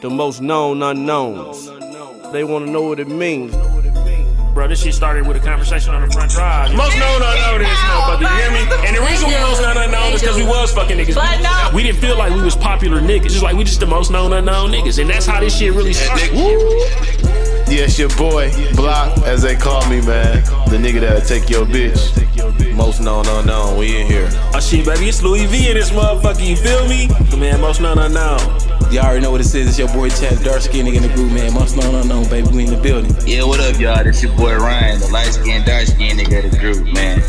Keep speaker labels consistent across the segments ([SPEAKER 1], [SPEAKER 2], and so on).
[SPEAKER 1] the most known unknowns. They wanna know what it means.
[SPEAKER 2] Bro, this shit started with a conversation on the front drive. Most known unknown is motherfucker, you hear me? And the reason we most known unknown is because we was fucking niggas.
[SPEAKER 3] But no.
[SPEAKER 2] We didn't feel like we was popular niggas, just like we just the most known unknown niggas. And that's how this shit really started. Woo.
[SPEAKER 4] Yes, your boy, Block, as they call me, man. The nigga that'll take your bitch. Most known unknown, we in here.
[SPEAKER 2] Oh shit, baby, it's Louis V in this motherfucker, you feel me? Man, most known unknown.
[SPEAKER 5] Y'all already know what it is. It's your boy Chad, dark skin nigga in the group, man. Most known unknown, baby. We in the building.
[SPEAKER 6] Yeah, what up, y'all? This your boy Ryan, the light skinned, dark skinned nigga of the group, man.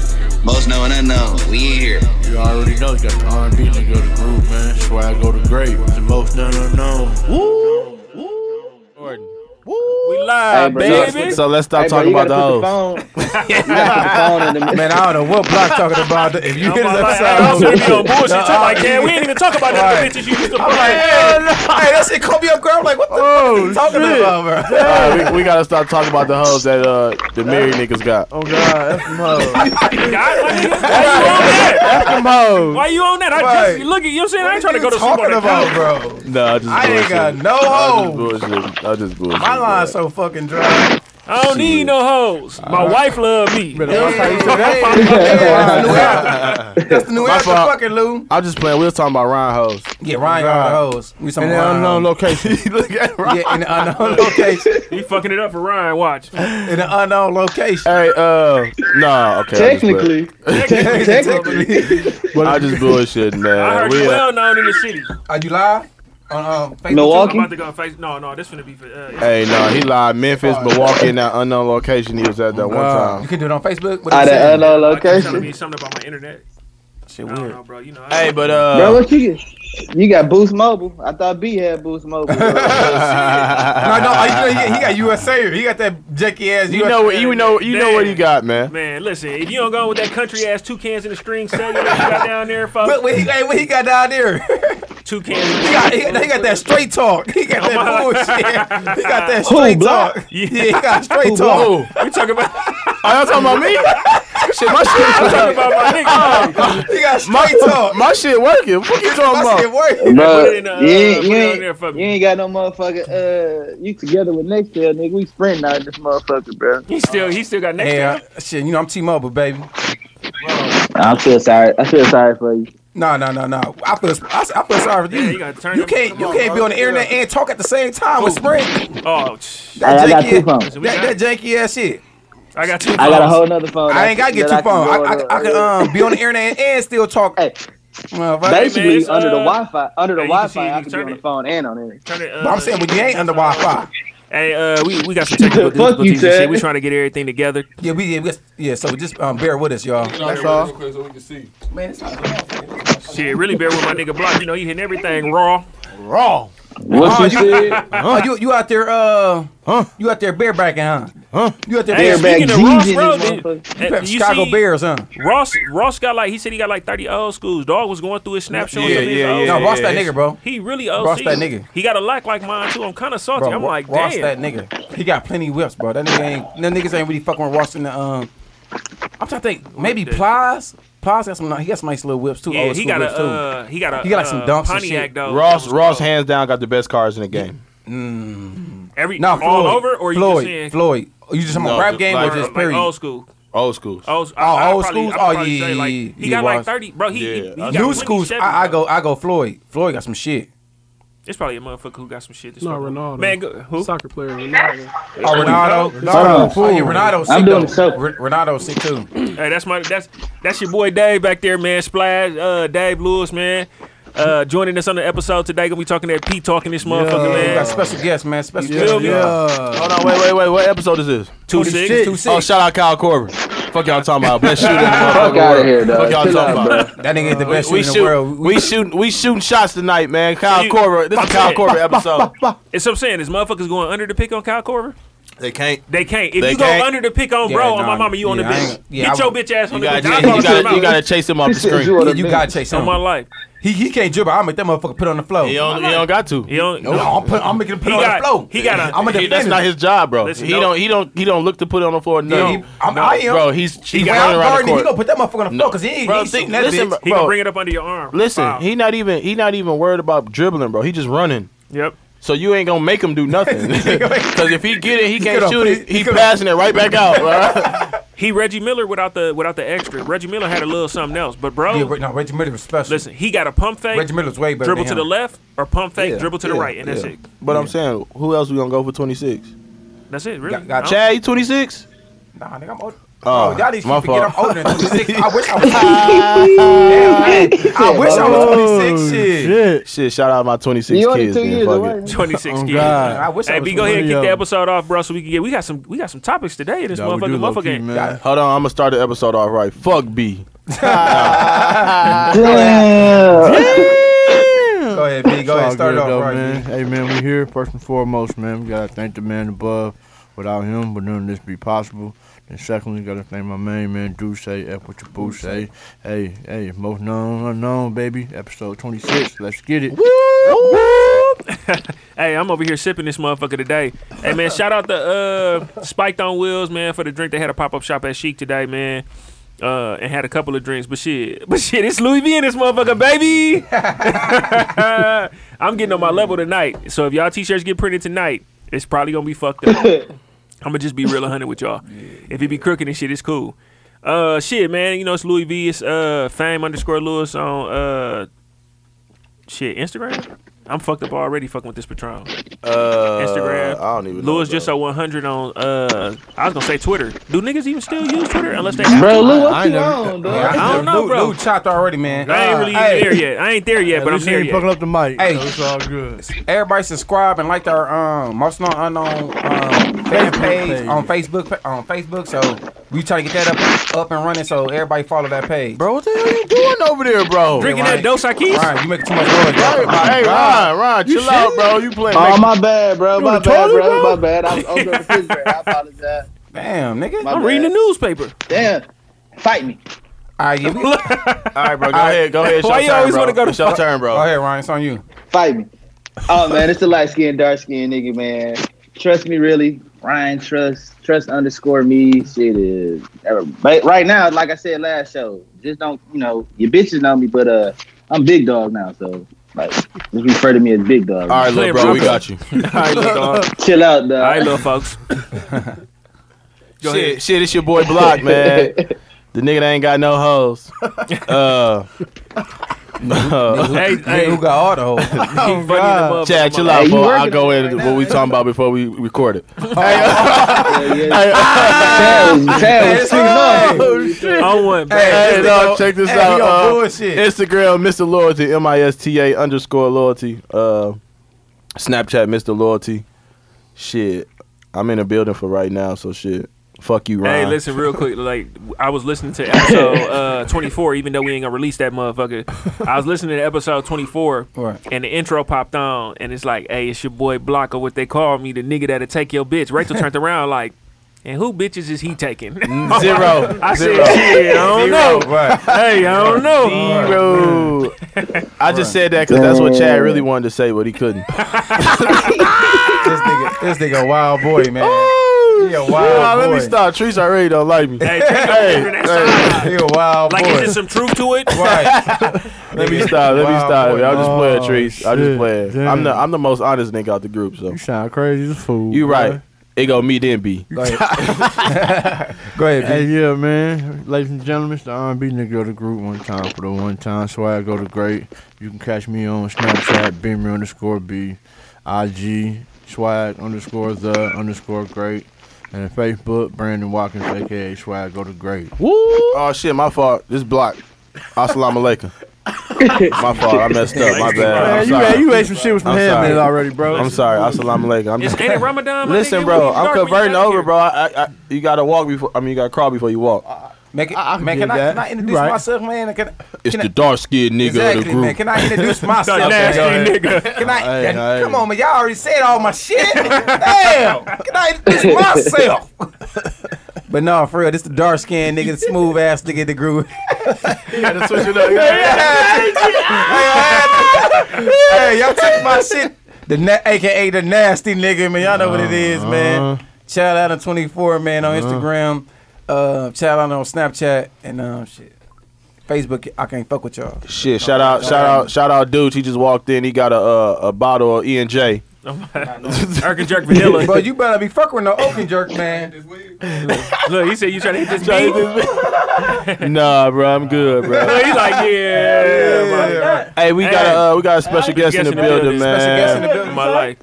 [SPEAKER 6] Most known unknown, we in here.
[SPEAKER 7] You already know, got the R&B nigga of the group, man. That's why I go to great. The most known unknown.
[SPEAKER 2] We live,
[SPEAKER 8] Hey, bro,
[SPEAKER 2] baby.
[SPEAKER 4] So, so let's stop talking
[SPEAKER 8] bro,
[SPEAKER 4] about the hoes.
[SPEAKER 8] the phone. you gotta put the phone in the
[SPEAKER 9] Man, I don't know what block talking about. If you hit
[SPEAKER 2] I'm
[SPEAKER 9] his
[SPEAKER 2] like,
[SPEAKER 9] episode,
[SPEAKER 2] I also be on
[SPEAKER 9] Nah, uh,
[SPEAKER 2] bullshit too.
[SPEAKER 9] I-
[SPEAKER 2] Like, damn, we ain't even talk about
[SPEAKER 9] Right.
[SPEAKER 2] the bitches you used to
[SPEAKER 9] I'm like,
[SPEAKER 2] play.
[SPEAKER 9] hell no. hey, that shit caught me up, girl. I'm like, what the fuck
[SPEAKER 4] Oh,
[SPEAKER 9] are you talking about, bro?
[SPEAKER 4] Alright, we, we gotta stop talking about the hoes that uh, the married niggas got.
[SPEAKER 9] Oh god, that's some hoes.
[SPEAKER 2] God, why, you, why you on that?
[SPEAKER 9] Some hoes.
[SPEAKER 2] Why you on that? I
[SPEAKER 9] Right.
[SPEAKER 2] just look at you. Know what I'm saying I ain't trying to go to sleep
[SPEAKER 9] talking
[SPEAKER 2] on
[SPEAKER 9] about,
[SPEAKER 2] about,
[SPEAKER 9] bro.
[SPEAKER 4] No, I just
[SPEAKER 9] I ain't got no hoes.
[SPEAKER 4] bullshit. I just bullshit. I just bullshit.
[SPEAKER 9] My line's so fucking dry.
[SPEAKER 2] I don't need no hoes. My wife love me.
[SPEAKER 9] That's how you say that. Yeah, That's the new
[SPEAKER 4] My
[SPEAKER 9] answer,
[SPEAKER 4] fault.
[SPEAKER 9] fucking Lou.
[SPEAKER 4] I'm just playing. We was talking about Ryan hoes.
[SPEAKER 9] Yeah, Ryan got the hoes. We some
[SPEAKER 4] In an
[SPEAKER 9] Ryan
[SPEAKER 4] unknown
[SPEAKER 9] hoes.
[SPEAKER 4] location. Look at Ryan.
[SPEAKER 9] Yeah, in an unknown location.
[SPEAKER 2] He fucking it up for Ryan. Watch.
[SPEAKER 9] In an unknown location.
[SPEAKER 4] Hey, uh, nah, okay.
[SPEAKER 8] Technically, technically,
[SPEAKER 4] I just bullshit, man.
[SPEAKER 2] I heard
[SPEAKER 4] we,
[SPEAKER 2] you
[SPEAKER 4] uh,
[SPEAKER 2] well known in the city.
[SPEAKER 9] Are you live? On um, Facebook?
[SPEAKER 2] I'm
[SPEAKER 8] Milwaukee.
[SPEAKER 2] about to go face. No, no, this finna be for. Uh,
[SPEAKER 4] Hey, no, he lied. Memphis, Milwaukee, in that unknown location he was at that one
[SPEAKER 9] You
[SPEAKER 4] time.
[SPEAKER 9] can do it on Facebook. What
[SPEAKER 8] Out
[SPEAKER 9] it
[SPEAKER 8] of
[SPEAKER 9] say?
[SPEAKER 8] unknown
[SPEAKER 2] it's telling me
[SPEAKER 8] location.
[SPEAKER 2] something about my internet.
[SPEAKER 9] Shit
[SPEAKER 2] I don't
[SPEAKER 9] weird.
[SPEAKER 2] know, bro. You know.
[SPEAKER 4] Hey, but
[SPEAKER 8] Bro,
[SPEAKER 4] uh,
[SPEAKER 8] what you get? You got Boost Mobile. I thought B had Boost Mobile.
[SPEAKER 9] No, no, are you, he, he got USA. He got that janky ass.
[SPEAKER 4] you know what you know you know what he got, man.
[SPEAKER 2] Man, listen. If you don't go with that country ass two cans in a string cellular you got down there, fuck
[SPEAKER 9] What, what, he, hey, what he got down there?
[SPEAKER 2] two cans.
[SPEAKER 9] He got, he, got- he got that straight talk. He got that bullshit. He got that straight
[SPEAKER 8] Block?
[SPEAKER 9] talk.
[SPEAKER 2] Yeah.
[SPEAKER 9] Yeah, he got straight talk.
[SPEAKER 2] We talking about.
[SPEAKER 4] Are y'all talking about me? shit, my shit,
[SPEAKER 2] talking about my nigga.
[SPEAKER 9] He got straight talk.
[SPEAKER 4] my shit working. What you talking
[SPEAKER 9] My shit
[SPEAKER 4] about?
[SPEAKER 9] work.
[SPEAKER 8] Bro,
[SPEAKER 2] it in, uh,
[SPEAKER 8] you ain't,
[SPEAKER 2] put
[SPEAKER 8] you,
[SPEAKER 2] it on there for
[SPEAKER 8] ain't,
[SPEAKER 2] me.
[SPEAKER 8] you ain't got no motherfucker. Uh, you together with Nextel, nigga. We sprinting out this motherfucker, bro.
[SPEAKER 2] He still, he still got next
[SPEAKER 9] Yeah,
[SPEAKER 2] to him.
[SPEAKER 9] uh, shit. You know I'm T-Mobile, baby.
[SPEAKER 8] I feel sorry. I feel sorry for you.
[SPEAKER 9] No, no, no, no. I feel, I, I feel sorry for
[SPEAKER 2] Yeah,
[SPEAKER 9] you.
[SPEAKER 2] you gotta turn
[SPEAKER 9] you
[SPEAKER 2] them-
[SPEAKER 9] can't,
[SPEAKER 2] come
[SPEAKER 9] you
[SPEAKER 2] on,
[SPEAKER 9] can't be
[SPEAKER 2] bro.
[SPEAKER 9] on the internet and talk at the same time with Sprint.
[SPEAKER 2] Oh, tch.
[SPEAKER 8] Hey, I got
[SPEAKER 9] janky-
[SPEAKER 8] two phones.
[SPEAKER 9] That, that janky ass shit.
[SPEAKER 2] I got two.
[SPEAKER 8] I got a
[SPEAKER 2] phones.
[SPEAKER 8] whole nother phone.
[SPEAKER 9] I ain't gotta get
[SPEAKER 8] that
[SPEAKER 9] two phones. I,
[SPEAKER 8] go
[SPEAKER 9] I,
[SPEAKER 8] on,
[SPEAKER 9] I can
[SPEAKER 8] uh,
[SPEAKER 9] um, be on the internet and still talk. uh,
[SPEAKER 8] Hey,
[SPEAKER 9] Motherfucker.
[SPEAKER 2] man,
[SPEAKER 8] basically
[SPEAKER 2] it's,
[SPEAKER 8] under the
[SPEAKER 2] uh,
[SPEAKER 8] Wi-Fi, under the
[SPEAKER 2] yeah, you can see
[SPEAKER 8] Wi-Fi,
[SPEAKER 2] it,
[SPEAKER 8] I
[SPEAKER 2] you
[SPEAKER 8] can be
[SPEAKER 2] turn
[SPEAKER 8] on the
[SPEAKER 2] it.
[SPEAKER 8] phone and on it.
[SPEAKER 2] Turn it, uh,
[SPEAKER 9] But I'm saying when you ain't under Wi-Fi.
[SPEAKER 2] Hey, uh, we, we got some technical
[SPEAKER 8] Fuck you,
[SPEAKER 2] difficulties and
[SPEAKER 8] Ted.
[SPEAKER 2] shit. We trying to get everything together.
[SPEAKER 9] Yeah, we yeah, we- yeah. So just um, bear with us, y'all.
[SPEAKER 2] Uh-huh.
[SPEAKER 4] That's all.
[SPEAKER 2] Shit, really bear with my nigga Block. You know, you hitting everything raw.
[SPEAKER 9] Raw.
[SPEAKER 8] What
[SPEAKER 9] Oh,
[SPEAKER 8] you
[SPEAKER 9] you,
[SPEAKER 8] said?
[SPEAKER 9] oh, you you out there? Uh, huh? You out there barebacking, huh?
[SPEAKER 4] Huh?
[SPEAKER 9] You out there
[SPEAKER 2] Hey,
[SPEAKER 9] bare-
[SPEAKER 8] Bareback
[SPEAKER 2] speaking of
[SPEAKER 8] Jeezy
[SPEAKER 2] Ross
[SPEAKER 8] this
[SPEAKER 2] Road, did-
[SPEAKER 8] motherfucker.
[SPEAKER 2] uh,
[SPEAKER 9] you
[SPEAKER 2] you
[SPEAKER 9] Chicago
[SPEAKER 2] see
[SPEAKER 9] Bears, huh?
[SPEAKER 2] Ross, Ross got like, he said he got like 30 old schools. Dog was going through his snapshot.
[SPEAKER 4] Yeah,
[SPEAKER 2] of his
[SPEAKER 4] yeah,
[SPEAKER 2] old
[SPEAKER 4] yeah,
[SPEAKER 9] No,
[SPEAKER 2] schools.
[SPEAKER 4] yeah.
[SPEAKER 9] Ross that nigga, bro.
[SPEAKER 2] He really old
[SPEAKER 9] Ross
[SPEAKER 2] schools.
[SPEAKER 9] that nigga.
[SPEAKER 2] He got a lack like mine too. I'm kind of salty.
[SPEAKER 9] bro
[SPEAKER 2] I'm
[SPEAKER 9] Ro-
[SPEAKER 2] like, damn.
[SPEAKER 9] Ross that nigga. He got plenty whips, bro. That nigga ain't. No niggas ain't really fucking with Ross in the um. I'm trying to think. Maybe
[SPEAKER 2] that?
[SPEAKER 9] Plies. Plies got some. He got some nice little whips too.
[SPEAKER 2] yeah,
[SPEAKER 9] old
[SPEAKER 2] he
[SPEAKER 9] school
[SPEAKER 2] got a,
[SPEAKER 9] whips too.
[SPEAKER 2] uh, he got a,
[SPEAKER 9] He got, like, some
[SPEAKER 2] uh,
[SPEAKER 9] dumps and
[SPEAKER 2] Pontiac
[SPEAKER 9] shit.
[SPEAKER 2] though.
[SPEAKER 4] Ross,
[SPEAKER 2] That was
[SPEAKER 4] Ross,
[SPEAKER 2] dope.
[SPEAKER 4] hands down, got the best cars in the game.
[SPEAKER 2] every
[SPEAKER 9] No,
[SPEAKER 2] all
[SPEAKER 9] Floyd.
[SPEAKER 2] over, or you
[SPEAKER 9] Floyd.
[SPEAKER 2] just saying
[SPEAKER 9] Floyd. Oh, You just talking about
[SPEAKER 4] No,
[SPEAKER 9] rap
[SPEAKER 4] just
[SPEAKER 9] game
[SPEAKER 4] like-
[SPEAKER 9] or just
[SPEAKER 2] like, oh,
[SPEAKER 9] period?
[SPEAKER 2] old school.
[SPEAKER 4] Old school.
[SPEAKER 2] Old, oh,
[SPEAKER 9] Oh,
[SPEAKER 2] I,
[SPEAKER 9] old
[SPEAKER 2] I probably,
[SPEAKER 9] schools?
[SPEAKER 2] I probably
[SPEAKER 9] Oh, yeah,
[SPEAKER 2] say,
[SPEAKER 9] yeah,
[SPEAKER 2] like,
[SPEAKER 9] yeah,
[SPEAKER 2] He
[SPEAKER 9] yeah,
[SPEAKER 2] got like
[SPEAKER 9] Ross.
[SPEAKER 2] thirty, bro. He,
[SPEAKER 4] Yeah,
[SPEAKER 2] he, he
[SPEAKER 4] New
[SPEAKER 2] got
[SPEAKER 9] New
[SPEAKER 2] 27,
[SPEAKER 9] schools.
[SPEAKER 2] bro.
[SPEAKER 9] I, I go. I go. Floyd. Floyd got some shit.
[SPEAKER 2] It's probably a motherfucker who got some shit. This
[SPEAKER 10] No,
[SPEAKER 2] fucking-
[SPEAKER 10] Ronaldo.
[SPEAKER 2] Man, go, who?
[SPEAKER 10] Soccer player Ronaldo.
[SPEAKER 9] Oh, Ronaldo.
[SPEAKER 8] Hold on.
[SPEAKER 9] Oh, yeah, Ronaldo's sick
[SPEAKER 8] I'm doing
[SPEAKER 9] though.
[SPEAKER 8] soap.
[SPEAKER 9] Re- Ronaldo's sick too.
[SPEAKER 2] Hey, that's my that's that's your boy Dave back there, man. Splash, uh, Dave Lewis, man. Uh, joining us on the episode today, gonna be talking that P talking this motherfucker,
[SPEAKER 9] We got
[SPEAKER 2] man.
[SPEAKER 9] special guests, man. Special
[SPEAKER 2] You
[SPEAKER 9] guests.
[SPEAKER 2] feel me?
[SPEAKER 4] Hold on, wait, wait, wait. What episode is this?
[SPEAKER 2] Two six.
[SPEAKER 9] Two
[SPEAKER 4] Oh,
[SPEAKER 9] six.
[SPEAKER 4] shout out Kyle Corbin. Fuck y'all talking about. Best shooter in the
[SPEAKER 8] Fuck
[SPEAKER 4] motherfucking
[SPEAKER 8] out of
[SPEAKER 4] world.
[SPEAKER 8] here,
[SPEAKER 4] Fuck
[SPEAKER 8] dog.
[SPEAKER 4] y'all
[SPEAKER 8] Chill
[SPEAKER 4] talking
[SPEAKER 8] out,
[SPEAKER 4] about.
[SPEAKER 8] bro.
[SPEAKER 9] that nigga ain't the best
[SPEAKER 4] we
[SPEAKER 9] shooter in
[SPEAKER 4] shoot,
[SPEAKER 9] the world.
[SPEAKER 4] we shooting, we shooting shots tonight, man. Kyle
[SPEAKER 2] You-
[SPEAKER 4] Corbin, this is
[SPEAKER 2] I'm
[SPEAKER 4] Kyle
[SPEAKER 2] saying.
[SPEAKER 4] Corbin episode.
[SPEAKER 2] It's what I'm saying. Is motherfuckers going under the pick on Kyle Corbin?
[SPEAKER 4] They can't.
[SPEAKER 2] They can't. If
[SPEAKER 4] They
[SPEAKER 2] you
[SPEAKER 4] can't.
[SPEAKER 2] go under the pick on
[SPEAKER 9] Yeah,
[SPEAKER 2] bro, on
[SPEAKER 9] nah,
[SPEAKER 2] my mama, you on
[SPEAKER 9] yeah,
[SPEAKER 2] the
[SPEAKER 9] I
[SPEAKER 2] bitch.
[SPEAKER 9] ain't- yeah,
[SPEAKER 2] Hit
[SPEAKER 9] I
[SPEAKER 2] your
[SPEAKER 9] would-
[SPEAKER 2] bitch ass on
[SPEAKER 4] You
[SPEAKER 2] the
[SPEAKER 4] gotta,
[SPEAKER 2] bitch.
[SPEAKER 4] you,
[SPEAKER 2] I
[SPEAKER 8] talking
[SPEAKER 4] gotta,
[SPEAKER 2] talked
[SPEAKER 4] you
[SPEAKER 2] about
[SPEAKER 4] gotta chase him off the
[SPEAKER 8] She said
[SPEAKER 4] screen.
[SPEAKER 8] you
[SPEAKER 4] You
[SPEAKER 8] on
[SPEAKER 9] Yeah,
[SPEAKER 8] the
[SPEAKER 9] you
[SPEAKER 8] bench.
[SPEAKER 9] gotta chase
[SPEAKER 2] on
[SPEAKER 9] him.
[SPEAKER 2] my life.
[SPEAKER 9] He he can't dribble. I'll make that motherfucker put on the floor.
[SPEAKER 4] don't, you don't got to.
[SPEAKER 2] He don't.
[SPEAKER 9] No, I'm put, I'm making him put
[SPEAKER 2] He
[SPEAKER 9] on
[SPEAKER 2] got-
[SPEAKER 9] the floor.
[SPEAKER 2] he got a-
[SPEAKER 9] I'm gonna
[SPEAKER 4] He- that's
[SPEAKER 9] defend
[SPEAKER 4] not
[SPEAKER 9] him.
[SPEAKER 4] his job, bro.
[SPEAKER 2] Listen,
[SPEAKER 4] he
[SPEAKER 2] no.
[SPEAKER 4] don't. He don't. He don't look to put it on the floor. No,
[SPEAKER 9] Yeah, he- I'm, I am.
[SPEAKER 4] bro. He's
[SPEAKER 9] he
[SPEAKER 4] he's
[SPEAKER 9] when
[SPEAKER 4] running
[SPEAKER 9] I'm
[SPEAKER 4] around the
[SPEAKER 9] guarding, him, he
[SPEAKER 4] court.
[SPEAKER 9] gonna put that motherfucker on the
[SPEAKER 4] No.
[SPEAKER 9] floor because he ain't
[SPEAKER 4] Bro,
[SPEAKER 9] he's
[SPEAKER 4] think-
[SPEAKER 9] shooting that
[SPEAKER 4] listen,
[SPEAKER 9] bitch.
[SPEAKER 4] bro.
[SPEAKER 2] He can bring it up under your arm.
[SPEAKER 4] Listen,
[SPEAKER 2] Wow.
[SPEAKER 4] he not even. He not even worried about dribbling, bro. He just running.
[SPEAKER 2] Yep.
[SPEAKER 4] So you ain't gonna make him do nothing. Because if he get it, he can't
[SPEAKER 9] could've
[SPEAKER 4] shoot
[SPEAKER 9] put-
[SPEAKER 4] it.
[SPEAKER 9] he
[SPEAKER 4] He
[SPEAKER 9] could've-
[SPEAKER 4] passing it right back out, bro.
[SPEAKER 2] He Reggie Miller without the without the extra. Reggie Miller had a little something else, but bro,
[SPEAKER 9] Yeah, Reg- no, Reggie Miller was special.
[SPEAKER 2] listen, he got a pump fake,
[SPEAKER 9] Reggie Miller's way better
[SPEAKER 2] dribble
[SPEAKER 9] than
[SPEAKER 2] to the
[SPEAKER 9] him.
[SPEAKER 2] left, or pump fake,
[SPEAKER 4] Yeah,
[SPEAKER 2] dribble to the
[SPEAKER 4] yeah,
[SPEAKER 2] right, and that's
[SPEAKER 4] yeah.
[SPEAKER 2] it.
[SPEAKER 4] But I'm saying, who else we gonna go for 26?
[SPEAKER 2] That's it, really.
[SPEAKER 9] Got- got
[SPEAKER 2] I don't-
[SPEAKER 4] Chad, you 26?
[SPEAKER 9] Nah, nigga, I'm old.
[SPEAKER 4] Oh,
[SPEAKER 9] Oh, y'all need
[SPEAKER 4] my
[SPEAKER 9] to forget I'm
[SPEAKER 4] fault.
[SPEAKER 9] older than 26. I wish I was. Damn, I wish I
[SPEAKER 3] Oh,
[SPEAKER 9] was 26. Shit.
[SPEAKER 4] Shit, shout out my 26
[SPEAKER 8] You only
[SPEAKER 4] kids.
[SPEAKER 8] two
[SPEAKER 4] man.
[SPEAKER 8] years
[SPEAKER 4] Fuck
[SPEAKER 8] away.
[SPEAKER 4] it.
[SPEAKER 2] 26
[SPEAKER 3] Oh,
[SPEAKER 2] kids.
[SPEAKER 3] God.
[SPEAKER 9] I wish I
[SPEAKER 2] Hey,
[SPEAKER 9] was.
[SPEAKER 2] B, go ahead and kick
[SPEAKER 3] Yo.
[SPEAKER 2] the episode off, bro, so we can get we got some we got some topics today in this
[SPEAKER 3] Y'all would
[SPEAKER 2] motherfucking
[SPEAKER 3] do low-key,
[SPEAKER 2] motherfucking.
[SPEAKER 3] man.
[SPEAKER 4] Hold on, I'm gonna start the episode off right. Fuck B.
[SPEAKER 8] Damn.
[SPEAKER 9] Go ahead, B. Go
[SPEAKER 3] It's all
[SPEAKER 9] ahead. Start
[SPEAKER 3] good,
[SPEAKER 9] it
[SPEAKER 3] though,
[SPEAKER 9] off right.
[SPEAKER 3] man.
[SPEAKER 9] B.
[SPEAKER 3] Hey, man, we here first and foremost, man. We gotta thank the man above. Without him, would none of this be possible. And secondly, gotta thank my main man, Duce, Epic Boost. Hey, hey, hey, most known unknown, baby. Episode 26. Let's get it.
[SPEAKER 2] Hey, I'm over here sipping this motherfucker today. Hey man, shout out the uh Spiked on Wheels, man, for the drink. They had a pop up shop at Chic today, man. Uh, and had a couple of drinks, but shit, but shit, it's Louis V in this motherfucker, baby. I'm getting on my level tonight, so if y'all t-shirts get printed tonight, it's probably gonna be fucked up. I'm gonna just be real 100 with y'all. If it be crooked and shit, it's cool. Uh, shit, man, you know it's Louis V. It's uh fame underscore Lewis on uh shit Instagram. I'm fucked up already fucking with this Patron.
[SPEAKER 4] Uh,
[SPEAKER 2] Instagram.
[SPEAKER 4] I don't even know.
[SPEAKER 2] Lewis
[SPEAKER 4] bro.
[SPEAKER 2] just so 100 on uh I was gonna say Twitter. Do niggas even still use Twitter unless they have
[SPEAKER 8] Bro,
[SPEAKER 2] to?
[SPEAKER 8] Lou,
[SPEAKER 3] I
[SPEAKER 8] what you
[SPEAKER 3] never-
[SPEAKER 8] on, dog?
[SPEAKER 9] Yeah,
[SPEAKER 2] I don't know,
[SPEAKER 9] Lou-
[SPEAKER 2] bro.
[SPEAKER 9] Lou chopped already, man.
[SPEAKER 2] I ain't really even
[SPEAKER 9] Hey,
[SPEAKER 2] there yet. I ain't there yet, but
[SPEAKER 3] At
[SPEAKER 2] I'm
[SPEAKER 3] least you
[SPEAKER 2] there
[SPEAKER 3] ain't
[SPEAKER 2] yet.
[SPEAKER 3] fucking up the mic.
[SPEAKER 9] Hey.
[SPEAKER 3] so it's all good.
[SPEAKER 9] Everybody subscribe and like our um most known unknown um, fan
[SPEAKER 3] Facebook
[SPEAKER 9] page,
[SPEAKER 3] page.
[SPEAKER 9] on Facebook pa- on Facebook. So we try to get that up up and running. So everybody follow that page.
[SPEAKER 4] Bro, what the hell you doing over there, bro?
[SPEAKER 2] Drinking that
[SPEAKER 9] Right.
[SPEAKER 2] Dos Equis?
[SPEAKER 9] Ryan, you make too much noise.
[SPEAKER 4] Hey,
[SPEAKER 9] bro.
[SPEAKER 4] Ron, hey, Ron, Ron, chill out, bro. You playing?
[SPEAKER 8] Oh,
[SPEAKER 4] make-
[SPEAKER 8] my bad, bro.
[SPEAKER 3] the
[SPEAKER 8] My bad,
[SPEAKER 3] toilet,
[SPEAKER 8] bro.
[SPEAKER 3] bro?
[SPEAKER 8] My bad. I was over the refrigerator. I apologize.
[SPEAKER 9] Damn, nigga.
[SPEAKER 8] My
[SPEAKER 9] All
[SPEAKER 2] I'm
[SPEAKER 8] bad.
[SPEAKER 2] reading the newspaper.
[SPEAKER 8] Damn. Fight me.
[SPEAKER 9] right, yeah, we- go
[SPEAKER 4] All right, bro. Go ahead. Go ahead. It's
[SPEAKER 2] Why
[SPEAKER 4] your
[SPEAKER 2] you
[SPEAKER 4] turn,
[SPEAKER 2] always
[SPEAKER 4] bro.
[SPEAKER 2] wanna go to
[SPEAKER 4] It's your
[SPEAKER 2] fuck-
[SPEAKER 4] turn, bro?
[SPEAKER 9] ahead, Ryan. It's on you.
[SPEAKER 8] Fight me. Oh man, it's a light skinned, dark skinned nigga, man. Trust me, really. Ryan Trust, Trust underscore me. Shit is. But right now, like I said last show, just don't, you know, your bitches know me, but uh, I'm big dog now, so like, just refer to me as big dog.
[SPEAKER 4] All right,
[SPEAKER 2] Play
[SPEAKER 4] little bro. We
[SPEAKER 2] Bronco.
[SPEAKER 4] got you.
[SPEAKER 2] All right, little dog.
[SPEAKER 8] chill out, dog.
[SPEAKER 2] All right, little folks. Go ahead.
[SPEAKER 4] Shit, shit, it's your boy Block, man. The nigga that ain't got no hoes. Uh,
[SPEAKER 2] Hey,
[SPEAKER 9] Hey,
[SPEAKER 2] hey,
[SPEAKER 9] who got all the hoes?
[SPEAKER 2] He funny in the motherfucker.
[SPEAKER 4] Chad, chill
[SPEAKER 2] man.
[SPEAKER 4] out,
[SPEAKER 8] you
[SPEAKER 4] before I
[SPEAKER 8] working
[SPEAKER 4] go
[SPEAKER 8] on it
[SPEAKER 4] into
[SPEAKER 8] right
[SPEAKER 4] what
[SPEAKER 8] now?
[SPEAKER 4] we talking about before we record it.
[SPEAKER 8] Yeah, yeah.
[SPEAKER 4] Hey,
[SPEAKER 8] Chad was- Chad was tweeting up.
[SPEAKER 4] oh, shit.
[SPEAKER 2] On one, bro.
[SPEAKER 4] Oh, Hey,
[SPEAKER 9] this
[SPEAKER 4] no,
[SPEAKER 9] nigga-
[SPEAKER 4] check this
[SPEAKER 9] hey,
[SPEAKER 4] out.
[SPEAKER 9] he on
[SPEAKER 4] uh,
[SPEAKER 9] bullshit.
[SPEAKER 4] Instagram, Mr. Loyalty, M I S T A underscore loyalty. Uh, Snapchat, Mr. Loyalty. Shit, I'm in a building for right now, so shit. Fuck you, Ryan.
[SPEAKER 2] Hey, listen real quick. Like I was listening to episode uh, 24, even though we ain't gonna release that motherfucker. I was listening to episode 24,
[SPEAKER 9] Right.
[SPEAKER 2] and the intro popped on, and it's like, "Hey, it's your boy Block, or what they call me, the nigga that'll take your bitch." Rachel turned around like. And who bitches is he taking?
[SPEAKER 4] Zero.
[SPEAKER 2] I said,
[SPEAKER 4] Zero.
[SPEAKER 2] shit, I don't know.
[SPEAKER 9] Right.
[SPEAKER 2] Hey, I don't know.
[SPEAKER 4] Zero. I just said that because that's what Chad really wanted to say, but he couldn't.
[SPEAKER 9] This nigga, this nigga, a wild boy,
[SPEAKER 4] Oh.
[SPEAKER 9] man. He a wild
[SPEAKER 4] Nah, let
[SPEAKER 9] boy.
[SPEAKER 4] me stop. Trees already don't like me.
[SPEAKER 2] Hey, take your
[SPEAKER 4] Hey,
[SPEAKER 2] bitch from that
[SPEAKER 4] hey.
[SPEAKER 2] side.
[SPEAKER 9] He a wild
[SPEAKER 2] Like,
[SPEAKER 9] boy.
[SPEAKER 2] is there some truth to it?
[SPEAKER 9] right.
[SPEAKER 4] Let me stop. Let me
[SPEAKER 9] Wow,
[SPEAKER 4] stop.
[SPEAKER 9] boy.
[SPEAKER 4] Y'all just playing
[SPEAKER 3] Oh,
[SPEAKER 4] trees. I just
[SPEAKER 3] shit.
[SPEAKER 4] playing.
[SPEAKER 3] Damn.
[SPEAKER 4] I'm the I'm the most honest nigga out the group. So
[SPEAKER 3] You sound crazy as a fool.
[SPEAKER 4] you
[SPEAKER 3] boy.
[SPEAKER 4] right. It go me then B.
[SPEAKER 9] Go ahead. Go ahead, B.
[SPEAKER 3] Hey, yeah, man. Ladies and gentlemen, it's the R&B nigga of the group. One time for the one time. Swag go to great. You can catch me on Snapchat, Beamer underscore B, IG, swag underscore the underscore great. And Facebook, Brandon Watkins, aka Swag Go to Great.
[SPEAKER 4] Oh shit, my fault. This block. Assalamu alaikum. my fault. I messed up. My bad. I'm
[SPEAKER 3] Man, you,
[SPEAKER 4] sorry.
[SPEAKER 3] ate, you ate some shit with some
[SPEAKER 4] I'm
[SPEAKER 3] ham in
[SPEAKER 4] sorry.
[SPEAKER 3] it already, bro.
[SPEAKER 4] I'm sorry. Assalamu alaikum. I'm
[SPEAKER 2] It's,
[SPEAKER 4] just,
[SPEAKER 2] ain't it Ramadan? my
[SPEAKER 4] listen,
[SPEAKER 2] nigga?
[SPEAKER 4] bro.
[SPEAKER 2] It's dark
[SPEAKER 4] I'm
[SPEAKER 2] when you
[SPEAKER 4] converting
[SPEAKER 2] out
[SPEAKER 4] over,
[SPEAKER 2] here.
[SPEAKER 4] bro. I, I, you gotta walk before. I mean, you gotta crawl before you walk.
[SPEAKER 9] Make it,
[SPEAKER 3] I- I can
[SPEAKER 9] man,
[SPEAKER 3] get
[SPEAKER 9] can I,
[SPEAKER 3] that.
[SPEAKER 9] can I
[SPEAKER 3] You
[SPEAKER 9] introduce
[SPEAKER 3] right.
[SPEAKER 9] myself, man? Can,
[SPEAKER 4] It's
[SPEAKER 9] can I-
[SPEAKER 4] the dark skinned nigga of the
[SPEAKER 9] Exactly,
[SPEAKER 4] group.
[SPEAKER 9] man. Can I introduce myself?
[SPEAKER 2] That
[SPEAKER 9] man?
[SPEAKER 2] nasty nigga.
[SPEAKER 9] Can I?
[SPEAKER 3] Hey, hey.
[SPEAKER 9] Come on, man. Y'all already said all my shit. Damn. Can I introduce myself? but no, for real, this the dark skinned nigga, the smooth ass nigga in the group.
[SPEAKER 4] Gotta switch it up. Yeah,
[SPEAKER 9] hey, y'all take my shit. The na- AKA the nasty nigga, man. Y'all know what it
[SPEAKER 4] Uh-huh.
[SPEAKER 9] is, man. Shout out on 24, man, on Instagram. Uh, shout out on Snapchat and um, shit. Facebook, I can't fuck with y'all.
[SPEAKER 4] Shit! Shout out! Shout out! Shout out! Dude, he just walked in. He got a uh, a bottle of E and J.
[SPEAKER 2] Irk and jerk vanilla.
[SPEAKER 9] Bro, you better be fucking with no oaken jerk, man.
[SPEAKER 2] Look, he said you trying to hit this beat.
[SPEAKER 4] nah, bro, I'm good, bro.
[SPEAKER 2] He's like, yeah, yeah,
[SPEAKER 4] hey, we got a uh, we got a special guest in the building, man.
[SPEAKER 9] Special guest in the building.
[SPEAKER 2] my life.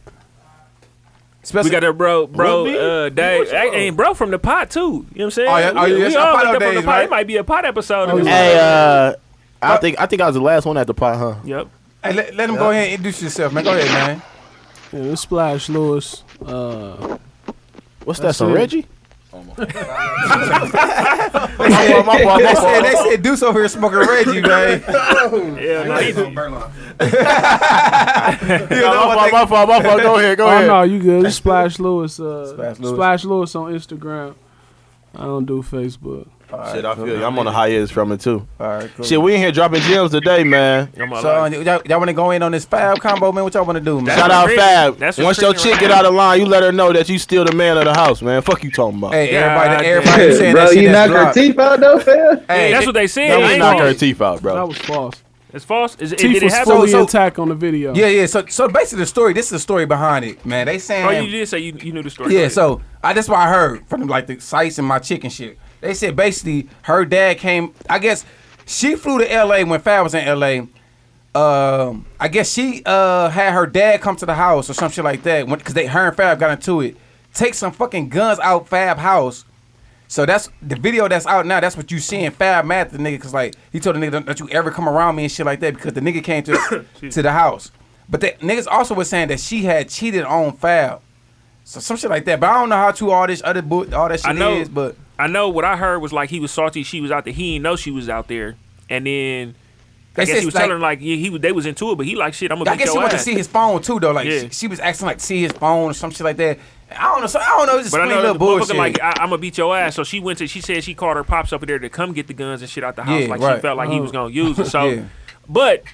[SPEAKER 9] Special,
[SPEAKER 2] We got that bro, bro, uh, Dave, Hey, and bro from the pot too. You know what I'm saying?
[SPEAKER 9] Oh, yeah, oh,
[SPEAKER 2] we,
[SPEAKER 9] yeah,
[SPEAKER 2] we
[SPEAKER 9] it's
[SPEAKER 2] all
[SPEAKER 9] our
[SPEAKER 2] got
[SPEAKER 9] Potto
[SPEAKER 2] that from the
[SPEAKER 9] days,
[SPEAKER 2] pot.
[SPEAKER 9] right?
[SPEAKER 2] It might be a pot episode. in this
[SPEAKER 4] Hey, uh, I think I think I was the last one at the pot, huh?
[SPEAKER 2] Yep.
[SPEAKER 9] hey, let, let him go ahead and introduce yourself, man. Go ahead, man.
[SPEAKER 11] Yeah, it's Splash Lewis. Uh,
[SPEAKER 4] What's that,
[SPEAKER 11] That's
[SPEAKER 4] some
[SPEAKER 11] it.
[SPEAKER 4] Reggie?
[SPEAKER 9] They said, they said, they said Deuce over here smoking Reggie, man.
[SPEAKER 2] Yeah, no, he's-
[SPEAKER 9] You know
[SPEAKER 4] my, fault,
[SPEAKER 9] what they-
[SPEAKER 4] my fault, my fault. Go ahead, go
[SPEAKER 11] oh
[SPEAKER 4] ahead.
[SPEAKER 11] no, you good? It's Splash Lewis. Uh,
[SPEAKER 9] Splash
[SPEAKER 11] Splash
[SPEAKER 9] Lewis.
[SPEAKER 11] Lewis. on Instagram. I don't do Facebook.
[SPEAKER 4] Shit, I feel you. I'm on the high ends from it too.
[SPEAKER 9] All right, cool.
[SPEAKER 4] Shit, we in here dropping gems today, man.
[SPEAKER 2] I'm all
[SPEAKER 9] So
[SPEAKER 2] right.
[SPEAKER 9] uh, y'all, y'all want to go in on this Fab combo, man? What y'all want to do, man?
[SPEAKER 4] Shout out
[SPEAKER 2] Reggie.
[SPEAKER 4] Fab.
[SPEAKER 2] That's what
[SPEAKER 4] Once your
[SPEAKER 2] Reggie
[SPEAKER 4] chick
[SPEAKER 2] right
[SPEAKER 4] get
[SPEAKER 2] now.
[SPEAKER 4] out of line, you let her know that you still the man of the house, man. Fuck you talking about.
[SPEAKER 9] Hey,
[SPEAKER 2] God
[SPEAKER 9] everybody, everybody
[SPEAKER 2] damn.
[SPEAKER 9] who said
[SPEAKER 12] Bro,
[SPEAKER 9] that shit
[SPEAKER 12] you
[SPEAKER 9] that's
[SPEAKER 12] knocked her
[SPEAKER 9] blocked.
[SPEAKER 12] teeth out though, Phil?
[SPEAKER 9] Hey,
[SPEAKER 2] That's what they said.
[SPEAKER 4] That
[SPEAKER 2] I
[SPEAKER 4] was
[SPEAKER 2] ain't
[SPEAKER 4] knock
[SPEAKER 2] wrong.
[SPEAKER 4] her teeth out,
[SPEAKER 11] That
[SPEAKER 4] bro.
[SPEAKER 11] was false.
[SPEAKER 2] It's false. Is, it-
[SPEAKER 11] Teeth
[SPEAKER 2] did it
[SPEAKER 11] was
[SPEAKER 2] happen?
[SPEAKER 11] fully
[SPEAKER 9] so-
[SPEAKER 11] intact on the video.
[SPEAKER 9] yeah, yeah. So, so basically, the story. This is the story behind it, man. They saying,
[SPEAKER 2] Oh, you did say you, you knew the story.
[SPEAKER 9] yeah. So I, that's what I heard from like the sites and my chicken shit. They said basically her dad came. I guess she flew to L.A. when Fab was in L.A. Um, I guess she uh had her dad come to the house or some shit like that. Because they her and Fab got into it. Take some fucking guns out Fab house. So that's the video that's out now. That's what you seeing Fab mad at the nigga because like he told the nigga don't, don't you ever come around me and shit like that because the nigga came to to the house. But the niggas also was saying that she had cheated on Fab, so some shit like that. But I don't know how true all this other bu- all that shit
[SPEAKER 2] I know.
[SPEAKER 9] is. But
[SPEAKER 2] I know what I heard was like he was salty. She was out there. He didn't know she was out there. And then
[SPEAKER 9] they
[SPEAKER 2] I guess
[SPEAKER 9] said
[SPEAKER 2] he was
[SPEAKER 9] like,
[SPEAKER 2] telling her like yeah, he was, they was into it, but he like shit. I'm gonna
[SPEAKER 9] I
[SPEAKER 2] beat
[SPEAKER 9] guess she
[SPEAKER 2] your
[SPEAKER 9] wanted to
[SPEAKER 2] ass.
[SPEAKER 9] see his phone too though. Like
[SPEAKER 2] Yeah.
[SPEAKER 9] she, she was acting like see his phone or some shit like that. I don't know. So I don't know. It's just
[SPEAKER 2] But I
[SPEAKER 9] plain
[SPEAKER 2] know
[SPEAKER 9] little
[SPEAKER 2] the motherfucker
[SPEAKER 9] bullshit.
[SPEAKER 2] like I, I'm gonna beat your ass. So she went to. She said she called her pops up there to come get the guns and shit out the house.
[SPEAKER 9] Yeah,
[SPEAKER 2] like
[SPEAKER 9] right.
[SPEAKER 2] she felt like he was gonna use it. So,
[SPEAKER 9] Yeah.
[SPEAKER 2] but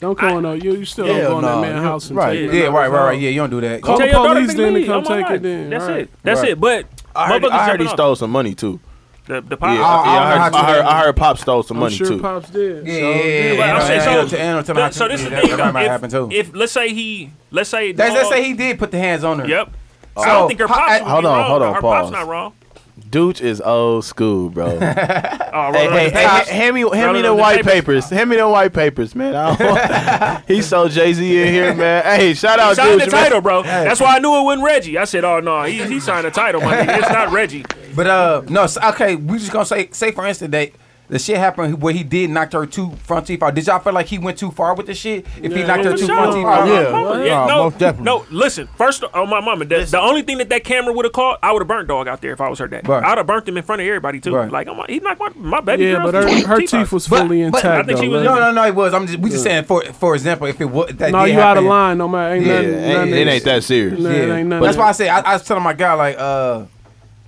[SPEAKER 11] Don't go on no. You, you still don't
[SPEAKER 4] Hell
[SPEAKER 11] go in
[SPEAKER 4] no,
[SPEAKER 11] that
[SPEAKER 4] you-
[SPEAKER 11] man house and
[SPEAKER 4] right.
[SPEAKER 11] take it.
[SPEAKER 9] yeah, right, right, right. Yeah, you don't do that.
[SPEAKER 11] Call
[SPEAKER 2] tell
[SPEAKER 11] the
[SPEAKER 2] your daughter
[SPEAKER 11] police
[SPEAKER 2] to
[SPEAKER 11] then to
[SPEAKER 2] leave. I'm
[SPEAKER 11] come
[SPEAKER 2] all
[SPEAKER 11] take it
[SPEAKER 2] right.
[SPEAKER 11] then.
[SPEAKER 2] That's
[SPEAKER 11] Right.
[SPEAKER 2] it. That's
[SPEAKER 9] Right.
[SPEAKER 2] it. But
[SPEAKER 4] I heard,
[SPEAKER 2] motherfucker
[SPEAKER 4] I heard
[SPEAKER 2] turned
[SPEAKER 4] he
[SPEAKER 2] off.
[SPEAKER 4] stole some money too.
[SPEAKER 2] the the
[SPEAKER 4] Yeah,
[SPEAKER 2] pop.
[SPEAKER 9] I- I
[SPEAKER 4] yeah, I, heard,
[SPEAKER 9] don't know how
[SPEAKER 4] I,
[SPEAKER 9] true
[SPEAKER 4] heard,
[SPEAKER 9] that
[SPEAKER 4] I heard Pop stole some
[SPEAKER 11] I'm
[SPEAKER 4] money
[SPEAKER 11] sure
[SPEAKER 4] too.
[SPEAKER 11] Pops did.
[SPEAKER 9] Yeah,
[SPEAKER 11] So,
[SPEAKER 9] yeah, yeah,
[SPEAKER 2] But
[SPEAKER 9] yeah.
[SPEAKER 2] I'm saying,
[SPEAKER 9] Yeah,
[SPEAKER 2] so-
[SPEAKER 9] yeah, to- and to-
[SPEAKER 2] the- so this is the
[SPEAKER 9] yeah,
[SPEAKER 2] thing.
[SPEAKER 9] that might
[SPEAKER 2] though.
[SPEAKER 9] happen, too.
[SPEAKER 2] If, if let's say he, let's say,
[SPEAKER 9] Let's,
[SPEAKER 2] no-
[SPEAKER 9] let's say he did put the hands on her.
[SPEAKER 2] Yep.
[SPEAKER 9] So,
[SPEAKER 2] I don't think her
[SPEAKER 9] pop-
[SPEAKER 2] pops.
[SPEAKER 9] I-
[SPEAKER 2] would be
[SPEAKER 4] Hold on,
[SPEAKER 2] wrong,
[SPEAKER 4] hold
[SPEAKER 2] though.
[SPEAKER 4] on,
[SPEAKER 2] Her
[SPEAKER 4] pause.
[SPEAKER 2] pops not wrong.
[SPEAKER 4] Dooch is old school, bro. hey,
[SPEAKER 2] Oh,
[SPEAKER 4] hey,
[SPEAKER 2] right,
[SPEAKER 4] hey,
[SPEAKER 2] right,
[SPEAKER 4] hand-
[SPEAKER 2] right.
[SPEAKER 4] hand me, hand me
[SPEAKER 2] Rolling
[SPEAKER 4] the
[SPEAKER 2] on the
[SPEAKER 4] white
[SPEAKER 2] papers.
[SPEAKER 4] papers. Hand me the white papers, man. I don't want- he so Jay Z in here, man. Hey, shout out,
[SPEAKER 2] Sign the
[SPEAKER 4] Dooch. man.
[SPEAKER 2] title, bro. That's why I knew it wasn't Reggie. I said, "Oh no, he, he signed the title, my nigga. It's not Reggie."
[SPEAKER 9] But uh, no, so- okay. We just gonna say, say for instance that the shit happened where he did knock her two front teeth out. Did y'all feel like he went too far with the shit? If he knocked her
[SPEAKER 2] For
[SPEAKER 9] two
[SPEAKER 2] sure.
[SPEAKER 9] front teeth out,
[SPEAKER 2] Oh, Yeah,
[SPEAKER 11] Oh,
[SPEAKER 2] yeah,
[SPEAKER 3] Nah,
[SPEAKER 2] no,
[SPEAKER 3] most definitely.
[SPEAKER 2] no. Listen, first, oh my mama. The, the only thing that that camera would have caught, I would have burnt dog out there if I was her dad.
[SPEAKER 9] Right.
[SPEAKER 2] I'd have burnt him in front of everybody too.
[SPEAKER 9] Right.
[SPEAKER 2] Like, I'm, he knocked my my baby
[SPEAKER 11] yeah,
[SPEAKER 2] girl's
[SPEAKER 11] but her, her
[SPEAKER 2] out.
[SPEAKER 11] teeth was
[SPEAKER 9] But-
[SPEAKER 11] fully
[SPEAKER 9] but-
[SPEAKER 11] intact.
[SPEAKER 9] I
[SPEAKER 2] think she
[SPEAKER 11] though,
[SPEAKER 2] was-
[SPEAKER 11] man.
[SPEAKER 9] no, no, no, it was. I'm just we just saying for for example, if it was that
[SPEAKER 11] No,
[SPEAKER 9] did
[SPEAKER 11] you out of
[SPEAKER 9] happen-
[SPEAKER 11] line. No matter, ain't
[SPEAKER 4] Yeah,
[SPEAKER 11] nothing.
[SPEAKER 4] ain't-
[SPEAKER 11] nothing
[SPEAKER 4] it ain't that serious.
[SPEAKER 11] Nah,
[SPEAKER 9] Yeah.
[SPEAKER 11] it ain't nothing.
[SPEAKER 9] That's why I say I, I was telling my guy like uh,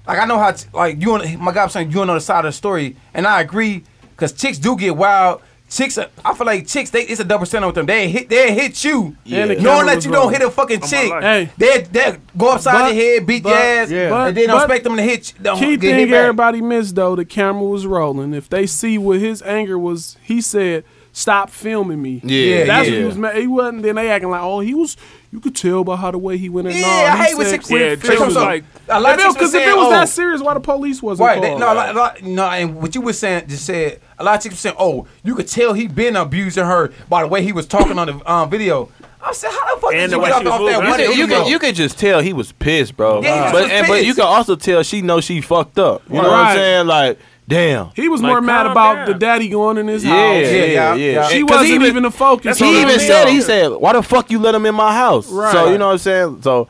[SPEAKER 9] like I know how t- like you on my guy was saying you on the other side of the story, and I agree because chicks do get wild. Chicks, are, I feel like chicks. They it's a double standard with them. They hit, they hit you,
[SPEAKER 11] Yeah. the
[SPEAKER 9] knowing
[SPEAKER 11] camera
[SPEAKER 9] that
[SPEAKER 11] was
[SPEAKER 9] you don't
[SPEAKER 11] rolling.
[SPEAKER 9] hit a fucking chick.
[SPEAKER 2] life.
[SPEAKER 11] Hey.
[SPEAKER 9] They they go upside
[SPEAKER 11] But-
[SPEAKER 9] the head, beat your
[SPEAKER 11] but-
[SPEAKER 9] ass,
[SPEAKER 11] yeah.
[SPEAKER 9] and they don't
[SPEAKER 11] But-
[SPEAKER 9] expect them to hit. you- Don't
[SPEAKER 11] Key
[SPEAKER 9] get hit
[SPEAKER 11] thing
[SPEAKER 9] back.
[SPEAKER 11] everybody missed though, the camera was rolling. If they see what his anger was, he said, "Stop filming me."
[SPEAKER 4] Yeah,
[SPEAKER 11] that's
[SPEAKER 4] yeah.
[SPEAKER 11] what he was. Mad. He wasn't. Then they acting like, "Oh, he was." You could tell by how the way he went in.
[SPEAKER 9] Yeah,
[SPEAKER 11] no,
[SPEAKER 9] I
[SPEAKER 11] he
[SPEAKER 9] hate when
[SPEAKER 11] said,
[SPEAKER 9] chicks-
[SPEAKER 11] "Quit
[SPEAKER 2] Yeah,
[SPEAKER 11] filming."
[SPEAKER 2] chicks was
[SPEAKER 9] like- a lot of
[SPEAKER 11] If it-
[SPEAKER 9] chicks was
[SPEAKER 11] 'cause if
[SPEAKER 9] saying,
[SPEAKER 11] it was
[SPEAKER 9] "Oh."
[SPEAKER 11] that serious, why the police wasn't
[SPEAKER 9] Right.
[SPEAKER 11] called?
[SPEAKER 9] They, no, a lot, a lot- no, and what you were saying, just said a lot of chicks were saying, "Oh, you could tell he been abusing her by the way he was talking on the um, video." I said, "How the fuck
[SPEAKER 2] And
[SPEAKER 9] did
[SPEAKER 2] the
[SPEAKER 9] you
[SPEAKER 2] way
[SPEAKER 9] get off,
[SPEAKER 2] she was
[SPEAKER 9] off that
[SPEAKER 2] moving.
[SPEAKER 9] one?"
[SPEAKER 2] I
[SPEAKER 4] You
[SPEAKER 2] said,
[SPEAKER 9] video?
[SPEAKER 4] you can you can just tell he was pissed, bro.
[SPEAKER 9] Yeah, he just
[SPEAKER 4] but
[SPEAKER 9] was
[SPEAKER 4] and, but you
[SPEAKER 9] pissed.
[SPEAKER 4] can also tell she knows she fucked up. You know what I'm
[SPEAKER 11] Right.
[SPEAKER 4] saying? Like, damn.
[SPEAKER 11] He was
[SPEAKER 2] Like,
[SPEAKER 11] more mad
[SPEAKER 2] calm
[SPEAKER 11] about
[SPEAKER 2] down.
[SPEAKER 11] the daddy going in his
[SPEAKER 4] Yeah,
[SPEAKER 11] house.
[SPEAKER 9] yeah, yeah.
[SPEAKER 4] yeah, yeah.
[SPEAKER 9] She
[SPEAKER 11] She
[SPEAKER 4] 'Cause
[SPEAKER 11] wasn't even, the focus. on
[SPEAKER 4] He
[SPEAKER 11] the
[SPEAKER 4] even
[SPEAKER 11] video.
[SPEAKER 4] said, it, he said, why the fuck you let him in my house?
[SPEAKER 11] Right.
[SPEAKER 4] So, you know what I'm saying? So,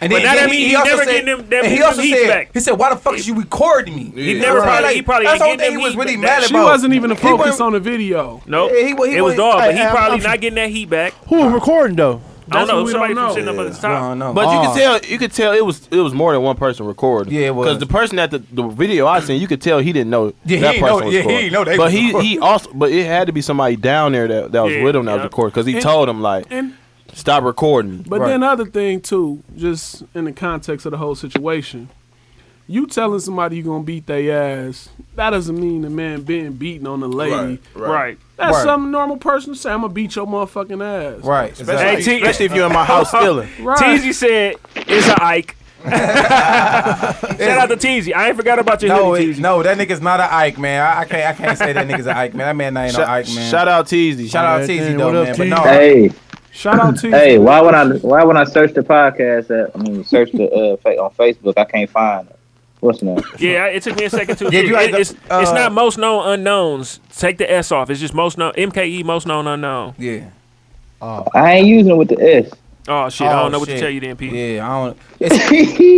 [SPEAKER 9] and
[SPEAKER 2] But that mean he
[SPEAKER 9] also
[SPEAKER 2] never
[SPEAKER 9] said-
[SPEAKER 2] getting them- them-
[SPEAKER 9] and he
[SPEAKER 2] them
[SPEAKER 9] also
[SPEAKER 2] heats
[SPEAKER 9] said,
[SPEAKER 2] back.
[SPEAKER 9] "He said, why the fuck is you recording me?"
[SPEAKER 2] He never
[SPEAKER 9] Right.
[SPEAKER 2] probably he probably
[SPEAKER 9] That's
[SPEAKER 2] ain't
[SPEAKER 9] the only
[SPEAKER 2] getting
[SPEAKER 9] thing
[SPEAKER 2] them
[SPEAKER 9] he was
[SPEAKER 2] heat
[SPEAKER 9] really
[SPEAKER 2] back.
[SPEAKER 9] mad
[SPEAKER 11] she
[SPEAKER 9] about.
[SPEAKER 11] wasn't even the
[SPEAKER 9] He wasn't-
[SPEAKER 11] focus on the video.
[SPEAKER 2] Nope.
[SPEAKER 9] Yeah, he wa- he
[SPEAKER 2] it was
[SPEAKER 9] wa-
[SPEAKER 2] dog, but
[SPEAKER 3] Hey,
[SPEAKER 2] he
[SPEAKER 3] I'm-
[SPEAKER 2] probably
[SPEAKER 3] I'm-
[SPEAKER 2] not getting that heat back.
[SPEAKER 3] Who was recording though?
[SPEAKER 2] I don't
[SPEAKER 11] That's what
[SPEAKER 2] know.
[SPEAKER 11] we
[SPEAKER 2] Somebody
[SPEAKER 11] don't
[SPEAKER 2] from
[SPEAKER 11] know.
[SPEAKER 2] sitting up at the
[SPEAKER 9] I don't
[SPEAKER 2] top.
[SPEAKER 9] know.
[SPEAKER 4] but you
[SPEAKER 9] Uh,
[SPEAKER 4] could tell, you could tell it was it was more than one person recording.
[SPEAKER 9] Yeah, it was.
[SPEAKER 4] because the person at the, the video I seen, you could tell he didn't know
[SPEAKER 9] Yeah, he
[SPEAKER 4] that
[SPEAKER 9] didn't
[SPEAKER 4] person
[SPEAKER 9] know-
[SPEAKER 4] was
[SPEAKER 9] yeah, he
[SPEAKER 4] recording.
[SPEAKER 9] didn't know they
[SPEAKER 4] but
[SPEAKER 9] was
[SPEAKER 4] he
[SPEAKER 9] recording.
[SPEAKER 4] he also, but it had to be somebody down there that, that was
[SPEAKER 2] Yeah,
[SPEAKER 4] with him that was
[SPEAKER 2] yeah.
[SPEAKER 4] recording because he
[SPEAKER 11] And-
[SPEAKER 4] told him like,
[SPEAKER 11] And
[SPEAKER 4] stop recording. me."
[SPEAKER 11] But
[SPEAKER 9] Right.
[SPEAKER 11] then other thing too, just in the context of the whole situation, you telling somebody you gonna beat their ass, that doesn't mean the man being beaten on the lady.
[SPEAKER 2] Right.
[SPEAKER 11] That's
[SPEAKER 9] Right.
[SPEAKER 11] some normal person say. I'm gonna beat your motherfucking ass.
[SPEAKER 9] Right.
[SPEAKER 13] Especially,
[SPEAKER 9] Exactly.
[SPEAKER 2] Hey, T-
[SPEAKER 13] especially if you're in my house stealing.
[SPEAKER 11] Right.
[SPEAKER 2] Teasy said it's a Ike. Shout out to Teasy. I ain't forgot about your
[SPEAKER 9] No,
[SPEAKER 2] hoodie,
[SPEAKER 9] it,
[SPEAKER 2] Teasy.
[SPEAKER 9] no, that nigga's not an Ike man. I, I can't, I can't say that nigga's an Ike man. That man ain't no Ike man.
[SPEAKER 13] Shout out Teasy.
[SPEAKER 9] shout out
[SPEAKER 3] Hey,
[SPEAKER 9] Teasy
[SPEAKER 3] man,
[SPEAKER 9] though,
[SPEAKER 3] what up,
[SPEAKER 9] man. But
[SPEAKER 3] Teezy?
[SPEAKER 9] no,
[SPEAKER 8] Hey,
[SPEAKER 11] Shout out to
[SPEAKER 8] hey, why would I? Why would I search the podcast? At, I mean, search the uh, fa- on Facebook. I can't find it. What's the name?
[SPEAKER 2] Yeah, I- it took me a second to.
[SPEAKER 9] Yeah, you
[SPEAKER 2] it-
[SPEAKER 9] like the-
[SPEAKER 2] it's, it's
[SPEAKER 9] uh,
[SPEAKER 2] not most known unknowns. Take the S off. It's just most known MKE most known unknown.
[SPEAKER 9] yeah,
[SPEAKER 8] I ain't using it with the S.
[SPEAKER 2] Oh shit!
[SPEAKER 9] Oh,
[SPEAKER 2] I don't know what to
[SPEAKER 9] shit.
[SPEAKER 2] tell you then, Pete.
[SPEAKER 9] yeah. I don't. It's,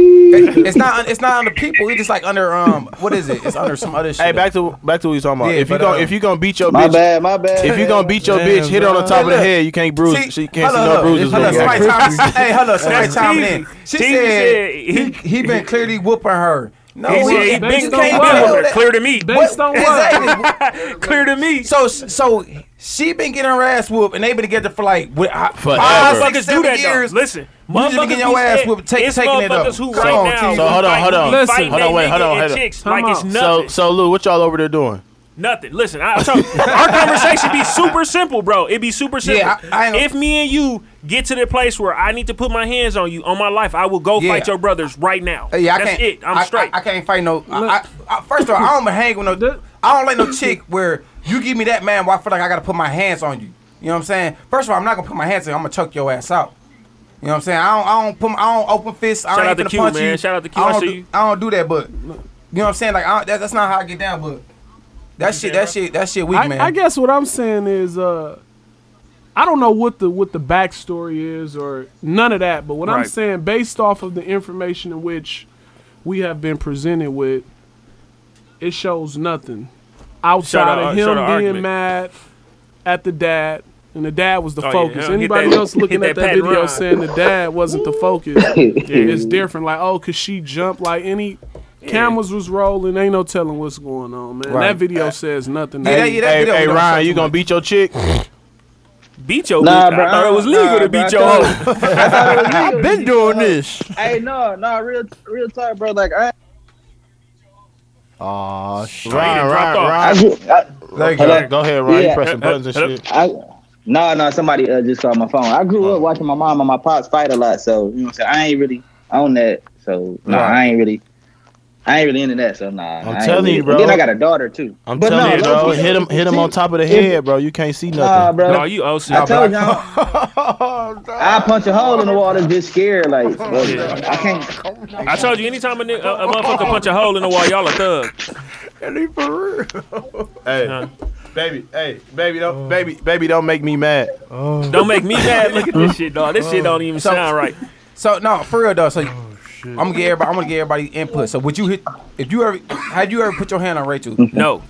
[SPEAKER 9] it's not, un- it's not under people. It's just like under um, what is it? It's under some other shit.
[SPEAKER 13] Hey, back to back to what you talking about.
[SPEAKER 9] Yeah,
[SPEAKER 13] if you
[SPEAKER 9] but,
[SPEAKER 13] gonna
[SPEAKER 9] uh,
[SPEAKER 13] if you gonna beat your
[SPEAKER 8] my
[SPEAKER 13] bitch,
[SPEAKER 8] bad. My bad.
[SPEAKER 13] if you gonna beat your
[SPEAKER 3] Damn,
[SPEAKER 13] bitch, hit her on the top of the
[SPEAKER 9] look.
[SPEAKER 13] head. You can't bruise.
[SPEAKER 9] See-
[SPEAKER 13] she can't see
[SPEAKER 9] Hold
[SPEAKER 13] no
[SPEAKER 9] up,
[SPEAKER 13] bruises. when
[SPEAKER 9] Hold up,
[SPEAKER 13] you
[SPEAKER 9] somebody
[SPEAKER 13] got
[SPEAKER 9] time, hey, hold up, somebody
[SPEAKER 2] That's
[SPEAKER 9] time
[SPEAKER 2] Teezy.
[SPEAKER 9] in. She
[SPEAKER 2] Teezy
[SPEAKER 9] said
[SPEAKER 2] said
[SPEAKER 9] he, he been clearly whooping her. No,
[SPEAKER 2] He said he
[SPEAKER 9] he,
[SPEAKER 2] been
[SPEAKER 9] you
[SPEAKER 2] been
[SPEAKER 9] can't
[SPEAKER 11] what?
[SPEAKER 9] do
[SPEAKER 2] with her.
[SPEAKER 9] that.
[SPEAKER 2] Clear to me.
[SPEAKER 11] Based on what?
[SPEAKER 9] Exactly.
[SPEAKER 2] Clear to me.
[SPEAKER 9] So so she been getting her ass whooped, and they been together for like what, I- five,
[SPEAKER 13] Forever.
[SPEAKER 9] six,
[SPEAKER 2] Motherfuckers do
[SPEAKER 9] seven
[SPEAKER 2] that
[SPEAKER 9] years.
[SPEAKER 2] though. Listen,
[SPEAKER 9] just be
[SPEAKER 2] motherfuckers
[SPEAKER 9] getting your
[SPEAKER 2] who
[SPEAKER 9] ass
[SPEAKER 2] said-
[SPEAKER 9] whooped, take-
[SPEAKER 2] it's
[SPEAKER 9] taking it up.
[SPEAKER 2] motherfuckers who
[SPEAKER 9] Come
[SPEAKER 2] right
[SPEAKER 9] on,
[SPEAKER 2] now.
[SPEAKER 9] T.
[SPEAKER 13] So hold on, hold on.
[SPEAKER 2] Listen,
[SPEAKER 11] Listen.
[SPEAKER 2] hold on, wait, hold on, hold on. Chicks
[SPEAKER 11] Time
[SPEAKER 2] like it's
[SPEAKER 11] out.
[SPEAKER 13] So
[SPEAKER 2] nothing.
[SPEAKER 13] so Lou, what y'all over there doing?
[SPEAKER 2] Nothing. Listen, I, I'm talking, our conversation be super simple, bro. It be super simple.
[SPEAKER 9] Yeah, I- I ain't-
[SPEAKER 2] if me and you get to the place where I need to put my hands on you on my life, I will go
[SPEAKER 9] Yeah.
[SPEAKER 2] fight your brothers right now.
[SPEAKER 9] Hey, I
[SPEAKER 2] That's
[SPEAKER 9] can't,
[SPEAKER 2] it. I'm
[SPEAKER 9] I-
[SPEAKER 2] straight.
[SPEAKER 9] I, I can't fight no. I, I, I, first of all, I don't hang with no. I don't like no chick where you give me that man. Where I feel like I gotta put my hands on you. You know what I'm saying? First of all, I'm not gonna put my hands on you. I'm gonna choke your ass out. You know what I'm saying? I don't. I don't put. I don't open fists. I
[SPEAKER 2] Shout
[SPEAKER 9] ain't
[SPEAKER 2] out to
[SPEAKER 9] finna
[SPEAKER 2] Q,
[SPEAKER 9] punch
[SPEAKER 2] man.
[SPEAKER 9] You.
[SPEAKER 2] Shout out to Q,
[SPEAKER 9] I
[SPEAKER 2] I
[SPEAKER 9] don't,
[SPEAKER 2] see
[SPEAKER 9] do,
[SPEAKER 2] you.
[SPEAKER 9] I don't do that, but you know what I'm saying? Like I, that, that's not how I get down. But that shit. That shit. That shit weak, man.
[SPEAKER 11] I, I guess what I'm saying is, uh, I don't know what the what the backstory is or none of that. But what I'm
[SPEAKER 2] Right.
[SPEAKER 11] saying, based off of the information in which we have been presented with, it shows nothing outside
[SPEAKER 2] out- shout
[SPEAKER 11] of him
[SPEAKER 2] out
[SPEAKER 11] being
[SPEAKER 2] argument.
[SPEAKER 11] mad at the dad. And the dad was the
[SPEAKER 2] Oh, yeah,
[SPEAKER 11] focus.
[SPEAKER 2] hell, hit
[SPEAKER 11] Anybody
[SPEAKER 2] that-
[SPEAKER 11] else looking
[SPEAKER 2] hit
[SPEAKER 11] at
[SPEAKER 2] that
[SPEAKER 11] that
[SPEAKER 2] Pat
[SPEAKER 11] video
[SPEAKER 2] Ryan.
[SPEAKER 11] saying the dad wasn't the focus it's different. Like, oh, cause she jumped. Like any cameras was rolling. Ain't no telling what's going on, man. That
[SPEAKER 9] Right.
[SPEAKER 11] video says nothing.
[SPEAKER 9] Yeah,
[SPEAKER 11] man.
[SPEAKER 9] yeah, that
[SPEAKER 13] Hey,
[SPEAKER 9] video
[SPEAKER 13] hey
[SPEAKER 9] was
[SPEAKER 13] Ryan, you
[SPEAKER 9] something
[SPEAKER 13] gonna
[SPEAKER 9] like-
[SPEAKER 13] beat your chick?
[SPEAKER 2] beat your
[SPEAKER 8] Nah,
[SPEAKER 2] bitch.
[SPEAKER 8] bro,
[SPEAKER 2] I thought it was
[SPEAKER 8] nah,
[SPEAKER 2] legal to
[SPEAKER 8] bro, I
[SPEAKER 2] beat your
[SPEAKER 8] thought-
[SPEAKER 2] hoe.
[SPEAKER 3] I've been doing this.
[SPEAKER 8] Hey, no, no, real, real talk, bro. Like I,
[SPEAKER 3] Aw, shit.
[SPEAKER 13] Ryan,
[SPEAKER 2] dropped
[SPEAKER 13] Ryan,
[SPEAKER 2] off.
[SPEAKER 8] I,
[SPEAKER 13] Ryan.
[SPEAKER 8] just- I
[SPEAKER 13] There you
[SPEAKER 8] Hello?
[SPEAKER 13] go. Go ahead, Ryan. You
[SPEAKER 8] Yeah.
[SPEAKER 13] pressing buttons and
[SPEAKER 2] Hello?
[SPEAKER 13] shit.
[SPEAKER 8] I no, no. Somebody uh, just saw my phone. I grew
[SPEAKER 13] Oh.
[SPEAKER 8] up watching my mom and my pops fight a lot, so you know what I'm saying. I ain't really on that, so no,
[SPEAKER 13] Right.
[SPEAKER 8] I ain't really, I ain't really into that. So nah. I ain't
[SPEAKER 13] telling
[SPEAKER 8] really-
[SPEAKER 13] you, bro.
[SPEAKER 8] And then I got a daughter too.
[SPEAKER 13] I'm telling
[SPEAKER 8] no,
[SPEAKER 13] you,
[SPEAKER 8] low-key,
[SPEAKER 13] bro. Hit him, hit him on top of the head, bro. You can't see
[SPEAKER 8] Nah,
[SPEAKER 13] nothing.
[SPEAKER 8] bro.
[SPEAKER 2] No, you OC.
[SPEAKER 8] I told y'all, I punch a hole in the wall that's just scared. Like,
[SPEAKER 13] Oh,
[SPEAKER 8] bro, I can't.
[SPEAKER 2] I told you, anytime a, ni- a, a motherfucker punch a hole in the wall, y'all a thug. Nah.
[SPEAKER 13] Hey, baby, hey, baby, don't, baby, baby, don't make me mad.
[SPEAKER 2] Don't make me mad. Look at this shit, dog. This shit don't even sound right.
[SPEAKER 9] So no, for real though. So
[SPEAKER 11] Oh,
[SPEAKER 9] I'm gonna get everybody. I'm gonna get everybody input. So would you hit? If you ever had you ever put your hand on Rachel?
[SPEAKER 2] No,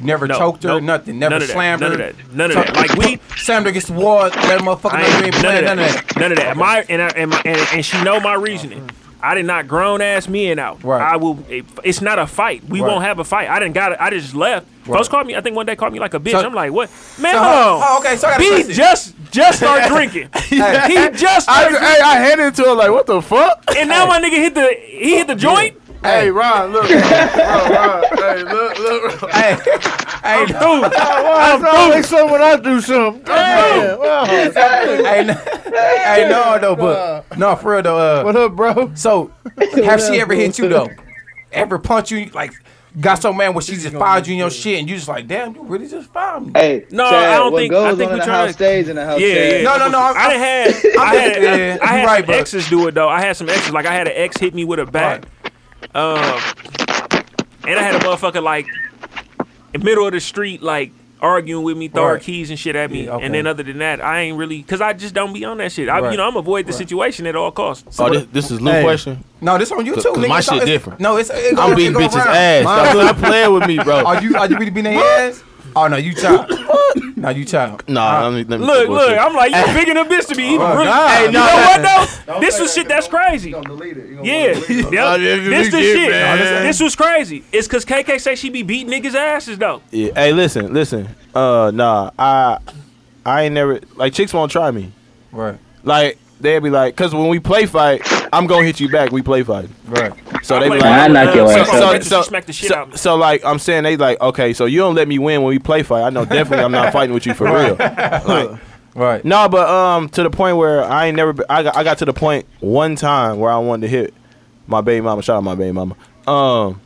[SPEAKER 9] Never
[SPEAKER 2] no,
[SPEAKER 9] choked her,
[SPEAKER 2] nope.
[SPEAKER 9] nothing. Never
[SPEAKER 2] none of that,
[SPEAKER 9] slammed
[SPEAKER 2] none
[SPEAKER 9] her.
[SPEAKER 2] of that, none of that. Like we,
[SPEAKER 9] slammed her against the wall. Let her motherfucker
[SPEAKER 2] I
[SPEAKER 9] know you
[SPEAKER 2] ain't
[SPEAKER 9] ain't
[SPEAKER 2] none
[SPEAKER 9] playing
[SPEAKER 2] of
[SPEAKER 9] none of
[SPEAKER 2] that.
[SPEAKER 9] that.
[SPEAKER 2] None of that. My and I, and, my, and and she know my reasoning. I did not grown ass men out.
[SPEAKER 9] Right.
[SPEAKER 2] I will. it- It's not a fight. We
[SPEAKER 9] Right.
[SPEAKER 2] won't have a fight. I didn't got. it. I just left. Folks called me. I think one day called me like a bitch.
[SPEAKER 9] So-
[SPEAKER 2] I'm like, what? Man,
[SPEAKER 9] So,
[SPEAKER 2] hold
[SPEAKER 9] oh,
[SPEAKER 2] on.
[SPEAKER 9] okay. So I got a
[SPEAKER 2] B
[SPEAKER 9] question.
[SPEAKER 2] just just started drinking. He just
[SPEAKER 13] I,
[SPEAKER 2] started,
[SPEAKER 13] hey, I headed to her like, what the fuck?
[SPEAKER 2] and now my nigga hit the he hit the joint.
[SPEAKER 13] Hey, Ron, look, bro, Ron, hey, look, look. Bro.
[SPEAKER 9] Hey, hey, no,
[SPEAKER 2] Dude,
[SPEAKER 3] Always someone I do something. Damn. Wow.
[SPEAKER 9] hey, no, hey, no, though, but no, for real though. Uh,
[SPEAKER 3] What up, bro?
[SPEAKER 9] so, have she ever hit you though? Ever punch you like? Got so mad when she just filed you in your shit, and you just like, damn, you really just filed me.
[SPEAKER 8] Hey,
[SPEAKER 2] No,
[SPEAKER 8] Chad,
[SPEAKER 2] I don't
[SPEAKER 8] what
[SPEAKER 2] think- I
[SPEAKER 8] Goes
[SPEAKER 2] think
[SPEAKER 8] on
[SPEAKER 2] we
[SPEAKER 8] in the
[SPEAKER 2] tryna-
[SPEAKER 8] house stays in the house.
[SPEAKER 2] Yeah,
[SPEAKER 8] Chad.
[SPEAKER 2] yeah, yeah.
[SPEAKER 9] No, no, no, I'm-
[SPEAKER 2] I done had, I had,
[SPEAKER 9] Yeah,
[SPEAKER 2] I had
[SPEAKER 9] right,
[SPEAKER 2] some
[SPEAKER 9] bro.
[SPEAKER 2] exes do it though. I had some exes. Like I had an ex hit me with a bat, um, and I had a motherfucker like in middle of the street, like arguing with me, throwing
[SPEAKER 9] Right.
[SPEAKER 2] keys and shit at me.
[SPEAKER 9] Yeah, okay.
[SPEAKER 2] And then other than that, I ain't really, cause I just don't be on that shit. I,
[SPEAKER 9] Right.
[SPEAKER 2] you know, I'm avoid the situation at all costs.
[SPEAKER 13] Oh, this, this is Lou
[SPEAKER 3] Hey.
[SPEAKER 13] question.
[SPEAKER 9] No, this on you too.
[SPEAKER 13] 'Cause
[SPEAKER 9] nigga.
[SPEAKER 13] my
[SPEAKER 9] It's all-
[SPEAKER 13] shit
[SPEAKER 9] it's-
[SPEAKER 13] different.
[SPEAKER 9] No, it's it go-
[SPEAKER 13] I'm
[SPEAKER 9] it
[SPEAKER 13] beating
[SPEAKER 9] go
[SPEAKER 13] bitches'
[SPEAKER 9] around.
[SPEAKER 13] ass.
[SPEAKER 9] Mine-
[SPEAKER 13] Stop, stop playing with me, bro.
[SPEAKER 9] Are you are you really beating their ass? Oh no, you child. no, you child.
[SPEAKER 13] Nah, let me, let me
[SPEAKER 2] Look,
[SPEAKER 13] bullshit.
[SPEAKER 2] look, I'm like, you big enough bitch to be even
[SPEAKER 9] Oh,
[SPEAKER 2] really. Hey, you know what though? This was shit that's crazy. Yeah,
[SPEAKER 13] Oh,
[SPEAKER 2] Yep.
[SPEAKER 13] this
[SPEAKER 2] this
[SPEAKER 13] is
[SPEAKER 2] the
[SPEAKER 13] it,
[SPEAKER 2] shit.
[SPEAKER 13] man.
[SPEAKER 2] This was crazy. It's cause KK say she be beating niggas asses though.
[SPEAKER 13] Yeah. Hey, listen, listen. Uh, nah, I, I ain't never like chicks won't try me.
[SPEAKER 9] Right.
[SPEAKER 13] Like they'll be like, cause when we play fight,
[SPEAKER 4] I'm gonna hit you back. We play fight.
[SPEAKER 9] Right.
[SPEAKER 4] So they be
[SPEAKER 2] Like,
[SPEAKER 4] like,
[SPEAKER 8] I knock your
[SPEAKER 2] uh,
[SPEAKER 8] ass
[SPEAKER 2] so-
[SPEAKER 8] out.
[SPEAKER 2] so- so- smack the shit
[SPEAKER 4] so,
[SPEAKER 2] out of me.
[SPEAKER 4] so, like I'm saying, they like, okay, so you don't let me win when we play fight. I know definitely I'm not fighting with you for real. Like,
[SPEAKER 9] Right.
[SPEAKER 4] no, but um, to the point where I ain't never. Be, I got I got to the point one time where I wanted to hit my baby mama. Shout out my baby mama. Um,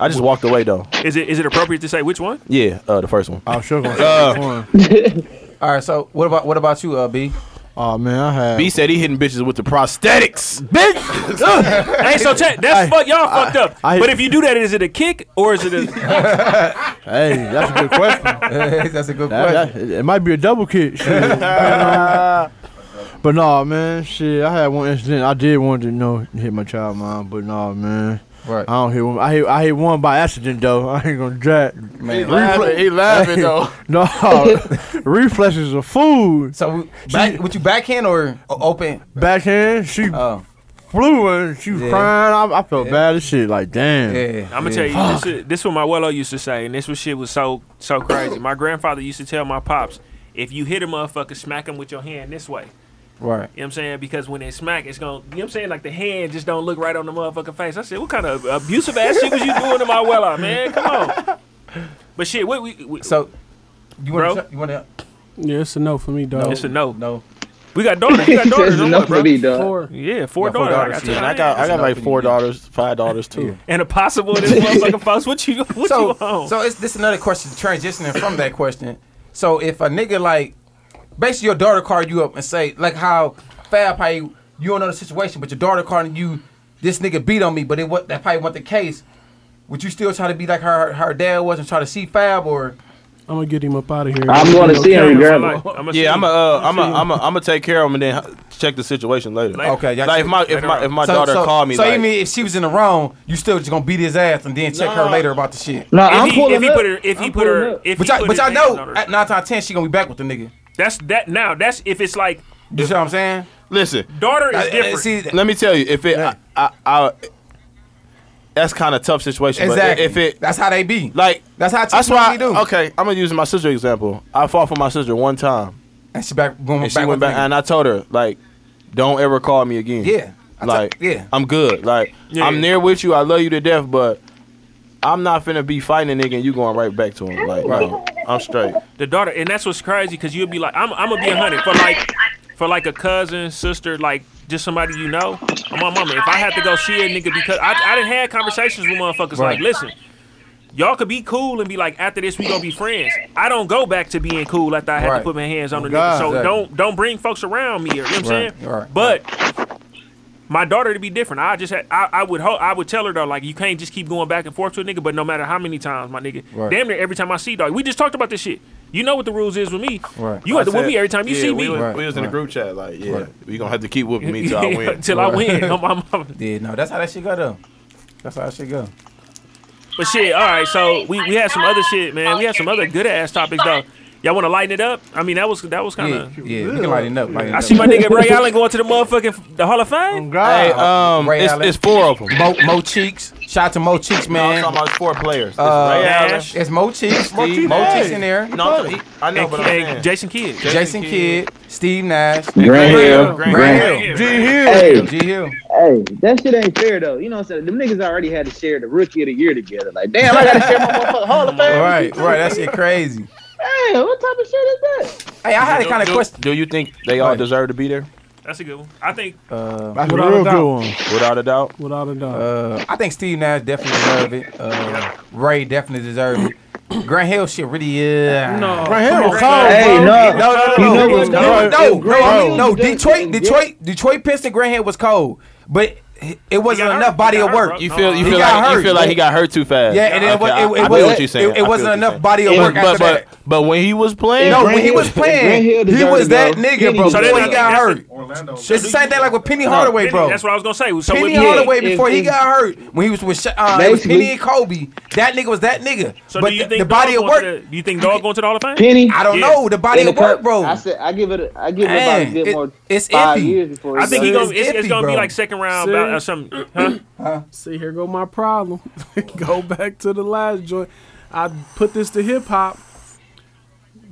[SPEAKER 4] I just walked away though.
[SPEAKER 2] Is it is it appropriate to say which one?
[SPEAKER 4] Yeah, uh, the first one.
[SPEAKER 3] I was sure gonna
[SPEAKER 13] Uh,
[SPEAKER 3] say this one.
[SPEAKER 9] All right. So what about what about you, uh, B?
[SPEAKER 3] Oh man, I had
[SPEAKER 4] B said he hitting bitches with the prosthetics.
[SPEAKER 2] hey, so check. That's fuck. Y'all fucked up.
[SPEAKER 3] I-
[SPEAKER 2] but if you do that, is it a kick or is it a?
[SPEAKER 3] Hey, that's a good question. That-
[SPEAKER 9] That's a good question.
[SPEAKER 3] that- it might be a double kick. shit. but no, man, shit. I had one incident. I did want to you know hit my child mom, but no, man.
[SPEAKER 9] Right.
[SPEAKER 3] I don't hit one. I hit, I hit one by accident though. I ain't gonna jack.
[SPEAKER 9] Man.
[SPEAKER 3] laughing-
[SPEAKER 4] he laughing
[SPEAKER 3] though. No, reflexes are food.
[SPEAKER 9] So we- back, would you backhand or o- open?
[SPEAKER 3] Backhand, she
[SPEAKER 9] Oh,
[SPEAKER 3] flew and she was
[SPEAKER 9] Yeah.
[SPEAKER 3] crying. I, I felt
[SPEAKER 9] Yeah.
[SPEAKER 3] bad as shit. Like damn.
[SPEAKER 9] yeah.
[SPEAKER 2] I'm gonna tell you. This is this what my wello used to say, and this was shit was so so crazy. My grandfather used to tell my pops, if you hit a motherfucker, smack him with your hand this way.
[SPEAKER 9] Right.
[SPEAKER 2] You know what I'm saying? Because when they smack, it's going to, you know what I'm saying? Like the hand just don't look right on the motherfucking face. I said, what kind of abusive ass shit was you doing to my wella, man? Come on. But shit, what we, we
[SPEAKER 9] So you want
[SPEAKER 2] Bro?
[SPEAKER 9] to? You want to?
[SPEAKER 11] Yeah, it's a no for me, dog.
[SPEAKER 2] it's a no.
[SPEAKER 9] No.
[SPEAKER 2] We got daughters. You got daughters.
[SPEAKER 8] It's
[SPEAKER 2] don't
[SPEAKER 8] enough
[SPEAKER 2] what, bro?
[SPEAKER 8] for me, dog.
[SPEAKER 11] Four.
[SPEAKER 2] Yeah, four
[SPEAKER 9] Yeah, four
[SPEAKER 2] daughters.
[SPEAKER 9] daughters,
[SPEAKER 2] I got two.
[SPEAKER 9] yeah.
[SPEAKER 4] And I got I got like four daughters, five daughters too.
[SPEAKER 2] and a possible this motherfucking folks. What you what you
[SPEAKER 9] So
[SPEAKER 2] on?
[SPEAKER 9] so it's this another question transitioning from that question. So if a nigga like, basically your daughter called you up and say like how Fab probably you don't know the situation, but your daughter calling you, this nigga beat on me, but it what that probably wasn't the case. Would you still try to be like her her dad was and try to see Fab or?
[SPEAKER 11] I'm gonna get him up out of here.
[SPEAKER 8] I'm going to see him regardless.
[SPEAKER 2] I'ma see
[SPEAKER 4] Yeah, I'm a,
[SPEAKER 2] you.
[SPEAKER 4] uh, I'm a, I'm a, I'm gonna take care of them and then h- check the situation later.
[SPEAKER 2] Later.
[SPEAKER 9] Okay, y'all-
[SPEAKER 4] like if my if my if my
[SPEAKER 9] So-
[SPEAKER 4] daughter
[SPEAKER 9] so,
[SPEAKER 4] called me,
[SPEAKER 9] So
[SPEAKER 4] like,
[SPEAKER 9] you mean if she was in the wrong, you still just gonna beat his ass and then check her later about the shit.
[SPEAKER 8] No,
[SPEAKER 2] If
[SPEAKER 8] I'm
[SPEAKER 2] he,
[SPEAKER 8] pulling
[SPEAKER 2] if he
[SPEAKER 8] up.
[SPEAKER 2] put her, if he put
[SPEAKER 8] I'm pulling
[SPEAKER 2] her,
[SPEAKER 8] up.
[SPEAKER 2] if
[SPEAKER 9] But
[SPEAKER 2] he
[SPEAKER 9] y'all,
[SPEAKER 2] put
[SPEAKER 9] but
[SPEAKER 2] his
[SPEAKER 9] y'all
[SPEAKER 2] hand on
[SPEAKER 9] know
[SPEAKER 2] her.
[SPEAKER 9] at nine times ten she gonna be back with the nigga.
[SPEAKER 2] that's that now. That's if it's like
[SPEAKER 9] You see what I'm saying?
[SPEAKER 4] listen,
[SPEAKER 2] daughter is
[SPEAKER 9] Uh,
[SPEAKER 2] different.
[SPEAKER 9] See,
[SPEAKER 4] let me tell you, if it, I, I, I, that's kind of tough situation.
[SPEAKER 9] exactly.
[SPEAKER 4] But if it,
[SPEAKER 9] that's how they be.
[SPEAKER 4] like,
[SPEAKER 9] that's how
[SPEAKER 4] that's why.
[SPEAKER 9] we do.
[SPEAKER 4] Okay, I'm gonna use my sister example. I fought for my sister one time,
[SPEAKER 9] And she back going
[SPEAKER 4] and
[SPEAKER 9] back,
[SPEAKER 4] she
[SPEAKER 9] with
[SPEAKER 4] went
[SPEAKER 9] the
[SPEAKER 4] back,
[SPEAKER 9] nigga.
[SPEAKER 4] and I told her like, don't ever call me again.
[SPEAKER 9] Yeah. I told-
[SPEAKER 4] like,
[SPEAKER 9] yeah.
[SPEAKER 4] I'm good. Like,
[SPEAKER 2] Yeah.
[SPEAKER 4] I'm there with you. I love you to death, but. I'm not finna be fighting a nigga and you going right back to him. Like, no, I'm straight.
[SPEAKER 2] the daughter, and that's what's crazy because you'll be like, I'm, I'm gonna be a hundred for like, for like a cousin, sister, like just somebody you know. My mama, if I had to go see a nigga because I, I didn't had conversations with motherfuckers like,
[SPEAKER 9] Right.
[SPEAKER 2] listen, y'all could be cool and be like, after this we gonna be friends. I don't go back to being cool after I had to
[SPEAKER 9] Right. Oh,
[SPEAKER 2] put my hands on the nigga.
[SPEAKER 3] God,
[SPEAKER 2] So
[SPEAKER 9] exactly.
[SPEAKER 2] don't don't bring folks around me. Or, you know what I'm
[SPEAKER 9] Right,
[SPEAKER 2] saying?
[SPEAKER 9] right,
[SPEAKER 2] but. My daughter to be different. I just had, I, I would hope I would tell her though like you can't just keep going back and forth to a nigga. But no matter how many times, my nigga,
[SPEAKER 9] Right.
[SPEAKER 2] damn near every time I see dog, we just talked about this shit. You know what the rules is with me.
[SPEAKER 9] Right.
[SPEAKER 2] You have to
[SPEAKER 4] I
[SPEAKER 2] whip
[SPEAKER 4] said-
[SPEAKER 2] me every time you
[SPEAKER 4] yeah,
[SPEAKER 2] see
[SPEAKER 4] we
[SPEAKER 2] me
[SPEAKER 4] Was,
[SPEAKER 9] Right,
[SPEAKER 4] we was in
[SPEAKER 9] right.
[SPEAKER 4] a group chat, like, yeah,
[SPEAKER 9] Right.
[SPEAKER 4] we gonna have to keep whooping me till I win.
[SPEAKER 2] Till I win. on my mama.
[SPEAKER 9] Yeah, no, that's how that shit go though. That's how that shit go.
[SPEAKER 2] But shit, all right. So we, we had some other shit, man. We had some other good ass topics though. Y'all want to lighten it up? I mean, that was that was kind
[SPEAKER 9] Yeah,
[SPEAKER 2] of.
[SPEAKER 9] yeah, you can lighten up. Lighten
[SPEAKER 2] I
[SPEAKER 9] up.
[SPEAKER 2] see my nigga Ray Allen going to the motherfucking the Hall of Fame.
[SPEAKER 3] God.
[SPEAKER 4] Hey, um,
[SPEAKER 9] Ray
[SPEAKER 4] it's,
[SPEAKER 9] Allen.
[SPEAKER 4] it's four of them.
[SPEAKER 9] Mo, Mo Cheeks. Shout out to Mo Cheeks,
[SPEAKER 4] No, I'm
[SPEAKER 9] man.
[SPEAKER 4] talking about it's four players. It's
[SPEAKER 9] Uh,
[SPEAKER 4] Ray Allen.
[SPEAKER 2] Nash.
[SPEAKER 9] it's Mo Cheeks. Mo,
[SPEAKER 4] Steve.
[SPEAKER 9] Cheeks
[SPEAKER 4] Hey.
[SPEAKER 9] in there.
[SPEAKER 4] No, I'm talking- I know,
[SPEAKER 2] And,
[SPEAKER 4] but I'm saying.
[SPEAKER 2] and Jason Kidd.
[SPEAKER 9] Jason Kidd, Steve Nash,
[SPEAKER 8] Grand Hill.
[SPEAKER 4] Grand
[SPEAKER 8] Grand Hill.
[SPEAKER 2] Yeah,
[SPEAKER 3] G
[SPEAKER 2] man.
[SPEAKER 3] Hill.
[SPEAKER 8] Hey,
[SPEAKER 9] G Hill.
[SPEAKER 8] hey, that shit ain't fair though. You know what I'm saying? Them niggas already had to share the rookie of the year together. Like, damn, I gotta share my motherfucking Hall of Fame.
[SPEAKER 9] Right, right. That shit crazy.
[SPEAKER 8] Damn, what type of shit is that?
[SPEAKER 9] Hey, I had a kind of
[SPEAKER 4] Do-
[SPEAKER 9] question.
[SPEAKER 4] Do you think they all
[SPEAKER 9] Right.
[SPEAKER 4] deserve to be there?
[SPEAKER 2] That's a good one. I think
[SPEAKER 9] Uh,
[SPEAKER 3] That's a
[SPEAKER 11] Without a
[SPEAKER 3] real
[SPEAKER 11] doubt.
[SPEAKER 3] good one.
[SPEAKER 4] Without a doubt.
[SPEAKER 11] Without a doubt.
[SPEAKER 9] uh, I think Steve Nash definitely deserved it. Uh, Ray definitely deserved it. Grant Hill shit really, yeah.
[SPEAKER 11] no,
[SPEAKER 3] Right here,
[SPEAKER 11] come on.
[SPEAKER 3] Cole,
[SPEAKER 8] Hey,
[SPEAKER 3] bro.
[SPEAKER 8] no,
[SPEAKER 9] No, no, no,
[SPEAKER 8] You know
[SPEAKER 9] no,
[SPEAKER 8] what's
[SPEAKER 9] no, no,
[SPEAKER 8] going on.
[SPEAKER 9] no, I mean, no.
[SPEAKER 8] Yeah.
[SPEAKER 9] Detroit, Detroit, Detroit Pistons Grand Hill was cold, but it wasn't
[SPEAKER 2] got
[SPEAKER 9] enough
[SPEAKER 2] hurt.
[SPEAKER 9] body
[SPEAKER 2] He
[SPEAKER 9] of
[SPEAKER 2] got hurt,
[SPEAKER 9] work.
[SPEAKER 2] bro.
[SPEAKER 4] You feel you
[SPEAKER 9] He
[SPEAKER 4] feel
[SPEAKER 9] got
[SPEAKER 4] like
[SPEAKER 9] hurt.
[SPEAKER 4] you feel like he got hurt too fast.
[SPEAKER 9] Yeah, and it wa- it-
[SPEAKER 4] I,
[SPEAKER 9] it
[SPEAKER 4] I feel
[SPEAKER 9] wasn't-
[SPEAKER 4] what you're saying.
[SPEAKER 9] it- it
[SPEAKER 4] I feel
[SPEAKER 9] wasn't
[SPEAKER 4] what you're
[SPEAKER 9] enough
[SPEAKER 4] saying.
[SPEAKER 9] body of
[SPEAKER 4] But-
[SPEAKER 9] work after
[SPEAKER 4] But but
[SPEAKER 9] that.
[SPEAKER 4] but when he was playing,
[SPEAKER 9] No,
[SPEAKER 8] Grand
[SPEAKER 9] when he
[SPEAKER 8] Hill-
[SPEAKER 9] was
[SPEAKER 8] Grand Hill
[SPEAKER 9] playing, he
[SPEAKER 8] deserved
[SPEAKER 9] was
[SPEAKER 8] it,
[SPEAKER 9] that
[SPEAKER 8] bro.
[SPEAKER 9] nigga, bro.
[SPEAKER 8] So
[SPEAKER 9] Before
[SPEAKER 2] that's-
[SPEAKER 9] he got
[SPEAKER 2] that's
[SPEAKER 9] hurt, it's the same thing like with Penny Hardaway,
[SPEAKER 2] Penny,
[SPEAKER 9] bro.
[SPEAKER 2] That's what I was gonna say. So
[SPEAKER 9] Penny
[SPEAKER 2] with-
[SPEAKER 9] Hardaway
[SPEAKER 8] Yeah,
[SPEAKER 9] before he
[SPEAKER 8] if-
[SPEAKER 9] got hurt, when he was with Sha- uh, it was
[SPEAKER 8] Basically-
[SPEAKER 9] Penny and Kobe, that nigga was that nigga.
[SPEAKER 2] So
[SPEAKER 9] but
[SPEAKER 2] do you
[SPEAKER 9] the,
[SPEAKER 2] think
[SPEAKER 9] the body of
[SPEAKER 2] Dog
[SPEAKER 9] work,
[SPEAKER 2] going to the- do you think Dog going to the Hall of Fame?
[SPEAKER 8] Penny.
[SPEAKER 9] I don't
[SPEAKER 2] Yeah.
[SPEAKER 9] know the body
[SPEAKER 8] in the
[SPEAKER 9] of work,
[SPEAKER 8] cup.
[SPEAKER 9] bro.
[SPEAKER 8] I said I give it. A, I give it about
[SPEAKER 9] Man,
[SPEAKER 8] a bit
[SPEAKER 9] it-
[SPEAKER 8] more.
[SPEAKER 9] it's
[SPEAKER 8] five
[SPEAKER 9] iffy.
[SPEAKER 8] years before.
[SPEAKER 2] I think he
[SPEAKER 8] he
[SPEAKER 2] gonna, it's, it's
[SPEAKER 9] iffy,
[SPEAKER 2] gonna be
[SPEAKER 9] bro.
[SPEAKER 2] like second round about, uh, or
[SPEAKER 11] See?
[SPEAKER 2] something. Huh?
[SPEAKER 11] See, here go my problem. go back to the last joint. I put this to hip hop.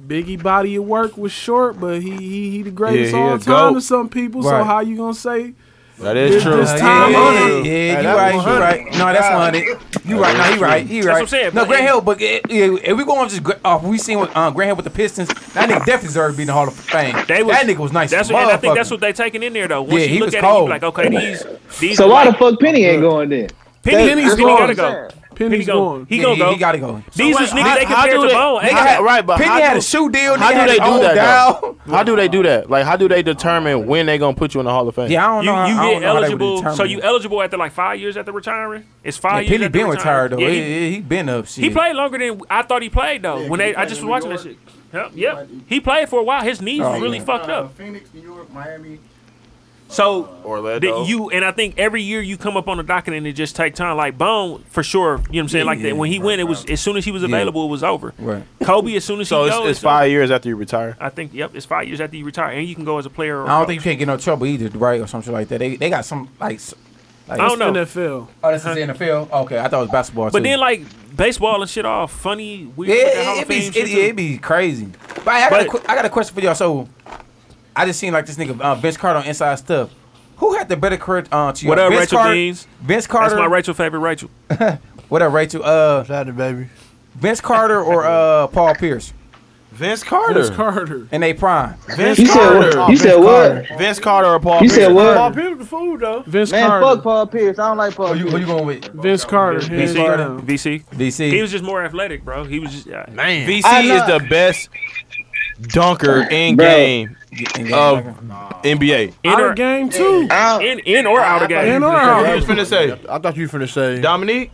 [SPEAKER 11] Biggie body of work was short, but he he, he the greatest
[SPEAKER 4] he
[SPEAKER 11] all
[SPEAKER 4] a
[SPEAKER 11] time
[SPEAKER 4] goat. Uh,
[SPEAKER 11] to some people. So
[SPEAKER 9] Right.
[SPEAKER 11] how you gonna say
[SPEAKER 13] That is true.
[SPEAKER 11] This
[SPEAKER 9] Uh, yeah,
[SPEAKER 11] time
[SPEAKER 9] yeah,
[SPEAKER 11] honored.
[SPEAKER 9] yeah, yeah,
[SPEAKER 3] Hey,
[SPEAKER 9] you
[SPEAKER 3] that's
[SPEAKER 9] right, you
[SPEAKER 3] 100.
[SPEAKER 9] right. No, that's one hundred. You right, no, he right, he right.
[SPEAKER 2] what I'm saying,
[SPEAKER 9] No,
[SPEAKER 2] but-
[SPEAKER 9] Grant Hill, but eh, yeah, if we going off just gra- off, we seen what um, Grant Hill with the Pistons. That nigga definitely deserved to be in the Hall of Fame.
[SPEAKER 2] They was,
[SPEAKER 9] that nigga was nice.
[SPEAKER 2] That's
[SPEAKER 9] as
[SPEAKER 2] what, and I think
[SPEAKER 9] motherfucker.
[SPEAKER 2] that's what they taking in there though. Once
[SPEAKER 9] Yeah,
[SPEAKER 2] you
[SPEAKER 9] he
[SPEAKER 2] look
[SPEAKER 9] was
[SPEAKER 2] at
[SPEAKER 9] cold.
[SPEAKER 2] it, you be like, okay, these these.
[SPEAKER 8] So
[SPEAKER 2] are
[SPEAKER 8] why the
[SPEAKER 2] like-
[SPEAKER 8] fuck Penny ain't going then?
[SPEAKER 2] Penny,
[SPEAKER 11] Penny
[SPEAKER 2] Penny,
[SPEAKER 11] gone.
[SPEAKER 2] gotta go. Penny
[SPEAKER 11] Penny's
[SPEAKER 2] gone.
[SPEAKER 11] gone.
[SPEAKER 2] He
[SPEAKER 9] Yeah,
[SPEAKER 2] gonna
[SPEAKER 9] he-
[SPEAKER 2] go.
[SPEAKER 9] he gotta go.
[SPEAKER 2] These
[SPEAKER 13] So
[SPEAKER 2] is
[SPEAKER 13] wait,
[SPEAKER 2] niggas
[SPEAKER 13] how-
[SPEAKER 2] they
[SPEAKER 13] how do
[SPEAKER 2] compared to
[SPEAKER 13] they-
[SPEAKER 2] Bone.
[SPEAKER 13] nigga
[SPEAKER 2] Ain't
[SPEAKER 13] had-
[SPEAKER 2] no-
[SPEAKER 13] right, but
[SPEAKER 9] Penny
[SPEAKER 13] how
[SPEAKER 9] had
[SPEAKER 13] do-
[SPEAKER 9] a shoe deal.
[SPEAKER 13] How
[SPEAKER 9] nigga
[SPEAKER 13] do
[SPEAKER 9] had
[SPEAKER 13] they
[SPEAKER 9] his
[SPEAKER 13] do
[SPEAKER 9] own
[SPEAKER 13] that?
[SPEAKER 9] dial.
[SPEAKER 13] though? How do they do that? Like, how do they determine when they gonna put you in the Hall of Fame?
[SPEAKER 9] Yeah, I don't
[SPEAKER 2] You,
[SPEAKER 9] know.
[SPEAKER 2] you
[SPEAKER 9] I don't
[SPEAKER 2] get
[SPEAKER 9] know how they would
[SPEAKER 2] eligible,
[SPEAKER 9] determine
[SPEAKER 2] so
[SPEAKER 9] it.
[SPEAKER 2] you eligible after like five years after retiring. It's five
[SPEAKER 9] Yeah,
[SPEAKER 2] years.
[SPEAKER 9] Penny
[SPEAKER 2] after
[SPEAKER 9] been
[SPEAKER 2] retiring.
[SPEAKER 9] retired though.
[SPEAKER 2] Yeah,
[SPEAKER 9] he,
[SPEAKER 2] he,
[SPEAKER 9] he, he been up shit.
[SPEAKER 2] he played longer than I thought he played though. when they, I just was watching that shit. Yep, yep. He played for a while. His knees was really
[SPEAKER 9] yeah.
[SPEAKER 2] fucked up.
[SPEAKER 7] Oh, Uh, Phoenix, New York, Miami. Uh,
[SPEAKER 2] So
[SPEAKER 13] Orlando.
[SPEAKER 2] that you and I think every year you come up on the docket and it just take time. Like Bone for sure, you know what I'm saying.
[SPEAKER 9] Yeah,
[SPEAKER 2] like that
[SPEAKER 9] yeah,
[SPEAKER 2] when he went, it was as soon as he was available, it was over.
[SPEAKER 9] Right.
[SPEAKER 2] Kobe, as soon as
[SPEAKER 13] so
[SPEAKER 2] he
[SPEAKER 13] it's,
[SPEAKER 2] goes,
[SPEAKER 13] it's five years after you retire.
[SPEAKER 2] I think yep, it's five years after you retire, and you can go as a player. Or
[SPEAKER 9] I don't think you can't get no trouble either, right, or something like that. They they got some like. s- like
[SPEAKER 2] I don't know.
[SPEAKER 11] NFL.
[SPEAKER 9] Oh, this is the NFL. Okay, I thought it was basketball.
[SPEAKER 2] But
[SPEAKER 9] too.
[SPEAKER 2] then like baseball and shit, all funny weird. with the Hall of
[SPEAKER 9] Yeah, it, it, be,
[SPEAKER 2] Fame
[SPEAKER 9] it,
[SPEAKER 2] shit,
[SPEAKER 9] it,
[SPEAKER 2] too.
[SPEAKER 9] be crazy. But I got,
[SPEAKER 2] But-
[SPEAKER 9] a, que- I got a question for y'all. So, I just seen like this nigga uh, Vince Carter on Inside Stuff. Who had the better career? Uh, to y'all?
[SPEAKER 2] What up,
[SPEAKER 9] Vince
[SPEAKER 2] Rachel
[SPEAKER 9] Carter,
[SPEAKER 2] Deans?
[SPEAKER 9] Vince
[SPEAKER 2] That's
[SPEAKER 9] Carter.
[SPEAKER 2] my Rachel favorite Rachel.
[SPEAKER 9] What up, Rachel? Uh,
[SPEAKER 3] Saturday, baby.
[SPEAKER 9] Vince Carter or uh, Paul Pierce
[SPEAKER 13] Vince Carter.
[SPEAKER 11] Vince Carter.
[SPEAKER 9] in their prime?
[SPEAKER 13] Vince
[SPEAKER 8] You said what? You said what?
[SPEAKER 13] Vince Carter or Paul
[SPEAKER 8] You said
[SPEAKER 13] Pierce?
[SPEAKER 8] what?
[SPEAKER 3] Paul Pierce the fool though.
[SPEAKER 11] Vince
[SPEAKER 8] Man,
[SPEAKER 11] Carter.
[SPEAKER 8] fuck Paul Pierce. I don't like Paul
[SPEAKER 9] Who you, who
[SPEAKER 8] Pierce.
[SPEAKER 9] you going with?
[SPEAKER 11] Vince Carter. Hands
[SPEAKER 2] VC,
[SPEAKER 11] down.
[SPEAKER 2] VC.
[SPEAKER 9] VC.
[SPEAKER 2] He was just more athletic, bro. He was just uh,
[SPEAKER 13] Man.
[SPEAKER 8] I
[SPEAKER 13] VC
[SPEAKER 8] know-
[SPEAKER 13] is the best dunker in
[SPEAKER 8] Bro.
[SPEAKER 13] game
[SPEAKER 9] In game,
[SPEAKER 13] of
[SPEAKER 9] nigga.
[SPEAKER 13] NBA.
[SPEAKER 2] in
[SPEAKER 11] Out
[SPEAKER 2] or
[SPEAKER 11] of game too.
[SPEAKER 8] I don't-
[SPEAKER 2] in in or out of
[SPEAKER 11] In
[SPEAKER 2] game.
[SPEAKER 11] or
[SPEAKER 13] I
[SPEAKER 11] out.
[SPEAKER 13] was finna say
[SPEAKER 3] I thought you were finna say.
[SPEAKER 13] Dominique.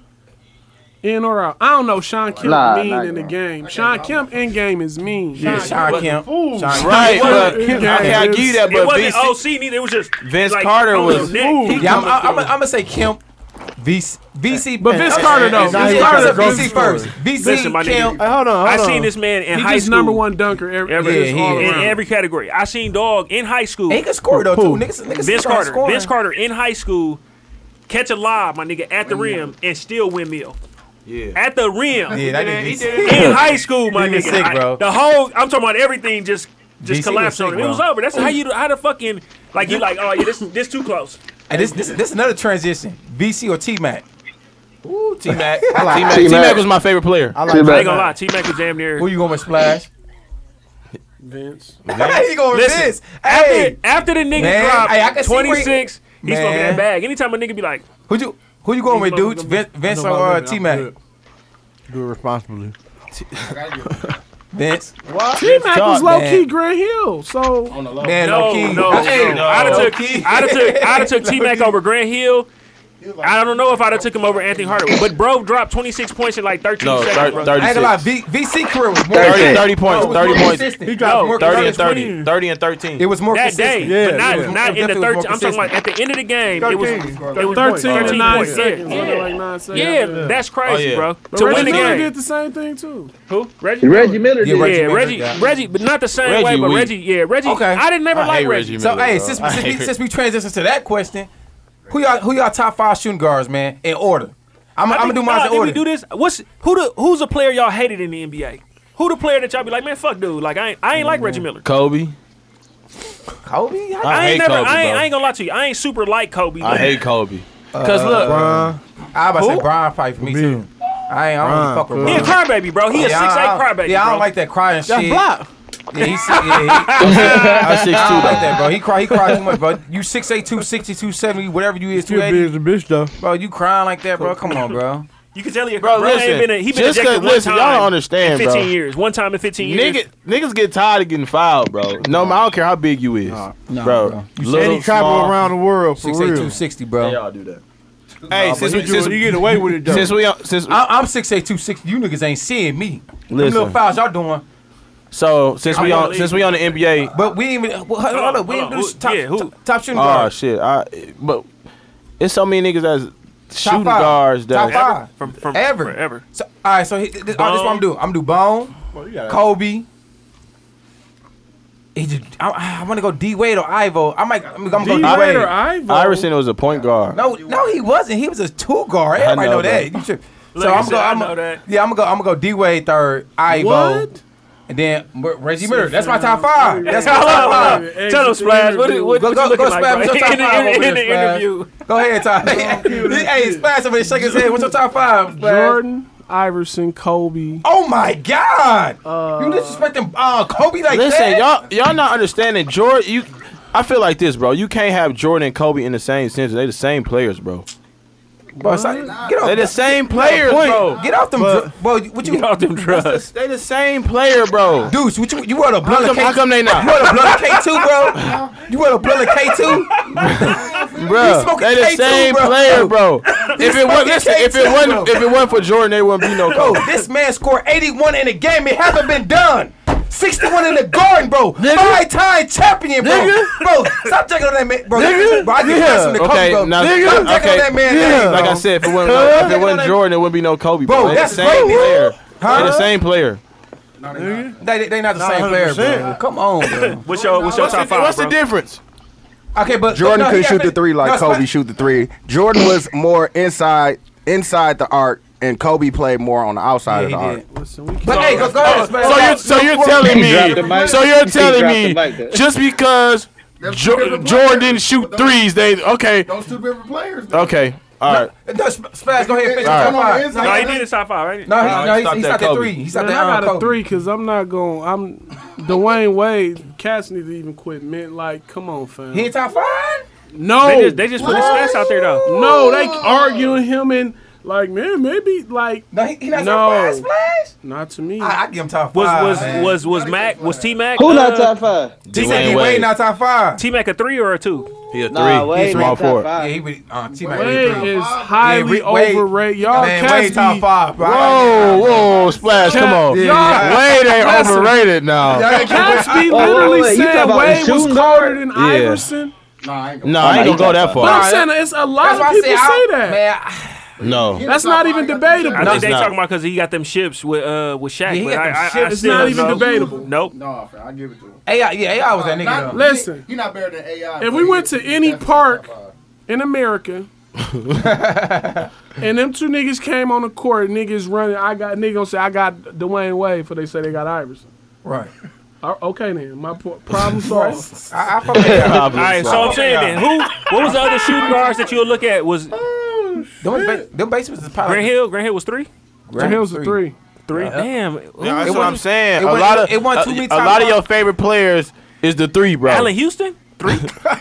[SPEAKER 11] In or out. I don't know. Sean Kemp
[SPEAKER 8] Nah,
[SPEAKER 11] mean
[SPEAKER 8] nah,
[SPEAKER 11] in the
[SPEAKER 8] nah.
[SPEAKER 11] game. Sean Kemp in game is mean.
[SPEAKER 9] Yeah, Sean Kemp. Sean
[SPEAKER 13] Right, but okay, I give you that.
[SPEAKER 2] It
[SPEAKER 13] But VC,
[SPEAKER 2] wasn't OC neither. It was just
[SPEAKER 13] Vince
[SPEAKER 2] like,
[SPEAKER 13] Carter
[SPEAKER 2] on
[SPEAKER 13] was-
[SPEAKER 2] the neck. He
[SPEAKER 9] Yeah, I'm,
[SPEAKER 2] was
[SPEAKER 9] I'm, I'm,
[SPEAKER 2] doing-
[SPEAKER 9] gonna say Kemp, VC, VC,
[SPEAKER 11] But Vince Carter, though.
[SPEAKER 9] Vince
[SPEAKER 3] Vince
[SPEAKER 9] Carter,
[SPEAKER 3] Carter,
[SPEAKER 9] VC first.
[SPEAKER 2] Listen, my
[SPEAKER 9] VC,
[SPEAKER 2] nigga.
[SPEAKER 9] Kemp.
[SPEAKER 3] Hey, hold on,
[SPEAKER 2] I
[SPEAKER 3] hold on.
[SPEAKER 2] seen this man in
[SPEAKER 11] He
[SPEAKER 2] high
[SPEAKER 11] just
[SPEAKER 2] school.
[SPEAKER 11] number one dunker every,
[SPEAKER 2] Every,
[SPEAKER 9] Yeah, he
[SPEAKER 2] all
[SPEAKER 9] is.
[SPEAKER 2] in every category. I seen dog in high school.
[SPEAKER 9] He can score though too.
[SPEAKER 3] Who?
[SPEAKER 9] Niggas, niggas
[SPEAKER 2] Vince
[SPEAKER 9] strong
[SPEAKER 2] Carter.
[SPEAKER 9] scoring.
[SPEAKER 2] Vince Carter in high school catch a lob, my nigga, at the rim and still windmill. Yeah. At the rim.
[SPEAKER 9] Yeah, that nigga.
[SPEAKER 2] In high school, my
[SPEAKER 9] He was
[SPEAKER 2] nigga.
[SPEAKER 9] sick,
[SPEAKER 2] I-
[SPEAKER 9] bro.
[SPEAKER 2] the whole I'm talking about everything just just
[SPEAKER 9] DC
[SPEAKER 2] collapsed
[SPEAKER 9] was sick,
[SPEAKER 2] on him. It
[SPEAKER 9] bro.
[SPEAKER 2] was over. That's how you how the fucking like you like, oh yeah, this this too close.
[SPEAKER 9] And this this this another transition. VC or T Mac? Ooh, T Mac.
[SPEAKER 13] T-Mac, T-Mac was my favorite player.
[SPEAKER 3] I
[SPEAKER 8] Too
[SPEAKER 3] like
[SPEAKER 2] I
[SPEAKER 8] bad.
[SPEAKER 2] ain't gonna lie, T Mac was damn near
[SPEAKER 9] Who you going with, Splash?
[SPEAKER 11] Vince.
[SPEAKER 9] Hey, you going with
[SPEAKER 2] Listen,
[SPEAKER 9] this?
[SPEAKER 2] after,
[SPEAKER 9] Hey,
[SPEAKER 2] after the nigga
[SPEAKER 9] Man,
[SPEAKER 2] dropped
[SPEAKER 9] hey, I can see where he-
[SPEAKER 2] 26, he's gonna be that
[SPEAKER 9] Man.
[SPEAKER 2] bag. Anytime a nigga be like,
[SPEAKER 9] who you who you going with, dude? Vince, Vince or uh, T Mac?
[SPEAKER 3] Do it responsibly.
[SPEAKER 9] Vince.
[SPEAKER 11] T Mac was
[SPEAKER 13] Talk,
[SPEAKER 11] low
[SPEAKER 9] man.
[SPEAKER 11] key Grant Hill. So
[SPEAKER 9] Man,
[SPEAKER 2] no,
[SPEAKER 9] low key.
[SPEAKER 2] no,
[SPEAKER 9] Hey,
[SPEAKER 2] no. I'd have
[SPEAKER 9] low
[SPEAKER 2] took,
[SPEAKER 9] key.
[SPEAKER 2] I'd have took, I'd have took T Mac over Grant Hill. I don't know if I'd have took him over Anthony Hardaway, but bro dropped 26 points in like 13
[SPEAKER 13] No,
[SPEAKER 2] seconds.
[SPEAKER 13] thir-
[SPEAKER 2] bro.
[SPEAKER 9] I ain't gonna lie.
[SPEAKER 13] 36.
[SPEAKER 9] V, VC career was more.
[SPEAKER 13] 30,
[SPEAKER 8] 30
[SPEAKER 13] 30 points, 30 points,
[SPEAKER 9] He
[SPEAKER 2] dropped more
[SPEAKER 9] more
[SPEAKER 13] 30 and
[SPEAKER 2] consistent.
[SPEAKER 13] 30, 30 and 13.
[SPEAKER 9] It was more
[SPEAKER 2] that day,
[SPEAKER 9] consistent.
[SPEAKER 2] but not,
[SPEAKER 9] it was-
[SPEAKER 2] not
[SPEAKER 9] it
[SPEAKER 2] in the
[SPEAKER 9] definitely was
[SPEAKER 2] 13.
[SPEAKER 9] more
[SPEAKER 2] I'm talking about
[SPEAKER 9] consistent.
[SPEAKER 2] at the end of the game. It was, it was
[SPEAKER 11] 13 to 9
[SPEAKER 2] points.
[SPEAKER 11] seconds.
[SPEAKER 2] Yeah,
[SPEAKER 11] Yeah.
[SPEAKER 2] yeah.
[SPEAKER 11] Like 9 seconds.
[SPEAKER 2] Yeah, that's crazy,
[SPEAKER 13] Oh, yeah.
[SPEAKER 2] bro.
[SPEAKER 11] But
[SPEAKER 2] To
[SPEAKER 11] Reggie
[SPEAKER 2] win the
[SPEAKER 11] Miller
[SPEAKER 2] game,
[SPEAKER 11] did the same thing too.
[SPEAKER 2] who? Reggie.
[SPEAKER 8] Reggie Miller
[SPEAKER 9] Yeah,
[SPEAKER 8] did.
[SPEAKER 9] Reggie
[SPEAKER 2] Yeah,
[SPEAKER 9] Miller
[SPEAKER 2] Reggie,
[SPEAKER 9] got it.
[SPEAKER 2] Reggie, but not the same
[SPEAKER 13] Reggie
[SPEAKER 2] way. But
[SPEAKER 13] weak.
[SPEAKER 2] Reggie, yeah, Reggie.
[SPEAKER 9] Okay.
[SPEAKER 2] I didn't never
[SPEAKER 13] I
[SPEAKER 2] like
[SPEAKER 13] hate
[SPEAKER 2] Reggie.
[SPEAKER 13] Reggie
[SPEAKER 9] So
[SPEAKER 13] Miller,
[SPEAKER 9] hey,
[SPEAKER 13] bro.
[SPEAKER 9] since,
[SPEAKER 13] I
[SPEAKER 9] since,
[SPEAKER 13] hate
[SPEAKER 9] we, since we transition to that question, who y'all who y'all top five shooting guards, man, in order? I'm, I'm
[SPEAKER 2] I think-
[SPEAKER 9] gonna do mine
[SPEAKER 2] nah,
[SPEAKER 9] in
[SPEAKER 2] did
[SPEAKER 9] order.
[SPEAKER 2] we do this? What's who the who's a player y'all hated in the NBA? Who the player that y'all be like, man, fuck dude, like I ain't, I ain't like Reggie Miller.
[SPEAKER 13] Kobe.
[SPEAKER 9] Kobe?
[SPEAKER 13] I
[SPEAKER 2] I,
[SPEAKER 13] hate
[SPEAKER 2] ain't never,
[SPEAKER 13] Kobe,
[SPEAKER 2] I, ain't,
[SPEAKER 13] bro.
[SPEAKER 2] I ain't gonna lie to you, I ain't super like Kobe.
[SPEAKER 13] I
[SPEAKER 2] but
[SPEAKER 13] hate Kobe. Because look,
[SPEAKER 9] I about to say
[SPEAKER 13] Who?
[SPEAKER 9] Brian probably for me too. I ain't I don't really
[SPEAKER 3] Brian,
[SPEAKER 9] fuck with
[SPEAKER 3] cool.
[SPEAKER 2] He a
[SPEAKER 9] Brian.
[SPEAKER 2] crybaby, bro. He a six eight
[SPEAKER 9] I,
[SPEAKER 2] crybaby.
[SPEAKER 9] yeah, I
[SPEAKER 2] bro.
[SPEAKER 9] don't like that crying shit.
[SPEAKER 13] that's block.
[SPEAKER 9] Yeah, he's, yeah, he,
[SPEAKER 13] I'm 6'2",
[SPEAKER 9] I don't like
[SPEAKER 13] though.
[SPEAKER 9] that, bro. He cry, he cry too much, bro. You 6'8", 260, 270, whatever you is,
[SPEAKER 3] Too big
[SPEAKER 9] 280.
[SPEAKER 3] as a bitch though.
[SPEAKER 9] Bro, you crying like that, bro? Come on, bro.
[SPEAKER 2] You can tell he a
[SPEAKER 13] Bro,
[SPEAKER 2] bro, he
[SPEAKER 13] listen,
[SPEAKER 2] ain't been a, he been
[SPEAKER 13] just 'cause-
[SPEAKER 2] ejected one
[SPEAKER 13] listen,
[SPEAKER 2] time.
[SPEAKER 13] y'all don't understand,
[SPEAKER 2] in Fifteen
[SPEAKER 13] bro.
[SPEAKER 2] years, one time in fifteen years.
[SPEAKER 13] Nigga, niggas get tired of getting fouled, bro. No, man, I don't care how big you is,
[SPEAKER 9] nah,
[SPEAKER 13] bro.
[SPEAKER 9] bro.
[SPEAKER 13] You
[SPEAKER 3] Any travel around the world for
[SPEAKER 9] 6'8",
[SPEAKER 3] real.
[SPEAKER 9] 260, bro.
[SPEAKER 13] They all do that. Hey, since we, since,
[SPEAKER 3] You get away with it though.
[SPEAKER 13] since we since
[SPEAKER 9] I, I'm 6'8", 260. You niggas ain't seeing me. Them
[SPEAKER 13] Listen.
[SPEAKER 9] little fouls y'all doing.
[SPEAKER 13] so since we
[SPEAKER 2] I'm
[SPEAKER 13] on
[SPEAKER 2] gonna
[SPEAKER 13] since we on the NBA,
[SPEAKER 9] But we ain't even. uh, Well,
[SPEAKER 2] Hold
[SPEAKER 9] hold, hold,
[SPEAKER 2] on,
[SPEAKER 9] up, we
[SPEAKER 2] hold
[SPEAKER 9] ain't
[SPEAKER 2] on.
[SPEAKER 9] do this
[SPEAKER 2] Who-
[SPEAKER 9] top,
[SPEAKER 2] yeah, who-
[SPEAKER 9] top, top shooting
[SPEAKER 13] oh
[SPEAKER 9] guard.
[SPEAKER 13] shit, I but it's so many niggas that's shooting
[SPEAKER 9] five.
[SPEAKER 13] guards
[SPEAKER 9] Top
[SPEAKER 13] that
[SPEAKER 2] Ever,
[SPEAKER 9] five.
[SPEAKER 2] from from
[SPEAKER 9] Ever.
[SPEAKER 2] forever.
[SPEAKER 9] So, all right, so he, this, all right, this is what I'm
[SPEAKER 2] Bone.
[SPEAKER 9] doing. I'm gonna do Bone,
[SPEAKER 3] Well, you gotta-
[SPEAKER 9] Kobe. He just, I, I want to go D Wade or Ivo. I might. I'm, gonna go D
[SPEAKER 11] D Wade
[SPEAKER 9] Wade.
[SPEAKER 11] or Ivo.
[SPEAKER 13] Iverson was a point guard.
[SPEAKER 9] No, no, he wasn't. He was a two guard. Everybody
[SPEAKER 13] know,
[SPEAKER 9] know,
[SPEAKER 13] bro.
[SPEAKER 9] that. You should,
[SPEAKER 2] Look,
[SPEAKER 9] so
[SPEAKER 2] I
[SPEAKER 9] I'm
[SPEAKER 2] said
[SPEAKER 9] gonna.
[SPEAKER 2] I
[SPEAKER 9] I'm
[SPEAKER 2] know that.
[SPEAKER 9] gonna yeah, I'm gonna go. I'm gonna go D Wade third. Ivo.
[SPEAKER 11] What?
[SPEAKER 9] And then Mer- Reggie Murray. That's my top five. That's my top
[SPEAKER 2] Tell
[SPEAKER 9] five.
[SPEAKER 2] them, tell them, Splash. What, what,
[SPEAKER 9] Go,
[SPEAKER 2] what
[SPEAKER 9] go,
[SPEAKER 2] you looking
[SPEAKER 9] go,
[SPEAKER 2] like
[SPEAKER 9] Splash. What's your
[SPEAKER 2] right? in
[SPEAKER 9] top
[SPEAKER 2] the, in,
[SPEAKER 9] five? over
[SPEAKER 2] in the
[SPEAKER 9] there, Splash?
[SPEAKER 2] interview?
[SPEAKER 9] Go ahead, Todd. hey, Splash over there shaking his head. What's your top five, Splash?
[SPEAKER 11] Jordan, Iverson, Kobe.
[SPEAKER 9] Oh my God! you disrespecting uh, Kobe like
[SPEAKER 3] Listen,
[SPEAKER 9] that?
[SPEAKER 3] y'all, y'all not understanding Jordan. You, I feel like this, bro. You can't have Jordan and Kobe in the same sentence. They the same players, bro.
[SPEAKER 9] Bro, so- get off
[SPEAKER 3] They the
[SPEAKER 9] that
[SPEAKER 3] same players,
[SPEAKER 9] point.
[SPEAKER 3] bro.
[SPEAKER 9] Get off them,
[SPEAKER 3] But-
[SPEAKER 9] dr- bro. What you,
[SPEAKER 2] Get off them drugs.
[SPEAKER 3] They the same player, bro.
[SPEAKER 9] dudes? What you, you were the
[SPEAKER 3] How
[SPEAKER 9] blood
[SPEAKER 3] come,
[SPEAKER 9] of K.
[SPEAKER 3] how come they
[SPEAKER 9] You
[SPEAKER 3] not,
[SPEAKER 9] were the blood of K two, bro. You were the blood of K two. You
[SPEAKER 3] bro?
[SPEAKER 9] smoking
[SPEAKER 3] They the
[SPEAKER 9] K2,
[SPEAKER 3] same
[SPEAKER 9] bro.
[SPEAKER 3] player, bro. If it was,
[SPEAKER 9] smoking
[SPEAKER 3] listen, if it
[SPEAKER 9] K2,
[SPEAKER 3] wasn't,
[SPEAKER 9] bro.
[SPEAKER 3] if it wasn't for Jordan, they wouldn't be no
[SPEAKER 9] Bro,
[SPEAKER 3] Kobe.
[SPEAKER 9] this man scored 81 in a game. It haven't been done. 61 in the garden, bro. Five-time champion, bro. Bro, stop checking on that man, bro. bro I get
[SPEAKER 3] Yeah.
[SPEAKER 9] yeah. the
[SPEAKER 3] Okay,
[SPEAKER 9] coach, bro.
[SPEAKER 3] now-
[SPEAKER 9] stop
[SPEAKER 3] okay.
[SPEAKER 9] checking on that man.
[SPEAKER 3] Yeah.
[SPEAKER 9] name,
[SPEAKER 3] Like
[SPEAKER 9] bro.
[SPEAKER 3] I said, if it wasn't, if it wasn't
[SPEAKER 9] Huh?
[SPEAKER 3] Jordan, it wouldn't be no Kobe.
[SPEAKER 9] Bro,
[SPEAKER 3] they
[SPEAKER 9] that's
[SPEAKER 3] the same
[SPEAKER 9] great.
[SPEAKER 3] player.
[SPEAKER 9] Huh?
[SPEAKER 3] They the same player.
[SPEAKER 9] They, they, they not the same player, bro. Come on, bro.
[SPEAKER 2] What's your what's your top five?
[SPEAKER 3] What's the
[SPEAKER 2] bro?
[SPEAKER 3] difference?
[SPEAKER 9] Okay, but
[SPEAKER 4] Jordan
[SPEAKER 9] no, he
[SPEAKER 4] couldn't
[SPEAKER 9] got
[SPEAKER 4] shoot the
[SPEAKER 9] fin-
[SPEAKER 4] three like
[SPEAKER 9] no, it's
[SPEAKER 4] Kobe
[SPEAKER 9] fine.
[SPEAKER 4] shoot the three. Jordan was more inside inside the arc, and Kobe played more on the outside
[SPEAKER 9] Yeah, he
[SPEAKER 4] of the
[SPEAKER 9] did.
[SPEAKER 4] arc.
[SPEAKER 11] Listen, we
[SPEAKER 9] But hey, go, go ahead, man.
[SPEAKER 3] So you're so you're telling
[SPEAKER 8] dropped the mic.
[SPEAKER 3] me so you're
[SPEAKER 8] He
[SPEAKER 3] telling
[SPEAKER 8] dropped the mic
[SPEAKER 3] me
[SPEAKER 8] there.
[SPEAKER 3] just because jo- Jordan didn't shoot threes, they okay
[SPEAKER 14] Those two different players.
[SPEAKER 3] okay all right.
[SPEAKER 9] No, Sp- Spaz, go ahead and finish
[SPEAKER 3] All
[SPEAKER 9] your top
[SPEAKER 14] right.
[SPEAKER 9] five.
[SPEAKER 2] No, he did his top five, right?
[SPEAKER 9] No, he,
[SPEAKER 3] No,
[SPEAKER 9] no,
[SPEAKER 3] he
[SPEAKER 9] he's,
[SPEAKER 3] stopped
[SPEAKER 9] he's
[SPEAKER 3] at
[SPEAKER 9] not that
[SPEAKER 3] Kobe.
[SPEAKER 9] three. He's not
[SPEAKER 11] Man,
[SPEAKER 9] that
[SPEAKER 11] I got a
[SPEAKER 9] uh, Kobe.
[SPEAKER 11] three because I'm not going. I'm Dwayne Wade. Cats need to even quit. Man, like, come on, fam.
[SPEAKER 9] He ain't top five?
[SPEAKER 11] no,
[SPEAKER 2] They just they just put his stats out there though.
[SPEAKER 11] no, they arguing him and like, man, maybe like,
[SPEAKER 9] No, he, he not
[SPEAKER 11] No.
[SPEAKER 9] top five, Splash?
[SPEAKER 11] not to me.
[SPEAKER 9] I, I give him top
[SPEAKER 2] Was
[SPEAKER 9] five. man.
[SPEAKER 2] was was was Mac was T Mac?
[SPEAKER 8] Who not top five?
[SPEAKER 9] He said he
[SPEAKER 3] Dwayne Wade.
[SPEAKER 9] Wade not top five.
[SPEAKER 2] T Mac a three or a two?
[SPEAKER 3] He a three.
[SPEAKER 8] Nah,
[SPEAKER 3] He's
[SPEAKER 8] Wade
[SPEAKER 3] small
[SPEAKER 8] not top
[SPEAKER 3] four.
[SPEAKER 9] Yeah,
[SPEAKER 8] five.
[SPEAKER 9] he would. Uh, T Mac
[SPEAKER 11] Wade
[SPEAKER 9] three.
[SPEAKER 11] is highly
[SPEAKER 9] Yeah, Wade-
[SPEAKER 11] overrated. Y'all
[SPEAKER 9] Man,
[SPEAKER 11] cats
[SPEAKER 9] Wade top
[SPEAKER 11] be-
[SPEAKER 9] five, bro.
[SPEAKER 3] Whoa, whoa, splash! Come on,
[SPEAKER 11] Y'all-
[SPEAKER 3] Wade ain't
[SPEAKER 11] Listen.
[SPEAKER 3] overrated now.
[SPEAKER 11] Cats be
[SPEAKER 8] Wait, wait,
[SPEAKER 11] literally
[SPEAKER 8] wait, Oh, you talking about
[SPEAKER 11] saying Wade was
[SPEAKER 8] shooting
[SPEAKER 11] colder
[SPEAKER 8] guard?
[SPEAKER 11] than
[SPEAKER 3] Yeah.
[SPEAKER 11] Iverson.
[SPEAKER 3] No, I ain't gonna go that
[SPEAKER 11] But
[SPEAKER 3] far.
[SPEAKER 9] Nah,
[SPEAKER 11] I'm saying it's a lot
[SPEAKER 9] That's
[SPEAKER 11] of
[SPEAKER 9] why I
[SPEAKER 11] people
[SPEAKER 9] say,
[SPEAKER 11] say,
[SPEAKER 9] I,
[SPEAKER 11] that.
[SPEAKER 9] man. I-
[SPEAKER 3] No,
[SPEAKER 11] That's not even debatable.
[SPEAKER 2] I
[SPEAKER 3] No,
[SPEAKER 2] think
[SPEAKER 3] it's
[SPEAKER 2] they
[SPEAKER 3] not.
[SPEAKER 2] talking about because he got them ships with uh with Shaq.
[SPEAKER 9] Yeah, he
[SPEAKER 2] but
[SPEAKER 9] got
[SPEAKER 2] I,
[SPEAKER 9] them
[SPEAKER 2] I, I
[SPEAKER 9] ships.
[SPEAKER 2] still
[SPEAKER 9] It's
[SPEAKER 2] don't
[SPEAKER 11] not even
[SPEAKER 2] know.
[SPEAKER 11] debatable.
[SPEAKER 2] Nope.
[SPEAKER 14] No, I give it to him.
[SPEAKER 9] AI, yeah, AI was that nigga though.
[SPEAKER 11] Listen,
[SPEAKER 14] He not better than AI.
[SPEAKER 11] If
[SPEAKER 14] but
[SPEAKER 11] we
[SPEAKER 14] he-
[SPEAKER 11] went to
[SPEAKER 14] he's
[SPEAKER 11] any
[SPEAKER 14] definitely top
[SPEAKER 11] park-
[SPEAKER 14] five.
[SPEAKER 11] in America. and them two niggas came on the court. Niggas running. I got niggas gonna say I got Dwayne Wade, for they say they got Iverson.
[SPEAKER 9] Right.
[SPEAKER 11] O- Okay then, my po- problem solved.
[SPEAKER 9] I, I fuck with that.
[SPEAKER 2] All right, so I'm saying then, who? What was the other shooting guards that you would look at? Was
[SPEAKER 9] Them was ba- Them basements is probably.
[SPEAKER 2] Grant Hill? Grant Hill was three.
[SPEAKER 11] Grant Hill's a three.
[SPEAKER 2] Three. Damn.
[SPEAKER 3] Yeah,
[SPEAKER 2] Who-
[SPEAKER 3] that's
[SPEAKER 9] It
[SPEAKER 3] what
[SPEAKER 9] won-
[SPEAKER 3] I'm saying.
[SPEAKER 9] it
[SPEAKER 3] a
[SPEAKER 9] won-
[SPEAKER 3] lot
[SPEAKER 9] it-
[SPEAKER 3] of
[SPEAKER 9] it won
[SPEAKER 3] a-
[SPEAKER 9] too many
[SPEAKER 3] a lot of
[SPEAKER 9] times.
[SPEAKER 3] your favorite players is the three, bro.
[SPEAKER 2] Allen Houston.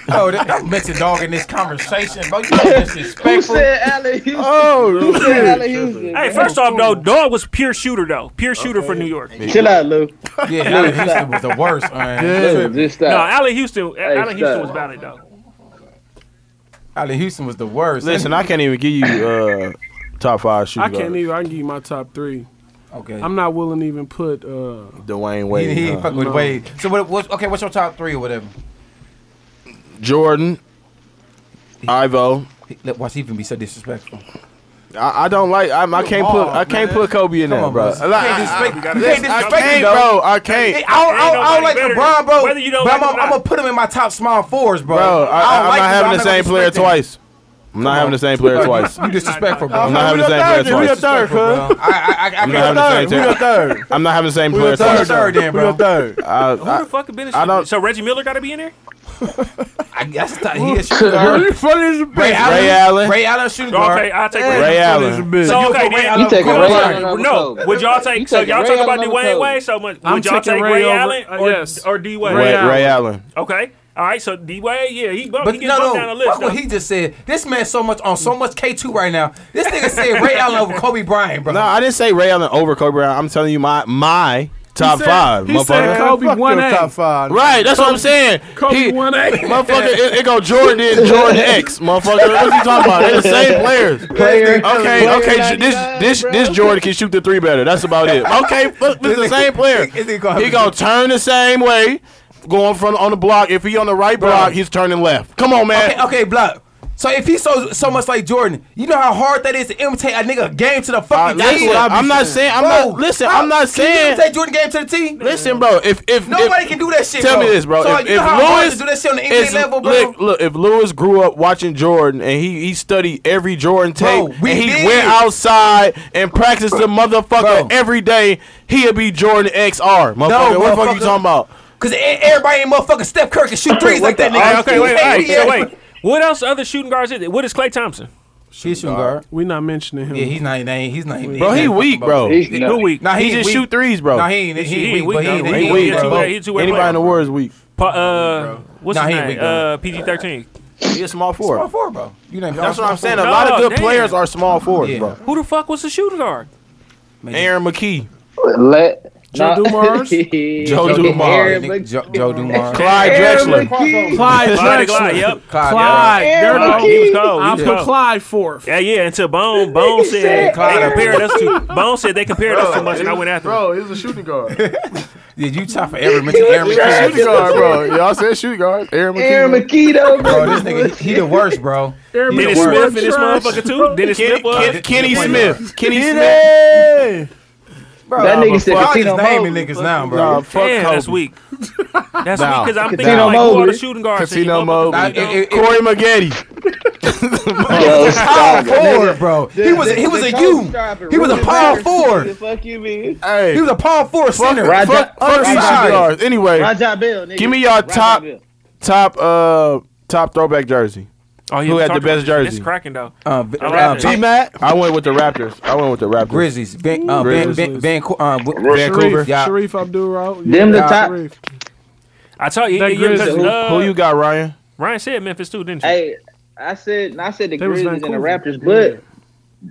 [SPEAKER 9] Oh, that- don't mention dog in this conversation, bro. You know this is
[SPEAKER 8] Who said Allen Houston?
[SPEAKER 3] Oh,
[SPEAKER 8] Who said Allen Houston?
[SPEAKER 2] Hey, first off though, Dog was pure shooter though. Pure shooter for New York.
[SPEAKER 8] Chill out, Lou.
[SPEAKER 9] Yeah, Allen Houston was the worst. Man.
[SPEAKER 8] Lou, Just
[SPEAKER 2] No,
[SPEAKER 8] stop.
[SPEAKER 2] Allen Houston. Allen Houston
[SPEAKER 8] stop.
[SPEAKER 2] was valid though.
[SPEAKER 9] Allen Houston was the worst.
[SPEAKER 3] Listen, I can't even give you uh, top five shooters.
[SPEAKER 11] I can't even. I can give you my top three.
[SPEAKER 9] okay.
[SPEAKER 11] I'm not willing to even put. uh
[SPEAKER 3] Dwayne
[SPEAKER 9] he,
[SPEAKER 3] Wade,
[SPEAKER 9] he ain't
[SPEAKER 3] huh?
[SPEAKER 9] fuck with
[SPEAKER 11] No.
[SPEAKER 9] Wade. So what, what? Okay, what's your top three or whatever?
[SPEAKER 3] Jordan, Ivo.
[SPEAKER 9] He- Look, watch he even be so disrespectful.
[SPEAKER 3] I, I don't like. I, I can't put. I can't put Kobe in
[SPEAKER 9] Come
[SPEAKER 3] there,
[SPEAKER 9] on,
[SPEAKER 3] bro.
[SPEAKER 9] bro. You can't
[SPEAKER 3] I,
[SPEAKER 9] disrespect-
[SPEAKER 3] I,
[SPEAKER 9] you
[SPEAKER 3] listen,
[SPEAKER 9] can't
[SPEAKER 3] I
[SPEAKER 9] disrespect him,
[SPEAKER 3] can't,
[SPEAKER 9] though.
[SPEAKER 3] bro. I
[SPEAKER 9] Hey,
[SPEAKER 3] can't.
[SPEAKER 9] I don't, I don't, I don't like
[SPEAKER 2] Ain't nobody
[SPEAKER 9] LeBron,
[SPEAKER 2] better.
[SPEAKER 9] bro.
[SPEAKER 2] Whether you don't
[SPEAKER 9] but
[SPEAKER 2] like him
[SPEAKER 9] I'm,
[SPEAKER 2] or
[SPEAKER 9] I'm gonna
[SPEAKER 2] not.
[SPEAKER 9] put him in my top small fours, bro.
[SPEAKER 3] Bro, I, I,
[SPEAKER 9] I don't
[SPEAKER 3] am not
[SPEAKER 9] like him,
[SPEAKER 3] having
[SPEAKER 9] but
[SPEAKER 3] the
[SPEAKER 9] I'm
[SPEAKER 3] same
[SPEAKER 9] gonna
[SPEAKER 3] player
[SPEAKER 9] respect him.
[SPEAKER 3] twice. I'm not having the same player twice.
[SPEAKER 9] You disrespectful, bro.
[SPEAKER 3] I'm not having the same player twice.
[SPEAKER 9] Disrespectful, bro. I, I, I, I
[SPEAKER 3] I'm not having
[SPEAKER 9] can't.
[SPEAKER 3] the same player.
[SPEAKER 4] third?
[SPEAKER 3] I'm not having the same
[SPEAKER 4] Who
[SPEAKER 3] player
[SPEAKER 4] your
[SPEAKER 9] Who's
[SPEAKER 3] twice.
[SPEAKER 4] third?
[SPEAKER 9] your third then,
[SPEAKER 4] Who your
[SPEAKER 9] bro?
[SPEAKER 4] third?
[SPEAKER 3] I,
[SPEAKER 2] Who
[SPEAKER 3] I,
[SPEAKER 2] the fuck have been?
[SPEAKER 3] I don't-
[SPEAKER 2] So Reggie Miller got to be in there.
[SPEAKER 9] I guess that he is shooting guard.
[SPEAKER 4] funny as a
[SPEAKER 9] Ray Allen.
[SPEAKER 3] Ray Allen.
[SPEAKER 9] Ray Allen shooting guard.
[SPEAKER 2] Okay, I'll take
[SPEAKER 3] Ray Allen.
[SPEAKER 4] bitch.
[SPEAKER 2] So
[SPEAKER 9] You
[SPEAKER 2] okay,
[SPEAKER 9] put Ray
[SPEAKER 2] then
[SPEAKER 9] Allen
[SPEAKER 8] You taking
[SPEAKER 9] over
[SPEAKER 8] Ray
[SPEAKER 9] Kobe.
[SPEAKER 8] Allen over
[SPEAKER 2] no.
[SPEAKER 8] Kobe.
[SPEAKER 2] Would y'all take? So
[SPEAKER 8] taking
[SPEAKER 2] y'all
[SPEAKER 8] Ray
[SPEAKER 2] talking about
[SPEAKER 8] Allen over
[SPEAKER 2] Dwayne
[SPEAKER 8] Kobe.
[SPEAKER 2] Wade so much?
[SPEAKER 11] I'm
[SPEAKER 2] Would y'all
[SPEAKER 11] taking
[SPEAKER 2] take
[SPEAKER 11] Ray
[SPEAKER 2] Ray
[SPEAKER 11] over-
[SPEAKER 2] Allen
[SPEAKER 11] uh,
[SPEAKER 2] or
[SPEAKER 11] yes.
[SPEAKER 2] or D
[SPEAKER 3] Ray,
[SPEAKER 2] Wade?
[SPEAKER 3] Ray Allen.
[SPEAKER 11] Allen.
[SPEAKER 2] Okay. All right. So D Wade, yeah, he bumped.
[SPEAKER 9] But
[SPEAKER 2] he gets
[SPEAKER 9] no,
[SPEAKER 2] bumped
[SPEAKER 9] no,
[SPEAKER 2] down the list.
[SPEAKER 9] fuck
[SPEAKER 2] though.
[SPEAKER 9] what he just said. This man so much on so much K2 right now. This nigga said Ray Allen over Kobe Bryant, bro.
[SPEAKER 3] No, I didn't say Ray Allen over Kobe Bryant. I'm telling you my my top
[SPEAKER 11] said-
[SPEAKER 3] five,
[SPEAKER 11] he
[SPEAKER 3] motherfucker.
[SPEAKER 11] said Kobe
[SPEAKER 15] Fuck
[SPEAKER 11] one
[SPEAKER 15] your
[SPEAKER 11] A.
[SPEAKER 15] top five.
[SPEAKER 3] Right, that's what I'm saying.
[SPEAKER 11] Kobe
[SPEAKER 3] He-
[SPEAKER 11] one A.
[SPEAKER 3] Motherfucker, it, it go Jordan in, Jordan X, motherfucker. What you talking about? They're the same players.
[SPEAKER 8] Player-
[SPEAKER 3] Okay,
[SPEAKER 8] player
[SPEAKER 3] okay. j-
[SPEAKER 8] 99,
[SPEAKER 3] This this
[SPEAKER 8] bro.
[SPEAKER 3] this Jordan can shoot the three better. That's about it. Okay, fuck, this the same player.
[SPEAKER 9] This nigga gonna-
[SPEAKER 3] He gonna turn the same way, going from on the block. If he on the right block, he's turning left. Come on, man.
[SPEAKER 9] Okay, okay, block. So if he's so so much like Jordan, you know how hard that is to imitate a nigga game to the fucking
[SPEAKER 13] That's
[SPEAKER 9] T?
[SPEAKER 13] what I be I'm not saying- I'm
[SPEAKER 9] Bro,
[SPEAKER 13] not- listen,
[SPEAKER 9] how-
[SPEAKER 13] I'm not
[SPEAKER 9] can you
[SPEAKER 13] saying-
[SPEAKER 9] imitate Jordan game to the T.
[SPEAKER 13] Listen, bro. If if
[SPEAKER 9] nobody
[SPEAKER 13] if-
[SPEAKER 9] can do that shit,
[SPEAKER 13] tell me this, bro.
[SPEAKER 9] So
[SPEAKER 13] if
[SPEAKER 9] you know
[SPEAKER 13] if
[SPEAKER 9] how hard
[SPEAKER 13] Lewis
[SPEAKER 9] to do that shit on the
[SPEAKER 13] is-
[SPEAKER 9] NBA level, bro.
[SPEAKER 13] Look, look, if Lewis grew up watching Jordan and he he studied every Jordan tape,
[SPEAKER 9] Bro, we
[SPEAKER 13] and he
[SPEAKER 9] did.
[SPEAKER 13] went outside and practiced the motherfucker every day, he'd be Jordan XR. Motherfucker, what the fuck you
[SPEAKER 9] motherfucker.
[SPEAKER 13] talking about?
[SPEAKER 9] Cause e- everybody ain't motherfucking Steph Curry can shoot threes like that nigga.
[SPEAKER 2] okay, wait,
[SPEAKER 9] Hey,
[SPEAKER 2] wait,
[SPEAKER 9] yeah.
[SPEAKER 2] wait, wait. What else other shooting guards is it? What is Clay Thompson?
[SPEAKER 9] He's shooting guard.
[SPEAKER 11] We not mentioning him.
[SPEAKER 9] Yeah, he's not. He, he's not.
[SPEAKER 13] Bro, he weak, bro.
[SPEAKER 8] He's
[SPEAKER 13] He
[SPEAKER 2] Who
[SPEAKER 8] nothing.
[SPEAKER 2] weak?
[SPEAKER 9] Nah,
[SPEAKER 13] he
[SPEAKER 9] he
[SPEAKER 13] just
[SPEAKER 9] weak.
[SPEAKER 13] shoot threes, bro.
[SPEAKER 9] Nah, he ain't. He,
[SPEAKER 2] He
[SPEAKER 9] he,
[SPEAKER 2] ain't
[SPEAKER 9] weak. but
[SPEAKER 2] weak,
[SPEAKER 9] He ain't.
[SPEAKER 2] though.
[SPEAKER 9] He,
[SPEAKER 2] He
[SPEAKER 9] ain't
[SPEAKER 2] weak.
[SPEAKER 9] weak,
[SPEAKER 2] He
[SPEAKER 9] bro.
[SPEAKER 2] weak. He's a two-way
[SPEAKER 13] Anybody
[SPEAKER 2] player.
[SPEAKER 13] in the war is weak.
[SPEAKER 2] Pa- uh, what's
[SPEAKER 9] Nah,
[SPEAKER 2] his
[SPEAKER 9] he
[SPEAKER 2] name?
[SPEAKER 9] weak, though.
[SPEAKER 2] Uh, PG thirteen.
[SPEAKER 13] He a small
[SPEAKER 9] Small
[SPEAKER 13] forward.
[SPEAKER 9] four, bro. You know
[SPEAKER 13] That's what I'm saying. A
[SPEAKER 2] No,
[SPEAKER 13] lot of good
[SPEAKER 2] damn.
[SPEAKER 13] players are small forwards,
[SPEAKER 9] Yeah.
[SPEAKER 13] bro.
[SPEAKER 2] Who the fuck was the shooting guard?
[SPEAKER 13] Aaron McKee,
[SPEAKER 8] Let
[SPEAKER 11] Joe Dumars?
[SPEAKER 13] Joe Dumars.
[SPEAKER 9] Joe, Joe Dumars.
[SPEAKER 13] Clyde Drexler.
[SPEAKER 11] Clyde
[SPEAKER 2] Clyde,
[SPEAKER 11] Drexler.
[SPEAKER 2] Clyde, yep.
[SPEAKER 9] Clyde.
[SPEAKER 11] Clyde. There
[SPEAKER 2] Clyde,
[SPEAKER 11] it
[SPEAKER 2] he was
[SPEAKER 11] go.
[SPEAKER 2] cold. He
[SPEAKER 11] I
[SPEAKER 2] was
[SPEAKER 11] put
[SPEAKER 2] cold.
[SPEAKER 11] Clyde fourth.
[SPEAKER 2] Yeah, yeah. Until Bone, Bone said they
[SPEAKER 9] Clyde.
[SPEAKER 2] compared us to. Bone said they compared us too much, and I went after. him.
[SPEAKER 7] Bro, he's a shooting guard.
[SPEAKER 9] Yeah, you top for every mention Aaron McKee.
[SPEAKER 7] shooting guard, bro. Y'all said shooting guard. Aaron McKee.
[SPEAKER 8] Aaron McKee though,
[SPEAKER 9] Bro, this nigga, he, he the worst, bro.
[SPEAKER 11] Aaron
[SPEAKER 9] He
[SPEAKER 2] Dennis
[SPEAKER 9] the
[SPEAKER 11] McKee.
[SPEAKER 9] worst.
[SPEAKER 2] Smith and this motherfucker too. Dennis Smith was.
[SPEAKER 13] Kenny Smith. Kenny Smith.
[SPEAKER 3] Hey!
[SPEAKER 9] Bro,
[SPEAKER 8] That nigga said
[SPEAKER 9] I'm
[SPEAKER 8] Casino
[SPEAKER 9] just naming
[SPEAKER 8] Mobley.
[SPEAKER 9] niggas now, bro.
[SPEAKER 13] Nah, fuck
[SPEAKER 2] Damn, that's
[SPEAKER 13] Kobe.
[SPEAKER 2] weak. That's
[SPEAKER 3] Nah.
[SPEAKER 2] weak because I'm thinking
[SPEAKER 8] Casino
[SPEAKER 2] like who are the
[SPEAKER 8] Mobley.
[SPEAKER 2] shooting guards? in
[SPEAKER 3] Casino
[SPEAKER 2] your
[SPEAKER 3] mode.
[SPEAKER 9] Nah, it- it- it-
[SPEAKER 13] Corey Maggette.
[SPEAKER 9] power
[SPEAKER 8] Yo, stop it.
[SPEAKER 9] forward, bro. He was a, he was a U. He was a power forward.
[SPEAKER 8] Fuck you, man.
[SPEAKER 9] He
[SPEAKER 13] Hey,
[SPEAKER 9] was a power forward center.
[SPEAKER 8] Roger-
[SPEAKER 13] fuck, fuck these
[SPEAKER 9] Rajah.
[SPEAKER 13] shooting guards. Anyway,
[SPEAKER 8] Rajah Bell, nigga.
[SPEAKER 13] Give me y'all
[SPEAKER 8] Rajah
[SPEAKER 13] top-
[SPEAKER 8] Bell.
[SPEAKER 13] top uh top throwback jersey.
[SPEAKER 2] Oh, yeah,
[SPEAKER 13] Who
[SPEAKER 2] we
[SPEAKER 13] had the
[SPEAKER 2] talked
[SPEAKER 13] best
[SPEAKER 2] about that.
[SPEAKER 13] jersey?
[SPEAKER 2] It's cracking though.
[SPEAKER 9] Uh, v-
[SPEAKER 2] I
[SPEAKER 9] uh,
[SPEAKER 2] like
[SPEAKER 9] Van-
[SPEAKER 2] that.
[SPEAKER 13] G Matt. I went with the Raptors. I went with the Raptors.
[SPEAKER 9] Grizzlies. Van, uh, Van, Van,
[SPEAKER 11] Grizzlies.
[SPEAKER 9] Van, uh, w- Vancouver.
[SPEAKER 11] Sharif,
[SPEAKER 9] Yeah.
[SPEAKER 11] Sharif Abdul
[SPEAKER 8] Them the top-
[SPEAKER 2] I tell you,
[SPEAKER 11] That
[SPEAKER 2] yeah, yeah, 'cause,
[SPEAKER 11] Grizzlies.
[SPEAKER 2] uh,
[SPEAKER 13] Who you got, Ryan?
[SPEAKER 2] Ryan said Memphis too, didn't you?
[SPEAKER 8] Hey, I said I said the
[SPEAKER 11] They was
[SPEAKER 8] Grizzlies and the
[SPEAKER 11] Vancouver.
[SPEAKER 8] Raptors, but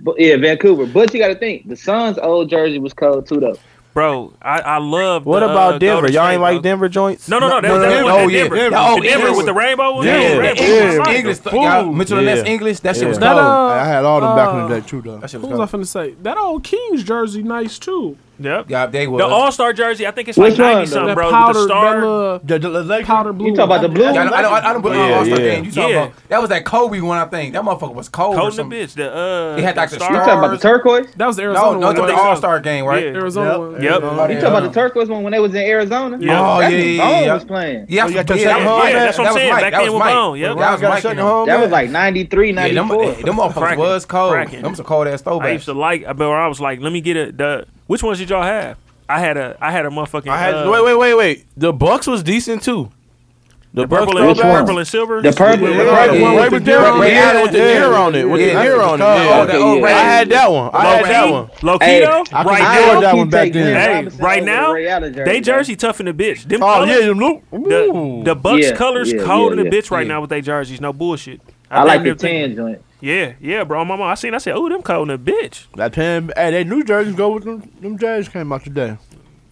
[SPEAKER 8] but yeah, Vancouver. But you got to think the Suns' old jersey was cold too, though.
[SPEAKER 2] Bro, I, I love.
[SPEAKER 13] What
[SPEAKER 2] the,
[SPEAKER 13] about
[SPEAKER 2] uh,
[SPEAKER 13] Denver?
[SPEAKER 2] Golden
[SPEAKER 13] Y'all
[SPEAKER 2] State,
[SPEAKER 13] ain't
[SPEAKER 2] bro.
[SPEAKER 13] like Denver joints?
[SPEAKER 2] No, no, no. That was
[SPEAKER 9] no,
[SPEAKER 2] that
[SPEAKER 9] no,
[SPEAKER 2] one.
[SPEAKER 9] no,
[SPEAKER 2] that
[SPEAKER 9] yeah.
[SPEAKER 2] Denver.
[SPEAKER 9] Yeah, oh,
[SPEAKER 2] The Denver
[SPEAKER 9] English.
[SPEAKER 2] with the rainbow one.
[SPEAKER 13] Yeah,
[SPEAKER 2] Yeah,
[SPEAKER 13] yeah,
[SPEAKER 2] that
[SPEAKER 13] yeah.
[SPEAKER 2] was fire.
[SPEAKER 9] English, yeah, Mitchell and
[SPEAKER 13] Yeah.
[SPEAKER 9] Ness English. That shit was
[SPEAKER 13] Yeah.
[SPEAKER 11] That,
[SPEAKER 9] cold.
[SPEAKER 11] uh,
[SPEAKER 3] I had all them back in the
[SPEAKER 11] uh,
[SPEAKER 3] day, too, though.
[SPEAKER 9] That shit
[SPEAKER 11] Who
[SPEAKER 9] was
[SPEAKER 11] was I
[SPEAKER 9] cold.
[SPEAKER 11] finna say? That old Kings jersey, nice too.
[SPEAKER 2] Yep.
[SPEAKER 9] Yeah, they was.
[SPEAKER 2] The All Star jersey, I think it's like
[SPEAKER 8] Which one,
[SPEAKER 2] ninety
[SPEAKER 8] though?
[SPEAKER 2] something,
[SPEAKER 11] that
[SPEAKER 2] bro.
[SPEAKER 11] powder,
[SPEAKER 2] With the
[SPEAKER 11] that
[SPEAKER 2] star.
[SPEAKER 11] little
[SPEAKER 3] The, the, the Lakers-
[SPEAKER 11] powder blue.
[SPEAKER 8] You talk about the blue?
[SPEAKER 9] Yeah, I don't, I don't, I don't believe
[SPEAKER 13] Yeah,
[SPEAKER 9] All Star
[SPEAKER 13] yeah.
[SPEAKER 9] game. You talking
[SPEAKER 2] Yeah.
[SPEAKER 9] about that was that Kobe one? I think that motherfucker was cold. or
[SPEAKER 2] Cold in
[SPEAKER 9] something.
[SPEAKER 2] the bitch. The uh.
[SPEAKER 9] They had, like, the
[SPEAKER 8] You
[SPEAKER 9] star-
[SPEAKER 8] talking about the turquoise?
[SPEAKER 11] That was the
[SPEAKER 9] No,
[SPEAKER 11] Arizona
[SPEAKER 9] no,
[SPEAKER 11] one.
[SPEAKER 9] the
[SPEAKER 11] right?
[SPEAKER 9] All Star game, right?
[SPEAKER 2] Yeah.
[SPEAKER 11] Arizona
[SPEAKER 3] Yep.
[SPEAKER 11] one.
[SPEAKER 2] Yep.
[SPEAKER 3] Yep.
[SPEAKER 8] You talking about the turquoise one when they was in Arizona?
[SPEAKER 2] Yeah.
[SPEAKER 9] Oh,
[SPEAKER 8] That's
[SPEAKER 9] yeah,
[SPEAKER 8] when
[SPEAKER 9] yeah,
[SPEAKER 8] Bone
[SPEAKER 9] yeah.
[SPEAKER 8] was playing.
[SPEAKER 9] Yeah, I
[SPEAKER 3] you got
[SPEAKER 9] forget-
[SPEAKER 3] your
[SPEAKER 9] yeah,
[SPEAKER 3] second
[SPEAKER 9] yeah,
[SPEAKER 3] home, man?
[SPEAKER 9] that
[SPEAKER 2] That's what I'm
[SPEAKER 9] was
[SPEAKER 2] saying.
[SPEAKER 9] Mike.
[SPEAKER 2] Back
[SPEAKER 9] That
[SPEAKER 2] then
[SPEAKER 9] was
[SPEAKER 2] with Bone,
[SPEAKER 9] Mike.
[SPEAKER 2] yep.
[SPEAKER 9] That was
[SPEAKER 3] Y'all got
[SPEAKER 9] Mike.
[SPEAKER 3] second
[SPEAKER 9] and them.
[SPEAKER 3] home,
[SPEAKER 8] That was like 93,
[SPEAKER 9] Yeah, them,
[SPEAKER 8] 94.
[SPEAKER 9] eh, them motherfuckers
[SPEAKER 2] Cracking.
[SPEAKER 9] was cold.
[SPEAKER 2] Cracking.
[SPEAKER 9] Them was a cold ass
[SPEAKER 2] I used
[SPEAKER 9] throwback.
[SPEAKER 2] to like, but I was like, let me get a the. Which ones did y'all have? I had a, I had a motherfucking.
[SPEAKER 13] I had
[SPEAKER 2] uh,
[SPEAKER 13] wait, wait, wait, wait. The Bucks was decent too. The,
[SPEAKER 2] The
[SPEAKER 13] Bucks
[SPEAKER 2] purple and,
[SPEAKER 8] Which one?
[SPEAKER 2] purple and silver.
[SPEAKER 8] The purple,
[SPEAKER 13] Yeah,
[SPEAKER 8] the purple
[SPEAKER 13] yeah,
[SPEAKER 8] one
[SPEAKER 13] yeah.
[SPEAKER 8] with
[SPEAKER 13] Ray
[SPEAKER 8] the deer on it.
[SPEAKER 13] Ray
[SPEAKER 9] Yeah,
[SPEAKER 13] had it with the
[SPEAKER 9] yeah,
[SPEAKER 13] deer on it. With the
[SPEAKER 9] yeah.
[SPEAKER 13] deer on it. yeah.
[SPEAKER 9] Oh, that old
[SPEAKER 8] Okay,
[SPEAKER 13] I
[SPEAKER 8] yeah.
[SPEAKER 13] had that one. I had that one.
[SPEAKER 2] Low
[SPEAKER 8] Hey,
[SPEAKER 2] though,
[SPEAKER 3] I
[SPEAKER 2] right
[SPEAKER 3] could've
[SPEAKER 2] now.
[SPEAKER 3] scored
[SPEAKER 8] I
[SPEAKER 3] that
[SPEAKER 8] don't
[SPEAKER 3] one
[SPEAKER 8] keep
[SPEAKER 3] back
[SPEAKER 8] taking
[SPEAKER 3] then.
[SPEAKER 8] Glenn
[SPEAKER 2] Hey,
[SPEAKER 8] Robinson
[SPEAKER 2] right
[SPEAKER 8] over
[SPEAKER 2] now,
[SPEAKER 8] Ray Allen
[SPEAKER 2] they
[SPEAKER 8] bro.
[SPEAKER 2] jersey tough in the bitch. Them
[SPEAKER 3] Oh,
[SPEAKER 2] colors,
[SPEAKER 3] yeah, them loop.
[SPEAKER 2] the, the Bucks
[SPEAKER 8] Yeah,
[SPEAKER 2] colors
[SPEAKER 8] yeah,
[SPEAKER 2] cold
[SPEAKER 8] yeah,
[SPEAKER 2] in the
[SPEAKER 8] yeah.
[SPEAKER 2] bitch right
[SPEAKER 9] Yeah.
[SPEAKER 2] now with their jerseys. No bullshit.
[SPEAKER 8] I like the
[SPEAKER 2] think they're-
[SPEAKER 8] 10 joint.
[SPEAKER 2] Yeah, yeah, bro. Mama, I seen. I said, oh, them cold in the bitch.
[SPEAKER 3] That pen, hey, they new jerseys go with them. Them jerseys came out today.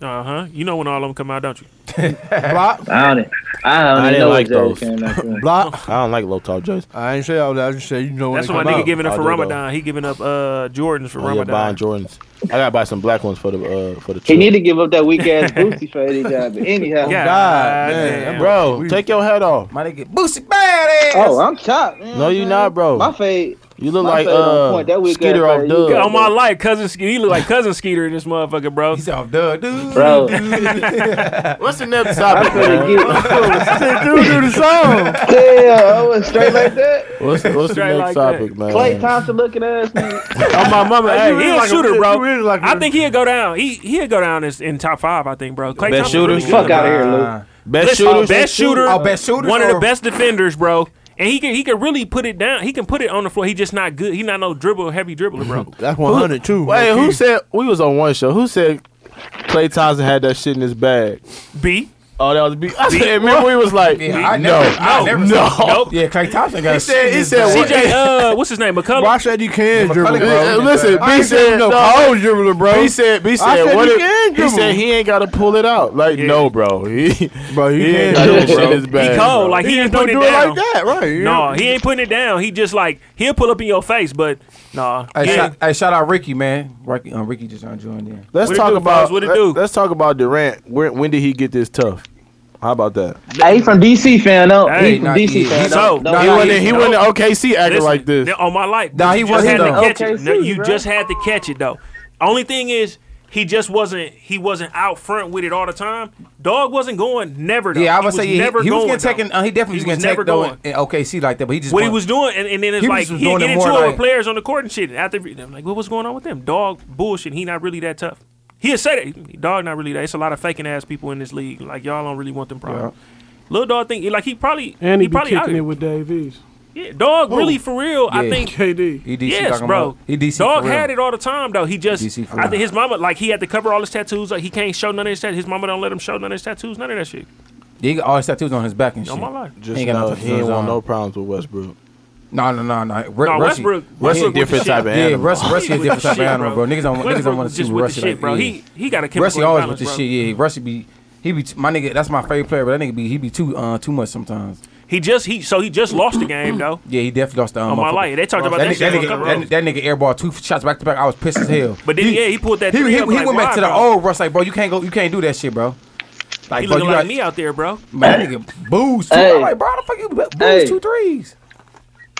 [SPEAKER 2] Uh huh. You know when all of them come out, don't you?
[SPEAKER 3] Block,
[SPEAKER 8] I don't, I don't
[SPEAKER 13] I
[SPEAKER 8] even
[SPEAKER 13] didn't
[SPEAKER 8] know
[SPEAKER 13] like
[SPEAKER 8] what jersey
[SPEAKER 13] those.
[SPEAKER 8] came out from.
[SPEAKER 3] block.
[SPEAKER 13] I don't like low top jerseys.
[SPEAKER 3] I ain't say all that. I just said you know when
[SPEAKER 2] That's
[SPEAKER 3] they
[SPEAKER 2] what
[SPEAKER 3] come
[SPEAKER 2] my nigga
[SPEAKER 3] out.
[SPEAKER 8] Oh,
[SPEAKER 2] giving up
[SPEAKER 13] I
[SPEAKER 2] for
[SPEAKER 13] do, though.
[SPEAKER 2] Ramadan. He giving up uh Jordans for
[SPEAKER 13] Oh, yeah, buying
[SPEAKER 2] Ramadan.
[SPEAKER 13] Jordans. I gotta buy some black ones for the uh for the
[SPEAKER 8] He
[SPEAKER 13] trip.
[SPEAKER 8] need to give up that weak ass booty for any job. But anyhow,
[SPEAKER 2] Yeah,
[SPEAKER 3] God,
[SPEAKER 2] damn.
[SPEAKER 13] bro, take your hat off.
[SPEAKER 9] My nigga, boosted badass.
[SPEAKER 8] oh, I'm chopped. man.
[SPEAKER 13] No, you not, bro.
[SPEAKER 8] My fade.
[SPEAKER 13] You look
[SPEAKER 8] My
[SPEAKER 13] like
[SPEAKER 8] fade on
[SPEAKER 13] uh
[SPEAKER 8] point. That weak
[SPEAKER 13] Skeeter
[SPEAKER 8] ass
[SPEAKER 13] off
[SPEAKER 8] fade.
[SPEAKER 13] Doug.
[SPEAKER 8] You got-
[SPEAKER 2] on my life, cousin. Ske- He look like cousin Skeeter in this motherfucker, bro.
[SPEAKER 9] He's off the "Oh, dude.
[SPEAKER 8] Bro.
[SPEAKER 13] What's the next
[SPEAKER 8] I
[SPEAKER 13] topic?
[SPEAKER 8] finna
[SPEAKER 13] man?
[SPEAKER 8] get
[SPEAKER 3] Dude, do the song.
[SPEAKER 8] Damn, I was straight like that.
[SPEAKER 13] What's, what's the
[SPEAKER 2] Straight
[SPEAKER 13] next
[SPEAKER 2] like that.
[SPEAKER 13] topic, man?
[SPEAKER 8] Clay Thompson looking ass nigga.
[SPEAKER 13] Oh, my mama. hey,
[SPEAKER 2] he
[SPEAKER 13] he
[SPEAKER 2] a
[SPEAKER 13] like
[SPEAKER 2] shooter,
[SPEAKER 13] a,
[SPEAKER 2] bro.
[SPEAKER 3] You is like
[SPEAKER 2] I
[SPEAKER 3] a-
[SPEAKER 2] think he'll go down. He he'll go down as, in top five, I think, bro. Clay
[SPEAKER 13] Best
[SPEAKER 2] Thompson really
[SPEAKER 13] shooters?
[SPEAKER 2] good,
[SPEAKER 8] Fuck
[SPEAKER 2] bro.
[SPEAKER 8] out of here, Luke.
[SPEAKER 13] Best
[SPEAKER 2] Listen,
[SPEAKER 13] shooter.
[SPEAKER 2] best shooter,
[SPEAKER 9] Oh, best shooter
[SPEAKER 2] one of the
[SPEAKER 9] or-
[SPEAKER 2] best defenders, bro. And he can he can really put it down. He can put it on the floor. He just not good. He not no dribble heavy dribbler, bro.
[SPEAKER 3] That's one hundred too.
[SPEAKER 13] Wait, who said we was on one show? Who said Clay Thompson had that shit in his bag?
[SPEAKER 2] B.
[SPEAKER 13] Oh, that was B. I said, remember we was like,
[SPEAKER 9] Yeah, I
[SPEAKER 13] no,
[SPEAKER 9] never, I
[SPEAKER 2] no,
[SPEAKER 9] never
[SPEAKER 13] no.
[SPEAKER 9] said-
[SPEAKER 2] Nope.
[SPEAKER 9] Yeah, Clay Thompson got.
[SPEAKER 13] He said, he said, what?
[SPEAKER 2] CJ, uh, what's his name? McCullough.
[SPEAKER 3] I said you can dribble,
[SPEAKER 9] McCullough,
[SPEAKER 3] bro.
[SPEAKER 13] Uh, Listen,
[SPEAKER 3] I
[SPEAKER 13] B
[SPEAKER 3] ain't
[SPEAKER 13] said,
[SPEAKER 3] said no
[SPEAKER 13] no.
[SPEAKER 3] college dribbler, bro.
[SPEAKER 13] B said, B
[SPEAKER 3] I
[SPEAKER 13] said,
[SPEAKER 3] said
[SPEAKER 13] what
[SPEAKER 3] he
[SPEAKER 13] if-
[SPEAKER 3] can
[SPEAKER 13] he
[SPEAKER 3] dribble.
[SPEAKER 13] said he ain't got to pull it out. Like,
[SPEAKER 2] Yeah.
[SPEAKER 13] no, bro. He,
[SPEAKER 3] bro, he,
[SPEAKER 13] he ain't
[SPEAKER 3] can
[SPEAKER 13] got
[SPEAKER 3] dribble,
[SPEAKER 13] that shit in his
[SPEAKER 3] bro.
[SPEAKER 13] bag.
[SPEAKER 2] He
[SPEAKER 13] bro.
[SPEAKER 2] cold. Like he ain't
[SPEAKER 3] Don't
[SPEAKER 2] putting
[SPEAKER 3] do
[SPEAKER 2] it
[SPEAKER 3] it
[SPEAKER 2] down.
[SPEAKER 3] like that, right? You
[SPEAKER 2] No,
[SPEAKER 3] know?
[SPEAKER 2] he ain't putting it down. He just like he'll pull up in your face, but nah.
[SPEAKER 9] Hey,
[SPEAKER 2] yeah.
[SPEAKER 9] shout, hey, shout out Ricky, man. Ricky, um, Ricky just joined in.
[SPEAKER 13] Let's
[SPEAKER 2] What it
[SPEAKER 13] talk
[SPEAKER 2] do,
[SPEAKER 13] about
[SPEAKER 2] fellas? What it
[SPEAKER 13] let,
[SPEAKER 2] do?
[SPEAKER 13] us talk about Durant. Where, when did he get this tough? How about that?
[SPEAKER 8] Hey, he from DC fan. No,
[SPEAKER 13] Hey,
[SPEAKER 8] he from
[SPEAKER 13] nah,
[SPEAKER 8] DC
[SPEAKER 13] he-
[SPEAKER 8] fan.
[SPEAKER 13] so,
[SPEAKER 8] no,
[SPEAKER 13] nah, he wasn't- he wasn't an OKC actor
[SPEAKER 2] Listen,
[SPEAKER 13] like this.
[SPEAKER 2] now, On my life,
[SPEAKER 13] Nah, he
[SPEAKER 2] you just
[SPEAKER 13] wasn't,
[SPEAKER 2] had to
[SPEAKER 13] though.
[SPEAKER 2] catch it.
[SPEAKER 13] OKC,
[SPEAKER 2] No, you
[SPEAKER 13] bro.
[SPEAKER 2] just had to catch it though. Only thing is, he just wasn't. He wasn't out front with it all the time. Dog wasn't going. Never. Though.
[SPEAKER 9] Yeah, I
[SPEAKER 2] He
[SPEAKER 9] would say
[SPEAKER 2] was
[SPEAKER 9] he,
[SPEAKER 2] never
[SPEAKER 9] he was
[SPEAKER 2] going,
[SPEAKER 9] getting taken.
[SPEAKER 2] though.
[SPEAKER 9] Uh, he definitely
[SPEAKER 2] He
[SPEAKER 9] was
[SPEAKER 2] was
[SPEAKER 9] getting
[SPEAKER 2] never
[SPEAKER 9] taken though
[SPEAKER 2] going.
[SPEAKER 9] in, in OKC like that, but he just
[SPEAKER 2] what he
[SPEAKER 9] wasn't-
[SPEAKER 2] was doing, and, and then it's
[SPEAKER 9] He was
[SPEAKER 2] like
[SPEAKER 9] just
[SPEAKER 2] he
[SPEAKER 9] doing
[SPEAKER 2] get
[SPEAKER 9] it
[SPEAKER 2] into
[SPEAKER 9] more
[SPEAKER 2] it with
[SPEAKER 9] like-
[SPEAKER 2] players on the court and shit. And after I'm like, well, what's going on with them? Dog bullshit. He not really that tough. He had said it. Dog not really that. It's a lot of faking ass people in this league. Like y'all don't really want them problems. Little dog think like he probably
[SPEAKER 11] And he, be
[SPEAKER 2] probably out
[SPEAKER 11] kicking it
[SPEAKER 2] here.
[SPEAKER 11] with Davies.
[SPEAKER 2] Yeah, dog
[SPEAKER 11] Who?
[SPEAKER 2] really for real. I
[SPEAKER 11] Yeah.
[SPEAKER 2] think
[SPEAKER 11] KD.
[SPEAKER 9] He DC
[SPEAKER 2] yes,
[SPEAKER 9] talking
[SPEAKER 2] bro.
[SPEAKER 9] about- he DC
[SPEAKER 2] dog
[SPEAKER 9] for real.
[SPEAKER 2] had it all the time though. He just
[SPEAKER 9] DC for
[SPEAKER 2] I
[SPEAKER 9] real.
[SPEAKER 2] think his mama like he had to cover all his tattoos. Like he can't show none of his tattoos. His mama don't let him show none of his tattoos. None of that shit.
[SPEAKER 9] He got all his tattoos on his back and
[SPEAKER 2] On
[SPEAKER 9] shit.
[SPEAKER 2] my life.
[SPEAKER 13] Just
[SPEAKER 9] Ain't got no
[SPEAKER 13] know
[SPEAKER 9] tattoos
[SPEAKER 13] he ain't
[SPEAKER 9] on.
[SPEAKER 13] want no problems with Westbrook.
[SPEAKER 9] No, no, no, no. Ru-
[SPEAKER 2] No,
[SPEAKER 9] Rushy-
[SPEAKER 2] Westbrook-
[SPEAKER 9] he a
[SPEAKER 2] Westbrook
[SPEAKER 13] with the shit.
[SPEAKER 9] Yeah,
[SPEAKER 13] animal.
[SPEAKER 9] Russ, Rushy a
[SPEAKER 2] Westbrook
[SPEAKER 9] different
[SPEAKER 2] with the
[SPEAKER 9] type of
[SPEAKER 2] shit,
[SPEAKER 9] animal,
[SPEAKER 2] bro.
[SPEAKER 9] bro. Niggas don't, want- niggas
[SPEAKER 2] Westbrook
[SPEAKER 9] don't want
[SPEAKER 2] was
[SPEAKER 9] to
[SPEAKER 2] just
[SPEAKER 9] see
[SPEAKER 2] with the
[SPEAKER 9] Rushy.
[SPEAKER 2] shit,
[SPEAKER 9] like,
[SPEAKER 2] bro.
[SPEAKER 9] yeah.
[SPEAKER 2] He- he got a chemical
[SPEAKER 9] Rushy always
[SPEAKER 2] imbalance,
[SPEAKER 9] with the
[SPEAKER 2] bro.
[SPEAKER 9] shit. Yeah, Rushy be he be t- my nigga. That's my favorite player, but that nigga be he be too uh, too much sometimes.
[SPEAKER 2] He just he so he just lost the game though.
[SPEAKER 9] Yeah, he definitely lost the.
[SPEAKER 2] On
[SPEAKER 9] Um,
[SPEAKER 2] Oh, my
[SPEAKER 9] motherfucker.
[SPEAKER 2] life. They talked about that
[SPEAKER 9] nigga-
[SPEAKER 2] shit on
[SPEAKER 9] That
[SPEAKER 2] Cover
[SPEAKER 9] nigga, that, that nigga airball two shots back to back. I was pissed as hell.
[SPEAKER 2] But then yeah, he pulled that.
[SPEAKER 9] he,
[SPEAKER 2] three
[SPEAKER 9] he,
[SPEAKER 2] up
[SPEAKER 9] he
[SPEAKER 2] like,
[SPEAKER 9] went back
[SPEAKER 2] why,
[SPEAKER 9] to the
[SPEAKER 2] bro?
[SPEAKER 9] old Russ like, bro, you can't go, you can't do that shit, bro. Like,
[SPEAKER 2] he
[SPEAKER 9] bro, you
[SPEAKER 2] looking like
[SPEAKER 9] got
[SPEAKER 2] me out there, bro.
[SPEAKER 9] man, that nigga booze. Too.
[SPEAKER 8] Hey.
[SPEAKER 9] I'm like, bro, how the fuck you bo- booze
[SPEAKER 8] Hey.
[SPEAKER 9] two threes?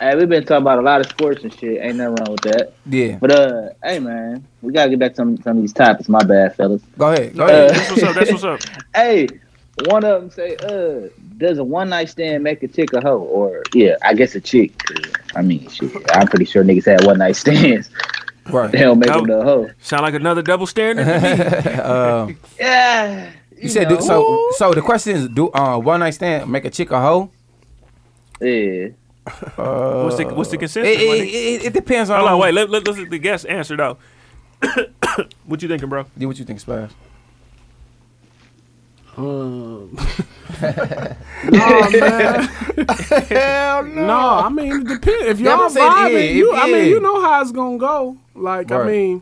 [SPEAKER 8] Hey, we've been talking about a lot of sports and shit. Ain't nothing wrong with that.
[SPEAKER 9] Yeah.
[SPEAKER 8] But uh, hey man, we gotta get back to some, some of these topics. My bad, fellas.
[SPEAKER 9] Go ahead, go
[SPEAKER 8] Uh,
[SPEAKER 9] ahead.
[SPEAKER 2] That's what's up. That's what's up.
[SPEAKER 8] Hey, one of them say, uh, does a one night stand make a chick a hoe? Or yeah, I guess a chick. 'cause, I mean, shit. I'm pretty sure niggas had one night stands.
[SPEAKER 9] Right.
[SPEAKER 8] They don't make them a hoe.
[SPEAKER 2] Sound like another double standard.
[SPEAKER 9] um,
[SPEAKER 8] Yeah.
[SPEAKER 9] you said
[SPEAKER 8] know.
[SPEAKER 9] do, so. So the question is, do uh, one night stand make a chick a hoe?
[SPEAKER 8] Yeah.
[SPEAKER 9] Uh,
[SPEAKER 2] what's the what's the
[SPEAKER 9] it,
[SPEAKER 2] consensus?
[SPEAKER 9] it,
[SPEAKER 2] buddy?
[SPEAKER 9] it, it depends on.
[SPEAKER 2] Hold on, wait. Let, let, let's let the guest answer though. what you thinking, bro?
[SPEAKER 9] Yeah, what you think, Splash?
[SPEAKER 11] Um, nah, man. Hell no. I mean, it depends. If
[SPEAKER 9] Yeah,
[SPEAKER 11] y'all
[SPEAKER 9] I'm saying,
[SPEAKER 11] vibing,
[SPEAKER 9] yeah,
[SPEAKER 11] you, I
[SPEAKER 9] yeah.
[SPEAKER 11] mean, you know how it's gonna go. Like, I
[SPEAKER 9] Right.
[SPEAKER 11] mean,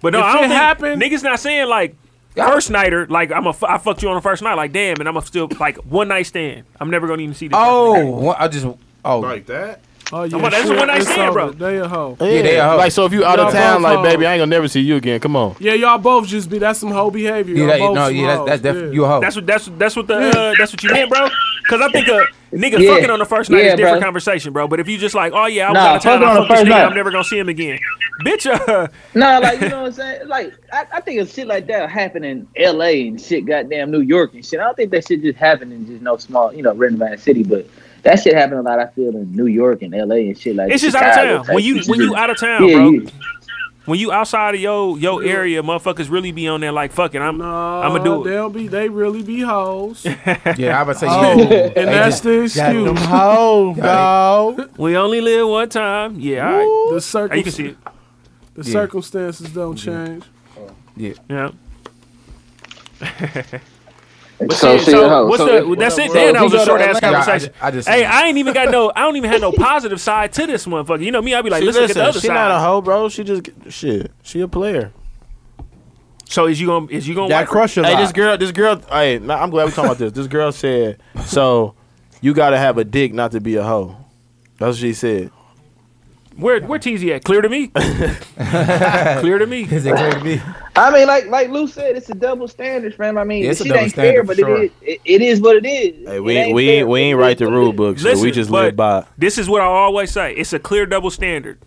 [SPEAKER 2] But no,
[SPEAKER 11] If
[SPEAKER 2] I
[SPEAKER 11] it
[SPEAKER 2] don't think
[SPEAKER 11] happened-
[SPEAKER 2] niggas not saying like first nighter. Like I'm a f- I fucked you on the first night. Like damn, and I'm a still like one night stand. I'm never gonna even see this.
[SPEAKER 9] Oh, one- I just oh
[SPEAKER 13] that?
[SPEAKER 11] oh yeah,
[SPEAKER 2] on, that's
[SPEAKER 11] shit,
[SPEAKER 2] what I
[SPEAKER 11] it's
[SPEAKER 2] said,
[SPEAKER 11] over.
[SPEAKER 2] bro.
[SPEAKER 11] They a hoe.
[SPEAKER 13] Yeah,
[SPEAKER 9] they a hoe.
[SPEAKER 13] like so if you out
[SPEAKER 11] Y'all
[SPEAKER 13] of town,
[SPEAKER 11] both
[SPEAKER 13] like
[SPEAKER 11] hoes.
[SPEAKER 13] baby, I ain't gonna never see you again. Come on.
[SPEAKER 11] Yeah, y'all both just be. That's some hoe behavior.
[SPEAKER 9] yeah,
[SPEAKER 11] Y'all
[SPEAKER 9] that,
[SPEAKER 11] both
[SPEAKER 9] no,
[SPEAKER 11] some
[SPEAKER 9] yeah, that's,
[SPEAKER 11] hoes,
[SPEAKER 9] that's definitely
[SPEAKER 11] yeah.
[SPEAKER 9] you a hoe.
[SPEAKER 2] That's what that's what that's what the uh, that's what you meant, bro. Because I think a nigga
[SPEAKER 8] Yeah.
[SPEAKER 2] fucking on the first night is
[SPEAKER 8] Yeah,
[SPEAKER 2] a different
[SPEAKER 8] bro.
[SPEAKER 2] conversation, bro. But if you just like, oh yeah, I was
[SPEAKER 8] Nah,
[SPEAKER 2] out of town,
[SPEAKER 8] fucking
[SPEAKER 2] I
[SPEAKER 8] on the
[SPEAKER 2] fucked this
[SPEAKER 8] first
[SPEAKER 2] nigga,
[SPEAKER 8] night.
[SPEAKER 2] I'm never gonna see him again, bitch. Uh,
[SPEAKER 8] No, like you know what I'm saying. Like I, I think if shit like that happen in L.A. and shit, goddamn New York and shit. I don't think that shit just happened in just no small, you know, renovated city. But that shit happened a lot. I feel in New York and L.A. and shit like.
[SPEAKER 2] it's just out of
[SPEAKER 8] Chicago
[SPEAKER 2] town.
[SPEAKER 8] type
[SPEAKER 2] When you
[SPEAKER 8] shit.
[SPEAKER 2] when you out of town,
[SPEAKER 8] Yeah,
[SPEAKER 2] bro.
[SPEAKER 8] you-
[SPEAKER 2] When you outside of your your area, motherfuckers really be on there like fucking. I'm I'm gonna do it.
[SPEAKER 11] They'll be. They really be hoes.
[SPEAKER 9] yeah, I would say
[SPEAKER 11] Oh,
[SPEAKER 9] yeah.
[SPEAKER 11] and that's the
[SPEAKER 9] got them
[SPEAKER 11] excuse.
[SPEAKER 3] Oh, dog.
[SPEAKER 2] We only live one time. Yeah, all right.
[SPEAKER 11] The
[SPEAKER 2] Hey, you can see
[SPEAKER 11] circumstances.
[SPEAKER 2] it.
[SPEAKER 11] The
[SPEAKER 9] Yeah.
[SPEAKER 11] circumstances don't change.
[SPEAKER 2] Yeah.
[SPEAKER 8] So,
[SPEAKER 2] Yeah,
[SPEAKER 8] she a hoe.
[SPEAKER 2] what's
[SPEAKER 8] so
[SPEAKER 2] the,
[SPEAKER 8] if-
[SPEAKER 2] that's it.
[SPEAKER 8] so
[SPEAKER 2] Damn,
[SPEAKER 8] if
[SPEAKER 2] that
[SPEAKER 8] you
[SPEAKER 2] was a
[SPEAKER 8] go to
[SPEAKER 2] short ass
[SPEAKER 8] Atlanta-
[SPEAKER 9] Yeah, I-
[SPEAKER 2] conversation.
[SPEAKER 9] I just-
[SPEAKER 2] hey, I ain't even got no. I don't even have no positive side to this motherfucker. You know me. I be like,
[SPEAKER 13] She,
[SPEAKER 2] let's look at
[SPEAKER 13] listen,
[SPEAKER 2] the other
[SPEAKER 13] she not a
[SPEAKER 2] side.
[SPEAKER 13] hoe, bro. She just shit. She a player.
[SPEAKER 2] So is you gonna is you gonna
[SPEAKER 3] That
[SPEAKER 2] wipe her?
[SPEAKER 3] crush a
[SPEAKER 13] Hey,
[SPEAKER 3] lot.
[SPEAKER 13] this girl, this girl. Hey, nah, I'm glad we talking about this. This girl said, "So you gotta have a dick not to be a hoe." That's what she said.
[SPEAKER 2] Where where TZ at? Clear to me. Clear to me.
[SPEAKER 9] Is it clear to me?
[SPEAKER 8] I mean, like like Lou said, it's a double standard, fam. I mean,
[SPEAKER 9] Yeah,
[SPEAKER 8] the
[SPEAKER 9] it's a
[SPEAKER 8] shit
[SPEAKER 9] double
[SPEAKER 8] ain't
[SPEAKER 9] standard
[SPEAKER 8] fair,
[SPEAKER 9] for
[SPEAKER 8] but
[SPEAKER 9] sure.
[SPEAKER 8] it is it, it is what it is.
[SPEAKER 13] Hey,
[SPEAKER 8] It
[SPEAKER 13] we
[SPEAKER 8] ain't
[SPEAKER 13] ain't we
[SPEAKER 8] fair,
[SPEAKER 13] ain't we
[SPEAKER 8] but
[SPEAKER 13] ain't
[SPEAKER 8] it
[SPEAKER 13] write
[SPEAKER 8] is
[SPEAKER 13] the
[SPEAKER 8] what it
[SPEAKER 13] rule
[SPEAKER 8] is.
[SPEAKER 13] book, so
[SPEAKER 2] Listen,
[SPEAKER 13] we just
[SPEAKER 2] but
[SPEAKER 13] live by. it.
[SPEAKER 2] This is what I always say. It's a clear double standard.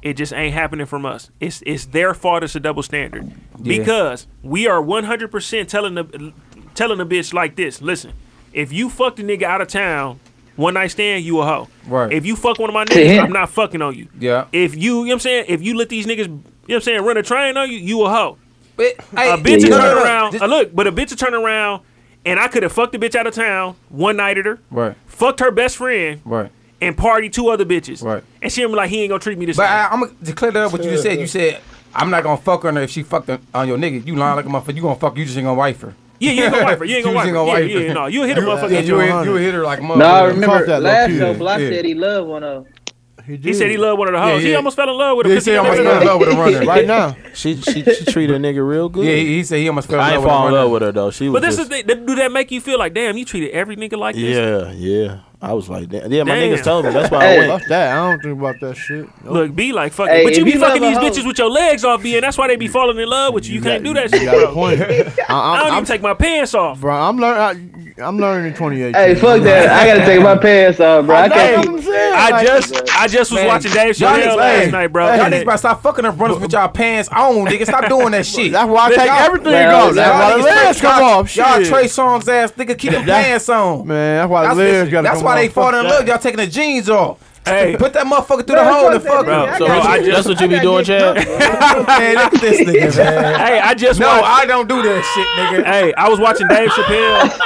[SPEAKER 2] It just ain't happening from us. It's it's their fault. It's a double standard
[SPEAKER 9] Yeah.
[SPEAKER 2] because we are one hundred percent telling the telling the bitch like this. Listen, if you fuck the nigga out of town, one night stand, you a hoe.
[SPEAKER 9] Right.
[SPEAKER 2] If you fuck one of my
[SPEAKER 8] To
[SPEAKER 2] niggas,
[SPEAKER 8] him.
[SPEAKER 2] I'm not fucking on you.
[SPEAKER 9] Yeah.
[SPEAKER 2] If you, you know what I'm saying, if you let these niggas, you know what I'm saying, run a train on you, you a hoe.
[SPEAKER 9] But, hey,
[SPEAKER 2] A bitch
[SPEAKER 8] yeah.
[SPEAKER 2] will
[SPEAKER 8] No,
[SPEAKER 2] turn
[SPEAKER 9] no, no.
[SPEAKER 2] around.
[SPEAKER 9] Just-
[SPEAKER 2] uh, look, but a bitch will turn around, and I could have fucked the bitch out of town, one nighted her,
[SPEAKER 9] Right.
[SPEAKER 2] fucked her best friend,
[SPEAKER 9] Right.
[SPEAKER 2] and party two other bitches,
[SPEAKER 9] Right.
[SPEAKER 2] And she be like, he ain't gonna treat me this.
[SPEAKER 9] But
[SPEAKER 2] way.
[SPEAKER 9] I, I'm gonna clear that up what you just said. You said I'm not gonna fuck on her if she fucked on- on your nigga. You lying like a motherfucker. You gonna fuck? You just ain't gonna wife her.
[SPEAKER 2] yeah, you ain't gonna wife her. You ain't gonna
[SPEAKER 9] You
[SPEAKER 2] wife her.
[SPEAKER 9] just ain't gonna
[SPEAKER 2] yeah,
[SPEAKER 9] wife
[SPEAKER 2] yeah,
[SPEAKER 9] her.
[SPEAKER 2] no, you hit a motherfucker.
[SPEAKER 9] Yeah,
[SPEAKER 2] in
[SPEAKER 9] you
[SPEAKER 2] your-
[SPEAKER 9] hit, you hit her like a motherfucker.
[SPEAKER 8] No, I
[SPEAKER 3] Fuck
[SPEAKER 8] remember
[SPEAKER 3] that
[SPEAKER 8] last
[SPEAKER 3] little
[SPEAKER 8] show,
[SPEAKER 3] kid.
[SPEAKER 8] Block
[SPEAKER 9] Yeah.
[SPEAKER 8] said he loved one of.
[SPEAKER 2] He said he loved one of the
[SPEAKER 9] Yeah,
[SPEAKER 2] hoes. He
[SPEAKER 9] yeah.
[SPEAKER 2] almost fell in love with her.
[SPEAKER 9] Yeah,
[SPEAKER 2] because
[SPEAKER 9] he said
[SPEAKER 2] he
[SPEAKER 9] he almost
[SPEAKER 2] never-
[SPEAKER 9] fell in love with a runner.
[SPEAKER 3] Right now.
[SPEAKER 13] She she, she treat a nigga real good.
[SPEAKER 9] Yeah, he, he said he almost fell in
[SPEAKER 13] I
[SPEAKER 9] love
[SPEAKER 13] ain't
[SPEAKER 9] with a
[SPEAKER 13] fall in
[SPEAKER 9] runner.
[SPEAKER 13] love with her though. She was.
[SPEAKER 2] But this is
[SPEAKER 13] just,
[SPEAKER 2] the, do that make you feel like damn? You treated every nigga like this.
[SPEAKER 13] yeah, yeah. I was like, damn. yeah. My
[SPEAKER 2] Damn.
[SPEAKER 13] niggas told me that's why
[SPEAKER 8] Hey.
[SPEAKER 13] I went.
[SPEAKER 3] Fuck that. I don't think about that shit.
[SPEAKER 2] Look, be like fucking,
[SPEAKER 8] Hey,
[SPEAKER 2] but you
[SPEAKER 8] if
[SPEAKER 2] be
[SPEAKER 8] you
[SPEAKER 2] fucking
[SPEAKER 8] love
[SPEAKER 2] these
[SPEAKER 8] a hoe-
[SPEAKER 2] bitches with your legs off, being that's why they be falling in love with you. You can't do that
[SPEAKER 3] You
[SPEAKER 2] shit,
[SPEAKER 3] got a
[SPEAKER 2] bro.
[SPEAKER 3] point. I,
[SPEAKER 2] I don't
[SPEAKER 3] am
[SPEAKER 2] even take my pants off.
[SPEAKER 3] bro, I'm learning. I'm learning in 2018.
[SPEAKER 8] Hey, fuck that. I gotta take my pants off, bro. I,
[SPEAKER 2] Hey,
[SPEAKER 8] can't.
[SPEAKER 2] I just I just was
[SPEAKER 9] Man,
[SPEAKER 2] watching Dave
[SPEAKER 9] y'all
[SPEAKER 2] Chappelle
[SPEAKER 9] niggas-
[SPEAKER 2] last
[SPEAKER 9] hey,
[SPEAKER 2] night, bro.
[SPEAKER 9] Y'all
[SPEAKER 2] And
[SPEAKER 9] niggas
[SPEAKER 2] it-
[SPEAKER 9] about to stop fucking up brothers with y'all pants on, nigga. Stop doing that shit.
[SPEAKER 3] That's why I
[SPEAKER 9] Y'all-
[SPEAKER 3] take everything
[SPEAKER 8] Well,
[SPEAKER 3] off. That's
[SPEAKER 8] y'all
[SPEAKER 3] why the
[SPEAKER 9] niggas-
[SPEAKER 3] legs come
[SPEAKER 9] y'all-
[SPEAKER 3] off.
[SPEAKER 9] Y'all
[SPEAKER 3] shit.
[SPEAKER 9] Trey Songz ass nigga, keep them pants on.
[SPEAKER 3] Man, that's why the
[SPEAKER 9] That's,
[SPEAKER 3] legs got to
[SPEAKER 9] that's
[SPEAKER 3] come
[SPEAKER 9] why they
[SPEAKER 3] off.
[SPEAKER 9] falling in love. Y'all taking the jeans off.
[SPEAKER 2] Hey.
[SPEAKER 9] Put that motherfucker through the hole and fuck.
[SPEAKER 2] Bro,
[SPEAKER 9] Man,
[SPEAKER 2] so
[SPEAKER 9] look
[SPEAKER 2] I
[SPEAKER 13] That's
[SPEAKER 2] just
[SPEAKER 13] what you be doing, Chad.
[SPEAKER 9] at this nigga, man.
[SPEAKER 2] hey, I just
[SPEAKER 9] No,
[SPEAKER 2] watched-
[SPEAKER 9] I don't do that shit, nigga.
[SPEAKER 2] Hey, I was watching Dave Chappelle.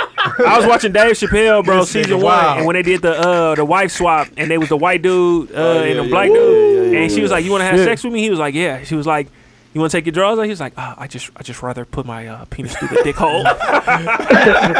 [SPEAKER 2] I was watching Dave Chappelle, bro,
[SPEAKER 9] This nigga
[SPEAKER 2] season one,
[SPEAKER 9] wild.
[SPEAKER 2] and when they did the uh the wife swap, and they was the white dude uh, and the black dude, and she was like, "You want to have sex with me?" He was like, "Yeah." She was like, "You want to take your drawers?" off?" He was like, "Ah, "I just I just rather put my uh, penis through the dick hole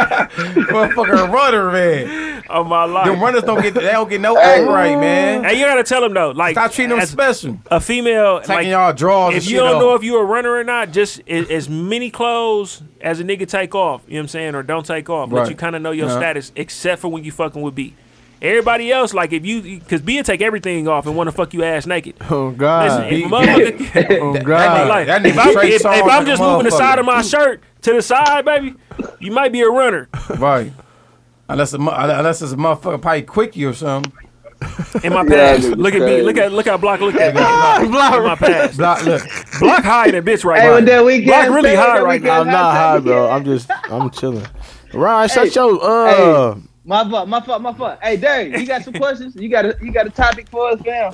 [SPEAKER 9] Motherfucker runner, man.
[SPEAKER 2] of my
[SPEAKER 9] Them
[SPEAKER 2] life."
[SPEAKER 9] runners don't get they don't get no act right, man.
[SPEAKER 2] And you gotta tell him though, like
[SPEAKER 9] Stop treating them
[SPEAKER 2] as
[SPEAKER 9] special.
[SPEAKER 2] a female,
[SPEAKER 9] Taking
[SPEAKER 2] like
[SPEAKER 9] y'all draws and
[SPEAKER 2] if
[SPEAKER 9] shit
[SPEAKER 2] you don't
[SPEAKER 9] off.
[SPEAKER 2] know if you're a runner or not, just a- as many clothes as a nigga take off, you know what I'm saying, or don't take off. Let
[SPEAKER 9] Right.
[SPEAKER 2] you kind of know your
[SPEAKER 9] Uh-huh.
[SPEAKER 2] status, except for when you fucking with B. Everybody else, like if you, because B will take everything off and want to fuck you ass naked.
[SPEAKER 3] Oh
[SPEAKER 2] Listen,
[SPEAKER 3] God.
[SPEAKER 2] if, a motherfucker,
[SPEAKER 3] Oh
[SPEAKER 9] nigga-
[SPEAKER 3] God.
[SPEAKER 2] like,
[SPEAKER 9] that
[SPEAKER 2] if,
[SPEAKER 9] nigga
[SPEAKER 2] I'm,
[SPEAKER 9] Trey
[SPEAKER 2] if, if
[SPEAKER 9] Songz
[SPEAKER 2] I'm
[SPEAKER 9] is a
[SPEAKER 2] just moving the
[SPEAKER 9] motherfucker.
[SPEAKER 2] side of my shirt to the side, baby, you might be a runner.
[SPEAKER 9] Right. Unless, a, mo- unless it's a motherfucker probably quickie or something.
[SPEAKER 2] In my
[SPEAKER 8] Yeah,
[SPEAKER 2] past,
[SPEAKER 8] nigga,
[SPEAKER 2] look at me,
[SPEAKER 8] crazy. Ah,
[SPEAKER 2] look at look at block, look at me. In my past,
[SPEAKER 9] Block, look.
[SPEAKER 2] block high in a bitch right
[SPEAKER 8] Hey,
[SPEAKER 2] now.
[SPEAKER 8] with that weekend,
[SPEAKER 2] block really
[SPEAKER 8] say what
[SPEAKER 2] high
[SPEAKER 8] that
[SPEAKER 2] right now.
[SPEAKER 8] weekend
[SPEAKER 13] I'm not
[SPEAKER 8] outside,
[SPEAKER 13] high,
[SPEAKER 8] yeah.
[SPEAKER 13] bro. I'm just I'm chilling. Ryan, shut your uh.
[SPEAKER 8] My fault, my fault, my fault. Hey, Dave, you got some questions? You got a you got a topic for us, fam?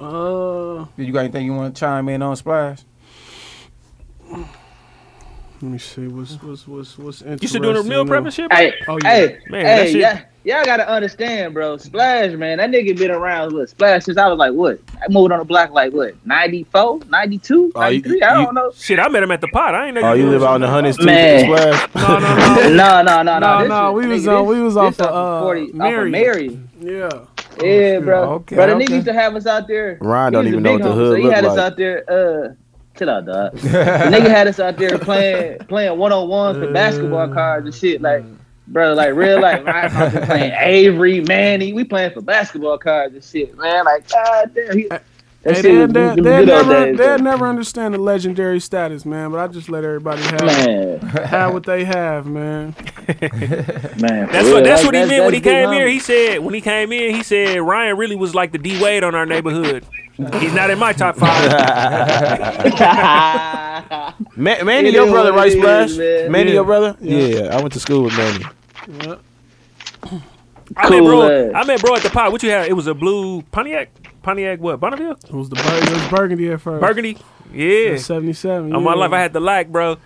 [SPEAKER 11] Uh,
[SPEAKER 9] You got anything you want to chime in on, Splash?
[SPEAKER 11] let me see. What's what's what's what's interesting?
[SPEAKER 2] You should do the meal prep and shit. bro?
[SPEAKER 8] Hey,
[SPEAKER 11] Oh, yeah.
[SPEAKER 8] hey,
[SPEAKER 2] Man, that
[SPEAKER 8] hey,
[SPEAKER 2] shit-
[SPEAKER 8] yeah, y'all gotta understand, bro. Splash, man, that nigga been around with Splash since I was like what? I moved on the block like what? 94, 92,
[SPEAKER 13] Oh, you-
[SPEAKER 8] 93? I
[SPEAKER 13] you-
[SPEAKER 8] don't know.
[SPEAKER 2] Shit, I met him at the pot. I ain't know.
[SPEAKER 13] Oh, you live out in the hundreds too,
[SPEAKER 8] Man.
[SPEAKER 13] Splash.
[SPEAKER 11] No, no, no.
[SPEAKER 8] No, no, no,
[SPEAKER 11] No,
[SPEAKER 8] no. this is-
[SPEAKER 11] no, we was
[SPEAKER 8] nigga,
[SPEAKER 11] on-
[SPEAKER 8] this-
[SPEAKER 11] we was
[SPEAKER 8] this
[SPEAKER 11] off of,
[SPEAKER 8] of
[SPEAKER 11] uh, Oh,
[SPEAKER 8] 40, off of
[SPEAKER 11] Marion.
[SPEAKER 8] Mary.
[SPEAKER 11] Yeah.
[SPEAKER 8] Yeah, bro.
[SPEAKER 9] Okay,
[SPEAKER 8] bro, the
[SPEAKER 9] okay.
[SPEAKER 8] nigga used to have us out there.
[SPEAKER 13] Ryan
[SPEAKER 8] He
[SPEAKER 13] don't
[SPEAKER 8] was a
[SPEAKER 13] even know
[SPEAKER 8] big
[SPEAKER 13] what the
[SPEAKER 8] homie,
[SPEAKER 13] hood
[SPEAKER 8] So he
[SPEAKER 13] look
[SPEAKER 8] had us
[SPEAKER 13] like.
[SPEAKER 8] out there. Uh, chill out, dog. the nigga had us out there playing playing one on ones for
[SPEAKER 2] Uh,
[SPEAKER 8] basketball cards and shit. Like, bro, like real like Ryan Thompson playing Avery, Manny. We playing for basketball cards and shit, man. Like, god damn.
[SPEAKER 2] Uh,
[SPEAKER 8] He, that shit
[SPEAKER 11] Hey, they'll
[SPEAKER 8] was-
[SPEAKER 11] they'll-
[SPEAKER 8] them
[SPEAKER 11] they'll
[SPEAKER 8] good old
[SPEAKER 11] never,
[SPEAKER 8] days,
[SPEAKER 11] they'll
[SPEAKER 8] bro.
[SPEAKER 11] never understand the legendary status, man. But I just let everybody have,
[SPEAKER 8] Man,
[SPEAKER 11] have what they have,
[SPEAKER 8] man.
[SPEAKER 11] man.
[SPEAKER 8] for
[SPEAKER 2] That's
[SPEAKER 8] real.
[SPEAKER 2] what that's
[SPEAKER 8] Like,
[SPEAKER 2] what he meant when he
[SPEAKER 8] that's big
[SPEAKER 2] came here.
[SPEAKER 8] homie.
[SPEAKER 2] He said when he came in, he said Ryan really was like the D Wade on our neighborhood. He's not in my top five.
[SPEAKER 13] Ma- Manny,
[SPEAKER 8] It
[SPEAKER 13] your
[SPEAKER 8] is
[SPEAKER 13] brother,
[SPEAKER 8] what
[SPEAKER 13] right,
[SPEAKER 8] it is,
[SPEAKER 13] Splash?
[SPEAKER 8] man.
[SPEAKER 13] Manny,
[SPEAKER 11] Yeah.
[SPEAKER 13] your brother?
[SPEAKER 11] Yeah.
[SPEAKER 13] Yeah. I went to school with Manny.
[SPEAKER 2] I met bro.
[SPEAKER 8] Cool ass.
[SPEAKER 2] I met bro at the pot. What you had? It was a blue Pontiac. Pontiac what? Bonneville?
[SPEAKER 11] It was the bur- it was burgundy at first.
[SPEAKER 2] Burgundy? Yeah.
[SPEAKER 11] seventy seven.
[SPEAKER 2] On Oh, my life, I had the lack, bro.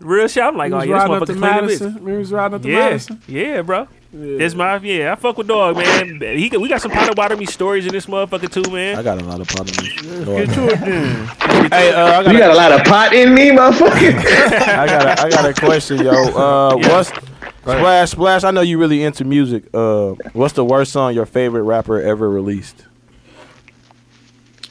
[SPEAKER 2] Real shit. I'm like,
[SPEAKER 11] We
[SPEAKER 2] oh
[SPEAKER 11] was
[SPEAKER 2] yeah, this
[SPEAKER 11] riding up to
[SPEAKER 2] motherfucker clean the bitch.
[SPEAKER 11] Madison. We was riding up to
[SPEAKER 2] Yeah,
[SPEAKER 11] Madison.
[SPEAKER 2] yeah, bro. This my yeah. I fuck with dog, man. He got- we got some pot water me stories in this motherfucker too, man.
[SPEAKER 13] I got a lot of problems. No, I, don't.
[SPEAKER 3] Get to it then.
[SPEAKER 13] hey, uh, I got
[SPEAKER 8] You
[SPEAKER 13] a,
[SPEAKER 8] got a lot of pot in me, motherfucker.
[SPEAKER 13] I got a, I got a question, yo. Uh,
[SPEAKER 2] Yeah.
[SPEAKER 13] what's Splash, Splash? I know you really into music. Uh, what's the worst song your favorite rapper ever released?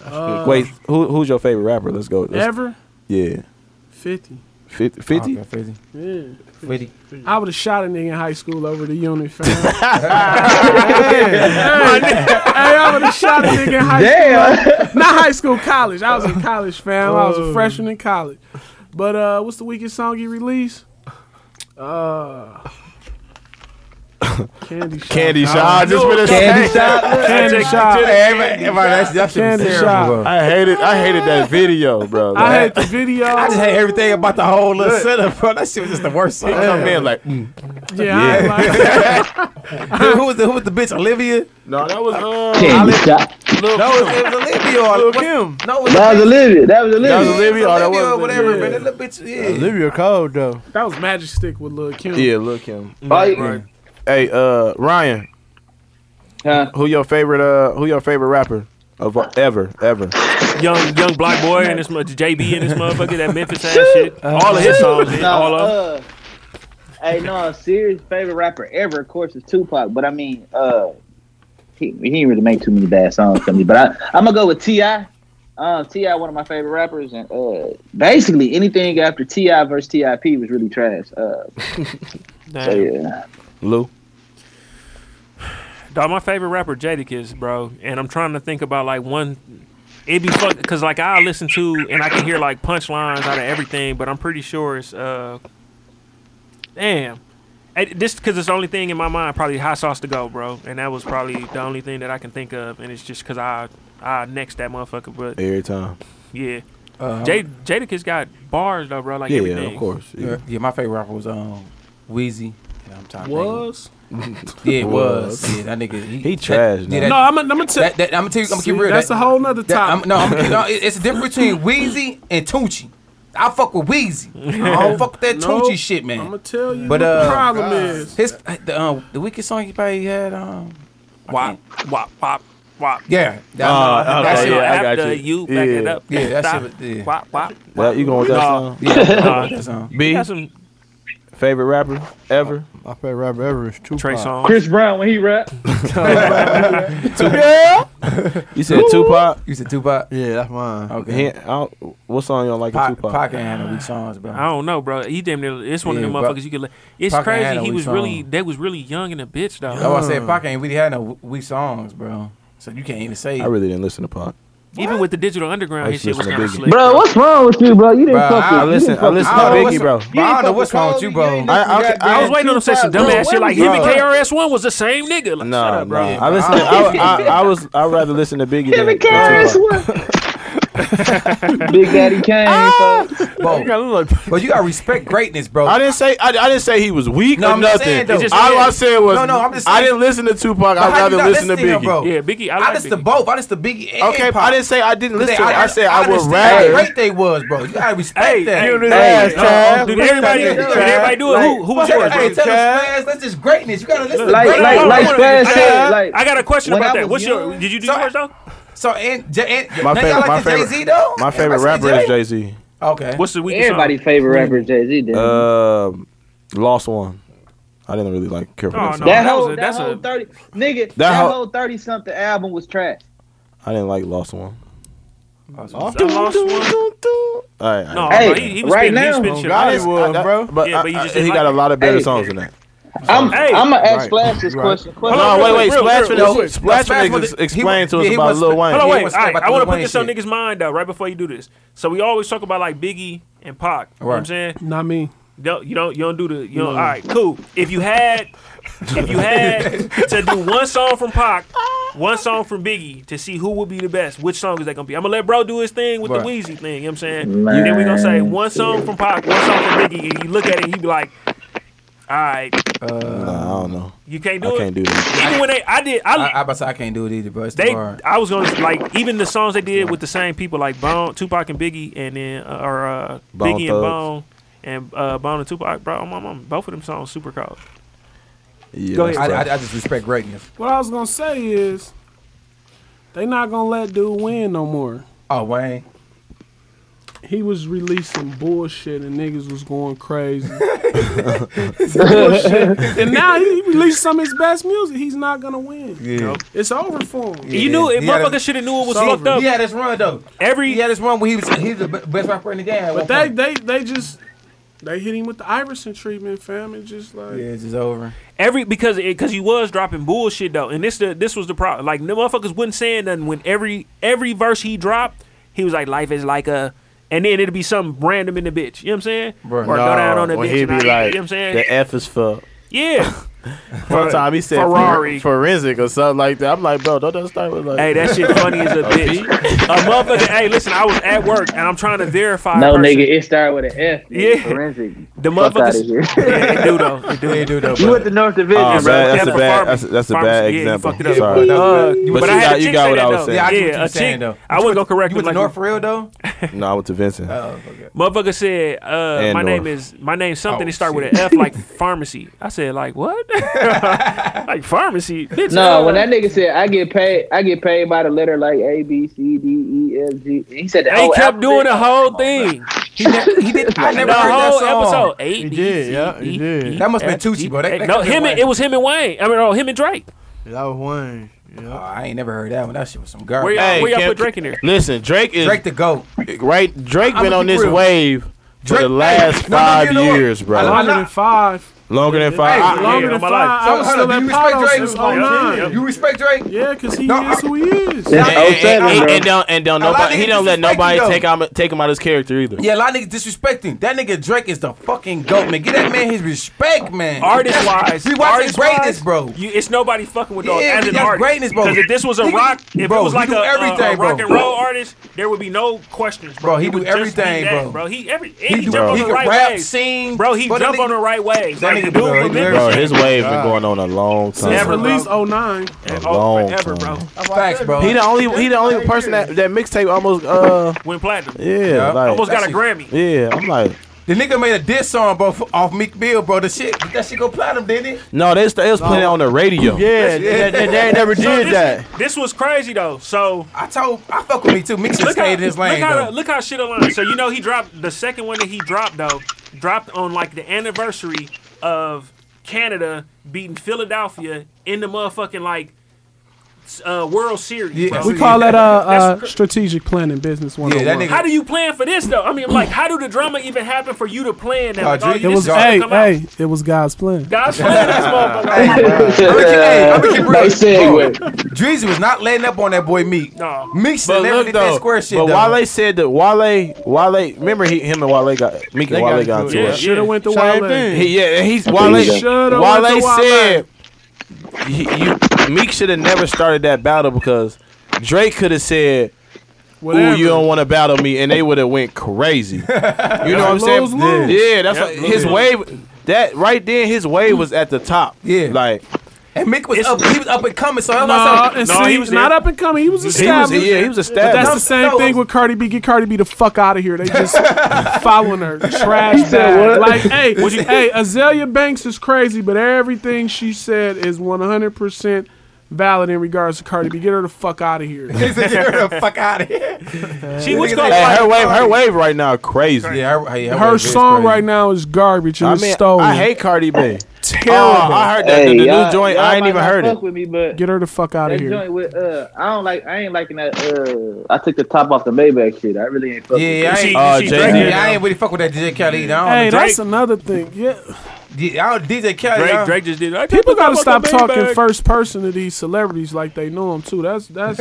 [SPEAKER 11] Uh,
[SPEAKER 13] Wait, who, who's your favorite rapper? Let's go. Let's-
[SPEAKER 11] ever
[SPEAKER 13] yeah,
[SPEAKER 11] fifty.
[SPEAKER 13] Fif- fifty.
[SPEAKER 9] Okay, Fizzy.
[SPEAKER 11] Yeah.
[SPEAKER 9] Fizzy.
[SPEAKER 11] I would have shot a nigga in high school over the unit, fam. hey, I would have shot a nigga in high school. Not high school, college. I was in college, fam. I was
[SPEAKER 9] Oh.
[SPEAKER 11] a freshman in college. But uh, what's the weakest song he released? Uh, Candy Shop.
[SPEAKER 13] Candy
[SPEAKER 11] I
[SPEAKER 13] shop. I just been a
[SPEAKER 8] Candy shop.
[SPEAKER 11] Candy Shop.
[SPEAKER 9] that's, that shit
[SPEAKER 11] Candy
[SPEAKER 9] was
[SPEAKER 11] shop.
[SPEAKER 8] uh,
[SPEAKER 9] terrible, bro.
[SPEAKER 13] I hated. I hated that video, bro.
[SPEAKER 11] I hate the video.
[SPEAKER 9] I just hate everything about the whole little setup, bro. That shit was just the worst song.
[SPEAKER 13] Come in like mm.
[SPEAKER 11] yeah, I ain't like,
[SPEAKER 9] Who who was the who was the bitch? Olivia?
[SPEAKER 13] no, that was uh,
[SPEAKER 8] Candy shop.
[SPEAKER 9] No, it was, it was Olivia. Or,
[SPEAKER 3] Lil'
[SPEAKER 9] what-
[SPEAKER 3] Kim.
[SPEAKER 9] No, it was
[SPEAKER 8] That was Olivia. That was
[SPEAKER 13] that was
[SPEAKER 8] Olivia.
[SPEAKER 13] Olivia. Oh, that
[SPEAKER 9] Olivia or
[SPEAKER 13] was
[SPEAKER 9] whatever, man.
[SPEAKER 13] Yeah,
[SPEAKER 9] That little bitch, yeah.
[SPEAKER 3] Olivia Cold though.
[SPEAKER 11] that was Magic Stick with Lil Kim.
[SPEAKER 13] yeah look him.
[SPEAKER 8] Right.
[SPEAKER 13] Hey, uh, Ryan,
[SPEAKER 8] Huh?
[SPEAKER 13] who your favorite? Uh, who your favorite rapper of all- ever, ever?
[SPEAKER 2] young young black boy and this mu- JB and this motherfucker that Memphis ass shit. All of his songs, man,
[SPEAKER 8] No,
[SPEAKER 2] all of. 'em.
[SPEAKER 8] uh, hey, no, serious favorite rapper ever, of course, is Tupac. But I mean, uh, he he didn't really make too many bad songs for me. But I, I'm gonna go with Ti. Um, Ti, one of my favorite rappers, and uh, basically anything after Ti versus Tip was really trash. Uh, so yeah,
[SPEAKER 13] Lou.
[SPEAKER 2] Dog, my favorite rapper Jadakiss, bro, and I'm trying to think about like one. It'd be fuck because like I listen to and I can hear like punchlines out of everything, but I'm pretty sure it's uh, damn, I- this because it's the only thing in my mind probably hot sauce to go, bro, and that was probably the only thing that I can think of, and it's just because I I next that motherfucker, but
[SPEAKER 13] Every time.
[SPEAKER 2] yeah.
[SPEAKER 13] Uh-huh.
[SPEAKER 9] Uh,
[SPEAKER 2] Jade Jadakiss got bars though, bro. Like
[SPEAKER 13] Yeah,
[SPEAKER 2] everything.
[SPEAKER 13] of course. Yeah.
[SPEAKER 9] Yeah, yeah, my favorite rapper was um Wheezy. Yeah, I'm tired.
[SPEAKER 11] Was?
[SPEAKER 9] yeah, it was.
[SPEAKER 13] Was.
[SPEAKER 9] Yeah, that nigga. He,
[SPEAKER 13] He
[SPEAKER 9] that-
[SPEAKER 13] trash now.
[SPEAKER 9] that-
[SPEAKER 11] No, I'm gonna tell.
[SPEAKER 9] that, that, I'm gonna tell you. I'm gonna
[SPEAKER 11] See,
[SPEAKER 9] keep real.
[SPEAKER 11] That's
[SPEAKER 9] that,
[SPEAKER 11] a whole nother
[SPEAKER 9] that-
[SPEAKER 11] topic.
[SPEAKER 9] I'm- no, I'm, no, it- it's a difference between Wheezy and Tunchi. I fuck with Wheezy. I don't fuck with that
[SPEAKER 11] No,
[SPEAKER 9] Tunchi shit, man.
[SPEAKER 11] I'm gonna tell you
[SPEAKER 9] But,
[SPEAKER 11] what the
[SPEAKER 9] uh,
[SPEAKER 11] problem is.
[SPEAKER 9] His the, um, the weakest song he probably had. Um,
[SPEAKER 2] Wop wop wop wop.
[SPEAKER 9] yeah, that,
[SPEAKER 13] Oh,
[SPEAKER 9] that
[SPEAKER 13] okay,
[SPEAKER 9] shit.
[SPEAKER 13] yeah. I got
[SPEAKER 2] after
[SPEAKER 13] you.
[SPEAKER 2] you, back it
[SPEAKER 13] Yeah.
[SPEAKER 2] up.
[SPEAKER 9] Yeah, that
[SPEAKER 2] Stop.
[SPEAKER 9] shit was- yeah.
[SPEAKER 2] Wop wop.
[SPEAKER 13] That, you going with that
[SPEAKER 2] No.
[SPEAKER 13] song?
[SPEAKER 9] Yeah, that song.
[SPEAKER 13] B,
[SPEAKER 2] Got some
[SPEAKER 13] favorite rapper ever?
[SPEAKER 3] I bet rapper ever is Tupac.
[SPEAKER 2] Trey song.
[SPEAKER 4] Chris Brown when he rap.
[SPEAKER 13] You said Tupac?
[SPEAKER 9] You said Tupac.
[SPEAKER 3] Yeah, that's mine.
[SPEAKER 13] He,
[SPEAKER 9] Okay.
[SPEAKER 13] I don't, what song y'all like of
[SPEAKER 9] Pac,
[SPEAKER 13] Tupac?
[SPEAKER 9] Pac ain't had no weak songs, bro.
[SPEAKER 2] I don't know, bro. He damn near. It's one
[SPEAKER 9] Yeah,
[SPEAKER 2] of them
[SPEAKER 9] bro.
[SPEAKER 2] motherfuckers you could. Let, it's
[SPEAKER 9] Fucking had
[SPEAKER 2] crazy.
[SPEAKER 9] a
[SPEAKER 2] He
[SPEAKER 9] weak
[SPEAKER 2] was really.
[SPEAKER 9] song.
[SPEAKER 2] They was really young and a bitch though.
[SPEAKER 9] That's why I said Pac ain't really had no weak songs, bro. So you can't even say.
[SPEAKER 13] I really didn't listen to Pac.
[SPEAKER 2] Even with the digital underground,
[SPEAKER 13] I
[SPEAKER 2] his
[SPEAKER 13] used to
[SPEAKER 2] shit was
[SPEAKER 13] listen to Biggie.
[SPEAKER 2] kind of slick.
[SPEAKER 8] Bro, what's wrong with you, bro? You didn't
[SPEAKER 9] Bruh,
[SPEAKER 8] fuck with
[SPEAKER 13] I
[SPEAKER 8] you
[SPEAKER 13] listen.
[SPEAKER 8] didn't
[SPEAKER 13] I
[SPEAKER 8] fuck with-
[SPEAKER 13] listen to
[SPEAKER 9] I don't know
[SPEAKER 13] Biggie, bro.
[SPEAKER 9] what's- I don't know what's wrong with you, bro.
[SPEAKER 13] I, I, I,
[SPEAKER 2] I was waiting on him to say some
[SPEAKER 8] Tupac,
[SPEAKER 2] dumbass
[SPEAKER 8] bro,
[SPEAKER 2] shit like him and
[SPEAKER 13] bro.
[SPEAKER 2] KRS One was the same nigga. Like, shut
[SPEAKER 13] No,
[SPEAKER 2] up, bro.
[SPEAKER 13] no. I listen. I, I, I was. I'd rather listen to Biggie than, than
[SPEAKER 8] Karis,
[SPEAKER 13] Tupac.
[SPEAKER 8] what? Big Daddy Kane, folks.
[SPEAKER 9] Bro, but you gotta respect greatness, bro.
[SPEAKER 13] I didn't say. I, I didn't say he was weak
[SPEAKER 9] No,
[SPEAKER 13] or
[SPEAKER 9] I'm just saying,
[SPEAKER 13] nothing.
[SPEAKER 9] though. It's
[SPEAKER 2] just-
[SPEAKER 13] All I said was.
[SPEAKER 9] No, no, I'm just
[SPEAKER 13] I
[SPEAKER 9] saying-
[SPEAKER 13] didn't listen to Tupac.
[SPEAKER 9] But
[SPEAKER 13] I'd
[SPEAKER 9] how you
[SPEAKER 13] rather
[SPEAKER 9] not
[SPEAKER 13] listen to
[SPEAKER 9] listening
[SPEAKER 13] Biggie.
[SPEAKER 9] him, bro?
[SPEAKER 2] Yeah, Biggie. I,
[SPEAKER 9] I
[SPEAKER 2] like
[SPEAKER 9] listen to
[SPEAKER 2] Biggie.
[SPEAKER 9] both. I listen to Biggie and
[SPEAKER 13] Okay,
[SPEAKER 9] Pac.
[SPEAKER 13] I didn't say I didn't listen. to
[SPEAKER 9] They-
[SPEAKER 13] him. I, said I, would
[SPEAKER 9] understand
[SPEAKER 13] rather.
[SPEAKER 9] How great they was, bro. You gotta respect
[SPEAKER 2] Hey,
[SPEAKER 9] that.
[SPEAKER 2] you know
[SPEAKER 9] Hey,
[SPEAKER 13] Ass
[SPEAKER 2] Uh,
[SPEAKER 13] Tab.
[SPEAKER 2] did everybody?
[SPEAKER 9] Like,
[SPEAKER 2] Did everybody do it? Who, who was
[SPEAKER 9] tell-
[SPEAKER 2] yours,
[SPEAKER 9] Hey,
[SPEAKER 2] bro?
[SPEAKER 9] tell us, Spaz, that's just greatness. You gotta listen. to
[SPEAKER 8] Like,
[SPEAKER 9] greatness.
[SPEAKER 8] like,
[SPEAKER 2] Hold on,
[SPEAKER 8] like
[SPEAKER 2] hold on.
[SPEAKER 8] Spaz
[SPEAKER 2] I-
[SPEAKER 8] said, like
[SPEAKER 2] I got a question
[SPEAKER 8] when
[SPEAKER 2] about
[SPEAKER 8] I
[SPEAKER 2] that.
[SPEAKER 8] was
[SPEAKER 2] What's your?
[SPEAKER 8] young-
[SPEAKER 2] Did you do
[SPEAKER 9] So-
[SPEAKER 2] yours though?
[SPEAKER 9] So and, J- and
[SPEAKER 13] My
[SPEAKER 9] now y'all
[SPEAKER 13] favorite-
[SPEAKER 9] like
[SPEAKER 13] my
[SPEAKER 9] the
[SPEAKER 13] favorite-
[SPEAKER 9] Jay-Z, though?
[SPEAKER 13] My favorite
[SPEAKER 9] Everybody
[SPEAKER 13] rapper
[SPEAKER 9] say
[SPEAKER 13] is
[SPEAKER 9] Jay?
[SPEAKER 13] Jay Z.
[SPEAKER 9] Okay.
[SPEAKER 2] What's the weakest song?
[SPEAKER 8] everybody's favorite rapper, Jay Z. did.
[SPEAKER 13] Uh, lost one. I didn't really like care for
[SPEAKER 2] Oh,
[SPEAKER 13] that
[SPEAKER 2] no.
[SPEAKER 13] song.
[SPEAKER 8] that
[SPEAKER 2] that
[SPEAKER 8] whole,
[SPEAKER 2] was a-
[SPEAKER 8] that
[SPEAKER 2] that's
[SPEAKER 8] whole
[SPEAKER 2] a-
[SPEAKER 8] thirty, nigga, that,
[SPEAKER 13] whole-
[SPEAKER 8] whole thirty something album was trash.
[SPEAKER 13] I didn't like lost one.
[SPEAKER 2] I lost one.
[SPEAKER 13] All right,
[SPEAKER 2] No,
[SPEAKER 13] all right.
[SPEAKER 8] Hey,
[SPEAKER 2] bro, he, he was
[SPEAKER 8] right
[SPEAKER 2] spitting, he was
[SPEAKER 8] now-
[SPEAKER 2] spitting
[SPEAKER 3] Oh,
[SPEAKER 2] shit.
[SPEAKER 3] God,
[SPEAKER 2] I
[SPEAKER 3] he
[SPEAKER 2] just-
[SPEAKER 3] was, bro.
[SPEAKER 13] But
[SPEAKER 2] Yeah, but you
[SPEAKER 13] I-
[SPEAKER 2] just
[SPEAKER 13] he
[SPEAKER 2] didn't
[SPEAKER 13] got a
[SPEAKER 2] like
[SPEAKER 13] lot of better
[SPEAKER 8] Hey.
[SPEAKER 13] songs than that.
[SPEAKER 8] I'm,
[SPEAKER 2] Hey.
[SPEAKER 8] I'm gonna ask
[SPEAKER 3] Right.
[SPEAKER 8] Splash this
[SPEAKER 3] Right.
[SPEAKER 8] question.
[SPEAKER 2] Hold on,
[SPEAKER 13] No, wait, wait.
[SPEAKER 2] real,
[SPEAKER 13] Splash
[SPEAKER 2] real,
[SPEAKER 13] for
[SPEAKER 2] real
[SPEAKER 13] the
[SPEAKER 2] quick.
[SPEAKER 13] Splash
[SPEAKER 9] Splash
[SPEAKER 13] for
[SPEAKER 9] was-
[SPEAKER 13] this.
[SPEAKER 9] he-
[SPEAKER 13] Explain to
[SPEAKER 9] yeah,
[SPEAKER 13] us
[SPEAKER 9] he
[SPEAKER 13] about
[SPEAKER 9] was-
[SPEAKER 13] Lil Wayne.
[SPEAKER 2] Hold on,
[SPEAKER 9] Yeah,
[SPEAKER 2] wait.
[SPEAKER 9] he was
[SPEAKER 2] All right,
[SPEAKER 9] about
[SPEAKER 2] I
[SPEAKER 9] the
[SPEAKER 2] want to
[SPEAKER 9] Lil
[SPEAKER 2] put
[SPEAKER 9] Wayne
[SPEAKER 2] this on
[SPEAKER 9] shit.
[SPEAKER 2] niggas' mind though. Right before you do this, so we always talk about like Biggie and Pac. You know what I'm
[SPEAKER 9] Right.
[SPEAKER 2] saying
[SPEAKER 11] Not me.
[SPEAKER 2] don't, you don't you don't do the you don't, all right cool. If you had if you had to do one song from Pac, one song from Biggie to see who would be the best, which song is that gonna be? I'm gonna let bro do his thing with
[SPEAKER 9] Right.
[SPEAKER 2] the Wheezy thing. You know what I'm saying? then we gonna say one song from Pac, one song from Biggie, and you look at it, and you be like, all right,
[SPEAKER 13] Nah, I don't know.
[SPEAKER 2] you can't do
[SPEAKER 13] I
[SPEAKER 2] it.
[SPEAKER 13] can't do that.
[SPEAKER 2] Even when they, I did,
[SPEAKER 9] I,
[SPEAKER 2] I,
[SPEAKER 9] I about to say I can't do it either, bro. It's too
[SPEAKER 2] they,
[SPEAKER 9] hard.
[SPEAKER 2] I was gonna like even the songs they did with the same people like Bone, Tupac and Biggie, and then uh, or uh,
[SPEAKER 13] Bone
[SPEAKER 2] Biggie
[SPEAKER 13] Thugs.
[SPEAKER 2] and Bone and uh, Bone and Tupac. Bro, my mom, both of them songs super cold.
[SPEAKER 13] Yeah,
[SPEAKER 11] Go
[SPEAKER 13] that's
[SPEAKER 9] I, I,
[SPEAKER 13] tough.
[SPEAKER 9] I just respect greatness.
[SPEAKER 11] What I was gonna say is, they not gonna let dude win no more.
[SPEAKER 9] Oh, Wayne.
[SPEAKER 11] He was releasing bullshit and niggas was going crazy. Bullshit. And now he released some of his best music. He's not gonna win.
[SPEAKER 9] Yeah.
[SPEAKER 11] It's over for him.
[SPEAKER 2] You knew it.
[SPEAKER 9] He had a-
[SPEAKER 2] Motherfucker should have knew it was
[SPEAKER 9] It's
[SPEAKER 2] fucked
[SPEAKER 9] over.
[SPEAKER 2] up.
[SPEAKER 9] He had this run though.
[SPEAKER 2] Every
[SPEAKER 9] He had this run where he was he was the be- best rapper in the game. at one
[SPEAKER 11] But they,
[SPEAKER 9] point.
[SPEAKER 11] they they just they hit him with the Iverson treatment, fam. It's just like
[SPEAKER 9] yeah, it's just over.
[SPEAKER 2] every because because you was dropping bullshit though, and this the this was the problem. Like the motherfuckers wasn't saying nothing when every every verse he dropped, he was like, "Life is like a," and then it'd be something random in the bitch. You know what I'm saying?
[SPEAKER 9] Bruh.
[SPEAKER 2] Or go down on the
[SPEAKER 13] When
[SPEAKER 2] bitch.
[SPEAKER 13] he
[SPEAKER 2] and
[SPEAKER 13] be
[SPEAKER 2] all that,
[SPEAKER 13] like,
[SPEAKER 2] you know what I'm saying?
[SPEAKER 13] the F is for.
[SPEAKER 2] yeah.
[SPEAKER 13] One time he said
[SPEAKER 2] Ferrari.
[SPEAKER 13] forensic or something like that. I'm like, bro, don't that start with like.
[SPEAKER 2] Hey, that shit funny as a bitch. a motherfucker. Hey, listen, I was at work and I'm trying to verify. a
[SPEAKER 8] No,
[SPEAKER 2] person.
[SPEAKER 8] nigga, it started with an F. nigga.
[SPEAKER 2] Yeah.
[SPEAKER 8] Forensic.
[SPEAKER 2] The
[SPEAKER 8] Fuck out of
[SPEAKER 2] motherfuckers.
[SPEAKER 8] here.
[SPEAKER 2] Yeah, it do though. It do.
[SPEAKER 9] They do though.
[SPEAKER 8] you went to North Division,
[SPEAKER 13] Oh,
[SPEAKER 8] bro.
[SPEAKER 13] man, that's
[SPEAKER 2] F
[SPEAKER 13] a
[SPEAKER 2] for
[SPEAKER 13] bad-
[SPEAKER 2] farm-
[SPEAKER 13] that's a- that's a
[SPEAKER 2] farm-
[SPEAKER 13] bad
[SPEAKER 2] yeah, you
[SPEAKER 13] example.
[SPEAKER 2] fucked it up.
[SPEAKER 13] Sorry.
[SPEAKER 9] That was bad.
[SPEAKER 2] Uh,
[SPEAKER 9] You-
[SPEAKER 2] but,
[SPEAKER 13] but
[SPEAKER 2] I
[SPEAKER 13] you
[SPEAKER 2] had
[SPEAKER 13] got-
[SPEAKER 2] a
[SPEAKER 13] you
[SPEAKER 2] chick
[SPEAKER 13] got
[SPEAKER 2] say
[SPEAKER 13] what
[SPEAKER 2] that
[SPEAKER 13] I was
[SPEAKER 2] though.
[SPEAKER 13] saying.
[SPEAKER 9] Yeah, I get what
[SPEAKER 2] yeah,
[SPEAKER 9] you
[SPEAKER 2] a
[SPEAKER 9] was saying,
[SPEAKER 2] chick.
[SPEAKER 9] though.
[SPEAKER 2] I wasn't gonna correct
[SPEAKER 9] You
[SPEAKER 2] you.
[SPEAKER 9] went to
[SPEAKER 2] Like,
[SPEAKER 9] North for real though.
[SPEAKER 13] no, I went to Vincent.
[SPEAKER 2] Motherfucker said, uh,
[SPEAKER 13] And
[SPEAKER 2] "My
[SPEAKER 13] North.
[SPEAKER 2] name is my name something.
[SPEAKER 9] Oh,
[SPEAKER 2] it start with
[SPEAKER 9] shit.
[SPEAKER 2] an F, like pharmacy." I said, "Like what? like pharmacy?" Bitch,
[SPEAKER 8] No,
[SPEAKER 2] uh,
[SPEAKER 8] when that nigga said I get paid, I get paid by the letter like A B C D E F G. He said the
[SPEAKER 2] they
[SPEAKER 8] whole
[SPEAKER 2] kept doing the
[SPEAKER 8] alphabet.
[SPEAKER 13] Oh,
[SPEAKER 2] whole thing,
[SPEAKER 9] He, ne- he did. I never
[SPEAKER 2] the
[SPEAKER 9] heard that
[SPEAKER 2] whole
[SPEAKER 9] song.
[SPEAKER 2] episode. A,
[SPEAKER 3] He
[SPEAKER 2] B,
[SPEAKER 3] did,
[SPEAKER 2] C,
[SPEAKER 3] yeah, he
[SPEAKER 2] E,
[SPEAKER 3] did.
[SPEAKER 2] E,
[SPEAKER 9] That must've been
[SPEAKER 2] F,
[SPEAKER 9] Tucci,
[SPEAKER 2] G.
[SPEAKER 9] bro. That- that
[SPEAKER 2] no,
[SPEAKER 9] could've been
[SPEAKER 2] him. And,
[SPEAKER 9] Wayne.
[SPEAKER 2] it was him and Wayne. I mean, oh, him and Drake.
[SPEAKER 3] That was Wayne.
[SPEAKER 9] Oh,
[SPEAKER 3] Yeah.
[SPEAKER 9] I ain't never heard that one. That shit was some
[SPEAKER 2] Where
[SPEAKER 9] garbage.
[SPEAKER 2] y'all,
[SPEAKER 13] Hey,
[SPEAKER 2] where y'all
[SPEAKER 13] Cam-
[SPEAKER 2] put Drake in there?
[SPEAKER 13] Listen, Drake is
[SPEAKER 9] Drake the goat.
[SPEAKER 13] right. Drake
[SPEAKER 9] I'ma
[SPEAKER 13] been on
[SPEAKER 9] keep
[SPEAKER 13] this
[SPEAKER 9] real.
[SPEAKER 13] wave for
[SPEAKER 9] Drake-
[SPEAKER 13] the last
[SPEAKER 9] hey, no, no,
[SPEAKER 13] five
[SPEAKER 9] you know what?
[SPEAKER 13] years, bro.
[SPEAKER 9] I-
[SPEAKER 11] Hundred and five.
[SPEAKER 13] Longer than five.
[SPEAKER 9] Uh,
[SPEAKER 11] Hey, longer than five. I was still at Palos since 09.
[SPEAKER 9] You respect Drake?
[SPEAKER 11] Yeah, because he is who he is.
[SPEAKER 4] And, and, and, and don't and don't nobody he don't let nobody take out take him out of his character either.
[SPEAKER 9] Yeah, a lot of niggas disrespecting. That nigga Drake is the fucking goat, man. Give that man his respect, man.
[SPEAKER 2] Artist wise,
[SPEAKER 9] we watching greatness, bro.
[SPEAKER 2] it's nobody fucking with dog
[SPEAKER 9] Yeah,
[SPEAKER 2] as an
[SPEAKER 9] that's
[SPEAKER 2] artist.
[SPEAKER 9] greatness, bro.
[SPEAKER 2] Because if this was a
[SPEAKER 9] Nigga,
[SPEAKER 2] rock, if
[SPEAKER 9] bro,
[SPEAKER 2] it was
[SPEAKER 9] he
[SPEAKER 2] like a,
[SPEAKER 9] do
[SPEAKER 2] a- a
[SPEAKER 9] everything,
[SPEAKER 2] rock
[SPEAKER 9] bro.
[SPEAKER 2] and roll artist, there would be no questions, bro.
[SPEAKER 9] Bro, he do
[SPEAKER 2] would just be
[SPEAKER 9] everything,
[SPEAKER 2] that,
[SPEAKER 9] bro.
[SPEAKER 2] bro. He every and
[SPEAKER 9] He
[SPEAKER 2] he,
[SPEAKER 9] do-
[SPEAKER 2] jump on
[SPEAKER 9] he
[SPEAKER 2] the
[SPEAKER 9] can
[SPEAKER 2] right
[SPEAKER 9] rap,
[SPEAKER 2] ways.
[SPEAKER 9] sing,
[SPEAKER 2] bro. He
[SPEAKER 9] but that
[SPEAKER 2] jump
[SPEAKER 9] nigga-
[SPEAKER 2] on the right ways.
[SPEAKER 9] that
[SPEAKER 2] Like,
[SPEAKER 9] nigga
[SPEAKER 2] the dude
[SPEAKER 9] do
[SPEAKER 2] from
[SPEAKER 9] it, man.
[SPEAKER 2] Memphis-
[SPEAKER 13] Bro, his wave been
[SPEAKER 2] God.
[SPEAKER 13] going on a long time.
[SPEAKER 2] Never
[SPEAKER 11] Released 09.
[SPEAKER 13] A long
[SPEAKER 2] Oh,
[SPEAKER 13] time.
[SPEAKER 2] Forever, bro.
[SPEAKER 9] Facts, bro.
[SPEAKER 13] He the only he the only person that that mixtape almost uh
[SPEAKER 2] Went platinum.
[SPEAKER 13] yeah, like,
[SPEAKER 2] Almost got a Grammy.
[SPEAKER 13] yeah I'm like
[SPEAKER 9] The nigga made a diss song, bro, f- off Meek Mill, bro. The shit, that shit go platinum, didn't it?
[SPEAKER 13] no they st- it was playing on the radio
[SPEAKER 9] Yeah,
[SPEAKER 13] they, they, they ain't never
[SPEAKER 2] So
[SPEAKER 13] did
[SPEAKER 2] this,
[SPEAKER 13] that
[SPEAKER 2] This was crazy though. So
[SPEAKER 9] I told, I fuck with me too. Meek just
[SPEAKER 2] look how,
[SPEAKER 9] stayed in his lane,
[SPEAKER 2] look how,
[SPEAKER 9] though.
[SPEAKER 2] look how shit aligned. So you know he dropped the second one that he dropped though. Dropped on like the anniversary of Canada beating Philadelphia in the motherfucking like s- uh, World Series.
[SPEAKER 11] Yeah,
[SPEAKER 2] bro.
[SPEAKER 11] we call that uh,
[SPEAKER 2] That's
[SPEAKER 11] uh,
[SPEAKER 2] cr-
[SPEAKER 11] strategic planning business one.
[SPEAKER 2] How do you plan for this though? I mean, like, how do the drama even happen for you to plan that? Like, oh,
[SPEAKER 11] It was
[SPEAKER 2] this is gonna
[SPEAKER 11] hey,
[SPEAKER 2] come out.
[SPEAKER 11] hey, it was God's plan.
[SPEAKER 2] God's plan this motherfucker.
[SPEAKER 9] Hey, I'm gonna keep
[SPEAKER 8] Nice
[SPEAKER 9] real. Bro,
[SPEAKER 8] segue.
[SPEAKER 9] Drizzy was not laying up on that boy Meek.
[SPEAKER 2] No.
[SPEAKER 9] Meek should
[SPEAKER 13] But
[SPEAKER 9] never
[SPEAKER 13] look
[SPEAKER 9] did
[SPEAKER 13] though,
[SPEAKER 9] that square shit,
[SPEAKER 13] but
[SPEAKER 9] though.
[SPEAKER 13] Wale said that Wale, Wale, remember he, him and Wale got Meek and
[SPEAKER 3] got
[SPEAKER 13] Wale
[SPEAKER 3] into
[SPEAKER 13] got
[SPEAKER 3] it.
[SPEAKER 13] into
[SPEAKER 2] Yeah,
[SPEAKER 13] it.
[SPEAKER 2] yeah. Shoulda went
[SPEAKER 11] to
[SPEAKER 3] Same
[SPEAKER 11] Wale.
[SPEAKER 3] thing.
[SPEAKER 13] He, yeah, and he's Wale.
[SPEAKER 11] Shoulda
[SPEAKER 13] Wale,
[SPEAKER 11] went to Wale.
[SPEAKER 13] said he, you, Meek should have never started that battle because Drake could have said, "Ooh,
[SPEAKER 11] Whatever.
[SPEAKER 13] you don't want to battle me," and they would have went crazy. you know what I'm saying?
[SPEAKER 11] Lose, lose.
[SPEAKER 13] Yeah, that's
[SPEAKER 2] Yep,
[SPEAKER 13] like,
[SPEAKER 2] lose.
[SPEAKER 13] his wave. That right then, his wave was at the top.
[SPEAKER 9] Yeah.
[SPEAKER 13] like
[SPEAKER 9] And Meek was
[SPEAKER 2] It's-
[SPEAKER 9] up, he was up and coming, so that's why I
[SPEAKER 11] No,
[SPEAKER 9] said-
[SPEAKER 11] and
[SPEAKER 2] No,
[SPEAKER 11] see,
[SPEAKER 2] he was
[SPEAKER 11] not
[SPEAKER 2] there.
[SPEAKER 11] up and coming. He was
[SPEAKER 13] he was.
[SPEAKER 11] established.
[SPEAKER 13] Yeah, he was
[SPEAKER 11] But that's
[SPEAKER 13] established.
[SPEAKER 11] the same
[SPEAKER 9] no,
[SPEAKER 11] thing
[SPEAKER 9] no.
[SPEAKER 11] with Cardi B. Get Cardi B the fuck out of here. They just following her, trash that. Like, hey, hey, Azalea Banks is crazy, but everything she said is one hundred percent valid in regards to Cardi B. Get her the fuck out of here.
[SPEAKER 9] He said, "Get the fuck out of here.
[SPEAKER 2] She was
[SPEAKER 9] Nigga,
[SPEAKER 2] called
[SPEAKER 13] Hey, her
[SPEAKER 2] like,
[SPEAKER 13] wave, her wave right now, crazy.
[SPEAKER 9] Yeah, her, yeah,
[SPEAKER 11] Her song right now is garbage and
[SPEAKER 13] I
[SPEAKER 11] it's
[SPEAKER 13] mean,
[SPEAKER 11] stolen.
[SPEAKER 13] I hate Cardi B.
[SPEAKER 4] uh,
[SPEAKER 11] terrible.
[SPEAKER 13] Oh, I heard that
[SPEAKER 8] Hey,
[SPEAKER 13] the, the
[SPEAKER 8] y'all-
[SPEAKER 13] new joint.
[SPEAKER 8] y'all
[SPEAKER 13] I ain't
[SPEAKER 8] might
[SPEAKER 13] even
[SPEAKER 8] not
[SPEAKER 13] heard
[SPEAKER 8] fuck
[SPEAKER 13] it.
[SPEAKER 8] With me, but
[SPEAKER 11] Get her the fuck out of
[SPEAKER 8] that
[SPEAKER 11] here.
[SPEAKER 8] joint with uh, I don't like. I ain't liking that. Uh, I took the top off the Maybach shit. I really ain't
[SPEAKER 9] Yeah,
[SPEAKER 8] fucking.
[SPEAKER 9] yeah, I ain't,
[SPEAKER 13] Uh,
[SPEAKER 2] she, she
[SPEAKER 13] Jay-Z.
[SPEAKER 9] yeah,
[SPEAKER 2] Drake,
[SPEAKER 13] Drake-
[SPEAKER 9] I ain't really fuck with that DJ Kelly either. I
[SPEAKER 11] Hey,
[SPEAKER 9] don't know.
[SPEAKER 11] that's another thing. Yeah,
[SPEAKER 9] Yeah, I don't, DJ Kelly, I
[SPEAKER 2] Drake,
[SPEAKER 9] don't-
[SPEAKER 2] Drake just did. I took
[SPEAKER 11] people
[SPEAKER 2] the
[SPEAKER 11] gotta
[SPEAKER 2] fuck
[SPEAKER 11] stop
[SPEAKER 2] out the
[SPEAKER 11] talking
[SPEAKER 2] Maybach.
[SPEAKER 11] first person to these celebrities like they know them too. That's that's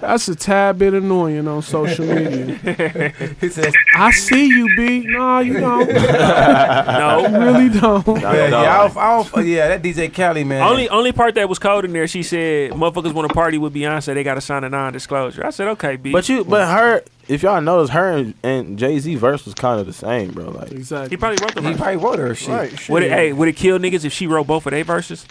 [SPEAKER 11] that's a tad bit annoying on social media.
[SPEAKER 9] He said,
[SPEAKER 11] I see you, B. No, you don't.
[SPEAKER 2] No,
[SPEAKER 11] really don't.
[SPEAKER 9] yeah, yeah, I don't, I don't, yeah, that DJ Kelly, man.
[SPEAKER 2] Only only part that was cold in there, she said, motherfuckers want to party with Beyonce, they got to sign a non-disclosure. I said, okay, B.
[SPEAKER 13] But you, but her. If y'all notice, her and, and Jay Z verse was kind of the same, bro. Like,
[SPEAKER 2] he
[SPEAKER 11] Exactly.
[SPEAKER 2] probably wrote the
[SPEAKER 9] he
[SPEAKER 2] verse.
[SPEAKER 9] probably wrote her shit.
[SPEAKER 2] Would it, hey, would it kill niggas if she wrote both of their verses?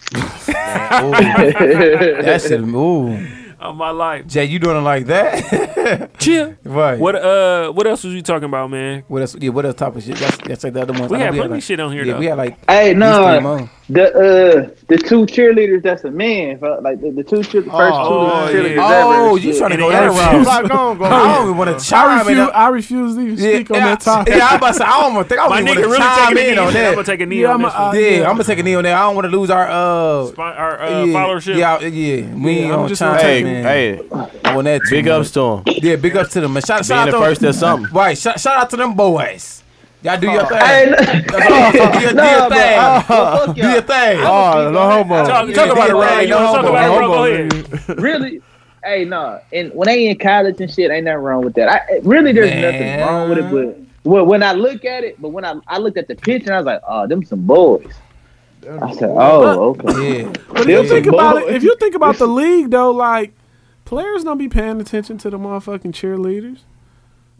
[SPEAKER 9] That shit, ooh.
[SPEAKER 2] On my life.
[SPEAKER 9] Jay, you doing it like that?
[SPEAKER 2] Chill.
[SPEAKER 9] right.
[SPEAKER 2] What uh, what else was you talking about, man?
[SPEAKER 9] What else? Yeah, what else type of shit? That's that's like the other ones.
[SPEAKER 2] We
[SPEAKER 9] I know
[SPEAKER 2] had plenty
[SPEAKER 9] like,
[SPEAKER 2] of shit on here
[SPEAKER 9] Yeah,
[SPEAKER 2] though.
[SPEAKER 9] we had like these
[SPEAKER 8] Hey,
[SPEAKER 9] three
[SPEAKER 8] no,
[SPEAKER 9] months.
[SPEAKER 8] the uh, the two cheerleaders. That's a man. fuck, Like the, the two cheer, the first two
[SPEAKER 2] oh,
[SPEAKER 8] cheerleaders.
[SPEAKER 2] yeah.
[SPEAKER 8] ever.
[SPEAKER 9] Oh, you trying to
[SPEAKER 2] And
[SPEAKER 9] go
[SPEAKER 2] they
[SPEAKER 9] that
[SPEAKER 2] refuse-
[SPEAKER 9] route?
[SPEAKER 13] Like, go on, go on.
[SPEAKER 9] I don't even want to
[SPEAKER 11] I
[SPEAKER 9] chime in.
[SPEAKER 11] refuse.
[SPEAKER 9] on-
[SPEAKER 11] I refuse to even
[SPEAKER 9] Yeah,
[SPEAKER 11] speak on
[SPEAKER 9] yeah,
[SPEAKER 11] that topic.
[SPEAKER 9] Yeah, I'm about to say, I don't want to think I
[SPEAKER 2] My
[SPEAKER 9] don't even
[SPEAKER 2] nigga
[SPEAKER 9] want to
[SPEAKER 2] really
[SPEAKER 9] chime
[SPEAKER 2] taking a knee.
[SPEAKER 9] in on
[SPEAKER 2] I'm gonna
[SPEAKER 9] that.
[SPEAKER 2] take a knee
[SPEAKER 11] Yeah,
[SPEAKER 2] on
[SPEAKER 11] I'ma-
[SPEAKER 2] this one.
[SPEAKER 11] uh,
[SPEAKER 9] Yeah, I'm gonna take a knee on that. I don't want to lose our uh,
[SPEAKER 2] Spon- Our uh,
[SPEAKER 9] yeah,
[SPEAKER 2] followership.
[SPEAKER 9] Yeah, I- yeah. We
[SPEAKER 11] Yeah,
[SPEAKER 9] ain't
[SPEAKER 11] I'm
[SPEAKER 9] on
[SPEAKER 11] just
[SPEAKER 9] time,
[SPEAKER 11] gonna
[SPEAKER 13] hey,
[SPEAKER 9] man.
[SPEAKER 13] hey,
[SPEAKER 9] on that. too,
[SPEAKER 13] big
[SPEAKER 9] man.
[SPEAKER 13] ups to him.
[SPEAKER 9] Yeah, big ups to them. man. Shout,
[SPEAKER 13] Being
[SPEAKER 9] shout
[SPEAKER 13] the
[SPEAKER 9] out
[SPEAKER 13] first
[SPEAKER 9] to
[SPEAKER 13] or something.
[SPEAKER 9] Right, shout, shout out to them boys. Y'all do your thing.
[SPEAKER 8] Hey,
[SPEAKER 9] do your, do your
[SPEAKER 8] no,
[SPEAKER 9] thing.
[SPEAKER 8] but, oh, fuck
[SPEAKER 9] do your
[SPEAKER 8] y'all.
[SPEAKER 9] thing.
[SPEAKER 13] Oh, no homo.
[SPEAKER 2] Talk, talk
[SPEAKER 9] Yeah,
[SPEAKER 2] about it,
[SPEAKER 9] yeah,
[SPEAKER 2] bro.
[SPEAKER 9] yeah,
[SPEAKER 2] You wanna
[SPEAKER 9] no
[SPEAKER 2] talk
[SPEAKER 9] homo,
[SPEAKER 2] about it, bro? Go
[SPEAKER 13] homo.
[SPEAKER 2] ahead.
[SPEAKER 8] really. Hey, no, and when they in college and shit, ain't nothing wrong with that. I really there's nothing
[SPEAKER 9] Man.
[SPEAKER 8] wrong with it, but. Well, when I look at it, but when I, I looked at the picture, I was like, "Oh, them some boys." I said, "Oh, okay."
[SPEAKER 9] Yeah.
[SPEAKER 11] But if you
[SPEAKER 8] Them
[SPEAKER 11] think
[SPEAKER 8] some
[SPEAKER 11] about it,
[SPEAKER 8] boys.
[SPEAKER 11] if you think about the league though, like players don't be paying attention to the motherfucking cheerleaders.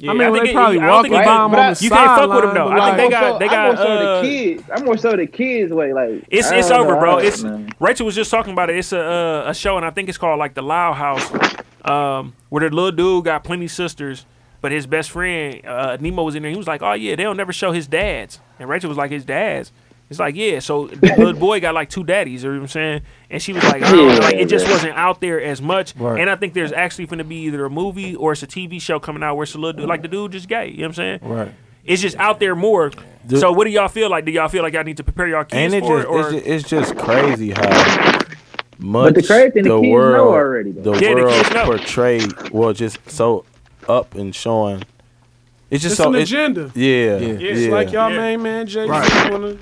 [SPEAKER 11] I mean,
[SPEAKER 2] I
[SPEAKER 11] well,
[SPEAKER 2] think
[SPEAKER 11] they
[SPEAKER 2] it-
[SPEAKER 11] probably
[SPEAKER 2] I don't
[SPEAKER 11] walking
[SPEAKER 2] think it-
[SPEAKER 11] by them on
[SPEAKER 8] but I-
[SPEAKER 11] the
[SPEAKER 2] you can't fuck with them,
[SPEAKER 11] sideline,
[SPEAKER 2] though.
[SPEAKER 11] but,
[SPEAKER 2] I think
[SPEAKER 11] like,
[SPEAKER 2] they got- they
[SPEAKER 8] I'm more
[SPEAKER 2] got,
[SPEAKER 8] so
[SPEAKER 2] uh,
[SPEAKER 8] the kids. I'm more so the kids way. Like
[SPEAKER 2] It's
[SPEAKER 8] I
[SPEAKER 2] it's
[SPEAKER 8] don't
[SPEAKER 2] over,
[SPEAKER 8] know.
[SPEAKER 2] bro.
[SPEAKER 8] I don't
[SPEAKER 2] It's
[SPEAKER 8] know.
[SPEAKER 2] Rachel was just talking about it. It's a uh, a show, and I think it's called like the Loud House, um, where the little dude got plenty sisters, but his best friend uh, Nemo was in there. He was like, "Oh yeah, they'll never show his dads," and Rachel was like, "His dads." It's like, yeah, so the little boy got like two daddies, you know what I'm saying? And she was like, I don't know, like it just wasn't out there as much.
[SPEAKER 9] Right.
[SPEAKER 2] And I think there's actually going to be either a movie or it's a TV show coming out where it's a little dude, like the dude just gay, you know what I'm saying?
[SPEAKER 9] Right.
[SPEAKER 2] It's just out there more. so what do y'all feel like? Do y'all feel like y'all need to prepare y'all
[SPEAKER 13] And
[SPEAKER 2] kids
[SPEAKER 13] it
[SPEAKER 2] for
[SPEAKER 13] just,
[SPEAKER 2] it? Or
[SPEAKER 13] it's just, it's just crazy how much
[SPEAKER 8] the crazy thing, the kids know
[SPEAKER 13] world,
[SPEAKER 8] already, though.
[SPEAKER 13] the
[SPEAKER 2] Yeah, the
[SPEAKER 13] world
[SPEAKER 2] kids know.
[SPEAKER 13] portrayed, well, just so up and showing. It's just
[SPEAKER 11] It's
[SPEAKER 13] so
[SPEAKER 11] an
[SPEAKER 13] it-
[SPEAKER 11] agenda.
[SPEAKER 13] Yeah,
[SPEAKER 9] Yeah.
[SPEAKER 13] yeah.
[SPEAKER 11] It's like y'all
[SPEAKER 2] Yeah.
[SPEAKER 11] main man Jay Z want to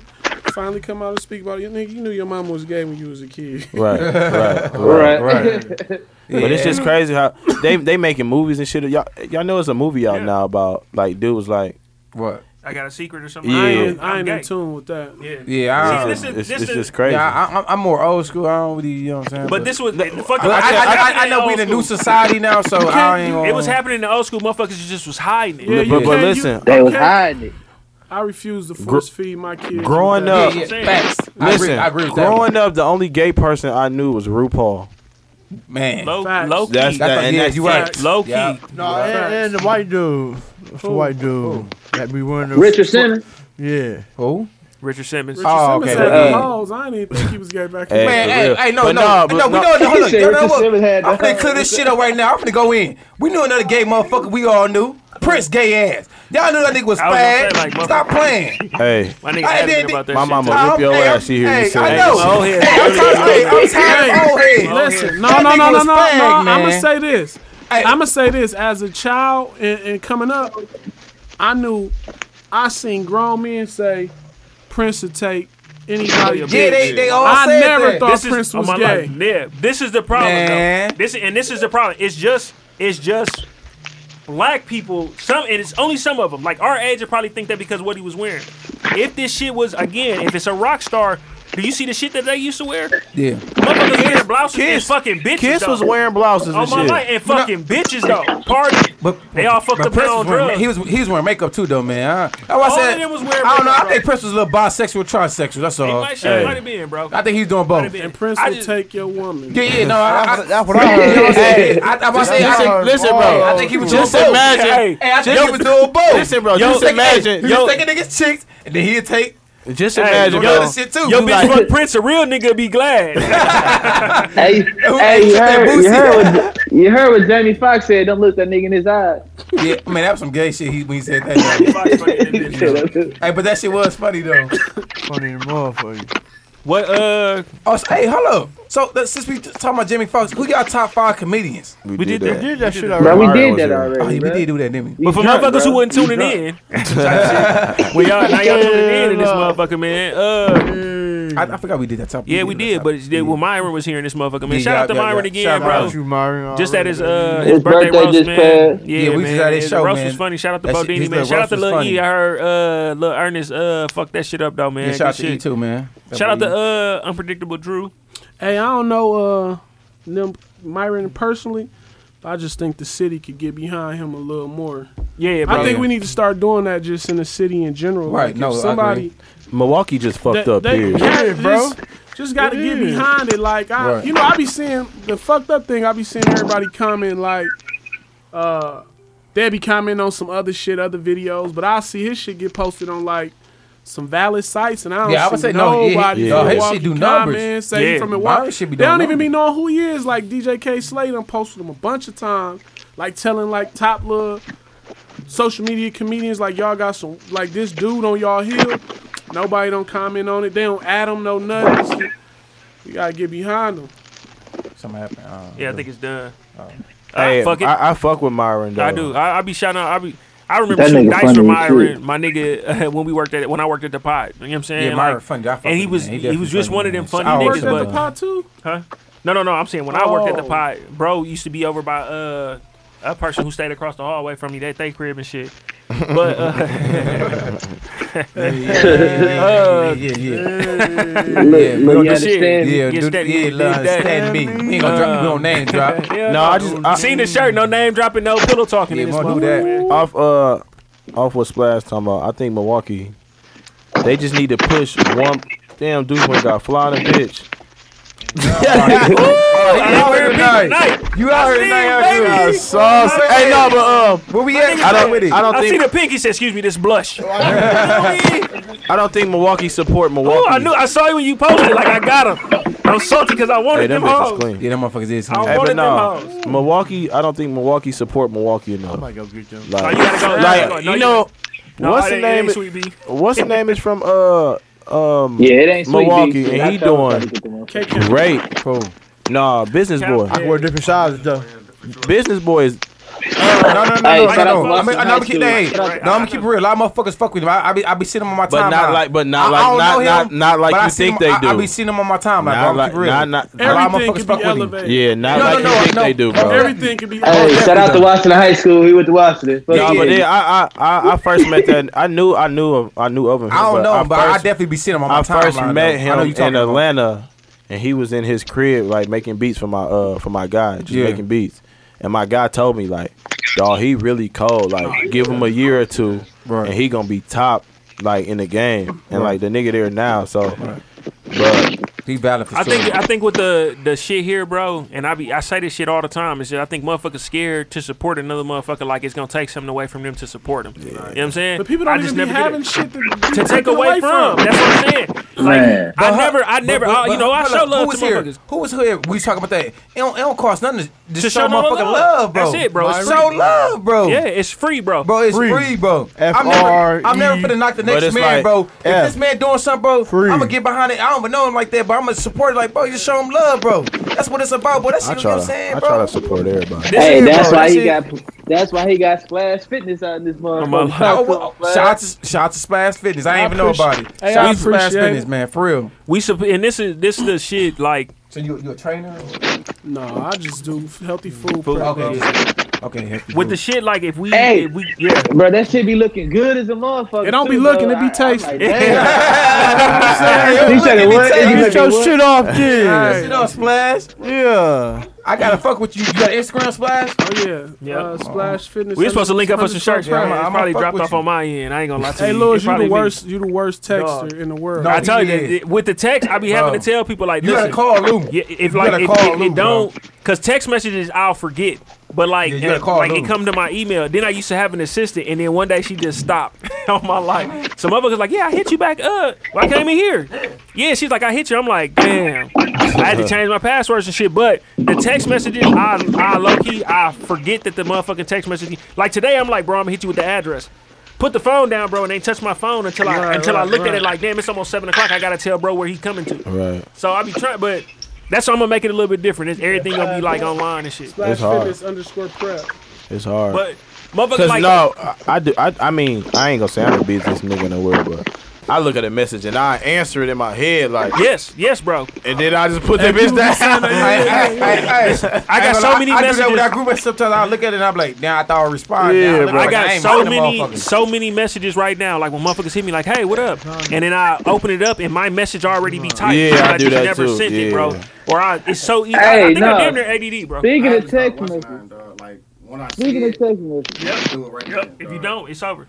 [SPEAKER 11] finally come out and speak about it. You, nigga, you knew your mama was gay when you was a kid.
[SPEAKER 4] Right, right, right, right. But it's just crazy how they they making movies and shit. Y'all y'all know it's a movie out now about like dude was like
[SPEAKER 9] what
[SPEAKER 2] I got a secret or something.
[SPEAKER 4] Yeah.
[SPEAKER 2] I
[SPEAKER 11] I
[SPEAKER 2] ain't,
[SPEAKER 11] ain't, I
[SPEAKER 2] I'm
[SPEAKER 11] ain't
[SPEAKER 2] gay.
[SPEAKER 11] in tune with that.
[SPEAKER 2] Yeah.
[SPEAKER 9] Yeah, I don't-
[SPEAKER 2] See, this is,
[SPEAKER 4] It's-
[SPEAKER 2] this
[SPEAKER 4] it's
[SPEAKER 2] is,
[SPEAKER 4] just crazy.
[SPEAKER 9] Yeah, I, I'm- I'm more old school. I don't really, you know what I'm saying.
[SPEAKER 2] But this was the fuck.
[SPEAKER 9] I, I, I, I, I know we in a new society now, so I ain't.
[SPEAKER 2] It
[SPEAKER 9] gonna-
[SPEAKER 2] was happening in the old school. Motherfuckers just was hiding it.
[SPEAKER 9] Yeah,
[SPEAKER 4] but, but
[SPEAKER 11] can't-
[SPEAKER 4] listen,
[SPEAKER 11] They was
[SPEAKER 8] hiding it.
[SPEAKER 11] I refuse to
[SPEAKER 4] Gr-
[SPEAKER 11] force feed my kids.
[SPEAKER 4] growing
[SPEAKER 11] with that.
[SPEAKER 4] up, Listen, growing up, the only gay person I knew was RuPaul.
[SPEAKER 9] Man,
[SPEAKER 2] low,
[SPEAKER 11] Facts.
[SPEAKER 2] low key.
[SPEAKER 4] That's that, and
[SPEAKER 9] yeah,
[SPEAKER 4] that's
[SPEAKER 9] you
[SPEAKER 4] facts.
[SPEAKER 9] right.
[SPEAKER 2] Low key.
[SPEAKER 9] Yeah.
[SPEAKER 3] No, and, and the white dude. It's the white dude that be wearing the
[SPEAKER 8] Richard Simmons.
[SPEAKER 3] Yeah.
[SPEAKER 9] Who?
[SPEAKER 2] Richard Simmons.
[SPEAKER 11] Richard
[SPEAKER 4] oh,
[SPEAKER 11] Simmons had
[SPEAKER 9] Well,
[SPEAKER 11] the
[SPEAKER 9] yeah.
[SPEAKER 11] holes. I didn't even think he was gay back
[SPEAKER 9] Man,
[SPEAKER 11] then.
[SPEAKER 9] hey, hey, no,
[SPEAKER 4] But
[SPEAKER 9] no,
[SPEAKER 4] nah,
[SPEAKER 9] no,
[SPEAKER 4] but
[SPEAKER 9] we
[SPEAKER 4] nah.
[SPEAKER 9] know, no, hold on,
[SPEAKER 8] He said
[SPEAKER 9] no, no,
[SPEAKER 8] Richard Simmons
[SPEAKER 9] look.
[SPEAKER 8] had
[SPEAKER 9] I'm
[SPEAKER 8] the-
[SPEAKER 9] gonna clear this shit up right now. I'm gonna go in. We knew another gay motherfucker we all knew. Prince gay ass. Y'all knew that nigga was
[SPEAKER 2] I was gonna
[SPEAKER 9] fag.
[SPEAKER 2] say, like, motherfucker.
[SPEAKER 9] Stop playing.
[SPEAKER 4] Hey,
[SPEAKER 2] My nigga
[SPEAKER 9] I
[SPEAKER 2] had
[SPEAKER 9] did-
[SPEAKER 2] it about that
[SPEAKER 4] my
[SPEAKER 2] shit.
[SPEAKER 4] mama
[SPEAKER 9] I
[SPEAKER 4] whip
[SPEAKER 9] don't
[SPEAKER 4] your
[SPEAKER 9] care.
[SPEAKER 4] ass. She hear
[SPEAKER 9] Hey,
[SPEAKER 4] you say
[SPEAKER 9] I
[SPEAKER 4] that.
[SPEAKER 9] know.
[SPEAKER 2] Oh,
[SPEAKER 9] Hey,
[SPEAKER 2] yeah.
[SPEAKER 9] I'm tired of- hey, I'm tired of old heads.
[SPEAKER 11] Listen, no,
[SPEAKER 9] That
[SPEAKER 11] no,
[SPEAKER 9] nigga
[SPEAKER 11] no, no, no,
[SPEAKER 9] was
[SPEAKER 11] no.
[SPEAKER 9] fag,
[SPEAKER 11] I'm gonna
[SPEAKER 9] man.
[SPEAKER 11] say this.
[SPEAKER 9] Hey.
[SPEAKER 11] I'm gonna say this. As a child and, and coming up, I knew I seen grown men say Prince would take anybody.
[SPEAKER 2] Yeah,
[SPEAKER 9] Yeah, they, they all
[SPEAKER 11] I
[SPEAKER 9] said
[SPEAKER 11] never
[SPEAKER 9] that.
[SPEAKER 11] thought
[SPEAKER 2] This
[SPEAKER 11] Prince
[SPEAKER 2] is on
[SPEAKER 11] was
[SPEAKER 2] my
[SPEAKER 11] gay.
[SPEAKER 2] life. Yeah, this is the problem.
[SPEAKER 9] Man.
[SPEAKER 2] Though. This and this is the problem. It's just it's just black people. Some and it's only some of them. Like our age, would probably think that because of what he was wearing. If this shit was again, if it's a rock star, do you see the shit that they used to wear?
[SPEAKER 9] Yeah.
[SPEAKER 2] Motherfuckers wearing blouses and
[SPEAKER 4] Kiss-
[SPEAKER 2] fucking bitches.
[SPEAKER 4] Kiss
[SPEAKER 2] though.
[SPEAKER 4] was wearing blouses
[SPEAKER 2] on
[SPEAKER 4] and
[SPEAKER 2] my
[SPEAKER 4] shit.
[SPEAKER 2] life and fucking bitches though. Party.
[SPEAKER 9] But
[SPEAKER 2] They all fucked
[SPEAKER 9] but
[SPEAKER 2] up
[SPEAKER 9] Prince
[SPEAKER 2] their own
[SPEAKER 9] was wearing-
[SPEAKER 2] drugs.
[SPEAKER 9] He was he was wearing makeup too though, man. I, that's why I
[SPEAKER 2] All
[SPEAKER 9] said-
[SPEAKER 2] of them was wearing
[SPEAKER 9] I don't know.
[SPEAKER 2] makeup,
[SPEAKER 9] I think Prince was a little bisexual, transsexual. That's
[SPEAKER 2] It
[SPEAKER 9] all.
[SPEAKER 2] might, shit might have been, bro.
[SPEAKER 9] I think he's doing both.
[SPEAKER 2] Might have been.
[SPEAKER 11] And Prince
[SPEAKER 2] I
[SPEAKER 11] would
[SPEAKER 2] just-
[SPEAKER 11] take your woman.
[SPEAKER 9] Yeah, yeah, no. I, I,
[SPEAKER 1] That's what I heard.
[SPEAKER 9] yeah, yeah, I, I, I, say, I, think-
[SPEAKER 4] Listen, listen,
[SPEAKER 2] Oh.
[SPEAKER 4] bro.
[SPEAKER 9] I think he was
[SPEAKER 4] just
[SPEAKER 9] doing both.
[SPEAKER 4] imagine.
[SPEAKER 2] Hey,
[SPEAKER 9] Hey, I think
[SPEAKER 4] Just-
[SPEAKER 9] he was doing both.
[SPEAKER 4] Listen, bro,
[SPEAKER 9] He was
[SPEAKER 4] just
[SPEAKER 9] taking-
[SPEAKER 4] imagine-
[SPEAKER 9] He
[SPEAKER 4] yo-
[SPEAKER 9] was taking niggas' chicks, and then he'd take.
[SPEAKER 4] Just
[SPEAKER 2] Hey,
[SPEAKER 4] imagine,
[SPEAKER 2] yo,
[SPEAKER 4] bro.
[SPEAKER 9] this shit too.
[SPEAKER 2] Yo,
[SPEAKER 4] You
[SPEAKER 2] bitch,
[SPEAKER 4] like-
[SPEAKER 2] fuck Prince, a real nigga be glad.
[SPEAKER 9] hey,
[SPEAKER 8] Hey, hey, you
[SPEAKER 9] shut that
[SPEAKER 8] heard, you
[SPEAKER 9] boosie.
[SPEAKER 8] heard what you heard what Jamie Foxx said. Don't look that nigga in his eyes.
[SPEAKER 9] Yeah, man, that was some gay shit he, when he said that.
[SPEAKER 2] Fox fucking that bitch.
[SPEAKER 9] hey, but that shit was funny though.
[SPEAKER 3] Funny as motherfucker.
[SPEAKER 2] what uh
[SPEAKER 9] Oh, so, hey, hello. So let's- since we just talking about Jimmy Fox, who y'all top five comedians?
[SPEAKER 4] We,
[SPEAKER 2] did that.
[SPEAKER 3] Did that shit
[SPEAKER 8] Bro,
[SPEAKER 3] already.
[SPEAKER 8] we
[SPEAKER 4] Mario
[SPEAKER 8] did
[SPEAKER 4] was
[SPEAKER 8] that
[SPEAKER 4] here.
[SPEAKER 8] already.
[SPEAKER 9] Oh, yeah, we
[SPEAKER 8] bruh.
[SPEAKER 9] did do that, didn't we?
[SPEAKER 2] But for
[SPEAKER 8] drunk,
[SPEAKER 2] motherfuckers who
[SPEAKER 8] bro.
[SPEAKER 2] wasn't
[SPEAKER 8] We
[SPEAKER 2] tuning
[SPEAKER 8] drunk.
[SPEAKER 2] in, well, y'all now y'all tuning in in this motherfucker, man. Uh,
[SPEAKER 9] I, I forgot we did that top.
[SPEAKER 2] yeah, we did,
[SPEAKER 9] that
[SPEAKER 2] but it's, well, Myron was here in this motherfucker, man.
[SPEAKER 9] Yeah,
[SPEAKER 2] Shout out to
[SPEAKER 9] yeah, yeah,
[SPEAKER 2] Myron
[SPEAKER 9] yeah.
[SPEAKER 2] again,
[SPEAKER 9] Shout
[SPEAKER 2] bro.
[SPEAKER 9] out.
[SPEAKER 3] You Mario
[SPEAKER 2] Just at his uh
[SPEAKER 8] His
[SPEAKER 2] his birthday
[SPEAKER 8] birthday
[SPEAKER 2] roast,
[SPEAKER 8] just
[SPEAKER 2] man.
[SPEAKER 8] passed.
[SPEAKER 2] Yeah,
[SPEAKER 9] Yeah, we
[SPEAKER 2] man.
[SPEAKER 9] just had his
[SPEAKER 2] His
[SPEAKER 9] show,
[SPEAKER 2] roast
[SPEAKER 9] man.
[SPEAKER 2] was funny. Shout out to
[SPEAKER 9] That shit-
[SPEAKER 2] Bodini,
[SPEAKER 9] his
[SPEAKER 2] man.
[SPEAKER 9] little
[SPEAKER 2] Shout out
[SPEAKER 9] roast
[SPEAKER 2] to
[SPEAKER 9] was
[SPEAKER 2] Lil E.
[SPEAKER 9] funny.
[SPEAKER 2] I heard uh Lil Ernest uh fuck that shit up though, man.
[SPEAKER 9] Yeah, shout out
[SPEAKER 2] Good
[SPEAKER 9] to E
[SPEAKER 2] shit.
[SPEAKER 9] too, man.
[SPEAKER 2] Shout out to uh unpredictable Drew.
[SPEAKER 11] Hey, I don't know uh them Myron personally, but I just think the city could get behind him a little more.
[SPEAKER 2] Yeah, bro.
[SPEAKER 11] I think
[SPEAKER 9] yeah.
[SPEAKER 11] we need to start doing that just in the city in general.
[SPEAKER 9] Right,
[SPEAKER 11] Like,
[SPEAKER 9] no, I
[SPEAKER 11] if
[SPEAKER 9] agree.
[SPEAKER 11] somebody
[SPEAKER 4] Milwaukee just fucked
[SPEAKER 11] that-
[SPEAKER 4] up. Period.
[SPEAKER 11] yeah,
[SPEAKER 3] Yeah, bro.
[SPEAKER 11] Just, just got to
[SPEAKER 3] It
[SPEAKER 11] get
[SPEAKER 3] is.
[SPEAKER 11] behind it. Like I,
[SPEAKER 9] Right.
[SPEAKER 11] you know, I be seeing the fucked up thing. I be seeing everybody comment like, uh, they be commenting on some other shit, other videos, but I see his shit get posted on like. Some valid sites, and I don't
[SPEAKER 9] Yeah, I would
[SPEAKER 11] see
[SPEAKER 9] say no, yeah,
[SPEAKER 11] nobody.
[SPEAKER 9] yeah. No, his shit
[SPEAKER 11] Milwaukee
[SPEAKER 9] do numbers.
[SPEAKER 11] comment, Say he
[SPEAKER 2] Yeah,
[SPEAKER 11] from
[SPEAKER 2] mine
[SPEAKER 11] Milwaukee.
[SPEAKER 9] should be
[SPEAKER 11] they
[SPEAKER 9] doing
[SPEAKER 11] don't even
[SPEAKER 9] numbers.
[SPEAKER 11] be knowing who he is. Like DJ K Slade, done posted him a bunch of times, like telling like top little social media comedians like y'all got some like this dude on y'all hill. Nobody don't comment on it. They don't add him no nothing. Shit. You gotta get behind them.
[SPEAKER 9] Something happened. Oh, I don't know.
[SPEAKER 2] Yeah, I think it's done. Uh,
[SPEAKER 4] Hey,
[SPEAKER 2] fuck it.
[SPEAKER 4] I, I fuck with Myron though.
[SPEAKER 2] I do. I, I be shouting out. I be. I remember
[SPEAKER 8] That
[SPEAKER 2] shooting
[SPEAKER 8] nigga
[SPEAKER 2] dice
[SPEAKER 8] funny
[SPEAKER 2] with
[SPEAKER 8] as shit.
[SPEAKER 2] Myron, my nigga, when we worked at when I worked at the pot. You know what I'm saying?
[SPEAKER 9] Yeah, Myron
[SPEAKER 2] Like,
[SPEAKER 9] funny. I fuck
[SPEAKER 2] and he
[SPEAKER 9] with
[SPEAKER 2] was
[SPEAKER 9] him, man. He
[SPEAKER 2] he, was
[SPEAKER 9] definitely
[SPEAKER 2] just one of
[SPEAKER 9] funny,
[SPEAKER 2] them
[SPEAKER 9] man.
[SPEAKER 2] funny
[SPEAKER 9] I
[SPEAKER 2] niggas.
[SPEAKER 9] worked
[SPEAKER 11] Worked
[SPEAKER 9] Yes,
[SPEAKER 11] at the
[SPEAKER 2] But
[SPEAKER 11] pot too.
[SPEAKER 2] huh? No, no, no. I'm saying when I worked at the
[SPEAKER 11] Oh.
[SPEAKER 2] pot, bro used to be over by uh a person who stayed across the hallway from me. That they crib and shit. But uh,
[SPEAKER 9] Yeah,
[SPEAKER 2] Uh,
[SPEAKER 9] yeah, yeah.
[SPEAKER 8] Look,
[SPEAKER 9] we don't
[SPEAKER 8] look, you
[SPEAKER 2] do shit.
[SPEAKER 8] understand?
[SPEAKER 9] Yeah,
[SPEAKER 2] Yes,
[SPEAKER 9] do-
[SPEAKER 2] that-
[SPEAKER 9] yeah,
[SPEAKER 2] that-
[SPEAKER 9] love, understand me. We ain't gonna drop. We don't name drop.
[SPEAKER 2] yeah,
[SPEAKER 4] No, I just I,
[SPEAKER 2] seen the shirt. No name dropping. No pillow talking.
[SPEAKER 9] Yeah,
[SPEAKER 2] in this
[SPEAKER 9] won't do
[SPEAKER 2] motherfucker,
[SPEAKER 9] that.
[SPEAKER 2] man.
[SPEAKER 4] off uh off what Splash talking about. I think Milwaukee, they just need to push one. Damn, dude, one got flying a bitch.
[SPEAKER 2] out here tonight.
[SPEAKER 9] You out here
[SPEAKER 2] I
[SPEAKER 9] tonight?
[SPEAKER 2] see,
[SPEAKER 9] Arthur.
[SPEAKER 2] baby.
[SPEAKER 4] Sauce. Hey, no, but um,
[SPEAKER 9] Where we at?
[SPEAKER 2] I don't-
[SPEAKER 9] with it.
[SPEAKER 4] I don't
[SPEAKER 2] I see
[SPEAKER 4] think
[SPEAKER 2] the pink. He said, "Excuse me, this blush."
[SPEAKER 4] I don't think Milwaukee support Milwaukee.
[SPEAKER 2] Oh, I knew. I saw you when you posted. Like I got him. I'm salty because I wanted
[SPEAKER 4] Hey, them
[SPEAKER 2] them
[SPEAKER 4] bitches
[SPEAKER 2] hoes.
[SPEAKER 4] clean.
[SPEAKER 9] Yeah, them motherfuckers is.
[SPEAKER 2] I
[SPEAKER 4] Hey,
[SPEAKER 2] wanted
[SPEAKER 4] but
[SPEAKER 2] them
[SPEAKER 4] no, Milwaukee. I don't think Milwaukee support Milwaukee enough.
[SPEAKER 3] I go get them.
[SPEAKER 4] Like,
[SPEAKER 2] Oh, you gotta go.
[SPEAKER 4] like,
[SPEAKER 2] No, Oh,
[SPEAKER 4] you know,
[SPEAKER 2] No,
[SPEAKER 4] what's
[SPEAKER 2] it
[SPEAKER 4] the
[SPEAKER 2] ain't- it
[SPEAKER 4] name?
[SPEAKER 2] ain't Sweet B.
[SPEAKER 4] What's the name? Is from uh um
[SPEAKER 8] Yeah, it ain't sweet
[SPEAKER 4] Milwaukee,
[SPEAKER 8] B.
[SPEAKER 4] and
[SPEAKER 8] I
[SPEAKER 4] he
[SPEAKER 8] told him
[SPEAKER 4] doing-
[SPEAKER 8] to get the motherfucker.
[SPEAKER 11] KK.
[SPEAKER 4] great. Nah, business boy.
[SPEAKER 3] uh, I wear different sizes though.
[SPEAKER 4] Business boy is
[SPEAKER 9] no, no, no,
[SPEAKER 4] Hey,
[SPEAKER 9] no,
[SPEAKER 4] shout out
[SPEAKER 9] no, no.
[SPEAKER 4] to
[SPEAKER 9] I'm
[SPEAKER 4] Lawson
[SPEAKER 9] gonna keep
[SPEAKER 4] High
[SPEAKER 9] hey,
[SPEAKER 4] School.
[SPEAKER 9] no, I'm gonna keep it real. A lot of motherfuckers fuck with him. I, I be, I be seeing him on my timeline.
[SPEAKER 4] But not like- but not
[SPEAKER 9] I-
[SPEAKER 4] like-
[SPEAKER 9] I don't
[SPEAKER 4] not-
[SPEAKER 9] know him,
[SPEAKER 4] not- not like
[SPEAKER 9] but I
[SPEAKER 4] you
[SPEAKER 9] see
[SPEAKER 4] think
[SPEAKER 9] him,
[SPEAKER 4] they
[SPEAKER 9] I, I
[SPEAKER 4] do.
[SPEAKER 9] be seeing him on my
[SPEAKER 4] Not
[SPEAKER 9] timeline. Not
[SPEAKER 4] like-
[SPEAKER 9] like, real.
[SPEAKER 4] not- not-
[SPEAKER 9] a lot of
[SPEAKER 4] Everything
[SPEAKER 9] motherfuckers fuck with him.
[SPEAKER 4] Yeah, not
[SPEAKER 9] No,
[SPEAKER 4] like
[SPEAKER 9] no,
[SPEAKER 4] you
[SPEAKER 9] no,
[SPEAKER 4] think
[SPEAKER 9] no.
[SPEAKER 4] they do, bro.
[SPEAKER 11] Everything could be.
[SPEAKER 8] Hey, shout out to Washington High School. He went to Washington. Fuck
[SPEAKER 4] No,
[SPEAKER 8] yeah.
[SPEAKER 4] but then I, I I I first met that I knew I knew of I knew of him.
[SPEAKER 9] I don't know him, but I
[SPEAKER 4] first-
[SPEAKER 9] definitely be seeing him on my
[SPEAKER 4] I first
[SPEAKER 9] timeline,
[SPEAKER 4] met
[SPEAKER 9] though. I know you
[SPEAKER 4] him
[SPEAKER 9] talking
[SPEAKER 4] in
[SPEAKER 9] about.
[SPEAKER 4] Atlanta, and he was in his crib like making beats for my uh for my guy, just
[SPEAKER 9] Yeah.
[SPEAKER 4] making beats. And my guy told me like, dog, he really cold. Like, give him a year or two, and he gonna be top like in the game. And like the nigga there now, so. But
[SPEAKER 9] he valid for
[SPEAKER 2] I think I think with the the shit here, bro, and I be I say this shit all the time. Is that I think motherfuckers scared to support another motherfucker like it's gonna take something away from them to support them. You know what I'm saying?
[SPEAKER 11] But people don't
[SPEAKER 2] I just
[SPEAKER 11] even be
[SPEAKER 2] never did
[SPEAKER 11] having
[SPEAKER 2] it.
[SPEAKER 11] shit to,
[SPEAKER 2] to take away from. That's what I'm saying.
[SPEAKER 9] Man.
[SPEAKER 2] I never- I never- I- you know, I show love
[SPEAKER 9] who was
[SPEAKER 2] to
[SPEAKER 9] here?
[SPEAKER 2] motherfuckers.
[SPEAKER 9] Who was here? We talk about that. It don't, it don't cost nothing to, just show,
[SPEAKER 2] no
[SPEAKER 9] motherfucking love. bro.
[SPEAKER 2] That's it, bro. It's
[SPEAKER 9] Show
[SPEAKER 2] free.
[SPEAKER 9] love, bro.
[SPEAKER 2] Yeah, it's free, E. bro.
[SPEAKER 9] Bro, it's free, bro. I'm never, I'm never finna knock the
[SPEAKER 2] But
[SPEAKER 9] next
[SPEAKER 2] it's
[SPEAKER 9] man,
[SPEAKER 2] like,
[SPEAKER 9] bro. If
[SPEAKER 2] yeah.
[SPEAKER 9] this man doing something, bro, I'm gonna get behind it. I don't even know him like that, but I'm gonna support it. Like, bro, just show him love, bro. That's what it's about, bro. That's
[SPEAKER 4] I
[SPEAKER 9] you know what
[SPEAKER 4] try to
[SPEAKER 9] I'm saying,
[SPEAKER 4] I
[SPEAKER 9] bro.
[SPEAKER 4] try to support everybody.
[SPEAKER 8] Hey, that's why he
[SPEAKER 9] it.
[SPEAKER 8] got. That's why he got Splash Fitness out in this motherfucker.
[SPEAKER 9] Oh, well, shout, out to, shout out to Splash Fitness. I
[SPEAKER 8] I
[SPEAKER 9] didn't even know about it.
[SPEAKER 8] appreciate- Hey,
[SPEAKER 9] shout
[SPEAKER 8] I
[SPEAKER 9] out to Splash
[SPEAKER 8] appreciate it.
[SPEAKER 9] Fitness, man, for real.
[SPEAKER 2] We sup- and this is this is the shit like.
[SPEAKER 9] So you you a trainer?
[SPEAKER 11] No, I just do healthy food.
[SPEAKER 2] Food,
[SPEAKER 11] prep
[SPEAKER 2] okay.
[SPEAKER 11] days.
[SPEAKER 9] Okay.
[SPEAKER 2] With the shit like if we
[SPEAKER 8] Hey.
[SPEAKER 2] if we yeah.
[SPEAKER 8] Bro, that shit be looking good as a motherfucker.
[SPEAKER 11] It don't be
[SPEAKER 8] too,
[SPEAKER 11] looking,
[SPEAKER 8] bro.
[SPEAKER 11] it be
[SPEAKER 8] I- I'm
[SPEAKER 11] tasty.
[SPEAKER 8] like, damn.
[SPEAKER 9] He said it what?
[SPEAKER 8] He
[SPEAKER 3] Get your
[SPEAKER 8] said
[SPEAKER 3] shit off, kid.
[SPEAKER 9] You know, Splash.
[SPEAKER 3] Yeah.
[SPEAKER 9] I gotta fuck with you. You got Instagram Splash?
[SPEAKER 11] Oh yeah. Yeah.
[SPEAKER 2] Uh-huh.
[SPEAKER 11] Uh, Splash Fitness.
[SPEAKER 2] We were supposed to link up for some
[SPEAKER 11] underscore
[SPEAKER 2] shirts, bro.
[SPEAKER 11] Splash.
[SPEAKER 2] It's probably dropped off on my end. I ain't gonna lie to
[SPEAKER 11] Hey,
[SPEAKER 2] you.
[SPEAKER 11] Louis,
[SPEAKER 2] It
[SPEAKER 11] you
[SPEAKER 2] probably
[SPEAKER 11] the
[SPEAKER 2] be-
[SPEAKER 11] worst. You the worst texter
[SPEAKER 2] Dog.
[SPEAKER 11] in the world.
[SPEAKER 2] I tell you, that with the text, I be having
[SPEAKER 11] Bro.
[SPEAKER 2] to tell people like,
[SPEAKER 11] You
[SPEAKER 2] listen,
[SPEAKER 11] gotta call Lou.
[SPEAKER 2] Yeah, if
[SPEAKER 11] You
[SPEAKER 2] like
[SPEAKER 11] gotta
[SPEAKER 2] if,
[SPEAKER 11] call
[SPEAKER 2] if
[SPEAKER 11] Lou,
[SPEAKER 2] it don't, because text messages I'll forget. But like,
[SPEAKER 9] you gotta
[SPEAKER 2] and-
[SPEAKER 9] call
[SPEAKER 2] like
[SPEAKER 9] Lou.
[SPEAKER 2] it come to my email. Then I used to have an assistant, and then one day she just stopped on my life. Some motherfuckers like, yeah, I hit you back up. Well, I came in here. Yeah, she's like, I hit you. I'm like, damn. I had to change my passwords and shit. But the text messages, I, I low key, I forget that the motherfucking text message. Like today, I'm like, bro, I'm gonna hit you with the address. Put the phone down, bro, and they touch my phone until I
[SPEAKER 4] Right,
[SPEAKER 2] until I
[SPEAKER 4] right,
[SPEAKER 2] looked at it
[SPEAKER 4] right.
[SPEAKER 2] like, damn, it's almost seven o'clock. I gotta tell bro where he coming to.
[SPEAKER 4] Right.
[SPEAKER 2] So I be trying, but that's why I'm gonna make it a little bit different. It's everything gonna be like online and shit.
[SPEAKER 11] Splash
[SPEAKER 4] It's hard.
[SPEAKER 11] Fitness underscore prep.
[SPEAKER 4] It's hard.
[SPEAKER 2] But motherfuckers
[SPEAKER 4] Cause
[SPEAKER 2] like
[SPEAKER 4] no, I, I do. I, I mean, I ain't gonna say I'm the busiest nigga in the world, but I look at a message and I answer it in my head like,
[SPEAKER 2] yes, yes, bro.
[SPEAKER 4] And then I just put that bitch down.
[SPEAKER 2] I got
[SPEAKER 9] Ain't
[SPEAKER 2] so
[SPEAKER 9] gonna lie,
[SPEAKER 2] many
[SPEAKER 9] I, I do that
[SPEAKER 2] messages.
[SPEAKER 9] with our group, and sometimes I look at it and I'm like, nah, I thought I responded.
[SPEAKER 2] Yeah,
[SPEAKER 9] Now I, look
[SPEAKER 2] bro. I
[SPEAKER 9] like
[SPEAKER 2] got
[SPEAKER 9] ain't
[SPEAKER 2] so
[SPEAKER 9] responding
[SPEAKER 2] many,
[SPEAKER 9] motherfuckers.
[SPEAKER 2] so many messages right now. Like when motherfuckers hit me, like, "Hey, what up?" And then I open it up, and my message already be typed.
[SPEAKER 4] Yeah,
[SPEAKER 2] but
[SPEAKER 4] I do
[SPEAKER 2] just
[SPEAKER 4] that
[SPEAKER 2] never
[SPEAKER 4] too.
[SPEAKER 2] sent it,
[SPEAKER 4] Yeah.
[SPEAKER 2] bro. Or I, it's so easy. I, I
[SPEAKER 8] Hey,
[SPEAKER 2] think
[SPEAKER 8] no.
[SPEAKER 2] I'm damn near ADD, bro.
[SPEAKER 8] Speaking of text messages,
[SPEAKER 1] When I
[SPEAKER 8] speaking of text messages,
[SPEAKER 2] Yep. If you don't, it's over.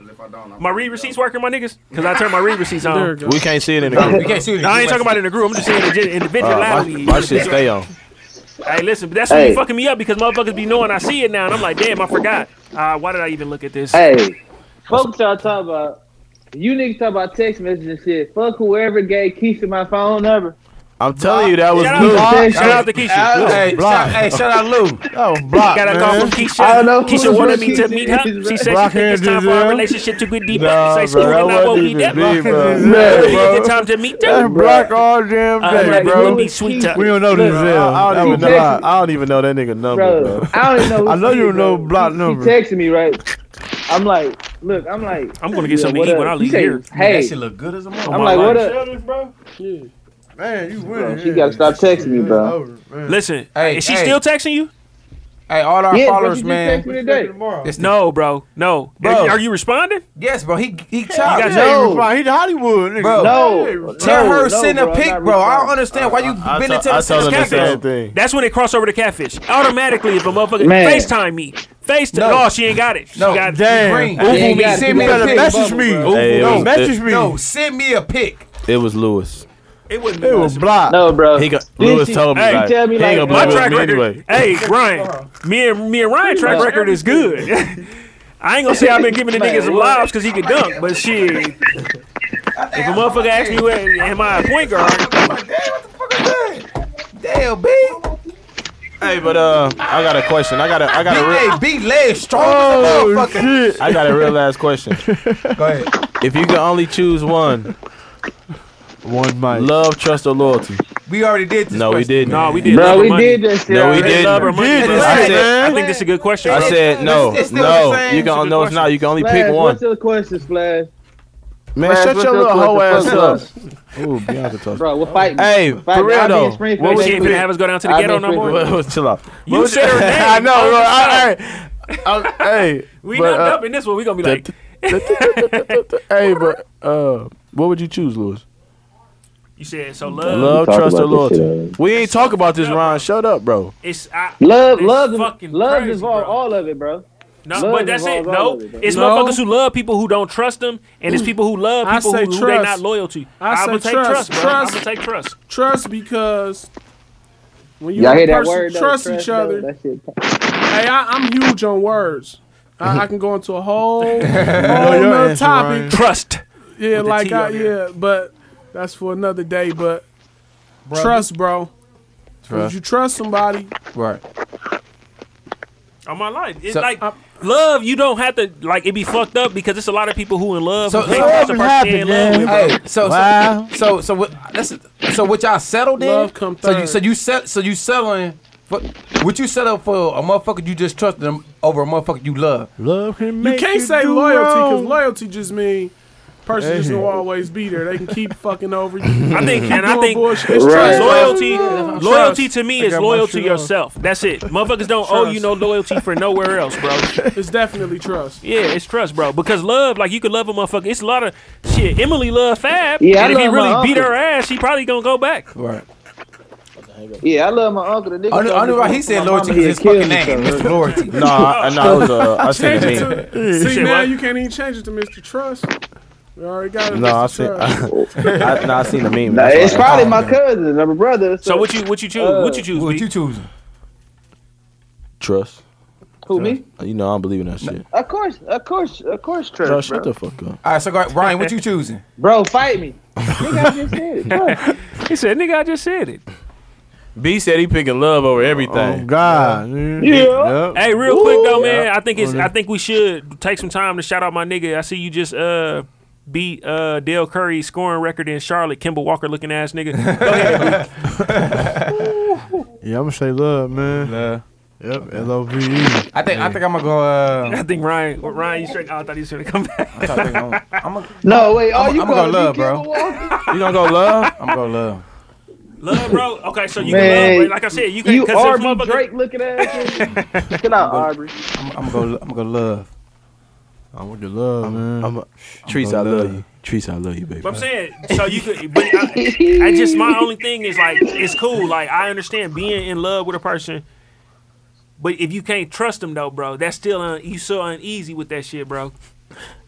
[SPEAKER 2] My read receipts working, my niggas, because I turn my read receipts
[SPEAKER 4] There
[SPEAKER 2] on.
[SPEAKER 4] it goes. We can't see it in the group. We can't see it in the
[SPEAKER 2] No, I ain't
[SPEAKER 4] group.
[SPEAKER 2] talking about in the group. I'm just saying individ-
[SPEAKER 4] Uh,
[SPEAKER 2] individually.
[SPEAKER 4] my, my shit stay on.
[SPEAKER 2] Hey, listen, but that's what
[SPEAKER 4] Hey.
[SPEAKER 2] be fucking me up because motherfuckers be knowing I see it now, and I'm like, damn, I forgot. Uh, why did I even look at this?
[SPEAKER 8] Hey, fuck what y'all talk about. You niggas talk about text messaging and shit. Fuck whoever gave Keisha my phone number.
[SPEAKER 4] I'm telling you, that was
[SPEAKER 8] Shout
[SPEAKER 4] Lou.
[SPEAKER 8] out to- shout
[SPEAKER 2] out to Keisha. Lou.
[SPEAKER 9] Hey, shout, hey, shout out Lou.
[SPEAKER 4] Oh, block.
[SPEAKER 2] Got a call from Keisha.
[SPEAKER 9] I don't know who the
[SPEAKER 2] Keisha wanted
[SPEAKER 9] fuck
[SPEAKER 2] me to
[SPEAKER 9] Keisha
[SPEAKER 2] meet her.
[SPEAKER 9] is,
[SPEAKER 2] She
[SPEAKER 9] bro.
[SPEAKER 2] said
[SPEAKER 9] Rock
[SPEAKER 2] she think it's time for
[SPEAKER 4] Giselle.
[SPEAKER 2] our relationship to get deeper.
[SPEAKER 4] Nah,
[SPEAKER 2] say
[SPEAKER 4] bro,
[SPEAKER 2] school
[SPEAKER 4] that
[SPEAKER 2] and I won't
[SPEAKER 4] wasn't
[SPEAKER 2] be there.
[SPEAKER 4] even me, bro.
[SPEAKER 2] Is
[SPEAKER 4] Nah, bro.
[SPEAKER 2] it time to meet
[SPEAKER 4] That's
[SPEAKER 2] them?
[SPEAKER 4] block all damn
[SPEAKER 2] Uh,
[SPEAKER 4] day,
[SPEAKER 2] like,
[SPEAKER 4] bro.
[SPEAKER 2] we be sweet to-
[SPEAKER 4] We don't know this.
[SPEAKER 2] Look,
[SPEAKER 4] I,
[SPEAKER 2] I
[SPEAKER 4] don't even
[SPEAKER 2] don't
[SPEAKER 4] know.
[SPEAKER 2] know.
[SPEAKER 4] I don't even know that nigga number, bro.
[SPEAKER 8] Bro, I don't even know.
[SPEAKER 4] I know you know block
[SPEAKER 8] She
[SPEAKER 4] number.
[SPEAKER 8] texted me right. I'm like, look, I'm like,
[SPEAKER 2] I'm gonna get
[SPEAKER 8] yeah,
[SPEAKER 2] something
[SPEAKER 8] what
[SPEAKER 2] to eat
[SPEAKER 8] up?
[SPEAKER 2] when I
[SPEAKER 8] She
[SPEAKER 2] leave
[SPEAKER 8] say,
[SPEAKER 2] here.
[SPEAKER 8] Hey,
[SPEAKER 9] good as a
[SPEAKER 8] I'm like, what up?
[SPEAKER 3] Man, you
[SPEAKER 8] Bro,
[SPEAKER 3] winning.
[SPEAKER 8] she gotta stop texting me, bro.
[SPEAKER 2] Listen,
[SPEAKER 9] Hey,
[SPEAKER 2] is she
[SPEAKER 9] hey.
[SPEAKER 2] still texting you?
[SPEAKER 9] Hey, all our
[SPEAKER 2] Yeah, but
[SPEAKER 9] followers,
[SPEAKER 2] you just
[SPEAKER 9] man.
[SPEAKER 2] text me today.
[SPEAKER 9] It's the-
[SPEAKER 2] No, bro. No.
[SPEAKER 9] Bro.
[SPEAKER 2] Are, you- are you responding?
[SPEAKER 9] Yes, bro. He he
[SPEAKER 2] You
[SPEAKER 9] chopped.
[SPEAKER 2] got your
[SPEAKER 9] No.
[SPEAKER 2] reply.
[SPEAKER 3] He the Hollywood nigga.
[SPEAKER 9] Bro,
[SPEAKER 2] No.
[SPEAKER 9] tell
[SPEAKER 2] No,
[SPEAKER 9] her
[SPEAKER 2] no,
[SPEAKER 9] send
[SPEAKER 2] bro,
[SPEAKER 9] a
[SPEAKER 2] I'm
[SPEAKER 9] pic,
[SPEAKER 2] not
[SPEAKER 9] bro. I don't
[SPEAKER 2] responding.
[SPEAKER 9] understand why you
[SPEAKER 2] I- I
[SPEAKER 9] been
[SPEAKER 2] told-
[SPEAKER 9] into
[SPEAKER 2] I
[SPEAKER 9] the
[SPEAKER 2] told
[SPEAKER 9] same
[SPEAKER 2] him the same
[SPEAKER 9] thing.
[SPEAKER 2] That's when it cross over to catfish. Automatically, if a motherfucker
[SPEAKER 9] Man.
[SPEAKER 2] FaceTime me. Face
[SPEAKER 9] No.
[SPEAKER 2] no. she ain't got it. She
[SPEAKER 9] No,
[SPEAKER 2] got
[SPEAKER 9] damn. Green. Hey,
[SPEAKER 2] Ooh,
[SPEAKER 9] you
[SPEAKER 2] me.
[SPEAKER 9] gotta- you gotta message me.
[SPEAKER 2] Ooh,
[SPEAKER 4] Hey, it
[SPEAKER 2] no.
[SPEAKER 4] was- it-
[SPEAKER 9] No, send me a pic.
[SPEAKER 4] It was Lewis.
[SPEAKER 2] It wasn't.
[SPEAKER 4] It was block.
[SPEAKER 8] No, bro.
[SPEAKER 4] He got, Lewis told me.
[SPEAKER 2] Hey,
[SPEAKER 4] like,
[SPEAKER 2] tell me
[SPEAKER 4] he
[SPEAKER 2] like-
[SPEAKER 4] ain't
[SPEAKER 2] my
[SPEAKER 4] gonna
[SPEAKER 2] track
[SPEAKER 4] be with me
[SPEAKER 2] record.
[SPEAKER 4] anyway.
[SPEAKER 2] Hey, Ryan, me and me and Ryan track
[SPEAKER 4] much
[SPEAKER 2] record is good. I ain't gonna say I've been giving the niggas lives because he could dunk, but shit. If a motherfucker asks me, where, am I a point guard?
[SPEAKER 9] Damn, B.
[SPEAKER 4] Hey, but uh, I got a question. I got a, I got a real.
[SPEAKER 9] Hey, B legs strong as a motherfucker.
[SPEAKER 4] I got a real last question. Go
[SPEAKER 9] ahead.
[SPEAKER 4] If you could only choose one,
[SPEAKER 3] one mic.
[SPEAKER 4] Love, trust, or loyalty.
[SPEAKER 9] We already did this.
[SPEAKER 4] No, we
[SPEAKER 9] question.
[SPEAKER 4] didn't.
[SPEAKER 2] No, we did.
[SPEAKER 9] Bro,
[SPEAKER 2] love
[SPEAKER 9] we
[SPEAKER 2] or money.
[SPEAKER 9] did this shit
[SPEAKER 4] No, we
[SPEAKER 9] already.
[SPEAKER 4] didn't.
[SPEAKER 2] Love or money.
[SPEAKER 4] Did
[SPEAKER 2] That's-
[SPEAKER 4] that.
[SPEAKER 2] I, said,
[SPEAKER 4] Man.
[SPEAKER 2] I think that's a good question.
[SPEAKER 4] I
[SPEAKER 2] bro.
[SPEAKER 4] said no,
[SPEAKER 9] it's still the
[SPEAKER 4] no.
[SPEAKER 9] same.
[SPEAKER 4] You
[SPEAKER 2] It's
[SPEAKER 4] can
[SPEAKER 2] a
[SPEAKER 4] only no, it's
[SPEAKER 2] question.
[SPEAKER 4] not. You can only
[SPEAKER 8] Flash,
[SPEAKER 4] pick one.
[SPEAKER 8] What's your question, Flash?
[SPEAKER 4] Man,
[SPEAKER 8] Flash,
[SPEAKER 4] shut
[SPEAKER 8] what's
[SPEAKER 4] your
[SPEAKER 8] your
[SPEAKER 4] little hoe ass
[SPEAKER 8] question?
[SPEAKER 4] up. Ooh, Bianca talks.
[SPEAKER 8] Bro, we're fighting.
[SPEAKER 4] Hey,
[SPEAKER 8] Fight
[SPEAKER 4] for
[SPEAKER 8] me. I'll
[SPEAKER 4] real
[SPEAKER 8] be in
[SPEAKER 4] though.
[SPEAKER 8] Springfield
[SPEAKER 2] What was
[SPEAKER 8] next
[SPEAKER 2] she ain't
[SPEAKER 8] week.
[SPEAKER 2] finna have us go down to the
[SPEAKER 8] I've
[SPEAKER 2] ghetto
[SPEAKER 8] been
[SPEAKER 2] no more?
[SPEAKER 8] freaking-
[SPEAKER 4] Well, chill out.
[SPEAKER 2] You said her name.
[SPEAKER 4] I know,
[SPEAKER 2] Hold
[SPEAKER 4] bro.
[SPEAKER 2] your
[SPEAKER 4] I, hey, I'm- hey,
[SPEAKER 2] We
[SPEAKER 4] but,
[SPEAKER 2] not
[SPEAKER 4] uh,
[SPEAKER 2] up in this one. We gonna be like,
[SPEAKER 4] hey, but uh, what would you choose, Louis?
[SPEAKER 2] you said so. Love,
[SPEAKER 4] Love,
[SPEAKER 8] talk
[SPEAKER 4] trust,
[SPEAKER 8] Uh, about
[SPEAKER 4] or
[SPEAKER 8] this shit
[SPEAKER 4] loyalty?
[SPEAKER 8] already.
[SPEAKER 4] We ain't talk about this, Ron. Shut up, bro.
[SPEAKER 2] it's I,
[SPEAKER 8] Love,
[SPEAKER 2] it's
[SPEAKER 8] love,
[SPEAKER 2] fucking
[SPEAKER 8] love
[SPEAKER 2] crazy,
[SPEAKER 8] involved
[SPEAKER 2] bro.
[SPEAKER 8] all of it, bro.
[SPEAKER 2] No,
[SPEAKER 8] love
[SPEAKER 2] but that's it.
[SPEAKER 8] involves all
[SPEAKER 2] No,
[SPEAKER 8] of it, bro.
[SPEAKER 2] it's
[SPEAKER 11] No. Mm.
[SPEAKER 2] motherfuckers who love people who don't trust them, and it's people who love
[SPEAKER 11] I
[SPEAKER 2] people
[SPEAKER 11] say
[SPEAKER 2] who, who they
[SPEAKER 11] trust.
[SPEAKER 2] not loyal to.
[SPEAKER 11] I say
[SPEAKER 2] am gonna take
[SPEAKER 11] trust,
[SPEAKER 2] trust, bro. I'm
[SPEAKER 11] trust.
[SPEAKER 2] gonna take trust.
[SPEAKER 11] Trust because when you
[SPEAKER 8] Y'all
[SPEAKER 11] and a
[SPEAKER 8] hear that
[SPEAKER 11] person
[SPEAKER 8] word? though?
[SPEAKER 11] trust, each
[SPEAKER 8] though,
[SPEAKER 11] other.
[SPEAKER 8] That shit.
[SPEAKER 11] Hey, I, I'm huge on words. I, I can go into a whole, whole nother
[SPEAKER 3] answer,
[SPEAKER 11] topic.
[SPEAKER 3] Ryan.
[SPEAKER 2] Trust.
[SPEAKER 11] Yeah,
[SPEAKER 2] With the
[SPEAKER 11] like
[SPEAKER 2] T
[SPEAKER 11] I,
[SPEAKER 2] on there.
[SPEAKER 11] yeah, but that's for another day. But trust, bro. 'Cause
[SPEAKER 3] Trust.
[SPEAKER 11] you trust somebody,
[SPEAKER 9] Right.
[SPEAKER 2] On my life, it's
[SPEAKER 9] So-
[SPEAKER 11] uh,
[SPEAKER 2] like love. You don't have to like it be fucked up because it's a lot of people who in love.
[SPEAKER 9] So-
[SPEAKER 2] who hate
[SPEAKER 9] so
[SPEAKER 2] the
[SPEAKER 9] what
[SPEAKER 2] person they in love with, bro.
[SPEAKER 9] Hey, so
[SPEAKER 4] Wow.
[SPEAKER 9] so so so what? That's so what y'all settled in.
[SPEAKER 11] Love come
[SPEAKER 9] so you
[SPEAKER 11] third.
[SPEAKER 9] so you set so you settling. For, would you settle for a motherfucker you just trusted him over a motherfucker you love?
[SPEAKER 4] Love him.
[SPEAKER 11] you can't say loyalty because loyalty just mean person just will always be there. They can keep fucking over you.
[SPEAKER 2] I think, and I think
[SPEAKER 11] bullshit. It's
[SPEAKER 8] Right.
[SPEAKER 11] trust, bro.
[SPEAKER 2] loyalty, loyalty to me is
[SPEAKER 9] got my
[SPEAKER 2] loyal to
[SPEAKER 9] shoe on.
[SPEAKER 2] yourself. That's it. Motherfuckers don't owe you no loyalty for nowhere else, bro.
[SPEAKER 11] It's definitely trust.
[SPEAKER 2] Yeah, it's trust, bro. Because love, like you could love a motherfucker. It's a lot of shit. Emily loved Fab,
[SPEAKER 8] Yeah, I
[SPEAKER 2] and if he
[SPEAKER 8] love my
[SPEAKER 2] really beat
[SPEAKER 8] uncle.
[SPEAKER 2] her ass, she probably gonna go baback.
[SPEAKER 9] Right.
[SPEAKER 8] Yeah, I love my uncle. The nigga.
[SPEAKER 9] I know, I know why he said loyalty because his fucking name, Mr. Loyalty.
[SPEAKER 4] No, I, no, I was. Uh, I said
[SPEAKER 11] Change it
[SPEAKER 4] me.
[SPEAKER 11] to. See
[SPEAKER 2] said
[SPEAKER 11] now
[SPEAKER 2] what?
[SPEAKER 11] you can't even change it to Mr. Trust. We already got it.
[SPEAKER 4] No, I
[SPEAKER 11] Mr.
[SPEAKER 4] seen.
[SPEAKER 11] Trust.
[SPEAKER 4] I, I, no, I seen the meme.
[SPEAKER 8] Nah,
[SPEAKER 4] That's
[SPEAKER 8] it's
[SPEAKER 4] why.
[SPEAKER 8] probably my cousin or my brother.
[SPEAKER 2] So what you what you choose?
[SPEAKER 8] Uh,
[SPEAKER 2] what you choose?
[SPEAKER 9] What
[SPEAKER 2] B?
[SPEAKER 9] you choosing?
[SPEAKER 4] trust.
[SPEAKER 8] Who me?
[SPEAKER 4] You know, I don't believe in that shit.
[SPEAKER 8] Of course, of course, of course, trust,
[SPEAKER 4] Bro,
[SPEAKER 8] bro.
[SPEAKER 4] shut the fuck up.
[SPEAKER 9] All right, so go ahead. Ryan, what you choosing?
[SPEAKER 8] Bro, fight me. nigga, I just said it. Trust.
[SPEAKER 2] he said, "Nigga, I just said it."
[SPEAKER 4] B said he picking love over
[SPEAKER 3] Oh
[SPEAKER 4] everything.
[SPEAKER 3] God. Yeah.
[SPEAKER 8] Yeah.
[SPEAKER 2] Hey, real quick though, man. I think it's. I think we should take some time to shout out my nigga. I see you just uh beat uh Dale Curry scoring record in Charlotte. Kimball Walker looking ass nigga. Go ahead.
[SPEAKER 3] Yeah, I'm gonna say love, man. Yep. L O V E.
[SPEAKER 9] I think I think I'm gonna go. Uh,
[SPEAKER 2] I think Ryan. well, Ryan, you straight. Oh, I thought he was gonna come back.
[SPEAKER 9] I think I'm gonna, I'm gonna,
[SPEAKER 8] No, wait. All
[SPEAKER 9] I'm
[SPEAKER 8] you
[SPEAKER 9] gonna go
[SPEAKER 8] call
[SPEAKER 9] love, bro.
[SPEAKER 8] love, bro.
[SPEAKER 4] You gonna go love?
[SPEAKER 9] I'm gonna go love.
[SPEAKER 2] Love, bro. Okay, so you
[SPEAKER 8] Man,
[SPEAKER 2] can love. but Like I said, you can.
[SPEAKER 8] You
[SPEAKER 2] cause if
[SPEAKER 8] Aubrey
[SPEAKER 2] motherfucker-
[SPEAKER 8] Drake looking ass. nigga. Chill out, Aubrey.
[SPEAKER 9] I'm, I'm gonna go. I'm gonna go love.
[SPEAKER 3] I'm with the love, man.
[SPEAKER 4] I'm a, Trees, I love you. Trees, I love you, baby.
[SPEAKER 2] But I'm saying, so you could. But I, I just my only thing is like it's cool. Like I understand being in love with a person, but if you can't trust them though, bro, that's still un, you so uneasy with that shit, bro.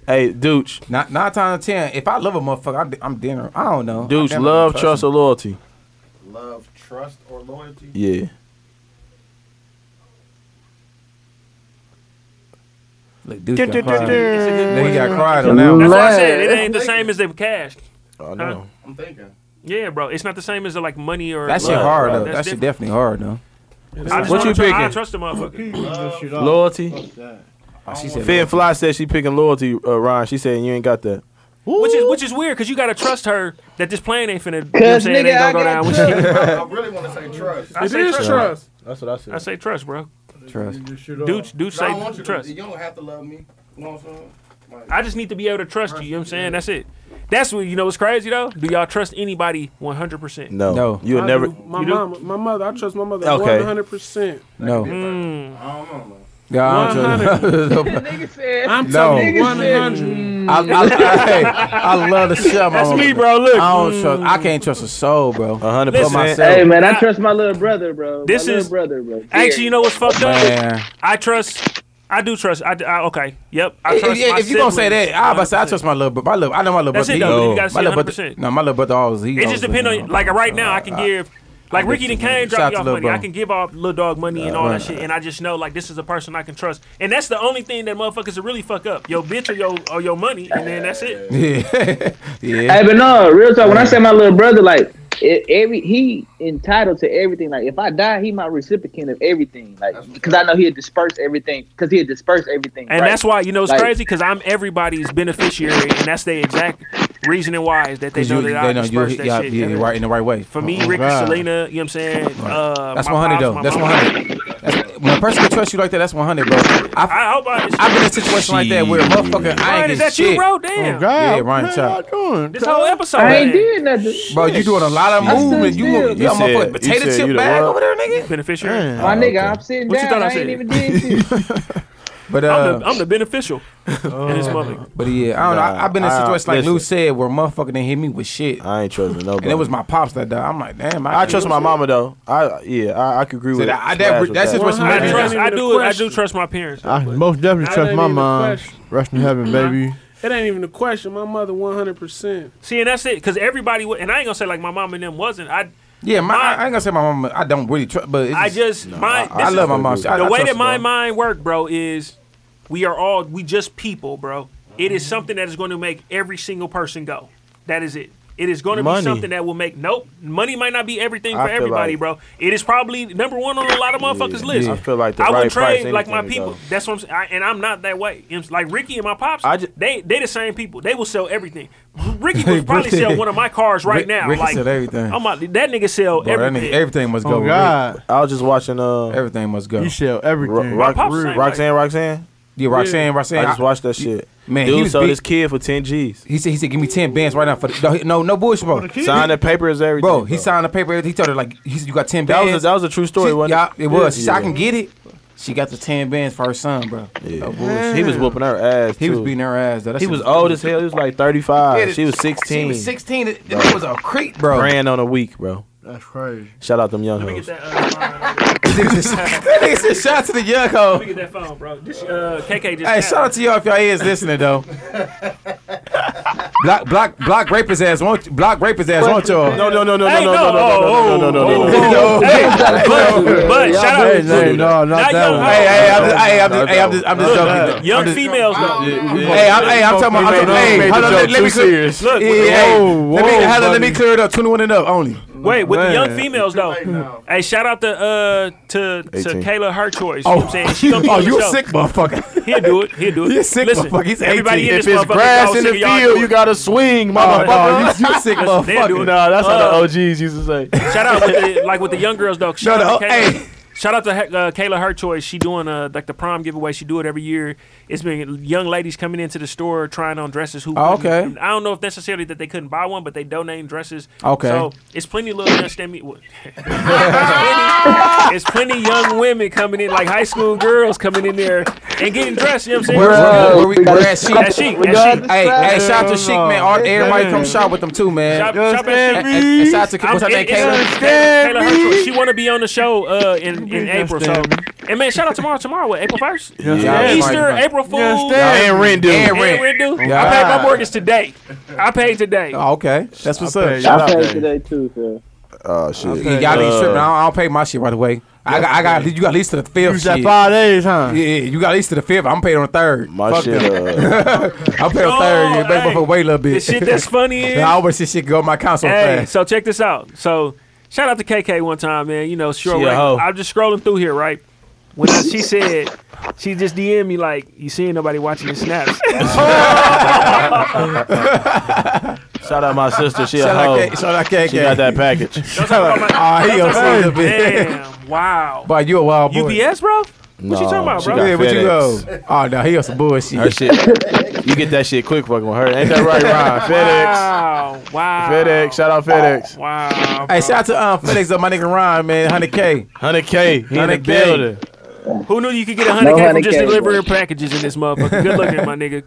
[SPEAKER 4] Hey, douche,
[SPEAKER 9] Not nine times out of ten. If I love a motherfucker, I, am dinner. I don't know. I
[SPEAKER 4] douche,
[SPEAKER 9] damn
[SPEAKER 4] love,
[SPEAKER 9] near
[SPEAKER 4] trust, or loyalty.
[SPEAKER 1] Love, trust, or loyalty?
[SPEAKER 4] Yeah.
[SPEAKER 9] Like, dude, got cried. Then he got cried on that.
[SPEAKER 2] That's
[SPEAKER 9] one.
[SPEAKER 2] why I said it ain't the same as the cash.
[SPEAKER 4] I
[SPEAKER 2] know.
[SPEAKER 1] I'm thinking.
[SPEAKER 2] Yeah, bro, it's not the same as like money or
[SPEAKER 9] That shit
[SPEAKER 2] love,
[SPEAKER 9] hard
[SPEAKER 2] bro.
[SPEAKER 9] though. That
[SPEAKER 2] That's
[SPEAKER 9] shit
[SPEAKER 2] different.
[SPEAKER 9] definitely hard though.
[SPEAKER 2] I just
[SPEAKER 4] What
[SPEAKER 2] wanna
[SPEAKER 4] you
[SPEAKER 2] try- I
[SPEAKER 4] picking?
[SPEAKER 2] trust the motherfucker.
[SPEAKER 4] Loyalty.
[SPEAKER 9] She said
[SPEAKER 4] Finn Fly said she picking loyalty, uh, Ron. She said you ain't got that.
[SPEAKER 2] Which is which is weird because you gotta trust her that this plan ain't finna. You know what I'm
[SPEAKER 8] Cause
[SPEAKER 2] saying
[SPEAKER 8] nigga, I
[SPEAKER 2] ain't gonna go down.
[SPEAKER 8] got
[SPEAKER 2] with
[SPEAKER 8] trust.
[SPEAKER 1] I really want to say trust.
[SPEAKER 2] you. I
[SPEAKER 11] It
[SPEAKER 2] say
[SPEAKER 11] is
[SPEAKER 2] trust.
[SPEAKER 11] trust.
[SPEAKER 4] That's what I
[SPEAKER 2] I
[SPEAKER 4] said.
[SPEAKER 2] say trust, bro.
[SPEAKER 9] trust.
[SPEAKER 2] Dude, dude,
[SPEAKER 1] I
[SPEAKER 2] say
[SPEAKER 1] don't want you
[SPEAKER 2] trust.
[SPEAKER 1] To, you don't have to love me. You know what I'm saying?
[SPEAKER 2] I just need to be able to trust you. You know what I'm saying? That's it. That's what you know. What's crazy though? Do y'all trust anybody 100? percent
[SPEAKER 4] No,
[SPEAKER 9] No.
[SPEAKER 4] you'll
[SPEAKER 11] I
[SPEAKER 4] never.
[SPEAKER 11] do. My
[SPEAKER 2] You do?
[SPEAKER 11] mama, my mother. I trust my mother
[SPEAKER 4] Okay.
[SPEAKER 11] one hundred percent.
[SPEAKER 9] No.
[SPEAKER 2] Mm.
[SPEAKER 1] I don't know.
[SPEAKER 9] Yeah, I don't trust.
[SPEAKER 8] Nigga said.
[SPEAKER 11] I'm
[SPEAKER 9] No.
[SPEAKER 11] telling you
[SPEAKER 9] Niggas
[SPEAKER 11] one hundred.
[SPEAKER 9] I, I, hey, I love to shut my
[SPEAKER 2] That's
[SPEAKER 9] mouth.
[SPEAKER 2] me, bro. Look,
[SPEAKER 9] I don't trust. I can't trust a soul, bro.
[SPEAKER 4] A hundred
[SPEAKER 2] Uh, Listen.
[SPEAKER 4] percent.
[SPEAKER 8] Hey man, I
[SPEAKER 2] Nah.
[SPEAKER 8] trust my little brother, bro.
[SPEAKER 2] This
[SPEAKER 8] my
[SPEAKER 2] is-
[SPEAKER 8] little brother, bro.
[SPEAKER 2] actually, you know what's fucked up?
[SPEAKER 9] Man.
[SPEAKER 2] I trust. I do trust. I, I okay. Yep. I
[SPEAKER 9] If,
[SPEAKER 2] trust.
[SPEAKER 9] if,
[SPEAKER 2] my
[SPEAKER 9] if you gonna say
[SPEAKER 2] siblings
[SPEAKER 9] that, I about to say I
[SPEAKER 2] 100%.
[SPEAKER 9] trust my little, bro- my little. I know my little
[SPEAKER 2] That's
[SPEAKER 9] brother.
[SPEAKER 2] it,
[SPEAKER 9] he-
[SPEAKER 2] though. You gotta say
[SPEAKER 9] my little
[SPEAKER 2] 100%.
[SPEAKER 9] brother. No, my Uh, little brother always. He
[SPEAKER 2] It
[SPEAKER 9] always
[SPEAKER 2] just depends
[SPEAKER 9] been
[SPEAKER 2] on
[SPEAKER 9] there.
[SPEAKER 2] like right now. I can give like Ricky the Kane
[SPEAKER 9] Shout out
[SPEAKER 2] dropped
[SPEAKER 9] to
[SPEAKER 2] off
[SPEAKER 9] Lil
[SPEAKER 2] money.
[SPEAKER 9] Bro.
[SPEAKER 2] I can give off Lil Dog money and all that
[SPEAKER 9] right.
[SPEAKER 2] shit, and I just know like this is a person I can trust, and that's the only thing that motherfuckers will really fuck up your bitch or your or your money, and then that's it.
[SPEAKER 9] Yeah, yeah.
[SPEAKER 8] Hey, but no, real talk. When I say my little brother, like e- every he entitled to everything. Like if I die, he my recipient of everything. Like because I know he'll disperse everything. Because he'll disperse everything.
[SPEAKER 2] And
[SPEAKER 8] right?
[SPEAKER 2] that's why you know it's
[SPEAKER 8] Like-
[SPEAKER 2] crazy crazy because I'm everybody's beneficiary, and that's the exact reasoning why is that they
[SPEAKER 9] 'Cause
[SPEAKER 2] know
[SPEAKER 9] you-
[SPEAKER 2] that
[SPEAKER 9] they
[SPEAKER 2] I
[SPEAKER 9] know you-
[SPEAKER 2] disperse that
[SPEAKER 9] yeah,
[SPEAKER 2] shit.
[SPEAKER 9] yeah, right, in the right way.
[SPEAKER 2] For me,
[SPEAKER 9] Oh,
[SPEAKER 2] Ricky Rick
[SPEAKER 9] God.
[SPEAKER 2] and Selena, you know what I'm saying? Uh,
[SPEAKER 9] That's
[SPEAKER 2] my
[SPEAKER 9] 100
[SPEAKER 2] pops,
[SPEAKER 9] though.
[SPEAKER 2] my
[SPEAKER 9] That's
[SPEAKER 2] mama.
[SPEAKER 9] 100. That's, when a person can trust you like that, that's 100, bro. I've,
[SPEAKER 2] I hope I
[SPEAKER 9] I've been in a situation like that where a motherfucker, I ain't
[SPEAKER 2] Ryan,
[SPEAKER 9] get
[SPEAKER 2] is that
[SPEAKER 9] shit.
[SPEAKER 2] you, bro? Damn.
[SPEAKER 9] yeah, Ryan Chop.
[SPEAKER 2] This whole episode.
[SPEAKER 9] Oh, I ain't
[SPEAKER 2] did
[SPEAKER 8] nothing.
[SPEAKER 9] Bro, you doing a lot of
[SPEAKER 2] I stood
[SPEAKER 9] movement. You,
[SPEAKER 2] still.
[SPEAKER 9] you, you
[SPEAKER 2] You
[SPEAKER 9] got my
[SPEAKER 2] said-
[SPEAKER 9] fucking
[SPEAKER 2] you
[SPEAKER 9] potato
[SPEAKER 2] said
[SPEAKER 9] chip
[SPEAKER 2] you the
[SPEAKER 9] bag
[SPEAKER 2] what?
[SPEAKER 9] over there, nigga.
[SPEAKER 2] Beneficiary.
[SPEAKER 8] My nigga, I'm sitting
[SPEAKER 2] What you thought I
[SPEAKER 8] down. I, ain't
[SPEAKER 2] said?
[SPEAKER 8] even did shit.
[SPEAKER 9] But
[SPEAKER 2] I'm,
[SPEAKER 9] uh,
[SPEAKER 2] the, I'm the beneficial in
[SPEAKER 9] Oh,
[SPEAKER 2] this mother.
[SPEAKER 9] but yeah, I don't know.
[SPEAKER 4] Nah,
[SPEAKER 9] I, I've been in a
[SPEAKER 4] I-
[SPEAKER 9] situation like
[SPEAKER 4] listen.
[SPEAKER 9] Lou said where a motherfucker didn't hit me with shit,
[SPEAKER 4] I ain't trusting nobody.
[SPEAKER 9] and it was my pops that died. I'm like, damn, I,
[SPEAKER 4] I
[SPEAKER 9] can't
[SPEAKER 4] trust
[SPEAKER 9] do
[SPEAKER 4] my
[SPEAKER 9] shit.
[SPEAKER 4] mama though. I yeah, I, I could agree
[SPEAKER 9] See,
[SPEAKER 4] with
[SPEAKER 9] that- I- that-
[SPEAKER 4] Smash with
[SPEAKER 9] that's
[SPEAKER 4] that.
[SPEAKER 9] just what's-
[SPEAKER 2] I
[SPEAKER 9] Yeah.
[SPEAKER 2] trust. I
[SPEAKER 9] Even
[SPEAKER 2] do.
[SPEAKER 11] a
[SPEAKER 2] I do trust my parents.
[SPEAKER 3] I most definitely
[SPEAKER 11] That
[SPEAKER 3] trust
[SPEAKER 11] ain't
[SPEAKER 3] my
[SPEAKER 11] even a
[SPEAKER 3] mom.
[SPEAKER 11] question.
[SPEAKER 3] Rest in heaven, baby.
[SPEAKER 11] It ain't even a question. My mother, one hundred percent.
[SPEAKER 2] See, and that's it. Because everybody, wa- and I ain't gonna say like my mom and them wasn't. I
[SPEAKER 9] Yeah, my, I, I ain't gonna say my mama. I don't really trust, but it's
[SPEAKER 2] I just my.
[SPEAKER 9] I-
[SPEAKER 2] this
[SPEAKER 9] I
[SPEAKER 2] is-
[SPEAKER 9] love my mom.
[SPEAKER 2] The
[SPEAKER 9] I- I
[SPEAKER 2] way
[SPEAKER 9] trust
[SPEAKER 2] that
[SPEAKER 9] her,
[SPEAKER 2] my
[SPEAKER 9] bro.
[SPEAKER 2] mind work, bro, is we are all we just people, bro. It is something that is going to make every single person go. That is it. It is going to be
[SPEAKER 4] Money.
[SPEAKER 2] something that will make nope. Money might not be everything
[SPEAKER 4] I
[SPEAKER 2] for
[SPEAKER 4] feel
[SPEAKER 2] everybody,
[SPEAKER 4] like-
[SPEAKER 2] bro. It is probably number one on a lot of motherfuckers' list.
[SPEAKER 4] I feel like the
[SPEAKER 2] I
[SPEAKER 4] right
[SPEAKER 2] would
[SPEAKER 4] price,
[SPEAKER 2] trade like my
[SPEAKER 4] anything,
[SPEAKER 2] people.
[SPEAKER 4] though.
[SPEAKER 2] That's what I'm saying, I- and I'm not that way. It's Like Ricky and my pops,
[SPEAKER 4] I ju-
[SPEAKER 2] they they the same people. They will sell everything. Ricky would probably sell one of my cars right
[SPEAKER 9] Rick-
[SPEAKER 2] now.
[SPEAKER 9] Ricky
[SPEAKER 2] like
[SPEAKER 9] sell everything.
[SPEAKER 2] I'm out, that nigga sell
[SPEAKER 9] Bro, that
[SPEAKER 2] everything.
[SPEAKER 9] nigga, everything must
[SPEAKER 4] Oh,
[SPEAKER 9] go. Rick.
[SPEAKER 4] God. I was just watching uh
[SPEAKER 9] everything must go.
[SPEAKER 3] You sell
[SPEAKER 4] Ro-
[SPEAKER 3] everything.
[SPEAKER 4] Rock-
[SPEAKER 2] pops saying,
[SPEAKER 4] Roxanne, Roxanne.
[SPEAKER 9] Yeah, Roxanne, Roxanne.
[SPEAKER 4] I just watched that shit.
[SPEAKER 9] Man, he
[SPEAKER 4] dude
[SPEAKER 9] was
[SPEAKER 4] sold
[SPEAKER 9] big-
[SPEAKER 4] his kid for ten G's.
[SPEAKER 9] He said, he said, give me ten bands right now for the, no, he- no, no bullshit, bro.
[SPEAKER 4] Signed the papers, everything.
[SPEAKER 9] Bro, he signed the paper. He told her like he said, you got ten
[SPEAKER 4] That
[SPEAKER 9] bands.
[SPEAKER 4] was a- that was a true story,
[SPEAKER 9] She-
[SPEAKER 4] wasn't it?
[SPEAKER 9] yeah, it was. She said, I
[SPEAKER 4] Yeah.
[SPEAKER 9] can get it. She got the ten bands for her son, bro. No bullshit.
[SPEAKER 4] He was whooping her ass.
[SPEAKER 9] He was
[SPEAKER 4] too.
[SPEAKER 9] beating her ass though. That
[SPEAKER 4] He
[SPEAKER 9] shit
[SPEAKER 4] was old as hell. He was like thirty five.
[SPEAKER 9] Yeah,
[SPEAKER 4] she was sixteen.
[SPEAKER 9] She was sixteen. It, it was a creep, bro.
[SPEAKER 4] Grand on a week, bro.
[SPEAKER 3] That's crazy.
[SPEAKER 4] Shout out them young
[SPEAKER 2] Let me
[SPEAKER 4] hoes.
[SPEAKER 2] get that. Uh,
[SPEAKER 9] that nigga said, shout out to the young
[SPEAKER 2] Let
[SPEAKER 9] hoe.
[SPEAKER 2] me get that phone, bro. This uh, KK just.
[SPEAKER 9] Hey, shout out to y'all if y'all is listening though. block, block, block rapist ass. Won't you- block rapist ass? Won't y'all?
[SPEAKER 4] No, no, no, no,
[SPEAKER 2] Hey,
[SPEAKER 4] no, no, no, no, no, no, no, no, no, no.
[SPEAKER 9] Yo.
[SPEAKER 2] Hey, but, but shout out.
[SPEAKER 3] Hey, no, no, not
[SPEAKER 2] Not
[SPEAKER 3] that
[SPEAKER 2] young
[SPEAKER 3] one.
[SPEAKER 2] hoes.
[SPEAKER 9] Hey, hey, I'm just, hey, I'm just, hey, I'm just, I'm just joking.
[SPEAKER 2] Young
[SPEAKER 9] I'm just-
[SPEAKER 2] females though.
[SPEAKER 9] Hey, I'm, hey, I'm talking about. I'm, hey, hold on, let, let me clear.
[SPEAKER 2] Look,
[SPEAKER 9] Yeah,
[SPEAKER 2] with,
[SPEAKER 9] hey,
[SPEAKER 3] Whoa,
[SPEAKER 9] let me,
[SPEAKER 3] whoa,
[SPEAKER 9] hold on, let me
[SPEAKER 3] buddy.
[SPEAKER 9] clear it up. Twenty-one and up only.
[SPEAKER 2] wait, with the young
[SPEAKER 3] Man.
[SPEAKER 2] females though. Hey, shout out to uh to to
[SPEAKER 4] 18.
[SPEAKER 2] Kayla her choice. You know what I'm saying? She gonna be
[SPEAKER 9] oh,
[SPEAKER 2] on the
[SPEAKER 9] you a
[SPEAKER 2] show.
[SPEAKER 9] sick motherfucker.
[SPEAKER 2] He'll do it. He'll do it.
[SPEAKER 9] You a sick
[SPEAKER 2] Listen,
[SPEAKER 9] motherfucker. He's 18.
[SPEAKER 2] everybody in
[SPEAKER 4] If
[SPEAKER 2] this
[SPEAKER 4] it's
[SPEAKER 2] motherfucker
[SPEAKER 4] grass
[SPEAKER 2] y'all
[SPEAKER 4] in the
[SPEAKER 2] sick of y'all
[SPEAKER 4] field,
[SPEAKER 2] doing
[SPEAKER 4] you
[SPEAKER 2] it.
[SPEAKER 4] gotta swing,
[SPEAKER 9] Oh,
[SPEAKER 4] motherfucker.
[SPEAKER 9] you, you sick
[SPEAKER 2] they'll do
[SPEAKER 9] motherfucker.
[SPEAKER 2] it.
[SPEAKER 4] Nah, that's
[SPEAKER 2] Uh,
[SPEAKER 4] how the OGs used to say.
[SPEAKER 2] Shout out with the like with the young girls though. Shout
[SPEAKER 9] No,
[SPEAKER 2] out
[SPEAKER 9] no,
[SPEAKER 2] to Kayla.
[SPEAKER 9] hey.
[SPEAKER 2] Shout out to uh, Kayla Her Choice. She doing uh, like the prom giveaway. She do it every year. It's been young ladies coming into the store trying on dresses. Who
[SPEAKER 9] Oh,
[SPEAKER 2] couldn't-
[SPEAKER 9] okay.
[SPEAKER 2] I don't know if necessarily that they couldn't buy one, but they donating dresses.
[SPEAKER 9] Okay.
[SPEAKER 2] So it's plenty little young stemmy. it's, plenty, it's plenty young women coming in, like high school girls coming in there and getting dressed. You know what I'm saying?
[SPEAKER 9] Where, where, where we where at Sheik?
[SPEAKER 2] That chic, that chic.
[SPEAKER 9] Hey, hey, shout out to Sheik, man. All, everybody come shop with them too, man.
[SPEAKER 2] Shop-
[SPEAKER 9] And-
[SPEAKER 2] shop at Sheik.
[SPEAKER 9] and- and shout out to
[SPEAKER 2] I'm-
[SPEAKER 9] what's her name,
[SPEAKER 2] it- it's-
[SPEAKER 9] Kayla.
[SPEAKER 2] Kayla, Kayla Herschel, she want to be on the show uh, in, in April. So, and man, shout out tomorrow. Tomorrow, what, April first?
[SPEAKER 9] Yeah,
[SPEAKER 2] Easter,
[SPEAKER 9] right.
[SPEAKER 2] April Fool's.
[SPEAKER 4] And Ren dude.
[SPEAKER 9] And
[SPEAKER 2] And
[SPEAKER 9] Ren.
[SPEAKER 2] Rindu.
[SPEAKER 9] Yeah.
[SPEAKER 2] I paid my mortgage today. I paid today.
[SPEAKER 9] Oh, okay, that's what's up.
[SPEAKER 4] Okay,
[SPEAKER 9] Y'all
[SPEAKER 4] Shout
[SPEAKER 8] I
[SPEAKER 4] out
[SPEAKER 8] paid
[SPEAKER 4] there.
[SPEAKER 8] today too, sir.
[SPEAKER 4] Oh shit.
[SPEAKER 9] be tripping. I don't, I don't pay my shit right away. I got, I got, you got at least to the
[SPEAKER 3] You
[SPEAKER 9] fifth.
[SPEAKER 3] said
[SPEAKER 9] Shit.
[SPEAKER 3] five days, huh?
[SPEAKER 9] Yeah, you got at least to the fifth. I'm paid on the third.
[SPEAKER 4] My
[SPEAKER 9] Fuck
[SPEAKER 4] shit.
[SPEAKER 9] them.
[SPEAKER 4] Uh,
[SPEAKER 9] I'm paid on
[SPEAKER 2] Oh,
[SPEAKER 9] third. You better
[SPEAKER 2] hey.
[SPEAKER 9] for wait a little bit.
[SPEAKER 2] The shit that's funny is.
[SPEAKER 9] I always see shit go on my console
[SPEAKER 2] Hey,
[SPEAKER 9] fast.
[SPEAKER 2] so check this out. So shout out to KK one time, man. You know, sure.
[SPEAKER 4] She a
[SPEAKER 2] right?
[SPEAKER 4] hoe.
[SPEAKER 2] I'm just scrolling through here, right? When I, she said, she just DM me like, "You seeing nobody watching the snaps?"
[SPEAKER 4] shout out my sister. She
[SPEAKER 9] Shout
[SPEAKER 4] a
[SPEAKER 9] out
[SPEAKER 4] hoe.
[SPEAKER 9] K- shout out KK.
[SPEAKER 4] She got that package.
[SPEAKER 9] Ah, he gonna see the bit.
[SPEAKER 2] Damn! Wow.
[SPEAKER 9] Boy, you a wild boy.
[SPEAKER 2] UPS, bro.
[SPEAKER 4] No,
[SPEAKER 2] What you talking about,
[SPEAKER 4] she
[SPEAKER 2] bro?
[SPEAKER 4] got
[SPEAKER 9] Yeah, what you go?
[SPEAKER 4] FedEx.
[SPEAKER 9] Oh no, he on some
[SPEAKER 4] Her
[SPEAKER 9] bullshit.
[SPEAKER 4] shit. You get that shit quick fucking with her. Ain't that right, Ryan? FedEx.
[SPEAKER 2] Wow. Oh, Wow.
[SPEAKER 4] FedEx. Shout out FedEx.
[SPEAKER 2] Wow.
[SPEAKER 9] Hey, shout out to um, Felix, uh, my nigga Ron, man, hundred K.
[SPEAKER 4] 100K. He in the
[SPEAKER 9] 100K.
[SPEAKER 4] building.
[SPEAKER 2] Who knew you could get a hundred K from
[SPEAKER 8] 100K,
[SPEAKER 2] just
[SPEAKER 8] bro.
[SPEAKER 2] delivering packages in this motherfucker? Good looking, my nigga.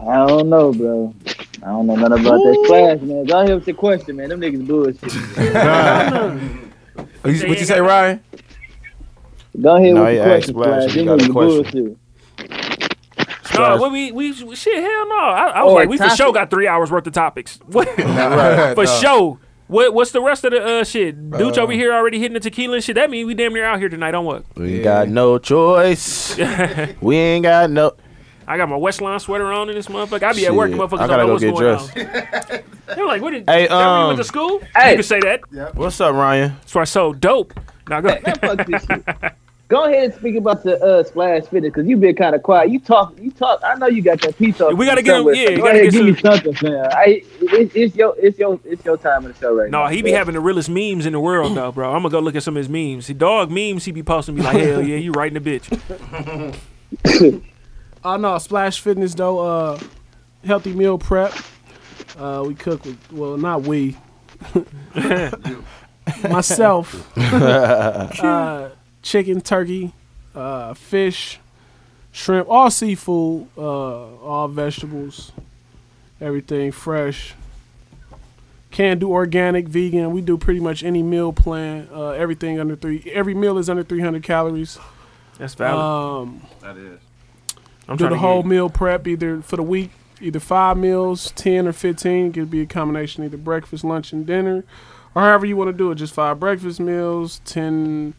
[SPEAKER 8] I don't know, bro. I don't know nothing about that class, man. Y'all hear the question, man. Them niggas bullshit.
[SPEAKER 9] What you, what you say, Ryan?
[SPEAKER 8] Go ahead
[SPEAKER 4] No,
[SPEAKER 8] with
[SPEAKER 4] he
[SPEAKER 8] the
[SPEAKER 4] asked
[SPEAKER 8] question,
[SPEAKER 4] Flash
[SPEAKER 8] Flash.
[SPEAKER 4] if he
[SPEAKER 8] Them
[SPEAKER 4] got a
[SPEAKER 8] niggas
[SPEAKER 4] question.
[SPEAKER 8] bullshit.
[SPEAKER 2] No, what we, we shit, hell no. I, I was
[SPEAKER 8] Or
[SPEAKER 2] like, we for
[SPEAKER 8] topic.
[SPEAKER 2] sure got three hours worth of topics. What?
[SPEAKER 9] Right,
[SPEAKER 2] for
[SPEAKER 9] nah.
[SPEAKER 2] sure. What, what's the rest of the uh, shit? Dude over here already hitting the tequila and shit. That mean we damn near out here tonight on what?
[SPEAKER 4] We ain't got no choice. we ain't got no.
[SPEAKER 2] I got my Westline sweater on in this motherfucker. I be at work,
[SPEAKER 4] Shit,
[SPEAKER 2] motherfuckers
[SPEAKER 4] I
[SPEAKER 2] don't
[SPEAKER 4] gotta
[SPEAKER 2] know
[SPEAKER 4] go
[SPEAKER 2] what's
[SPEAKER 4] get
[SPEAKER 2] going on. They're like, what did
[SPEAKER 4] Hey,
[SPEAKER 2] that mean you
[SPEAKER 4] um,
[SPEAKER 2] went to school?
[SPEAKER 8] Hey.
[SPEAKER 2] You can say that.
[SPEAKER 4] What's up, Ryan?
[SPEAKER 2] That's why I so dope. Now go.
[SPEAKER 8] Man, fuck this shit. Go ahead and speak about the uh, splash fitness because you've been kind of quiet. You talk, you talk. I know you got that pizza.
[SPEAKER 2] We gotta get him-
[SPEAKER 8] somewhere,
[SPEAKER 2] yeah,
[SPEAKER 8] so
[SPEAKER 2] you
[SPEAKER 8] go
[SPEAKER 2] gotta
[SPEAKER 8] ahead,
[SPEAKER 2] get
[SPEAKER 8] give me something, man. I, it, it's your, it's your, it's your time in the show right now.
[SPEAKER 2] No, he be
[SPEAKER 8] man.
[SPEAKER 2] having the realest memes in the world though, bro. I'm gonna go look at some of his memes. He dog memes he be posting be like, hell yeah, you writing a bitch.
[SPEAKER 11] I know Splash Fitness though. Uh, healthy meal prep. Uh, we cook with well, not we. Myself. uh, chicken, turkey, uh, fish, shrimp, all seafood, uh, all vegetables, everything fresh. Can do organic, vegan. We do pretty much any meal plan. Uh, everything under three. Every meal is under 300 calories.
[SPEAKER 2] That's valid.
[SPEAKER 11] Um,
[SPEAKER 7] That is.
[SPEAKER 2] I'm
[SPEAKER 11] do
[SPEAKER 2] trying
[SPEAKER 11] the
[SPEAKER 2] to
[SPEAKER 11] whole
[SPEAKER 2] get-
[SPEAKER 11] meal prep either for the week, either five meals, ten or fifteen. It could be a combination either breakfast, lunch, and dinner, or however you want to do it. Just five breakfast meals, ten.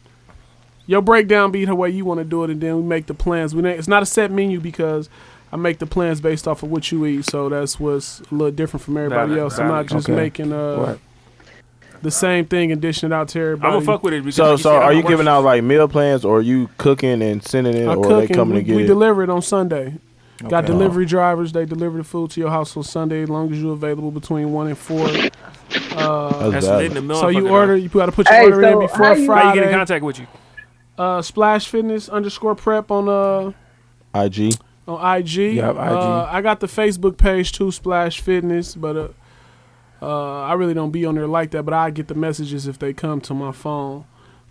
[SPEAKER 11] Your breakdown be the way you want to do it, and then we make the plans. We na- it's not a set menu because I make the plans based off of what you eat, so that's what's a little different from everybody
[SPEAKER 2] Valid,
[SPEAKER 11] else. I'm
[SPEAKER 2] valid.
[SPEAKER 11] not just
[SPEAKER 2] Okay.
[SPEAKER 11] making uh,
[SPEAKER 2] Right.
[SPEAKER 11] the same thing and dishing it out to everybody.
[SPEAKER 4] So, so are you giving out like meal plans, or are you cooking and sending it,
[SPEAKER 11] I
[SPEAKER 4] or
[SPEAKER 11] cook
[SPEAKER 4] they
[SPEAKER 11] and
[SPEAKER 4] coming
[SPEAKER 11] we,
[SPEAKER 4] to get
[SPEAKER 11] we
[SPEAKER 4] it?
[SPEAKER 11] deliver it on Sunday. Got
[SPEAKER 4] Okay.
[SPEAKER 11] delivery drivers. They deliver the food to your house on Sunday as long as you're available between one and four. Uh,
[SPEAKER 2] That's valid. lit in the
[SPEAKER 11] so you
[SPEAKER 2] motherfucker,
[SPEAKER 11] order.
[SPEAKER 2] though.
[SPEAKER 11] You got to put your
[SPEAKER 2] Hey,
[SPEAKER 11] order
[SPEAKER 2] so
[SPEAKER 11] in
[SPEAKER 2] how
[SPEAKER 11] before
[SPEAKER 2] you- How you
[SPEAKER 11] Friday.
[SPEAKER 2] get in contact with you?
[SPEAKER 11] uh, Splash Fitness underscore prep on uh
[SPEAKER 4] IG.
[SPEAKER 11] on IG.
[SPEAKER 4] Yup, IG.
[SPEAKER 11] Uh, I got the Facebook page too, Splash Fitness, but uh, uh, I really don't be on there like that. But I get the messages if they come to my phone.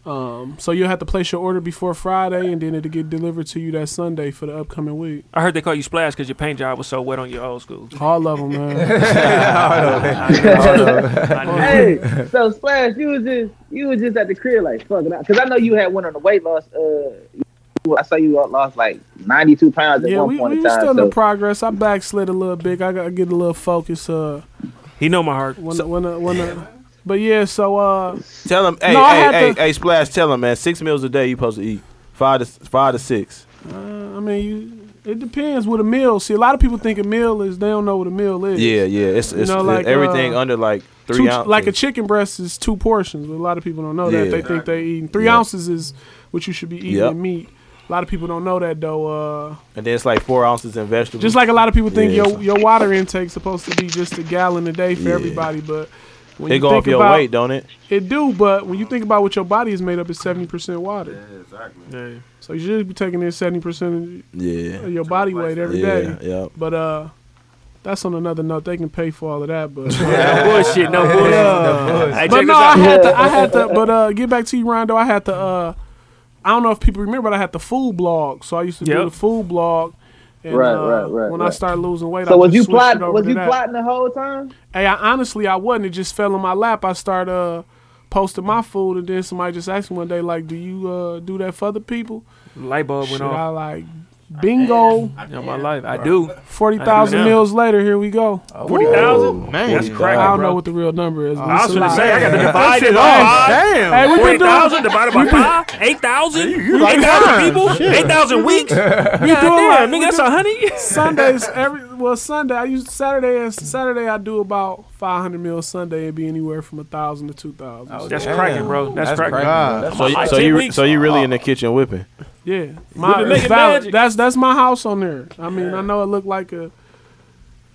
[SPEAKER 11] Um, so you'll have to place your order before Friday, and then it'll get delivered to you that Sunday for the upcoming week.
[SPEAKER 2] I heard they call you Splash because your paint job was so wet on your old school.
[SPEAKER 11] All of them, man.
[SPEAKER 8] hey, so Splash, you was just you was just at the crib like fucking out because I know you had one on the weight loss. Uh, I saw you lost like ninety two pounds at
[SPEAKER 11] yeah,
[SPEAKER 8] one
[SPEAKER 11] we,
[SPEAKER 8] point
[SPEAKER 11] we
[SPEAKER 8] in
[SPEAKER 11] was
[SPEAKER 8] time.
[SPEAKER 11] still in
[SPEAKER 8] so-
[SPEAKER 11] the progress. I backslid a little bit. I gotta get a little focus. Uh,
[SPEAKER 2] he know my heart.
[SPEAKER 11] When, when, when, but yeah, so uh,
[SPEAKER 4] Tell him, hey,
[SPEAKER 11] No, I
[SPEAKER 4] hey,
[SPEAKER 11] had
[SPEAKER 4] hey,
[SPEAKER 11] to-
[SPEAKER 4] hey, Splash, tell him, man, six meals a day you supposed to eat. Five to five to six.
[SPEAKER 11] uh, I mean, you, it depends what a meal. See, a lot of people think a meal is they don't know what a meal is.
[SPEAKER 4] Yeah, yeah. It's, it's,
[SPEAKER 11] You know,
[SPEAKER 4] it-
[SPEAKER 11] like,
[SPEAKER 4] everything
[SPEAKER 11] uh,
[SPEAKER 4] under like three
[SPEAKER 11] two,
[SPEAKER 4] ounces.
[SPEAKER 11] Like a chicken breast is two portions, but a lot of people don't know
[SPEAKER 4] Yeah.
[SPEAKER 11] that. They think they eating three ounces is what you should be eating
[SPEAKER 4] Yep.
[SPEAKER 11] in meat. A lot of people don't know that though. Uh,
[SPEAKER 4] and then it's like four ounces in vegetables.
[SPEAKER 11] Just like a lot of people think
[SPEAKER 4] Yeah.
[SPEAKER 11] your your water intake's supposed to be just a gallon a day for
[SPEAKER 4] Yeah.
[SPEAKER 11] everybody, but when
[SPEAKER 4] it
[SPEAKER 11] you
[SPEAKER 4] go
[SPEAKER 11] think
[SPEAKER 4] off your
[SPEAKER 11] about,
[SPEAKER 4] weight, don't it?
[SPEAKER 11] It do, but when you think about what your body is made up, it's seventy percent water. Yeah,
[SPEAKER 7] exactly.
[SPEAKER 11] So you should be taking in seventy percent
[SPEAKER 4] Yeah.
[SPEAKER 11] of your body weight every
[SPEAKER 4] Yeah,
[SPEAKER 11] day.
[SPEAKER 4] yep.
[SPEAKER 11] But uh, that's on another note. They can pay for all of that, but uh,
[SPEAKER 2] No bullshit, no bullshit. No bullshit. Hey,
[SPEAKER 11] But
[SPEAKER 2] check this
[SPEAKER 11] no, I
[SPEAKER 2] out.
[SPEAKER 11] had to. I had to. But uh, get back to you, Rondo. I had to. Uh, I don't know if people remember, but I had the food blog. So I used to do
[SPEAKER 8] Yep.
[SPEAKER 11] the food blog. And,
[SPEAKER 8] Right,
[SPEAKER 11] uh,
[SPEAKER 8] right, right,
[SPEAKER 11] When I
[SPEAKER 8] right.
[SPEAKER 11] started losing weight, I
[SPEAKER 8] So was
[SPEAKER 11] just
[SPEAKER 8] you
[SPEAKER 11] switched it
[SPEAKER 8] plotting?
[SPEAKER 11] over
[SPEAKER 8] Was
[SPEAKER 11] to
[SPEAKER 8] you
[SPEAKER 11] that.
[SPEAKER 8] plotting the whole time?
[SPEAKER 11] Hey, I, honestly, I wasn't. It just fell in my lap. I started uh, posting my food, and then somebody just asked me one day, like, "Do you uh, do that for other people?"
[SPEAKER 2] Light bulb
[SPEAKER 11] Shit,
[SPEAKER 2] went
[SPEAKER 11] I
[SPEAKER 2] off.
[SPEAKER 11] like, bingo.
[SPEAKER 2] Yeah, my life. I do.
[SPEAKER 11] Forty
[SPEAKER 2] I
[SPEAKER 11] thousand
[SPEAKER 2] do now.
[SPEAKER 11] meals later, here we go.
[SPEAKER 2] Forty
[SPEAKER 4] Oh,
[SPEAKER 2] thousand?
[SPEAKER 11] Man,
[SPEAKER 2] Man, that's
[SPEAKER 11] I
[SPEAKER 2] crazy, bro.
[SPEAKER 11] don't know what the real number is. but
[SPEAKER 2] Oh, I
[SPEAKER 11] it's
[SPEAKER 2] was
[SPEAKER 11] a
[SPEAKER 2] gonna
[SPEAKER 11] lot.
[SPEAKER 2] say I got to divide
[SPEAKER 11] Hey,
[SPEAKER 2] it all.
[SPEAKER 11] Hey, we've been
[SPEAKER 2] forty thousand
[SPEAKER 11] doing.
[SPEAKER 2] divided by five, eight thousand, eight thousand people, eight thousand weeks.
[SPEAKER 11] We
[SPEAKER 2] God
[SPEAKER 11] doing
[SPEAKER 2] damn,
[SPEAKER 11] like
[SPEAKER 2] nigga,
[SPEAKER 11] we
[SPEAKER 2] that's
[SPEAKER 11] do-
[SPEAKER 2] a honey.
[SPEAKER 11] Sundays every well Sunday I use Saturday and Saturday I do about five hundred meals Sunday and be anywhere from a thousand to two thousand.
[SPEAKER 2] That's cracking, bro. That's, cracking.
[SPEAKER 4] So, you, so you so you really in the kitchen whipping?
[SPEAKER 11] Yeah,
[SPEAKER 2] We've
[SPEAKER 11] my,
[SPEAKER 2] been
[SPEAKER 11] it's
[SPEAKER 2] making
[SPEAKER 11] valid.
[SPEAKER 2] magic.
[SPEAKER 11] That's that's my house on there. I mean, I know it looked like a.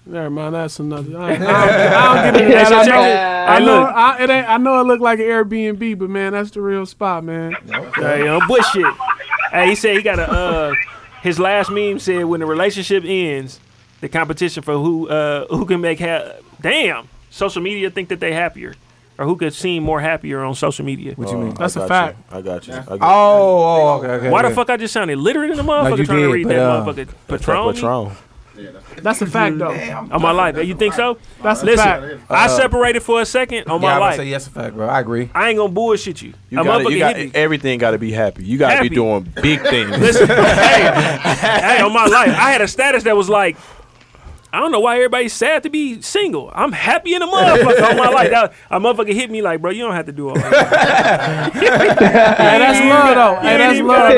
[SPEAKER 11] Never mind, that's another. I, I, don't- I don't get into
[SPEAKER 2] Hey,
[SPEAKER 11] that.
[SPEAKER 2] so
[SPEAKER 11] I
[SPEAKER 2] check
[SPEAKER 11] know,
[SPEAKER 2] it.
[SPEAKER 11] I,
[SPEAKER 2] Hey,
[SPEAKER 11] know
[SPEAKER 2] look.
[SPEAKER 11] I, it ain't, I know it looked like an Airbnb, but man, that's the real spot, man.
[SPEAKER 2] Hey, yo, Bush shit. Hey, he said he got a. Uh, his last meme said, "When the relationship ends, the competition for who uh, who can make ha- damn social media think that they happier, or who could seem more happier on social media."
[SPEAKER 4] What
[SPEAKER 9] you mean?
[SPEAKER 11] That's
[SPEAKER 4] a
[SPEAKER 11] a fact.
[SPEAKER 4] Oh, I got you. I got you.
[SPEAKER 9] Oh, oh, okay, okay.
[SPEAKER 2] Why the
[SPEAKER 9] okay.
[SPEAKER 2] fuck I just sounded literate in the motherfucker
[SPEAKER 9] you
[SPEAKER 2] trying
[SPEAKER 9] did,
[SPEAKER 2] to read
[SPEAKER 9] but,
[SPEAKER 2] that
[SPEAKER 9] uh,
[SPEAKER 2] motherfucker
[SPEAKER 4] That's
[SPEAKER 2] Patron?
[SPEAKER 4] like Patron.
[SPEAKER 11] That's a fact, though.
[SPEAKER 2] On my life, you think so?
[SPEAKER 11] That's a
[SPEAKER 2] Listen,
[SPEAKER 11] fact.
[SPEAKER 2] I
[SPEAKER 9] Uh,
[SPEAKER 2] separated for a second on
[SPEAKER 9] yeah,
[SPEAKER 2] my
[SPEAKER 9] I
[SPEAKER 2] life.
[SPEAKER 9] say yes, a fact, bro. I agree.
[SPEAKER 2] I ain't gonna bullshit you.
[SPEAKER 4] You
[SPEAKER 2] a
[SPEAKER 4] gotta,
[SPEAKER 2] motherfucker
[SPEAKER 4] you got
[SPEAKER 2] hit me.
[SPEAKER 4] everything. Got to be happy. You got to
[SPEAKER 2] Happy.
[SPEAKER 4] be doing big things.
[SPEAKER 2] Listen, hey, hey, on my life, I had a status that was like, I don't know why everybody's sad to be single. I'm happy in the motherfucker. all my life, that, a motherfucker hit me like, bro, you don't have to do all that.
[SPEAKER 11] Hey, that's love though. Hey, that's love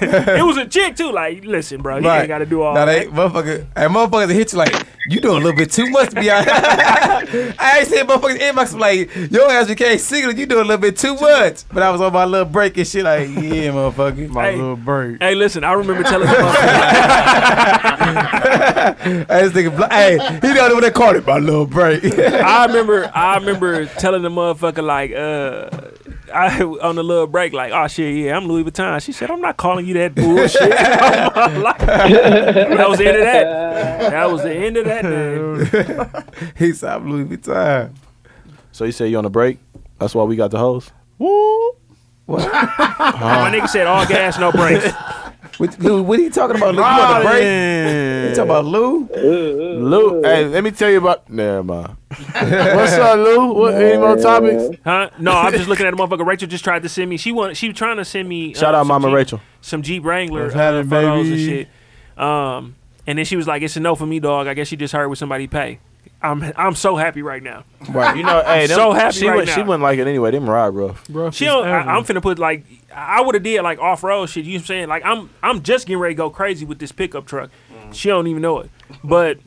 [SPEAKER 11] though. That's love.
[SPEAKER 2] it was a chick too. Like, listen, bro, you
[SPEAKER 9] Right.
[SPEAKER 2] ain't got to do all
[SPEAKER 9] Now
[SPEAKER 2] that.
[SPEAKER 9] they motherfucker, and motherfuckers that hit you like you doing a little bit too much to be honest. I ain't saying motherfuckers inbox like your ass became single, you doing a little bit too much. But I was on my little break and shit like yeah, motherfucker,
[SPEAKER 2] My Hey.
[SPEAKER 9] little
[SPEAKER 3] break.
[SPEAKER 2] Hey, listen, I remember telling the motherfucker.
[SPEAKER 9] hey, this nigga, bl- hey, he don't know what they call it. My little break.
[SPEAKER 2] I remember, I remember telling the motherfucker like, uh, I on the little break like, oh shit, yeah, I'm Louis Vuitton. She said, I'm not calling you that bullshit. Oh, that was the end of that. That was the end of that. Day.
[SPEAKER 9] he said, I'm Louis Vuitton.
[SPEAKER 4] So you say you on a break? That's why we got the hoes.
[SPEAKER 2] My nigga said, all gas, no brakes.
[SPEAKER 9] What, Lou, what are you talking about? Lou? You on the break? You talking about Lou?
[SPEAKER 4] Lou, hey, let me tell you about. Never mind. What's up, Lou? What any more topics?
[SPEAKER 2] Huh? No, I'm just looking at the motherfucker. Rachel just tried to send me. She want. She was trying to send me. uh,
[SPEAKER 4] Shout out
[SPEAKER 2] some
[SPEAKER 4] Mama
[SPEAKER 2] Jeep-
[SPEAKER 4] Rachel.
[SPEAKER 2] Some Jeep Wrangler
[SPEAKER 3] What's happening,
[SPEAKER 2] uh, photos and
[SPEAKER 3] baby?
[SPEAKER 2] shit. Um, and then she was like, "It's a no for me, dog. I guess you just heard what somebody pay." I'm I'm so happy right now.
[SPEAKER 9] Right.
[SPEAKER 4] You know, hey,
[SPEAKER 2] I'm
[SPEAKER 4] them,
[SPEAKER 2] so happy
[SPEAKER 4] she
[SPEAKER 2] right
[SPEAKER 4] wouldn't-
[SPEAKER 2] now.
[SPEAKER 4] She wouldn't like it anyway. Them ride rough.
[SPEAKER 11] Rough
[SPEAKER 2] She
[SPEAKER 11] as
[SPEAKER 2] don't, I,
[SPEAKER 11] ever.
[SPEAKER 2] I'm finna put like I would have did like off road shit. You know what I'm saying? Like I'm I'm just getting ready to go crazy with this pickup truck. She don't even know it, but.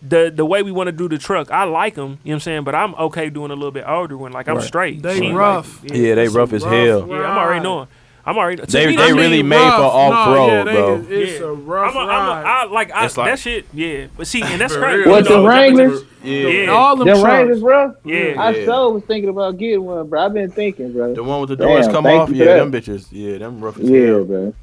[SPEAKER 2] The, the way we want to do the truck, I like them, you know what I'm saying? But I'm okay doing a little bit older one. Like, I'm
[SPEAKER 4] Right.
[SPEAKER 2] straight.
[SPEAKER 11] They
[SPEAKER 2] She like-
[SPEAKER 11] rough.
[SPEAKER 4] Yeah, they rough as hell.
[SPEAKER 2] Yeah, I'm already knowing. I'm already. to
[SPEAKER 4] They-
[SPEAKER 2] me,
[SPEAKER 4] they
[SPEAKER 2] that's-
[SPEAKER 4] really made for off-road,
[SPEAKER 11] yeah, they
[SPEAKER 4] bro.
[SPEAKER 11] is- It's
[SPEAKER 2] Yeah.
[SPEAKER 11] a
[SPEAKER 2] I'm
[SPEAKER 11] rough
[SPEAKER 2] a, I'm a,
[SPEAKER 11] ride.
[SPEAKER 2] I like I,
[SPEAKER 4] It's like-
[SPEAKER 2] that shit. Yeah, but see, and that's
[SPEAKER 4] For
[SPEAKER 2] crazy.
[SPEAKER 4] real.
[SPEAKER 8] What, the Wranglers?
[SPEAKER 2] Yeah.
[SPEAKER 11] All them
[SPEAKER 8] Them
[SPEAKER 11] trucks.
[SPEAKER 8] Wranglers, bro?
[SPEAKER 2] Yeah.
[SPEAKER 8] I
[SPEAKER 4] Yeah.
[SPEAKER 8] so was thinking about getting one, bro. I've been thinking, bro.
[SPEAKER 4] The one with the
[SPEAKER 8] Damn,
[SPEAKER 4] doors come
[SPEAKER 8] thank
[SPEAKER 4] off.
[SPEAKER 8] you for
[SPEAKER 4] Yeah, them
[SPEAKER 8] that.
[SPEAKER 4] bitches. Yeah, them rough as
[SPEAKER 8] Yeah,
[SPEAKER 4] hell.
[SPEAKER 8] bro.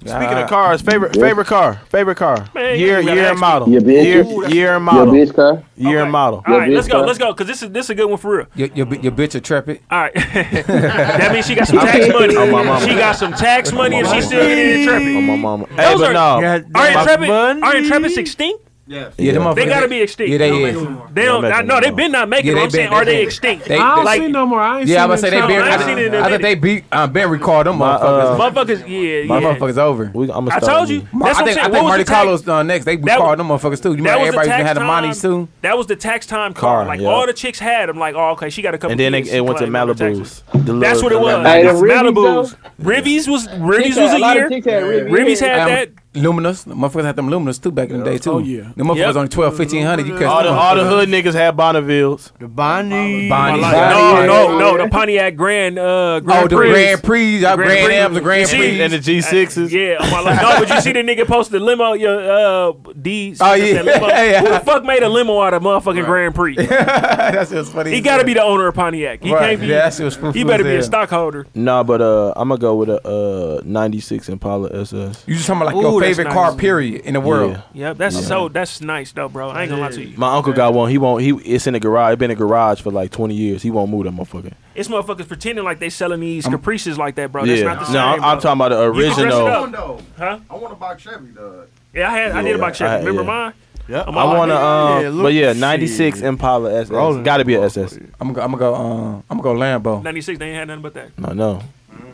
[SPEAKER 4] Speaking of cars, favorite favorite car, favorite car,
[SPEAKER 2] Man, you
[SPEAKER 4] year
[SPEAKER 2] gotta
[SPEAKER 4] year
[SPEAKER 2] ask
[SPEAKER 4] and
[SPEAKER 2] me.
[SPEAKER 4] model,
[SPEAKER 8] Your bitch?
[SPEAKER 4] year
[SPEAKER 2] Ooh, that's-
[SPEAKER 4] year and
[SPEAKER 8] Your
[SPEAKER 4] model,
[SPEAKER 8] bitch car?
[SPEAKER 4] year
[SPEAKER 2] Okay.
[SPEAKER 4] and model.
[SPEAKER 2] All right,
[SPEAKER 8] Yeah,
[SPEAKER 2] let's
[SPEAKER 8] bitch,
[SPEAKER 2] go.
[SPEAKER 8] bro.
[SPEAKER 2] Let's go because this is this is a good one for real.
[SPEAKER 9] Your, your, bi- your bitch a trapper.
[SPEAKER 2] All right, that means she got some tax money.
[SPEAKER 4] On Oh, my mama.
[SPEAKER 2] She got some tax money, and she still getting intrepid.
[SPEAKER 4] On my mama. Hey,
[SPEAKER 2] Those
[SPEAKER 4] but
[SPEAKER 2] are-
[SPEAKER 4] no,
[SPEAKER 2] Are
[SPEAKER 4] My
[SPEAKER 2] intrepid?
[SPEAKER 4] money.
[SPEAKER 2] Are intrepids extinct?
[SPEAKER 9] Yeah, them
[SPEAKER 2] They
[SPEAKER 9] motherfuckers-
[SPEAKER 2] gotta be extinct.
[SPEAKER 9] Yeah, they
[SPEAKER 2] Don't
[SPEAKER 9] is.
[SPEAKER 2] They don't.
[SPEAKER 4] Don't make
[SPEAKER 2] I,
[SPEAKER 4] them
[SPEAKER 2] no,
[SPEAKER 4] no
[SPEAKER 2] they've
[SPEAKER 4] more.
[SPEAKER 2] been not making.
[SPEAKER 9] Yeah,
[SPEAKER 2] it.
[SPEAKER 9] they
[SPEAKER 2] I'm saying,
[SPEAKER 9] been-
[SPEAKER 2] are
[SPEAKER 9] they
[SPEAKER 2] they
[SPEAKER 9] been-
[SPEAKER 2] extinct?
[SPEAKER 9] they-
[SPEAKER 11] I don't
[SPEAKER 2] like
[SPEAKER 11] see no more. I ain't
[SPEAKER 9] Yeah, I'm
[SPEAKER 11] seen
[SPEAKER 9] gonna say they
[SPEAKER 11] them
[SPEAKER 9] been.
[SPEAKER 2] been-
[SPEAKER 9] I,
[SPEAKER 2] I've seen it in
[SPEAKER 9] I think
[SPEAKER 2] every-
[SPEAKER 9] they beat. Uh, Ben recalled them
[SPEAKER 4] My,
[SPEAKER 9] motherfuckers.
[SPEAKER 4] uh,
[SPEAKER 2] motherfuckers. Yeah,
[SPEAKER 9] My
[SPEAKER 2] yeah.
[SPEAKER 9] motherfuckers over.
[SPEAKER 4] we, I'm
[SPEAKER 2] I
[SPEAKER 4] gonna
[SPEAKER 2] told you.
[SPEAKER 9] Ma-
[SPEAKER 2] That's
[SPEAKER 9] I
[SPEAKER 2] what I'm
[SPEAKER 9] think,
[SPEAKER 2] saying.
[SPEAKER 9] I
[SPEAKER 2] What
[SPEAKER 9] think
[SPEAKER 2] was
[SPEAKER 9] Monte
[SPEAKER 2] the tax-
[SPEAKER 9] Carlos uh, next. They
[SPEAKER 2] That
[SPEAKER 9] recalled them motherfuckers too. You remember
[SPEAKER 2] was the
[SPEAKER 9] everybody used to
[SPEAKER 2] tax
[SPEAKER 9] have the money
[SPEAKER 2] time-
[SPEAKER 9] too.
[SPEAKER 2] That was the tax time car.
[SPEAKER 4] Car,
[SPEAKER 2] Like
[SPEAKER 4] yeah.
[SPEAKER 2] all the chicks had them. Like, oh, okay, she got a couple.
[SPEAKER 4] And then it,
[SPEAKER 2] kids.
[SPEAKER 4] it went to
[SPEAKER 2] Like, no taxes.
[SPEAKER 4] Malibu's. The
[SPEAKER 2] That's
[SPEAKER 4] little-
[SPEAKER 2] what it was.
[SPEAKER 8] Hey, the
[SPEAKER 2] It's
[SPEAKER 8] Rivvies,
[SPEAKER 2] Malibu's. Rivvies was Rivvies
[SPEAKER 8] Chicks
[SPEAKER 2] was
[SPEAKER 8] had-
[SPEAKER 2] a
[SPEAKER 8] lot of
[SPEAKER 2] year.
[SPEAKER 8] chicks had Rivvies.
[SPEAKER 2] Rivvies had
[SPEAKER 9] Um,
[SPEAKER 2] that.
[SPEAKER 9] Luminous. The motherfuckers had them Luminous too back in the day too.
[SPEAKER 11] Oh, yeah.
[SPEAKER 9] The motherfuckers
[SPEAKER 2] Yep.
[SPEAKER 9] only 12, 1500. You
[SPEAKER 4] All
[SPEAKER 9] couldn't.
[SPEAKER 4] the all the hood niggas had Bonnevilles.
[SPEAKER 3] The Bonnie.
[SPEAKER 9] Bonnie.
[SPEAKER 2] Like,
[SPEAKER 9] Bonnie.
[SPEAKER 2] no, no, no. The Pontiac Grand uh, Grand
[SPEAKER 9] Oh, the
[SPEAKER 2] Prix.
[SPEAKER 9] Grand Prix. Y'all
[SPEAKER 2] Grand
[SPEAKER 9] Grand
[SPEAKER 2] Prix.
[SPEAKER 9] Ams, the Grand
[SPEAKER 2] You
[SPEAKER 9] Prix.
[SPEAKER 2] see?
[SPEAKER 4] and the G6s.
[SPEAKER 2] Yeah, oh my life. No, but you see the nigga post the limo, your uh, D.
[SPEAKER 9] Oh, yeah.
[SPEAKER 2] Limo.
[SPEAKER 9] Yeah.
[SPEAKER 2] Who the fuck made a limo out of motherfucking Grand Prix?
[SPEAKER 9] That's just funny.
[SPEAKER 2] He gotta be the owner of Pontiac. He
[SPEAKER 9] Right.
[SPEAKER 2] can't be.
[SPEAKER 9] Yeah, that shit was fruitful
[SPEAKER 2] he better
[SPEAKER 9] as
[SPEAKER 2] be a
[SPEAKER 9] hell.
[SPEAKER 2] stockholder.
[SPEAKER 4] Nah, but uh, I'm gonna go with a uh 96 Impala SS.
[SPEAKER 9] You just talking about like
[SPEAKER 2] Ooh,
[SPEAKER 9] your
[SPEAKER 2] that's
[SPEAKER 9] favorite
[SPEAKER 2] nice.
[SPEAKER 9] car period in the world.
[SPEAKER 4] Yeah.
[SPEAKER 2] Yep, that's so. That's nice though, bro. I ain't gonna lie to you.
[SPEAKER 4] My uncle got one. He won't. He it's in the garage. It been in the garage for like 20 years. He won't move that motherfucker.
[SPEAKER 2] It's motherfuckers pretending like they selling these caprices like that, bro. Oh, That's
[SPEAKER 4] yeah.
[SPEAKER 2] not the same.
[SPEAKER 4] no, I'm,
[SPEAKER 2] bro.
[SPEAKER 4] I'm talking about
[SPEAKER 2] You
[SPEAKER 4] the
[SPEAKER 2] can dress it
[SPEAKER 4] original.
[SPEAKER 2] up. Huh?
[SPEAKER 1] I want to buy Chevy, dog.
[SPEAKER 2] Yeah, I had. I did
[SPEAKER 4] Yeah,
[SPEAKER 2] about check.
[SPEAKER 4] I-
[SPEAKER 2] Remember
[SPEAKER 4] yeah.
[SPEAKER 2] mine?
[SPEAKER 3] Yep.
[SPEAKER 2] I'm
[SPEAKER 4] I
[SPEAKER 2] all-
[SPEAKER 4] want to, um,
[SPEAKER 3] Yeah, look-
[SPEAKER 4] but yeah, 96
[SPEAKER 3] shit.
[SPEAKER 4] Impala SS.
[SPEAKER 3] Rolling.
[SPEAKER 4] Gotta be a SS.
[SPEAKER 9] I'm gonna I'm go. Uh, I'm gonna go Lambo.
[SPEAKER 2] '96. They ain't had nothing but that.
[SPEAKER 4] No, no.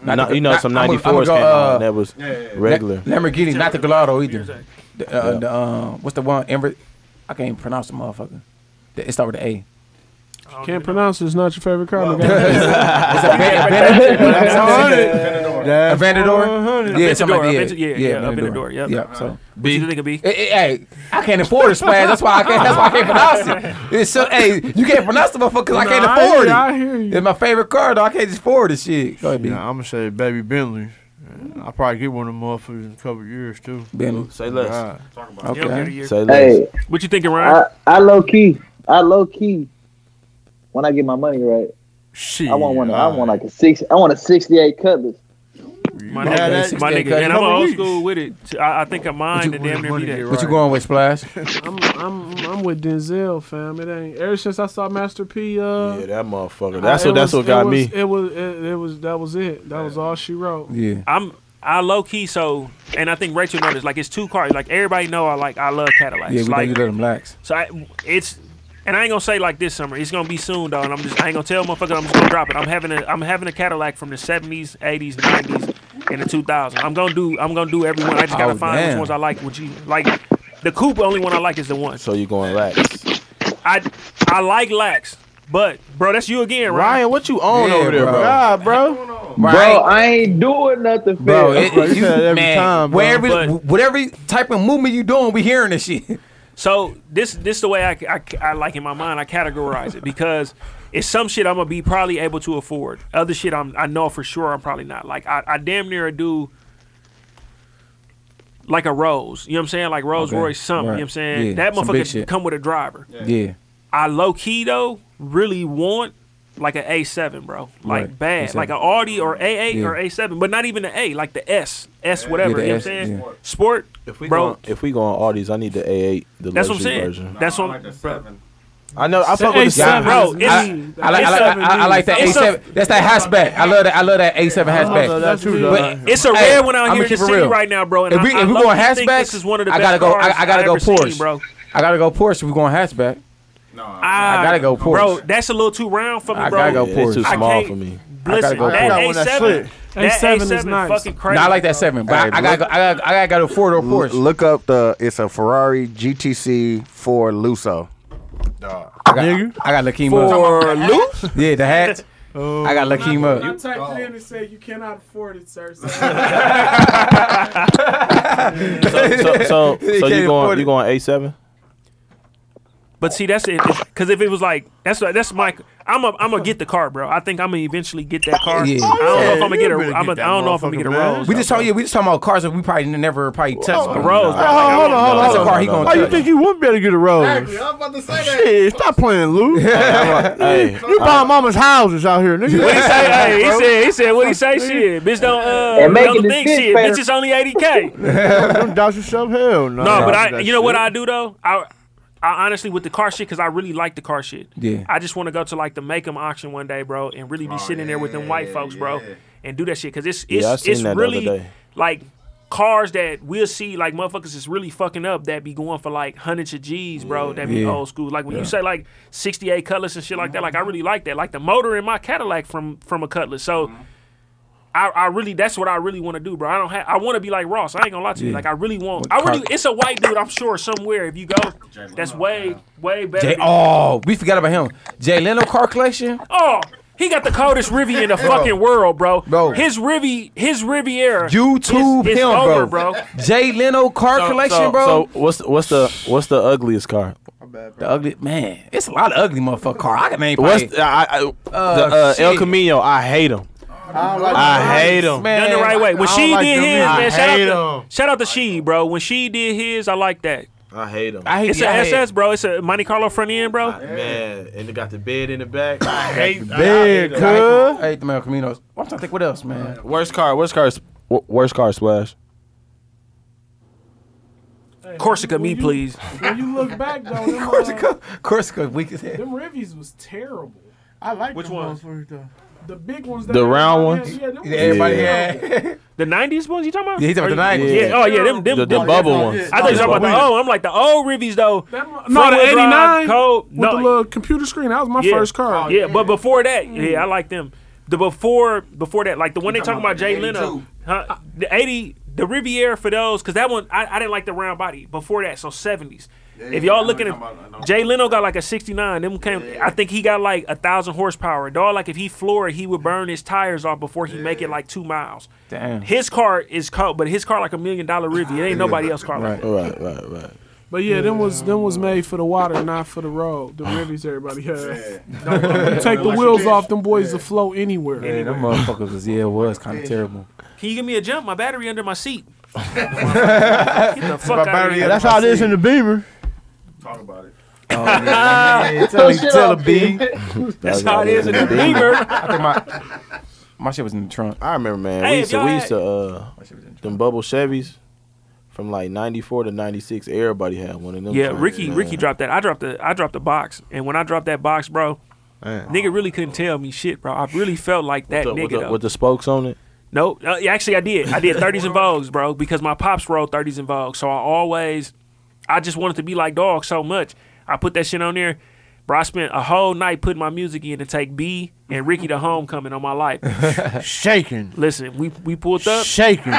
[SPEAKER 9] Not
[SPEAKER 4] No,
[SPEAKER 9] the-
[SPEAKER 4] you know,
[SPEAKER 9] not-
[SPEAKER 4] some
[SPEAKER 9] I'ma-
[SPEAKER 4] 94s
[SPEAKER 9] I'ma go,
[SPEAKER 4] came out
[SPEAKER 9] uh,
[SPEAKER 4] and that was regular.
[SPEAKER 9] La- Lamborghini, not the Gallardo
[SPEAKER 2] Years
[SPEAKER 9] either.
[SPEAKER 2] ago.
[SPEAKER 9] The, uh, the, uh, what's the one? Ember. I can't even pronounce the motherfucker. The- It start with the A.
[SPEAKER 2] I don't
[SPEAKER 11] Can't
[SPEAKER 2] even know.
[SPEAKER 11] pronounce it. It's not your favorite car. nigga.
[SPEAKER 9] Is that
[SPEAKER 3] That's
[SPEAKER 9] Aventador? Yeah,
[SPEAKER 2] Aventador,
[SPEAKER 9] something like
[SPEAKER 2] Avent-
[SPEAKER 9] that.
[SPEAKER 2] yeah, yeah, Aventador, yep.
[SPEAKER 9] Yeah, so.
[SPEAKER 2] What you think it be?
[SPEAKER 9] Hey, eh, hey, I can't afford a splash. That's why I can't. That's why I can't pronounce it. It's so, hey, you can't pronounce the motherfucker because I can't
[SPEAKER 11] Nah, I hear
[SPEAKER 9] afford
[SPEAKER 11] you,
[SPEAKER 9] it.
[SPEAKER 11] I hear you.
[SPEAKER 9] It's my favorite car, though. I can't just afford this shit. Go ahead,
[SPEAKER 3] Yeah,
[SPEAKER 9] B.
[SPEAKER 3] I'm gonna say baby Bentley. I'll probably get one of them motherfuckers in a couple of years too. uh,
[SPEAKER 9] Bentley.
[SPEAKER 4] Say less.
[SPEAKER 3] God.
[SPEAKER 2] Yeah, okay, the
[SPEAKER 9] Okay.
[SPEAKER 2] year.
[SPEAKER 4] Say less.
[SPEAKER 8] Hey,
[SPEAKER 2] What you thinking, Ryan?
[SPEAKER 8] I, I low key, I low key. When I get my money right,
[SPEAKER 3] Shit. uh,
[SPEAKER 8] I want one. I want like a six. I want a sixty-eight cutlass.
[SPEAKER 2] My
[SPEAKER 3] Yeah,
[SPEAKER 2] nigga,
[SPEAKER 3] that-
[SPEAKER 2] my
[SPEAKER 9] that-
[SPEAKER 2] nigga, and I'm
[SPEAKER 3] couple
[SPEAKER 2] old
[SPEAKER 3] weeks.
[SPEAKER 2] school with it. I, I think I'm mine to damn near be that.
[SPEAKER 9] What you going with, Splash?
[SPEAKER 11] I'm, I'm, I'm with Denzel, fam. It ain't. Ever since I saw Master P, uh,
[SPEAKER 4] Yeah, that motherfucker.
[SPEAKER 11] I-
[SPEAKER 4] That's
[SPEAKER 11] it
[SPEAKER 4] what. That's what
[SPEAKER 11] was-
[SPEAKER 4] got
[SPEAKER 11] it
[SPEAKER 4] me.
[SPEAKER 11] was- It was. It, it was. That was it. That was all she wrote.
[SPEAKER 9] Yeah.
[SPEAKER 2] I'm I low key so, and I think Rachel noticed like it's two cars. Like everybody know I like I love Cadillacs.
[SPEAKER 9] Yeah, we know
[SPEAKER 2] like
[SPEAKER 9] you let him lax.
[SPEAKER 2] so I, it's. And I ain't gonna say like this summer. It's gonna be soon though, and I'm just I ain't gonna tell motherfucker I'm just gonna drop it. I'm having a I'm having a Cadillac from the '70s, '80s, '90s, and the 2000s. I'm gonna do I'm gonna do everyone. I just gotta
[SPEAKER 9] Oh,
[SPEAKER 2] find which
[SPEAKER 9] damn.
[SPEAKER 2] ones I like. Would you like? The coupe only one I like is the one.
[SPEAKER 4] So you going lax?
[SPEAKER 2] I I like lax, but bro, that's you again, Ryan. Ryan,
[SPEAKER 4] what you on
[SPEAKER 2] over there, bro?
[SPEAKER 4] God, bro.
[SPEAKER 8] Bro, I ain't doing nothing,
[SPEAKER 9] Bro,
[SPEAKER 8] fam.
[SPEAKER 9] it, you, man, wherever, whatever type of movement you doing, we hearing this shit.
[SPEAKER 2] So this this the way I, I, I like in my mind I categorize it because it's some shit I'm gonna be probably able to afford. Other shit I'm I know for sure I'm probably not. Like I, I damn near do like a Rose. You know what I'm saying? Like Rolls
[SPEAKER 9] Okay,
[SPEAKER 2] Royce something. You know what I'm
[SPEAKER 9] right.
[SPEAKER 2] saying?
[SPEAKER 9] Yeah,
[SPEAKER 2] that
[SPEAKER 9] some big
[SPEAKER 2] motherfucker
[SPEAKER 9] shit.
[SPEAKER 2] come with a driver.
[SPEAKER 9] Yeah.
[SPEAKER 2] I low key though really want like an A7, bro. Like
[SPEAKER 9] Right,
[SPEAKER 2] bad,
[SPEAKER 9] A7.
[SPEAKER 2] like an Audi or A8
[SPEAKER 4] Yeah.
[SPEAKER 2] or A7, but not even an A, like the S, S whatever.
[SPEAKER 4] Yeah, the
[SPEAKER 2] you know what I'm
[SPEAKER 4] S,
[SPEAKER 2] saying?
[SPEAKER 4] yeah.
[SPEAKER 2] Sport,
[SPEAKER 4] If we
[SPEAKER 2] bro.
[SPEAKER 4] going, if we going all these, I need the A8, the
[SPEAKER 2] that's what I'm
[SPEAKER 4] luxury
[SPEAKER 2] saying.
[SPEAKER 4] version.
[SPEAKER 2] That's what I'm. bro.
[SPEAKER 4] I know. I fuck with the
[SPEAKER 9] Yeah,
[SPEAKER 4] bro.
[SPEAKER 9] bro. I, I like, I, like, I, I like that A
[SPEAKER 2] It's
[SPEAKER 9] seven. That's that hatchback. I love that. I love that A seven hatchback.
[SPEAKER 2] it's a rare one out here in the city right now, bro. And
[SPEAKER 9] if we,
[SPEAKER 2] I, I
[SPEAKER 9] if we
[SPEAKER 2] low-key
[SPEAKER 9] going
[SPEAKER 2] think
[SPEAKER 9] hatchback,
[SPEAKER 2] this is one of the
[SPEAKER 9] I gotta
[SPEAKER 2] best
[SPEAKER 9] go.
[SPEAKER 2] cars
[SPEAKER 9] I, I gotta
[SPEAKER 2] I've
[SPEAKER 9] go
[SPEAKER 2] ever seen,
[SPEAKER 9] Porsche,
[SPEAKER 2] bro.
[SPEAKER 9] I gotta go Porsche. If we going hatchback.
[SPEAKER 2] I,
[SPEAKER 9] gotta go Porsche.
[SPEAKER 2] Ah, bro. That's a little too round for me,
[SPEAKER 9] I
[SPEAKER 2] bro.
[SPEAKER 9] gotta go Yeah, it's Porsche. too
[SPEAKER 2] I
[SPEAKER 9] small
[SPEAKER 2] can't-
[SPEAKER 9] for me. I gotta
[SPEAKER 2] Listen,
[SPEAKER 9] go
[SPEAKER 2] that
[SPEAKER 9] Porsche.
[SPEAKER 2] A7, that A7 is fucking crazy.
[SPEAKER 9] Nah, I like that seven, but
[SPEAKER 1] Hey,
[SPEAKER 9] I, I gotta go.
[SPEAKER 1] look-
[SPEAKER 9] I gotta, I gotta go to Ford or
[SPEAKER 1] L-
[SPEAKER 9] Porsche.
[SPEAKER 1] look up the. It's a Ferrari GTC for Luso.
[SPEAKER 9] I got, I got look him
[SPEAKER 1] For
[SPEAKER 9] up.
[SPEAKER 1] Luke?
[SPEAKER 9] Yeah, the hat.
[SPEAKER 2] Oh,
[SPEAKER 9] I got look him
[SPEAKER 11] I
[SPEAKER 9] up.
[SPEAKER 11] typed in and said you cannot afford it, sir.
[SPEAKER 4] So, so, so,
[SPEAKER 2] They
[SPEAKER 4] so you
[SPEAKER 2] can't afford
[SPEAKER 4] going
[SPEAKER 2] it.
[SPEAKER 4] you going A7?
[SPEAKER 2] But see, that's it. Because if it was like that's that's my I'm a I'm gonna get the car, bro. I think I'm gonna eventually get that car.
[SPEAKER 9] Yeah.
[SPEAKER 2] I don't know if I'm gonna get a
[SPEAKER 9] You better
[SPEAKER 2] I'm a, I
[SPEAKER 9] get that
[SPEAKER 2] don't know if I'm gonna get a Rolls.
[SPEAKER 9] We just talking. Yeah, we just talking about cars that we probably never probably touched.
[SPEAKER 2] the Rolls, bro. Like, I
[SPEAKER 3] hold
[SPEAKER 2] want-
[SPEAKER 3] on, hold on.
[SPEAKER 9] That's a
[SPEAKER 3] hold
[SPEAKER 9] car
[SPEAKER 3] on.
[SPEAKER 9] he gonna
[SPEAKER 3] Oh, you
[SPEAKER 9] touch.
[SPEAKER 3] think you wouldn't better get a Rolls? I was about to say that. Shit, stop playing, Lou. you buying mama's houses out here, nigga.
[SPEAKER 2] What he say? Hey, he said he said what he say? Shit, bitch don't uh
[SPEAKER 3] And make
[SPEAKER 2] don't
[SPEAKER 3] it a
[SPEAKER 2] think
[SPEAKER 3] six
[SPEAKER 2] shit.
[SPEAKER 3] pair.
[SPEAKER 2] Bitch, it's only eighty k.
[SPEAKER 3] don't, don't doubt yourself. Hell no.
[SPEAKER 2] No, but I, you know what I do though? I, I honestly with the car shit because I really like the car shit.
[SPEAKER 3] Yeah.
[SPEAKER 2] I just want to go to like the make 'em auction one day, bro, and really be sitting there with them white folks, bro, and do that shit because it's
[SPEAKER 4] Yeah,
[SPEAKER 2] it's
[SPEAKER 4] I seen
[SPEAKER 2] it's
[SPEAKER 4] that the other
[SPEAKER 2] really
[SPEAKER 4] day.
[SPEAKER 2] like cars that we'll see like motherfuckers is really fucking up that be going for like hundreds of G's, bro. That be
[SPEAKER 4] Yeah.
[SPEAKER 2] old school. Like when
[SPEAKER 4] Yeah.
[SPEAKER 2] you say like sixty eight Cutlass and shit like that. Like I really like that. Like the motor in my Cadillac from from a Cutlass. So. I, I really that's what I really want to do, bro. I don't have I want to be like Ross. I ain't gonna lie to you.
[SPEAKER 9] Yeah.
[SPEAKER 2] Like I really want.
[SPEAKER 9] What
[SPEAKER 2] I
[SPEAKER 9] car-
[SPEAKER 2] really it's a white dude. I'm sure somewhere if you go, that's way way better.
[SPEAKER 9] Jay,
[SPEAKER 2] than-
[SPEAKER 9] oh, we forgot about him. Jay Leno car collection.
[SPEAKER 2] Oh, he got the coldest Rivy in the
[SPEAKER 9] Bro.
[SPEAKER 2] fucking world, bro. Bro, his Rivy, his Riviera.
[SPEAKER 9] YouTube
[SPEAKER 2] is- is
[SPEAKER 9] him,
[SPEAKER 2] over,
[SPEAKER 9] bro.
[SPEAKER 2] bro.
[SPEAKER 9] Jay Leno car collection,
[SPEAKER 4] so,
[SPEAKER 9] bro.
[SPEAKER 4] So what's what's the what's the ugliest car?
[SPEAKER 9] the ugly man. It's a lot of ugly motfucker car. I can name
[SPEAKER 4] What's
[SPEAKER 9] probably-
[SPEAKER 4] the, I, I,
[SPEAKER 9] Uh,
[SPEAKER 4] the uh, El
[SPEAKER 9] shit.
[SPEAKER 4] Camino? I hate him. I hate
[SPEAKER 2] Done
[SPEAKER 4] him.
[SPEAKER 2] the right way. When she did his,
[SPEAKER 4] I
[SPEAKER 2] man, shout
[SPEAKER 4] hate
[SPEAKER 2] out,
[SPEAKER 4] him.
[SPEAKER 2] to, shout out to she, bro. When she did his, I like that.
[SPEAKER 4] I hate him.
[SPEAKER 2] it's an SS, bro. It's a Monte Carlo front end, bro.
[SPEAKER 4] Ah, Man, and they got the bed in the back. I hate
[SPEAKER 9] The
[SPEAKER 4] I- I hate
[SPEAKER 9] bed,
[SPEAKER 4] him.
[SPEAKER 9] cuz. I hate the Mel Caminos. I'm trying to think what else, man.
[SPEAKER 4] Worst car. Worst car. is- w- Worst car splash.
[SPEAKER 2] Corsica, me please.
[SPEAKER 11] when you look back, though, them, Corsica.
[SPEAKER 9] Corsica, weak as
[SPEAKER 11] them Rivies was terrible. I like which ones? The big ones.
[SPEAKER 4] The round ones?
[SPEAKER 11] Yeah, them
[SPEAKER 4] Yeah, everybody
[SPEAKER 11] was-
[SPEAKER 2] The '90s ones you talking about?
[SPEAKER 9] Yeah, he talking about
[SPEAKER 2] Are
[SPEAKER 9] the
[SPEAKER 2] you-
[SPEAKER 9] 90s.
[SPEAKER 2] Yeah. Oh yeah, them them
[SPEAKER 4] The- the
[SPEAKER 2] them-
[SPEAKER 4] bubble
[SPEAKER 2] I
[SPEAKER 4] ones.
[SPEAKER 2] thought you
[SPEAKER 4] The
[SPEAKER 2] talking about the
[SPEAKER 4] bubble.
[SPEAKER 2] old. I'm like the old Rivies though.
[SPEAKER 11] No, the
[SPEAKER 2] Front-wheel drive,
[SPEAKER 11] '89
[SPEAKER 2] cold.
[SPEAKER 11] with the little computer screen. That was my
[SPEAKER 2] yeah. Oh,
[SPEAKER 11] first car. Mm.
[SPEAKER 2] yeah, but before that, yeah, I like them. The before before that, like the one they talking about Jay Leno, huh? The eighty, the Riviera for those, because that one I, I didn't like the round body. Before that, so seventies. if y'all looking at Jay Leno got like a sixty nine, them came. I think he got like a thousand horsepower. Dog, like if he floor it, he would burn his tires off before he make it like two miles.
[SPEAKER 9] Damn.
[SPEAKER 2] His car is called, but his car like a million dollar Riviera. It ain't nobody else car like
[SPEAKER 4] Right,
[SPEAKER 2] that.
[SPEAKER 4] right, right, right.
[SPEAKER 11] But yeah, them was them was made for the water, not for the road. The Rivies everybody has. you take the wheels off, them boys to float anywhere.
[SPEAKER 9] Yeah, them motherfuckers was yeah, it was kind of terrible.
[SPEAKER 2] Can you give me a jump? My battery under my seat. Get the fuck out of here.
[SPEAKER 3] That's how it is in the Beamer.
[SPEAKER 9] tell,
[SPEAKER 2] shut
[SPEAKER 9] tell
[SPEAKER 2] up,
[SPEAKER 9] a B.
[SPEAKER 2] That's how it is in the Beamer.
[SPEAKER 9] I think my my shit was in the trunk.
[SPEAKER 4] I remember, man.
[SPEAKER 2] Hey,
[SPEAKER 4] we
[SPEAKER 2] if
[SPEAKER 4] used to,
[SPEAKER 2] y'all
[SPEAKER 4] we
[SPEAKER 2] had-
[SPEAKER 4] used to uh, them bubble Chevys from like '94 to '96. Everybody had one of them.
[SPEAKER 2] Yeah,
[SPEAKER 4] joints,
[SPEAKER 2] Ricky,
[SPEAKER 4] man.
[SPEAKER 2] Ricky dropped that. I dropped the, I dropped the box, and when I dropped that box, bro, nigga really couldn't tell me shit, bro. I really felt like that
[SPEAKER 4] the,
[SPEAKER 2] nigga
[SPEAKER 4] with, the,
[SPEAKER 2] though.
[SPEAKER 4] with the spokes on it.
[SPEAKER 2] No, uh, yeah, actually, I did. I did 30s and Vogues, bro, because my pops rolled 30s and Vogues. So I always, I just wanted to be like dog so much. I put that shit on there. Bro, I spent a whole night putting my music in to take B and Ricky the Homecoming on my life.
[SPEAKER 3] Shaking.
[SPEAKER 2] Listen, we we pulled up.
[SPEAKER 3] Shaking.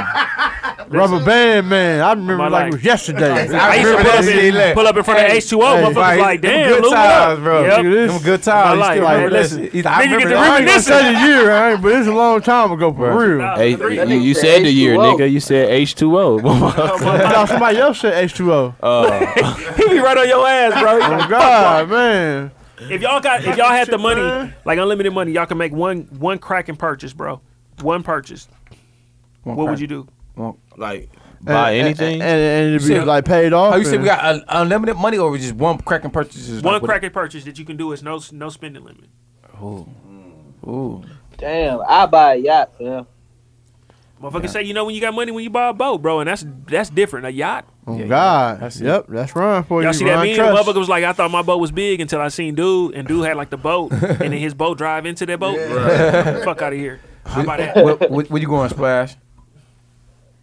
[SPEAKER 3] Rubber band man. I remember like it was yesterday.
[SPEAKER 2] I used to pull up, in, pull up in front of H2O. Motherfuckers like, damn, Lou, what up?" Yep.
[SPEAKER 3] Them good times.
[SPEAKER 2] My life, man. Listen,
[SPEAKER 3] I
[SPEAKER 2] nigga get
[SPEAKER 3] remember
[SPEAKER 2] to
[SPEAKER 3] I ain't gonna
[SPEAKER 2] reminiscing.
[SPEAKER 3] say the year, all right, but it's a long time ago for real.
[SPEAKER 4] Hey, you, you said the year, nigga. You said H two O. Uh,
[SPEAKER 3] no, somebody else said H2O.
[SPEAKER 4] Oh,
[SPEAKER 2] he be right on your ass, bro. He
[SPEAKER 3] Oh,
[SPEAKER 2] like, "Fuck,
[SPEAKER 3] God, man.
[SPEAKER 2] If y'all got, if y'all had the money, like unlimited money, y'all can make one one crack and purchase, bro. One purchase. what would you do?
[SPEAKER 4] Like Uh,
[SPEAKER 9] Buy
[SPEAKER 3] And,
[SPEAKER 9] anything?
[SPEAKER 3] and, and it'd be
[SPEAKER 9] You said-
[SPEAKER 3] like paid off.
[SPEAKER 9] Oh, you said
[SPEAKER 3] and-
[SPEAKER 9] we got uh, unlimited money or we just one crack and purchases?
[SPEAKER 2] One crack and purchase that you can do is no no spending limit.
[SPEAKER 9] Ooh. Ooh.
[SPEAKER 8] Damn, I buy a yacht, fam.
[SPEAKER 2] Motherfucker say, you know, when you got money, when you buy a boat, bro, and that's that's different. A yacht.
[SPEAKER 3] Oh, God. yep, that's Ryan for
[SPEAKER 2] Y'all
[SPEAKER 3] you.
[SPEAKER 2] see that
[SPEAKER 3] Ryan
[SPEAKER 2] meme?
[SPEAKER 3] Trust.
[SPEAKER 2] Motherfucker was like, I thought my boat was big until I seen dude, and dude had like the boat, and then his boat drive into that boat. Fuck out of here. How about that?
[SPEAKER 9] what, what, what you going splash?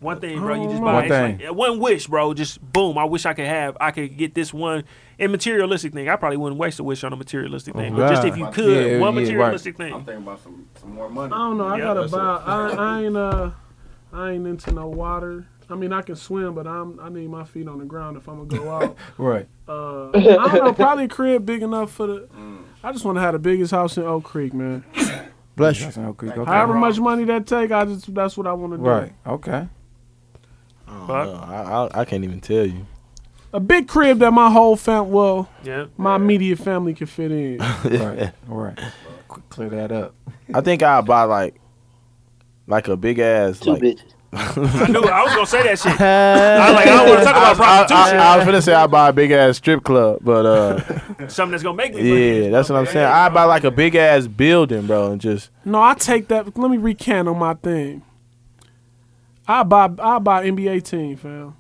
[SPEAKER 2] One thing, bro. You just buy
[SPEAKER 9] One
[SPEAKER 2] one, thing. one wish, bro. Just boom. I wish I could have. I could get this one. And materialistic thing. I probably wouldn't waste a wish on a materialistic thing.
[SPEAKER 3] Oh,
[SPEAKER 2] but just
[SPEAKER 3] God.
[SPEAKER 2] if you could,
[SPEAKER 9] Yeah,
[SPEAKER 2] one
[SPEAKER 9] yeah, right.
[SPEAKER 2] materialistic thing.
[SPEAKER 1] I'm thinking about some, some more
[SPEAKER 11] I
[SPEAKER 1] money.
[SPEAKER 11] don't know. I
[SPEAKER 2] Yeah,
[SPEAKER 11] gotta
[SPEAKER 2] that's
[SPEAKER 11] buy. I, I ain't uh, I ain't into no water. I mean, I can swim, but I'm I need my feet on the ground if I'm gonna go out.
[SPEAKER 9] Right.
[SPEAKER 11] Uh, I don't know. Probably a crib big enough for the. I just want to have the biggest house in Oak Creek, man.
[SPEAKER 3] Bless you.
[SPEAKER 9] Okay.
[SPEAKER 11] However much money that take, I just that's what I want to do.
[SPEAKER 9] Right. Okay.
[SPEAKER 2] Fuck.
[SPEAKER 4] No, I, I, I can't even tell you.
[SPEAKER 11] A big crib that my whole fam, well,
[SPEAKER 2] Yeah.
[SPEAKER 11] my immediate family could fit in.
[SPEAKER 9] right. All right. Qu- Clear that up.
[SPEAKER 4] I think I'll buy like like a big ass
[SPEAKER 8] Two
[SPEAKER 4] like
[SPEAKER 8] bitches.
[SPEAKER 2] I knew I was gonna say that shit. I like. I don't want to talk about prostitution.
[SPEAKER 4] I, I was gonna say I buy a big ass strip club, but uh,
[SPEAKER 2] Something that's gonna make me.
[SPEAKER 4] yeah, that's what I'm saying. I buy like a big ass building, bro, and just
[SPEAKER 11] No, I take that. Let me recant on my thing. I buy I buy NBA team, fam.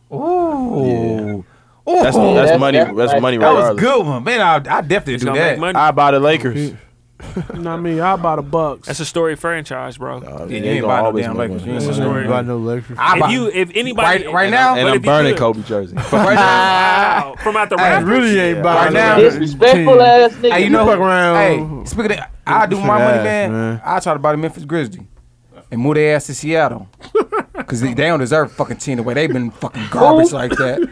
[SPEAKER 9] Ooh. Ooh.
[SPEAKER 4] that's that's, money. That's, money
[SPEAKER 9] that was
[SPEAKER 4] regardless.
[SPEAKER 9] good one, man. I, I definitely
[SPEAKER 2] It's
[SPEAKER 9] do
[SPEAKER 2] gonna
[SPEAKER 9] that.
[SPEAKER 2] make money.
[SPEAKER 4] I buy the Lakers.
[SPEAKER 11] Not me. I buy the Bucks.
[SPEAKER 2] That's a story franchise, bro.
[SPEAKER 4] Uh,
[SPEAKER 9] Yeah, you
[SPEAKER 4] they
[SPEAKER 9] ain't
[SPEAKER 4] gonna
[SPEAKER 9] buy no
[SPEAKER 4] always
[SPEAKER 9] damn
[SPEAKER 4] make
[SPEAKER 9] Lakers.
[SPEAKER 4] money.
[SPEAKER 2] That's a story.
[SPEAKER 3] Buy no lecture.
[SPEAKER 9] I
[SPEAKER 2] If
[SPEAKER 9] buy-
[SPEAKER 2] you, if anybody,
[SPEAKER 9] Right- right now?
[SPEAKER 4] And
[SPEAKER 2] but
[SPEAKER 4] I'm
[SPEAKER 2] if you
[SPEAKER 4] burning
[SPEAKER 2] could-
[SPEAKER 4] Kobe jersey.
[SPEAKER 9] right now.
[SPEAKER 2] Wow. from out the
[SPEAKER 3] I
[SPEAKER 2] rafters.
[SPEAKER 3] really ain't buying
[SPEAKER 9] Right
[SPEAKER 3] no
[SPEAKER 9] now-
[SPEAKER 3] Lakers
[SPEAKER 8] Disrespectful
[SPEAKER 3] team.
[SPEAKER 8] ass nigga.
[SPEAKER 9] Hey, you know,
[SPEAKER 3] fuck around.
[SPEAKER 9] hey, speaking of that, I do
[SPEAKER 3] Listen
[SPEAKER 9] my
[SPEAKER 3] to
[SPEAKER 9] money,
[SPEAKER 3] ass,
[SPEAKER 9] man.
[SPEAKER 3] man.
[SPEAKER 9] I try to buy the Memphis Grizzlies and move their ass to Seattle because they, they don't deserve a fucking team the way they've been fucking garbage like that.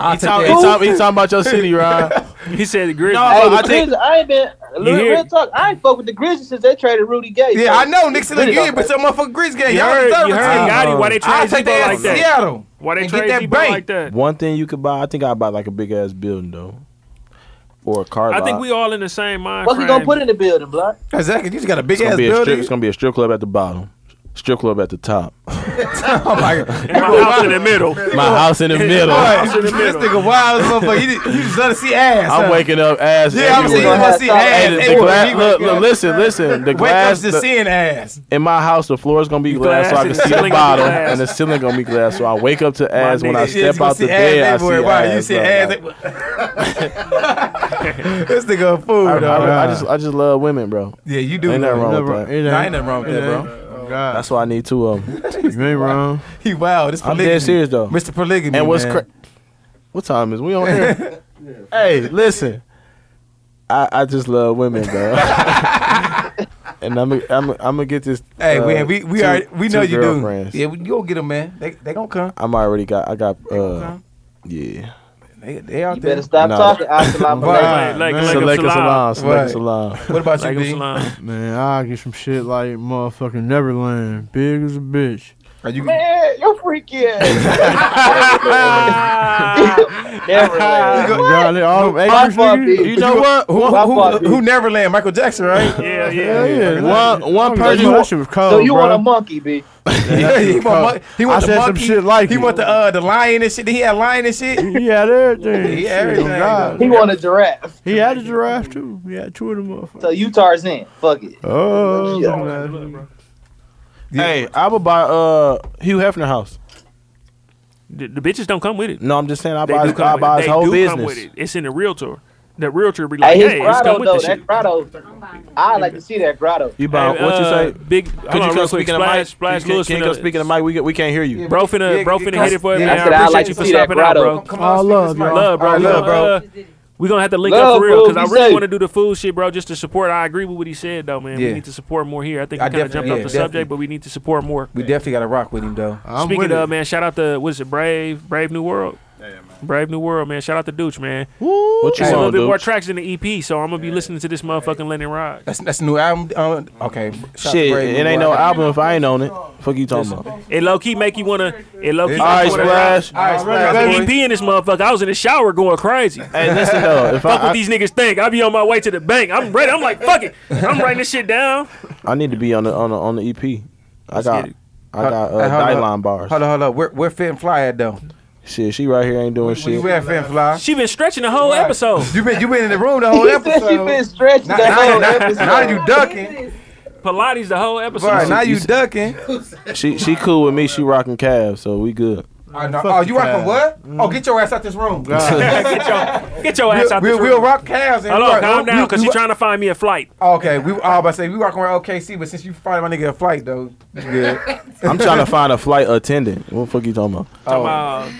[SPEAKER 9] I
[SPEAKER 4] He talking talk, he talking about your city, Ryan.
[SPEAKER 2] He said the Grizzlies.
[SPEAKER 8] Hey,
[SPEAKER 4] Oh,
[SPEAKER 8] the
[SPEAKER 4] I think-
[SPEAKER 8] Grizz- I ain't been real,
[SPEAKER 2] hear-
[SPEAKER 8] real talk. I ain't fuck with the Grizzlies since they traded Rudy Gay.
[SPEAKER 9] Yeah, I know Nixon
[SPEAKER 8] Really
[SPEAKER 9] again,
[SPEAKER 8] don't
[SPEAKER 9] but your motherfucking Grizzlies game,
[SPEAKER 2] You
[SPEAKER 9] y'all
[SPEAKER 2] heard,
[SPEAKER 9] deserve
[SPEAKER 2] you
[SPEAKER 9] a
[SPEAKER 2] heard
[SPEAKER 9] team.
[SPEAKER 2] Gotti why they
[SPEAKER 9] I
[SPEAKER 2] trade
[SPEAKER 9] take
[SPEAKER 2] people
[SPEAKER 9] their ass
[SPEAKER 2] like
[SPEAKER 9] to
[SPEAKER 2] that.
[SPEAKER 9] Seattle.
[SPEAKER 2] Why they
[SPEAKER 9] and get
[SPEAKER 2] trade
[SPEAKER 9] that
[SPEAKER 2] people
[SPEAKER 9] bank.
[SPEAKER 2] like that?
[SPEAKER 4] One thing you could buy, I think I buy like a big ass building though, or a car.
[SPEAKER 2] I think
[SPEAKER 4] lot.
[SPEAKER 2] we all in the same mind
[SPEAKER 8] What you
[SPEAKER 2] frame.
[SPEAKER 8] gonna put in the building, block?
[SPEAKER 9] Exactly. You just got a big
[SPEAKER 4] It's
[SPEAKER 9] ass
[SPEAKER 4] gonna, be a strip,
[SPEAKER 9] building.
[SPEAKER 4] it's gonna be a strip club at the bottom, strip club at the top,
[SPEAKER 9] Oh my
[SPEAKER 2] in my house in the middle?
[SPEAKER 4] my house in the middle.
[SPEAKER 2] House in the
[SPEAKER 9] This
[SPEAKER 2] middle.
[SPEAKER 9] nigga wild as motherfucker. You, just- you just love to see ass.
[SPEAKER 4] I'm
[SPEAKER 9] huh?
[SPEAKER 4] waking up ass.
[SPEAKER 9] Yeah, I'm saying you
[SPEAKER 4] everywhere.
[SPEAKER 9] want to see
[SPEAKER 8] Hey,
[SPEAKER 9] ass.
[SPEAKER 4] Hey, the, the
[SPEAKER 9] everywhere.
[SPEAKER 4] glass,
[SPEAKER 9] You
[SPEAKER 4] look,
[SPEAKER 9] wake
[SPEAKER 4] look,
[SPEAKER 9] up-
[SPEAKER 4] listen, listen. The
[SPEAKER 9] Wake up
[SPEAKER 4] glass
[SPEAKER 9] to
[SPEAKER 4] the-
[SPEAKER 9] seeing ass.
[SPEAKER 4] in my house, the floor is gonna be
[SPEAKER 2] glass
[SPEAKER 4] glass, so I can
[SPEAKER 2] and
[SPEAKER 4] see
[SPEAKER 2] ceiling
[SPEAKER 4] the
[SPEAKER 2] gonna be
[SPEAKER 4] bottom,
[SPEAKER 2] glass.
[SPEAKER 4] and the ceiling gonna be glass. So I wake up to ass when I
[SPEAKER 9] Nigga, yeah,
[SPEAKER 4] step
[SPEAKER 9] you
[SPEAKER 4] out
[SPEAKER 9] see
[SPEAKER 4] the
[SPEAKER 9] ass
[SPEAKER 4] bed. I see
[SPEAKER 9] everywhere. Why,
[SPEAKER 4] ass.
[SPEAKER 9] You see
[SPEAKER 4] bro.
[SPEAKER 9] ass.
[SPEAKER 4] Like,
[SPEAKER 9] everywhere. This nigga a fool,
[SPEAKER 4] I,
[SPEAKER 9] dog.
[SPEAKER 4] I just, I just love women, bro.
[SPEAKER 9] Yeah, you do.
[SPEAKER 4] Ain't nothing wrong
[SPEAKER 3] Never-
[SPEAKER 4] with
[SPEAKER 3] it
[SPEAKER 4] that.
[SPEAKER 9] Nah, ain't nothing wrong with that,
[SPEAKER 3] it ain't.
[SPEAKER 9] bro.
[SPEAKER 3] Oh, God.
[SPEAKER 4] That's why I need two of them.
[SPEAKER 3] you ain't wrong.
[SPEAKER 9] He wild. This
[SPEAKER 4] I'm
[SPEAKER 9] polygamy.
[SPEAKER 4] dead serious though.
[SPEAKER 9] Mr. Polygamy.
[SPEAKER 4] And what's
[SPEAKER 9] man.
[SPEAKER 4] cra- what time is we on here? hey, listen. I, I just love women, bro. and I'm i I'm i I'm gonna get this.
[SPEAKER 9] Hey,
[SPEAKER 4] uh,
[SPEAKER 9] man, we we
[SPEAKER 4] two-
[SPEAKER 9] are we
[SPEAKER 4] two
[SPEAKER 9] know you do.
[SPEAKER 4] girlfriends.
[SPEAKER 9] Yeah, we- you go get them, man. They they gonna come.
[SPEAKER 4] I'm already got I got uh
[SPEAKER 9] come.
[SPEAKER 4] yeah.
[SPEAKER 9] They they out
[SPEAKER 8] You
[SPEAKER 9] there. uh,
[SPEAKER 8] better stop
[SPEAKER 4] Nah.
[SPEAKER 8] talking. Assalamu alaikum.
[SPEAKER 2] Like, like,
[SPEAKER 4] Select
[SPEAKER 2] like,
[SPEAKER 4] a salon,
[SPEAKER 9] Right.
[SPEAKER 4] select a salon.
[SPEAKER 9] What about you,
[SPEAKER 2] Like,
[SPEAKER 9] B?
[SPEAKER 2] like,
[SPEAKER 3] Man, I get some shit like motherfucking Neverland. Big as a bitch.
[SPEAKER 9] Are you? You
[SPEAKER 8] Man, you're freaky ass. Neverland.
[SPEAKER 3] God, they all them
[SPEAKER 8] My
[SPEAKER 3] acres,
[SPEAKER 8] fault,
[SPEAKER 3] nigga.
[SPEAKER 8] B.
[SPEAKER 3] You-
[SPEAKER 9] know what? Uh, Who
[SPEAKER 8] Why
[SPEAKER 9] who,
[SPEAKER 8] fuck,
[SPEAKER 9] who, who Neverland? Michael Jackson, right?
[SPEAKER 2] yeah,
[SPEAKER 3] Yeah,
[SPEAKER 2] yeah.
[SPEAKER 3] yeah.
[SPEAKER 4] One one
[SPEAKER 3] That
[SPEAKER 4] person.
[SPEAKER 3] shit was cold,
[SPEAKER 8] So you
[SPEAKER 3] bro.
[SPEAKER 8] want a monkey, B?
[SPEAKER 9] yeah, he want, mon- he
[SPEAKER 3] I
[SPEAKER 9] want the
[SPEAKER 3] said some
[SPEAKER 9] monkey.
[SPEAKER 3] shit like
[SPEAKER 9] he
[SPEAKER 3] it.
[SPEAKER 9] want the uh the lion and shit. He had lion and shit.
[SPEAKER 3] He had everything.
[SPEAKER 9] He
[SPEAKER 3] Shit,
[SPEAKER 9] had
[SPEAKER 3] oh,
[SPEAKER 9] everything.
[SPEAKER 3] God.
[SPEAKER 8] He want a giraffe.
[SPEAKER 3] He had a giraffe too. He had two of them motherfuckers.
[SPEAKER 8] So you Tarzan. Fuck it.
[SPEAKER 3] Oh,
[SPEAKER 8] Yeah.
[SPEAKER 3] man.
[SPEAKER 4] Hey, I would buy uh Hugh Hefner house.
[SPEAKER 2] The, the bitches don't come with it.
[SPEAKER 4] No, I'm just saying I
[SPEAKER 2] They
[SPEAKER 4] buy
[SPEAKER 2] do
[SPEAKER 4] his,
[SPEAKER 2] come
[SPEAKER 4] I
[SPEAKER 2] with it.
[SPEAKER 4] buy his
[SPEAKER 2] They
[SPEAKER 4] whole
[SPEAKER 2] do come with
[SPEAKER 4] business.
[SPEAKER 2] it. It's in the realtor. The realtor be like,
[SPEAKER 8] Hey, his
[SPEAKER 2] hey, it's come
[SPEAKER 8] grotto
[SPEAKER 2] with
[SPEAKER 8] though.
[SPEAKER 2] this shit.
[SPEAKER 8] That grotto. I like to see that grotto.
[SPEAKER 4] You
[SPEAKER 2] Hey,
[SPEAKER 4] buy what you
[SPEAKER 2] uh,
[SPEAKER 4] say?
[SPEAKER 2] Big. Could
[SPEAKER 4] Could you come
[SPEAKER 2] quick,
[SPEAKER 4] speaking of
[SPEAKER 2] splash,
[SPEAKER 4] mic?
[SPEAKER 2] splash
[SPEAKER 4] Can you
[SPEAKER 2] Lewis
[SPEAKER 4] come speaking of mic? We, we can't hear you.
[SPEAKER 2] Bro finna,
[SPEAKER 9] Yeah,
[SPEAKER 2] bro
[SPEAKER 9] it
[SPEAKER 2] finna
[SPEAKER 9] comes-
[SPEAKER 2] hit it for
[SPEAKER 9] yeah,
[SPEAKER 2] you, man.
[SPEAKER 8] I
[SPEAKER 2] I
[SPEAKER 8] said
[SPEAKER 2] appreciate
[SPEAKER 8] I like
[SPEAKER 2] you
[SPEAKER 8] to
[SPEAKER 2] for
[SPEAKER 8] see that
[SPEAKER 2] stopping out,
[SPEAKER 8] grotto.
[SPEAKER 2] bro.
[SPEAKER 9] Come on,
[SPEAKER 11] I
[SPEAKER 9] speak
[SPEAKER 11] love
[SPEAKER 9] this mic.
[SPEAKER 11] y'all.
[SPEAKER 2] Love, bro.
[SPEAKER 9] I love,
[SPEAKER 2] You know,
[SPEAKER 9] bro.
[SPEAKER 2] uh, We're gonna have to link
[SPEAKER 9] Love
[SPEAKER 2] up for real
[SPEAKER 9] food,
[SPEAKER 2] because I
[SPEAKER 9] be
[SPEAKER 2] really
[SPEAKER 9] safe.
[SPEAKER 2] want to do the food shit, bro, just to support. I agree with what he said though, man. We
[SPEAKER 9] Yeah.
[SPEAKER 2] need to support more here. I think
[SPEAKER 9] I
[SPEAKER 2] I kind of
[SPEAKER 9] definitely-
[SPEAKER 2] jumped
[SPEAKER 9] yeah,
[SPEAKER 2] off the subject,
[SPEAKER 9] definitely.
[SPEAKER 2] but we need to support more.
[SPEAKER 9] We definitely got to rock with him though.
[SPEAKER 2] Speaking of man, shout out to what is it, Brave, Brave New World. Brave New World, man. Shout out to Dooch, man.
[SPEAKER 9] What you
[SPEAKER 2] It's a
[SPEAKER 9] on,
[SPEAKER 2] little bit more
[SPEAKER 9] Dooch?
[SPEAKER 2] tracks than the EP, so I'm gonna be listening to this motherfucking Lenny Rod.
[SPEAKER 9] That's that's a new album. Uh, okay, shout
[SPEAKER 4] Shit,
[SPEAKER 9] to Brave
[SPEAKER 4] it
[SPEAKER 9] New
[SPEAKER 4] ain't no
[SPEAKER 9] World.
[SPEAKER 4] album if I ain't on it. Fuck you talking about?
[SPEAKER 2] It low key make you wanna. It low key.
[SPEAKER 4] All right, Splash.
[SPEAKER 2] All right,
[SPEAKER 4] Splash,
[SPEAKER 2] Splash.
[SPEAKER 4] boy.
[SPEAKER 2] EP in this motherfucker. I was in the shower going crazy.
[SPEAKER 4] Hey, listen though, if
[SPEAKER 2] fuck
[SPEAKER 4] I-
[SPEAKER 2] what
[SPEAKER 4] I-
[SPEAKER 2] these niggas think. I be on my way to the bank. I'm ready. I'm like, fuck it. I'm writing this shit down.
[SPEAKER 4] I need to be on the on the on the EP. I got I got uh,
[SPEAKER 9] Hey, hold up.
[SPEAKER 4] Dylon bars.
[SPEAKER 9] Hold on, hold on. Where, where Fit and Fly at though?
[SPEAKER 4] Shit, she right here ain't doing shit.
[SPEAKER 9] You at Fit and Fly?
[SPEAKER 2] She been stretching the whole episode.
[SPEAKER 9] You been you been in the room the whole episode.
[SPEAKER 2] she been stretching
[SPEAKER 9] now,
[SPEAKER 2] the
[SPEAKER 9] now-
[SPEAKER 2] whole
[SPEAKER 9] now-
[SPEAKER 2] episode.
[SPEAKER 9] Now you ducking.
[SPEAKER 2] Pilates the whole episode.
[SPEAKER 9] Right, now you ducking.
[SPEAKER 4] She she cool with me. She rocking calves, so we good.
[SPEAKER 9] Oh, no. Oh, you rocking what? Oh, get your ass out this room.
[SPEAKER 2] get your get your ass
[SPEAKER 9] We'll-
[SPEAKER 2] out.
[SPEAKER 9] we'll-
[SPEAKER 2] this
[SPEAKER 9] we'll
[SPEAKER 2] room.
[SPEAKER 9] rock calves and
[SPEAKER 2] Hold on,
[SPEAKER 9] rock-
[SPEAKER 2] calm
[SPEAKER 9] we-
[SPEAKER 2] down, because
[SPEAKER 9] we-
[SPEAKER 2] she's trying to find me a flight.
[SPEAKER 9] Okay, we all about to say we rocking around OKC, but since you finally get a flight though, you good.
[SPEAKER 4] I'm trying to find a flight attendant. What the fuck you talking about?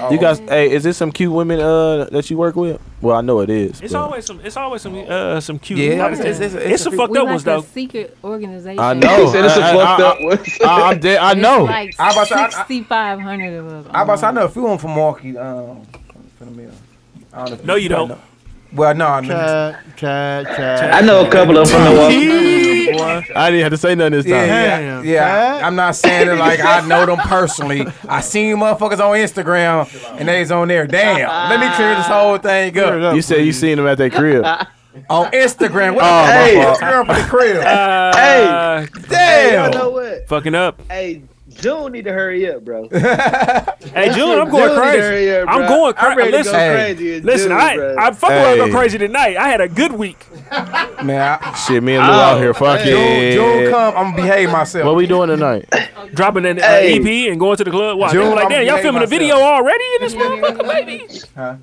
[SPEAKER 9] Oh.
[SPEAKER 4] You guys, hey, is this some cute women uh that you work with? Well, I know it is.
[SPEAKER 2] It's
[SPEAKER 4] but-
[SPEAKER 2] always some. It's always some. Uh, some cute.
[SPEAKER 4] Yeah,
[SPEAKER 2] You know,
[SPEAKER 4] it's-
[SPEAKER 2] it's,
[SPEAKER 4] it's-
[SPEAKER 2] it's some fucked
[SPEAKER 16] we
[SPEAKER 2] up
[SPEAKER 16] like
[SPEAKER 2] ones
[SPEAKER 16] a
[SPEAKER 2] though.
[SPEAKER 16] secret organization.
[SPEAKER 4] I know. He said it's a I- I- fucked I- up one. I- I'm dead- I
[SPEAKER 16] It's
[SPEAKER 4] know.
[SPEAKER 16] Like
[SPEAKER 9] I about to- I- I-
[SPEAKER 16] sixty five hundred of us.
[SPEAKER 9] I about to say, I know a few of them from Milwaukee. Um, from the mill. I don't know if
[SPEAKER 2] No, you don't.
[SPEAKER 9] know. Well, no, I know.
[SPEAKER 3] Chad, Chad, Chad.
[SPEAKER 9] I know a couple of them from Milwaukee.
[SPEAKER 4] I didn't have to say nothing this time.
[SPEAKER 9] Yeah, yeah, yeah. I- I'm not saying it like I know them personally. I seen motherfuckers on Instagram and they's on there. Damn, let me clear this whole thing up.
[SPEAKER 4] You said you seen them at their crib.
[SPEAKER 9] on Instagram. What
[SPEAKER 4] Oh, my
[SPEAKER 9] the hey,
[SPEAKER 4] fault.
[SPEAKER 9] Instagram for the crib?
[SPEAKER 2] hey,
[SPEAKER 9] damn.
[SPEAKER 8] you know what?
[SPEAKER 2] Uh, Fucking up.
[SPEAKER 8] Hey, June need to hurry up, bro.
[SPEAKER 2] Hey, June, I'm going
[SPEAKER 8] June need to hurry
[SPEAKER 2] crazy.
[SPEAKER 8] up,
[SPEAKER 2] I'm
[SPEAKER 8] bro.
[SPEAKER 2] going
[SPEAKER 8] I'm ready
[SPEAKER 2] crazy. Listen,
[SPEAKER 8] to go crazy as
[SPEAKER 2] listen,
[SPEAKER 8] June,
[SPEAKER 2] I,
[SPEAKER 8] bro.
[SPEAKER 2] I fucking wanna
[SPEAKER 4] Hey.
[SPEAKER 2] go crazy tonight. I had a good week.
[SPEAKER 9] Man, I,
[SPEAKER 4] Shit, me and Lou out here. Fuck it.
[SPEAKER 9] June, June come, I'm gonna behave myself.
[SPEAKER 4] What we doing tonight?
[SPEAKER 2] Dropping an uh,
[SPEAKER 9] Hey.
[SPEAKER 2] EP and going to the club. Wow,
[SPEAKER 9] June,
[SPEAKER 2] they were like,
[SPEAKER 9] I'm
[SPEAKER 2] damn, y'all
[SPEAKER 9] gay
[SPEAKER 2] filming a video
[SPEAKER 9] myself.
[SPEAKER 2] already in this motherfucker, baby?
[SPEAKER 9] Huh?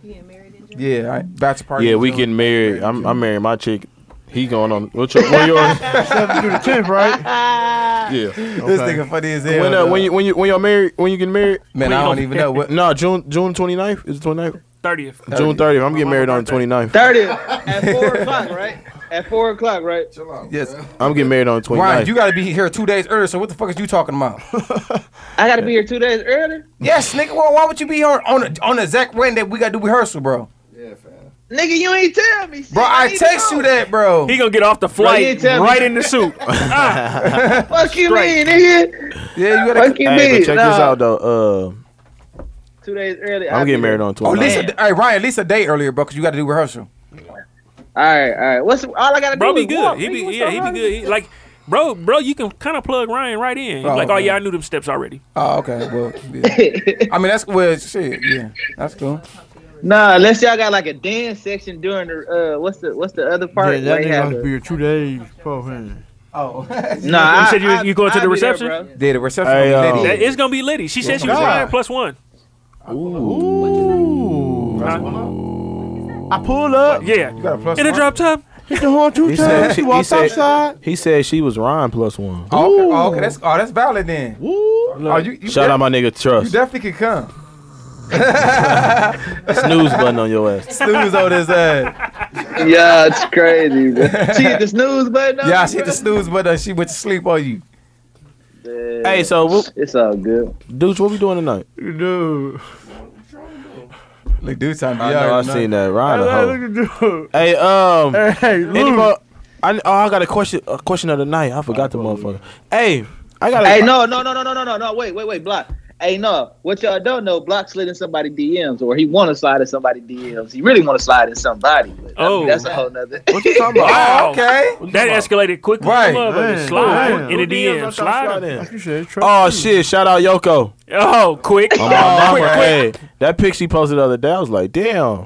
[SPEAKER 9] Yeah, I, bachelor party.
[SPEAKER 4] Yeah,
[SPEAKER 9] in
[SPEAKER 4] we
[SPEAKER 9] June.
[SPEAKER 4] getting married. I'm I'm marrying my chick. He going on. What's your when yours?
[SPEAKER 3] Seven through the tenth, right?
[SPEAKER 4] Yeah. This
[SPEAKER 9] This nigga funny as hell.
[SPEAKER 4] When uh,
[SPEAKER 9] though.
[SPEAKER 4] when you when you when y'all married when you getting married?
[SPEAKER 9] Man, I don't even know what-
[SPEAKER 4] No, June June 29th is the 29th.
[SPEAKER 2] 30th.
[SPEAKER 4] June 30th. I'm getting married on the 29th.
[SPEAKER 8] 30 at 4 o'clock, right? At 4 o'clock, right?
[SPEAKER 9] yes,
[SPEAKER 4] I'm getting married on the 29th.
[SPEAKER 9] Ryan, you gotta be here two days earlier. So what the fuck is you talking about?
[SPEAKER 8] I got to be here two days earlier.
[SPEAKER 9] yes, nigga. Well, why would you be here on the, on the exact when that we gotta do rehearsal, bro?
[SPEAKER 8] Nigga, you ain't tell me. Shit.
[SPEAKER 9] Bro, I
[SPEAKER 8] need to
[SPEAKER 9] text
[SPEAKER 8] know.
[SPEAKER 9] you that, bro.
[SPEAKER 2] He gonna get off the
[SPEAKER 8] Bro, you
[SPEAKER 2] flight
[SPEAKER 8] didn't tell me.
[SPEAKER 2] right in the suit.
[SPEAKER 8] Fuck you,
[SPEAKER 2] Straight.
[SPEAKER 8] mean, nigga.
[SPEAKER 9] Yeah, you
[SPEAKER 8] gotta- Fuck you
[SPEAKER 4] Hey,
[SPEAKER 8] mean,
[SPEAKER 4] but check
[SPEAKER 8] nah.
[SPEAKER 4] this out though.
[SPEAKER 8] Two days earlier.
[SPEAKER 4] Uh, I'm getting married on the
[SPEAKER 9] Oh,
[SPEAKER 4] 29th.
[SPEAKER 9] Lisa, hey Ryan, at least a day earlier, bro, because you got to do rehearsal.
[SPEAKER 8] All right, all right. What's all I gotta
[SPEAKER 2] bro
[SPEAKER 8] do?
[SPEAKER 2] be
[SPEAKER 8] is
[SPEAKER 2] good.
[SPEAKER 8] walk,
[SPEAKER 2] he
[SPEAKER 8] nigga.
[SPEAKER 2] be
[SPEAKER 8] What's
[SPEAKER 2] yeah,
[SPEAKER 8] so
[SPEAKER 2] he be
[SPEAKER 8] hard?
[SPEAKER 2] good. He- like, bro, bro, you can kind of plug Ryan right in. You
[SPEAKER 9] Oh,
[SPEAKER 2] like, oh yeah,
[SPEAKER 9] man.
[SPEAKER 2] I knew them steps already.
[SPEAKER 9] Oh, okay. Well, yeah. I mean that's well, shit. Yeah, that's cool.
[SPEAKER 8] Nah, unless y'all got like a dance section during the uh, what's the what's the other part?
[SPEAKER 3] Yeah, that
[SPEAKER 8] where you
[SPEAKER 3] nigga
[SPEAKER 8] have
[SPEAKER 3] gonna
[SPEAKER 8] the-
[SPEAKER 3] be here two days beforehand.
[SPEAKER 9] Oh,
[SPEAKER 8] Nah,
[SPEAKER 2] you
[SPEAKER 8] I-
[SPEAKER 2] said you,
[SPEAKER 8] I-
[SPEAKER 2] you going to
[SPEAKER 8] I'll
[SPEAKER 2] the
[SPEAKER 8] be there,
[SPEAKER 2] reception.
[SPEAKER 8] bro.
[SPEAKER 9] Yeah, the reception.
[SPEAKER 4] Hey,
[SPEAKER 9] gonna be
[SPEAKER 4] yo.
[SPEAKER 9] lit.
[SPEAKER 2] That- it's gonna be Liddy. She said she was
[SPEAKER 3] God.
[SPEAKER 2] Ryan plus one.
[SPEAKER 3] Ooh. I pull up.
[SPEAKER 2] Yeah,
[SPEAKER 9] got a plus
[SPEAKER 2] in a
[SPEAKER 9] one?
[SPEAKER 2] drop top.
[SPEAKER 3] Hit the horn two
[SPEAKER 4] He said,
[SPEAKER 3] times.
[SPEAKER 4] she,
[SPEAKER 3] She
[SPEAKER 4] he,
[SPEAKER 3] walked
[SPEAKER 4] said,
[SPEAKER 3] outside.
[SPEAKER 4] he said she was Ryan plus one.
[SPEAKER 9] Oh, okay, oh, okay, that's oh, that's valid then. Oh, you, you
[SPEAKER 4] Shout out my nigga
[SPEAKER 9] You
[SPEAKER 4] Trust.
[SPEAKER 9] definitely could come.
[SPEAKER 4] Snooze button on your ass.
[SPEAKER 9] Snooze on his ass.
[SPEAKER 8] Yeah, it's crazy. Bro. she hit the snooze button. on
[SPEAKER 9] Yeah,
[SPEAKER 8] me,
[SPEAKER 9] she hit
[SPEAKER 8] bro.
[SPEAKER 9] the snooze button. She went to sleep on you.
[SPEAKER 8] Yeah.
[SPEAKER 4] Hey, so what,
[SPEAKER 8] it's all good.
[SPEAKER 4] dudes, what we doing tonight?
[SPEAKER 3] Dude.
[SPEAKER 9] Like dude, time.
[SPEAKER 4] I know I seen that Ryan. a hoe.
[SPEAKER 3] Look at dude.
[SPEAKER 4] Hey, um,
[SPEAKER 3] Hey,
[SPEAKER 4] any
[SPEAKER 3] Lou.
[SPEAKER 4] more? I, oh, I got a question. A question of the night. I forgot the motherfucker. Hey, I got. A,
[SPEAKER 8] Hey, no, no, no, no, no, no, no, no. Wait, wait, wait, block. Hey, no. What y'all don't know, block slid in somebody DMs, or he want to slide in somebody DMs. He really want to slide in somebody. But, I
[SPEAKER 2] Oh.
[SPEAKER 8] mean, that's a whole nother.
[SPEAKER 4] What you talking about?
[SPEAKER 2] Wow.
[SPEAKER 9] Oh, Okay.
[SPEAKER 2] That escalated quickly.
[SPEAKER 9] Right.
[SPEAKER 2] Motherfucker,
[SPEAKER 3] Man,
[SPEAKER 2] Slide
[SPEAKER 3] man.
[SPEAKER 2] in the
[SPEAKER 4] Who DMs
[SPEAKER 2] DM.
[SPEAKER 4] I'm trying to
[SPEAKER 2] Slide. him.
[SPEAKER 4] slide in?
[SPEAKER 3] Like you said, trust
[SPEAKER 4] Oh
[SPEAKER 3] me.
[SPEAKER 4] shit! Shout out Yoko.
[SPEAKER 2] Oh, quick.
[SPEAKER 4] On my mama.
[SPEAKER 2] quick, quick.
[SPEAKER 4] Hey, that pic she posted the other day. I was like, damn.
[SPEAKER 9] Yeah,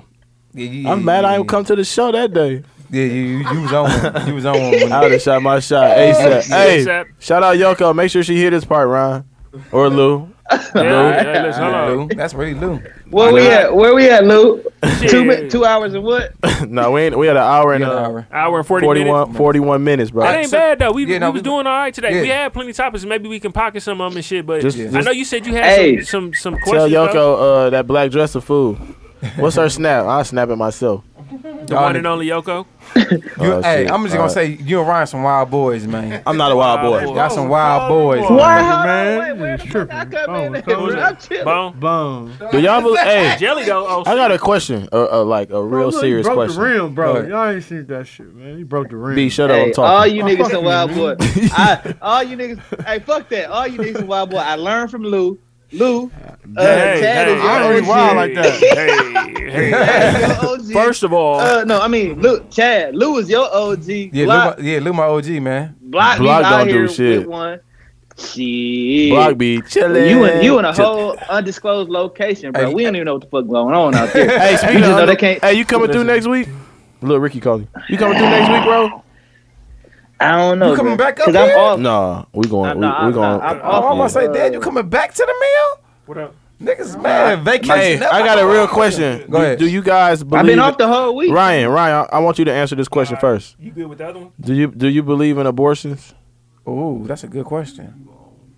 [SPEAKER 9] you,
[SPEAKER 4] I'm
[SPEAKER 9] yeah,
[SPEAKER 4] mad I
[SPEAKER 9] yeah,
[SPEAKER 4] didn't come to the show that day.
[SPEAKER 9] Yeah, you, you, you was on one. You was on one. when-
[SPEAKER 4] I would have shot my shot ASAP.
[SPEAKER 2] ASAP.
[SPEAKER 4] Hey, shout out Yoko. Make sure she hear this part, Ryan or Lou.
[SPEAKER 2] Yeah, yeah, listen, hold on.
[SPEAKER 9] Lou. That's really Lou.
[SPEAKER 8] Where we at? Where we at, Lou? two mi-
[SPEAKER 2] Shit.
[SPEAKER 8] two hours and what?
[SPEAKER 4] no, we ain't, we had an hour and
[SPEAKER 9] Yeah,
[SPEAKER 4] a-
[SPEAKER 9] Ira.
[SPEAKER 2] Hour and 40 minutes.
[SPEAKER 4] 41, 41 minutes, bro.
[SPEAKER 2] That ain't bad though. We,
[SPEAKER 9] Yeah, no,
[SPEAKER 2] we was
[SPEAKER 9] we-
[SPEAKER 2] doing all right today.
[SPEAKER 9] Yeah.
[SPEAKER 2] We had plenty of topics. Maybe we can pocket some of them and shit. But
[SPEAKER 4] Just-
[SPEAKER 2] I
[SPEAKER 4] just-
[SPEAKER 2] know you said you had
[SPEAKER 8] Hey.
[SPEAKER 2] some, some some
[SPEAKER 4] Tell
[SPEAKER 2] questions. bro.
[SPEAKER 4] Yoko uh, that black dress of food. What's her snap? I snap it myself.
[SPEAKER 2] The one and only Yoko.
[SPEAKER 9] You,
[SPEAKER 2] Oh,
[SPEAKER 9] hey,
[SPEAKER 2] shit.
[SPEAKER 9] I'm just gonna
[SPEAKER 2] All right.
[SPEAKER 9] say you and Ryan some wild boys, man.
[SPEAKER 4] I'm not a wild boy.
[SPEAKER 9] Y'all some wild boys.
[SPEAKER 11] man. Where the fuck I come in? I'm chilling.
[SPEAKER 2] Bone.
[SPEAKER 3] Bone.
[SPEAKER 4] Do y'all believe? Hey,
[SPEAKER 2] Jelly though. Oh,
[SPEAKER 4] I got a question, uh, uh, like a real
[SPEAKER 3] Look, he
[SPEAKER 4] serious
[SPEAKER 3] broke
[SPEAKER 4] question.
[SPEAKER 3] the rim, bro.
[SPEAKER 4] Go ahead.
[SPEAKER 3] Y'all ain't seen that shit, man. He broke the rim.
[SPEAKER 4] B, shut up. I'm
[SPEAKER 8] Hey,
[SPEAKER 4] talking.
[SPEAKER 8] all you niggas
[SPEAKER 3] fuck
[SPEAKER 8] some
[SPEAKER 3] you,
[SPEAKER 8] wild boy. I, all you niggas, hey, fuck that. All you niggas some wild boy. I learned from Lou. Lou, uh,
[SPEAKER 2] Hey,
[SPEAKER 8] Chad
[SPEAKER 2] hey,
[SPEAKER 8] is your
[SPEAKER 2] I ain't
[SPEAKER 8] OG.
[SPEAKER 2] wild like that. Hey, hey.
[SPEAKER 9] First
[SPEAKER 2] of all,
[SPEAKER 8] uh, no, I mean, Lou, Chad, Lou is your OG.
[SPEAKER 9] Yeah,
[SPEAKER 8] Block,
[SPEAKER 9] Luma, yeah, Luma OG, man.
[SPEAKER 8] block,
[SPEAKER 9] Block
[SPEAKER 8] Block out
[SPEAKER 9] don't do
[SPEAKER 8] here
[SPEAKER 9] shit.
[SPEAKER 8] With one. Shit.
[SPEAKER 9] Block be chillin'.
[SPEAKER 8] You in you in a
[SPEAKER 9] Chill-
[SPEAKER 8] whole undisclosed location, bro.
[SPEAKER 4] Hey,
[SPEAKER 8] we don't even know what the fuck going on out there.
[SPEAKER 4] hey,
[SPEAKER 8] we
[SPEAKER 4] speaking
[SPEAKER 8] just
[SPEAKER 4] of,
[SPEAKER 8] know they can't.
[SPEAKER 4] hey, you coming through next week? Little Ricky calling. You coming through next week, bro?
[SPEAKER 8] I don't know.
[SPEAKER 9] You coming bro. back up 'Cause I'm
[SPEAKER 4] I'm
[SPEAKER 9] here?
[SPEAKER 8] Oh.
[SPEAKER 9] off.
[SPEAKER 4] Nah, we going.
[SPEAKER 9] Nah,
[SPEAKER 4] we, we
[SPEAKER 9] I'm
[SPEAKER 4] going.
[SPEAKER 9] not- I'm off. I'm gonna say, Dad, you coming back to the meal?
[SPEAKER 11] What up?
[SPEAKER 9] Niggas mad. Vacation.
[SPEAKER 4] Hey, I got a real question.
[SPEAKER 9] Go
[SPEAKER 4] Do-
[SPEAKER 9] ahead.
[SPEAKER 4] Do, you guys believe?
[SPEAKER 9] been off the whole week.
[SPEAKER 4] Ryan, Ryan, I, I want you to answer this question first.
[SPEAKER 2] You good with the other one?
[SPEAKER 4] Do you do you believe in abortions?
[SPEAKER 9] Oh, that's a good question.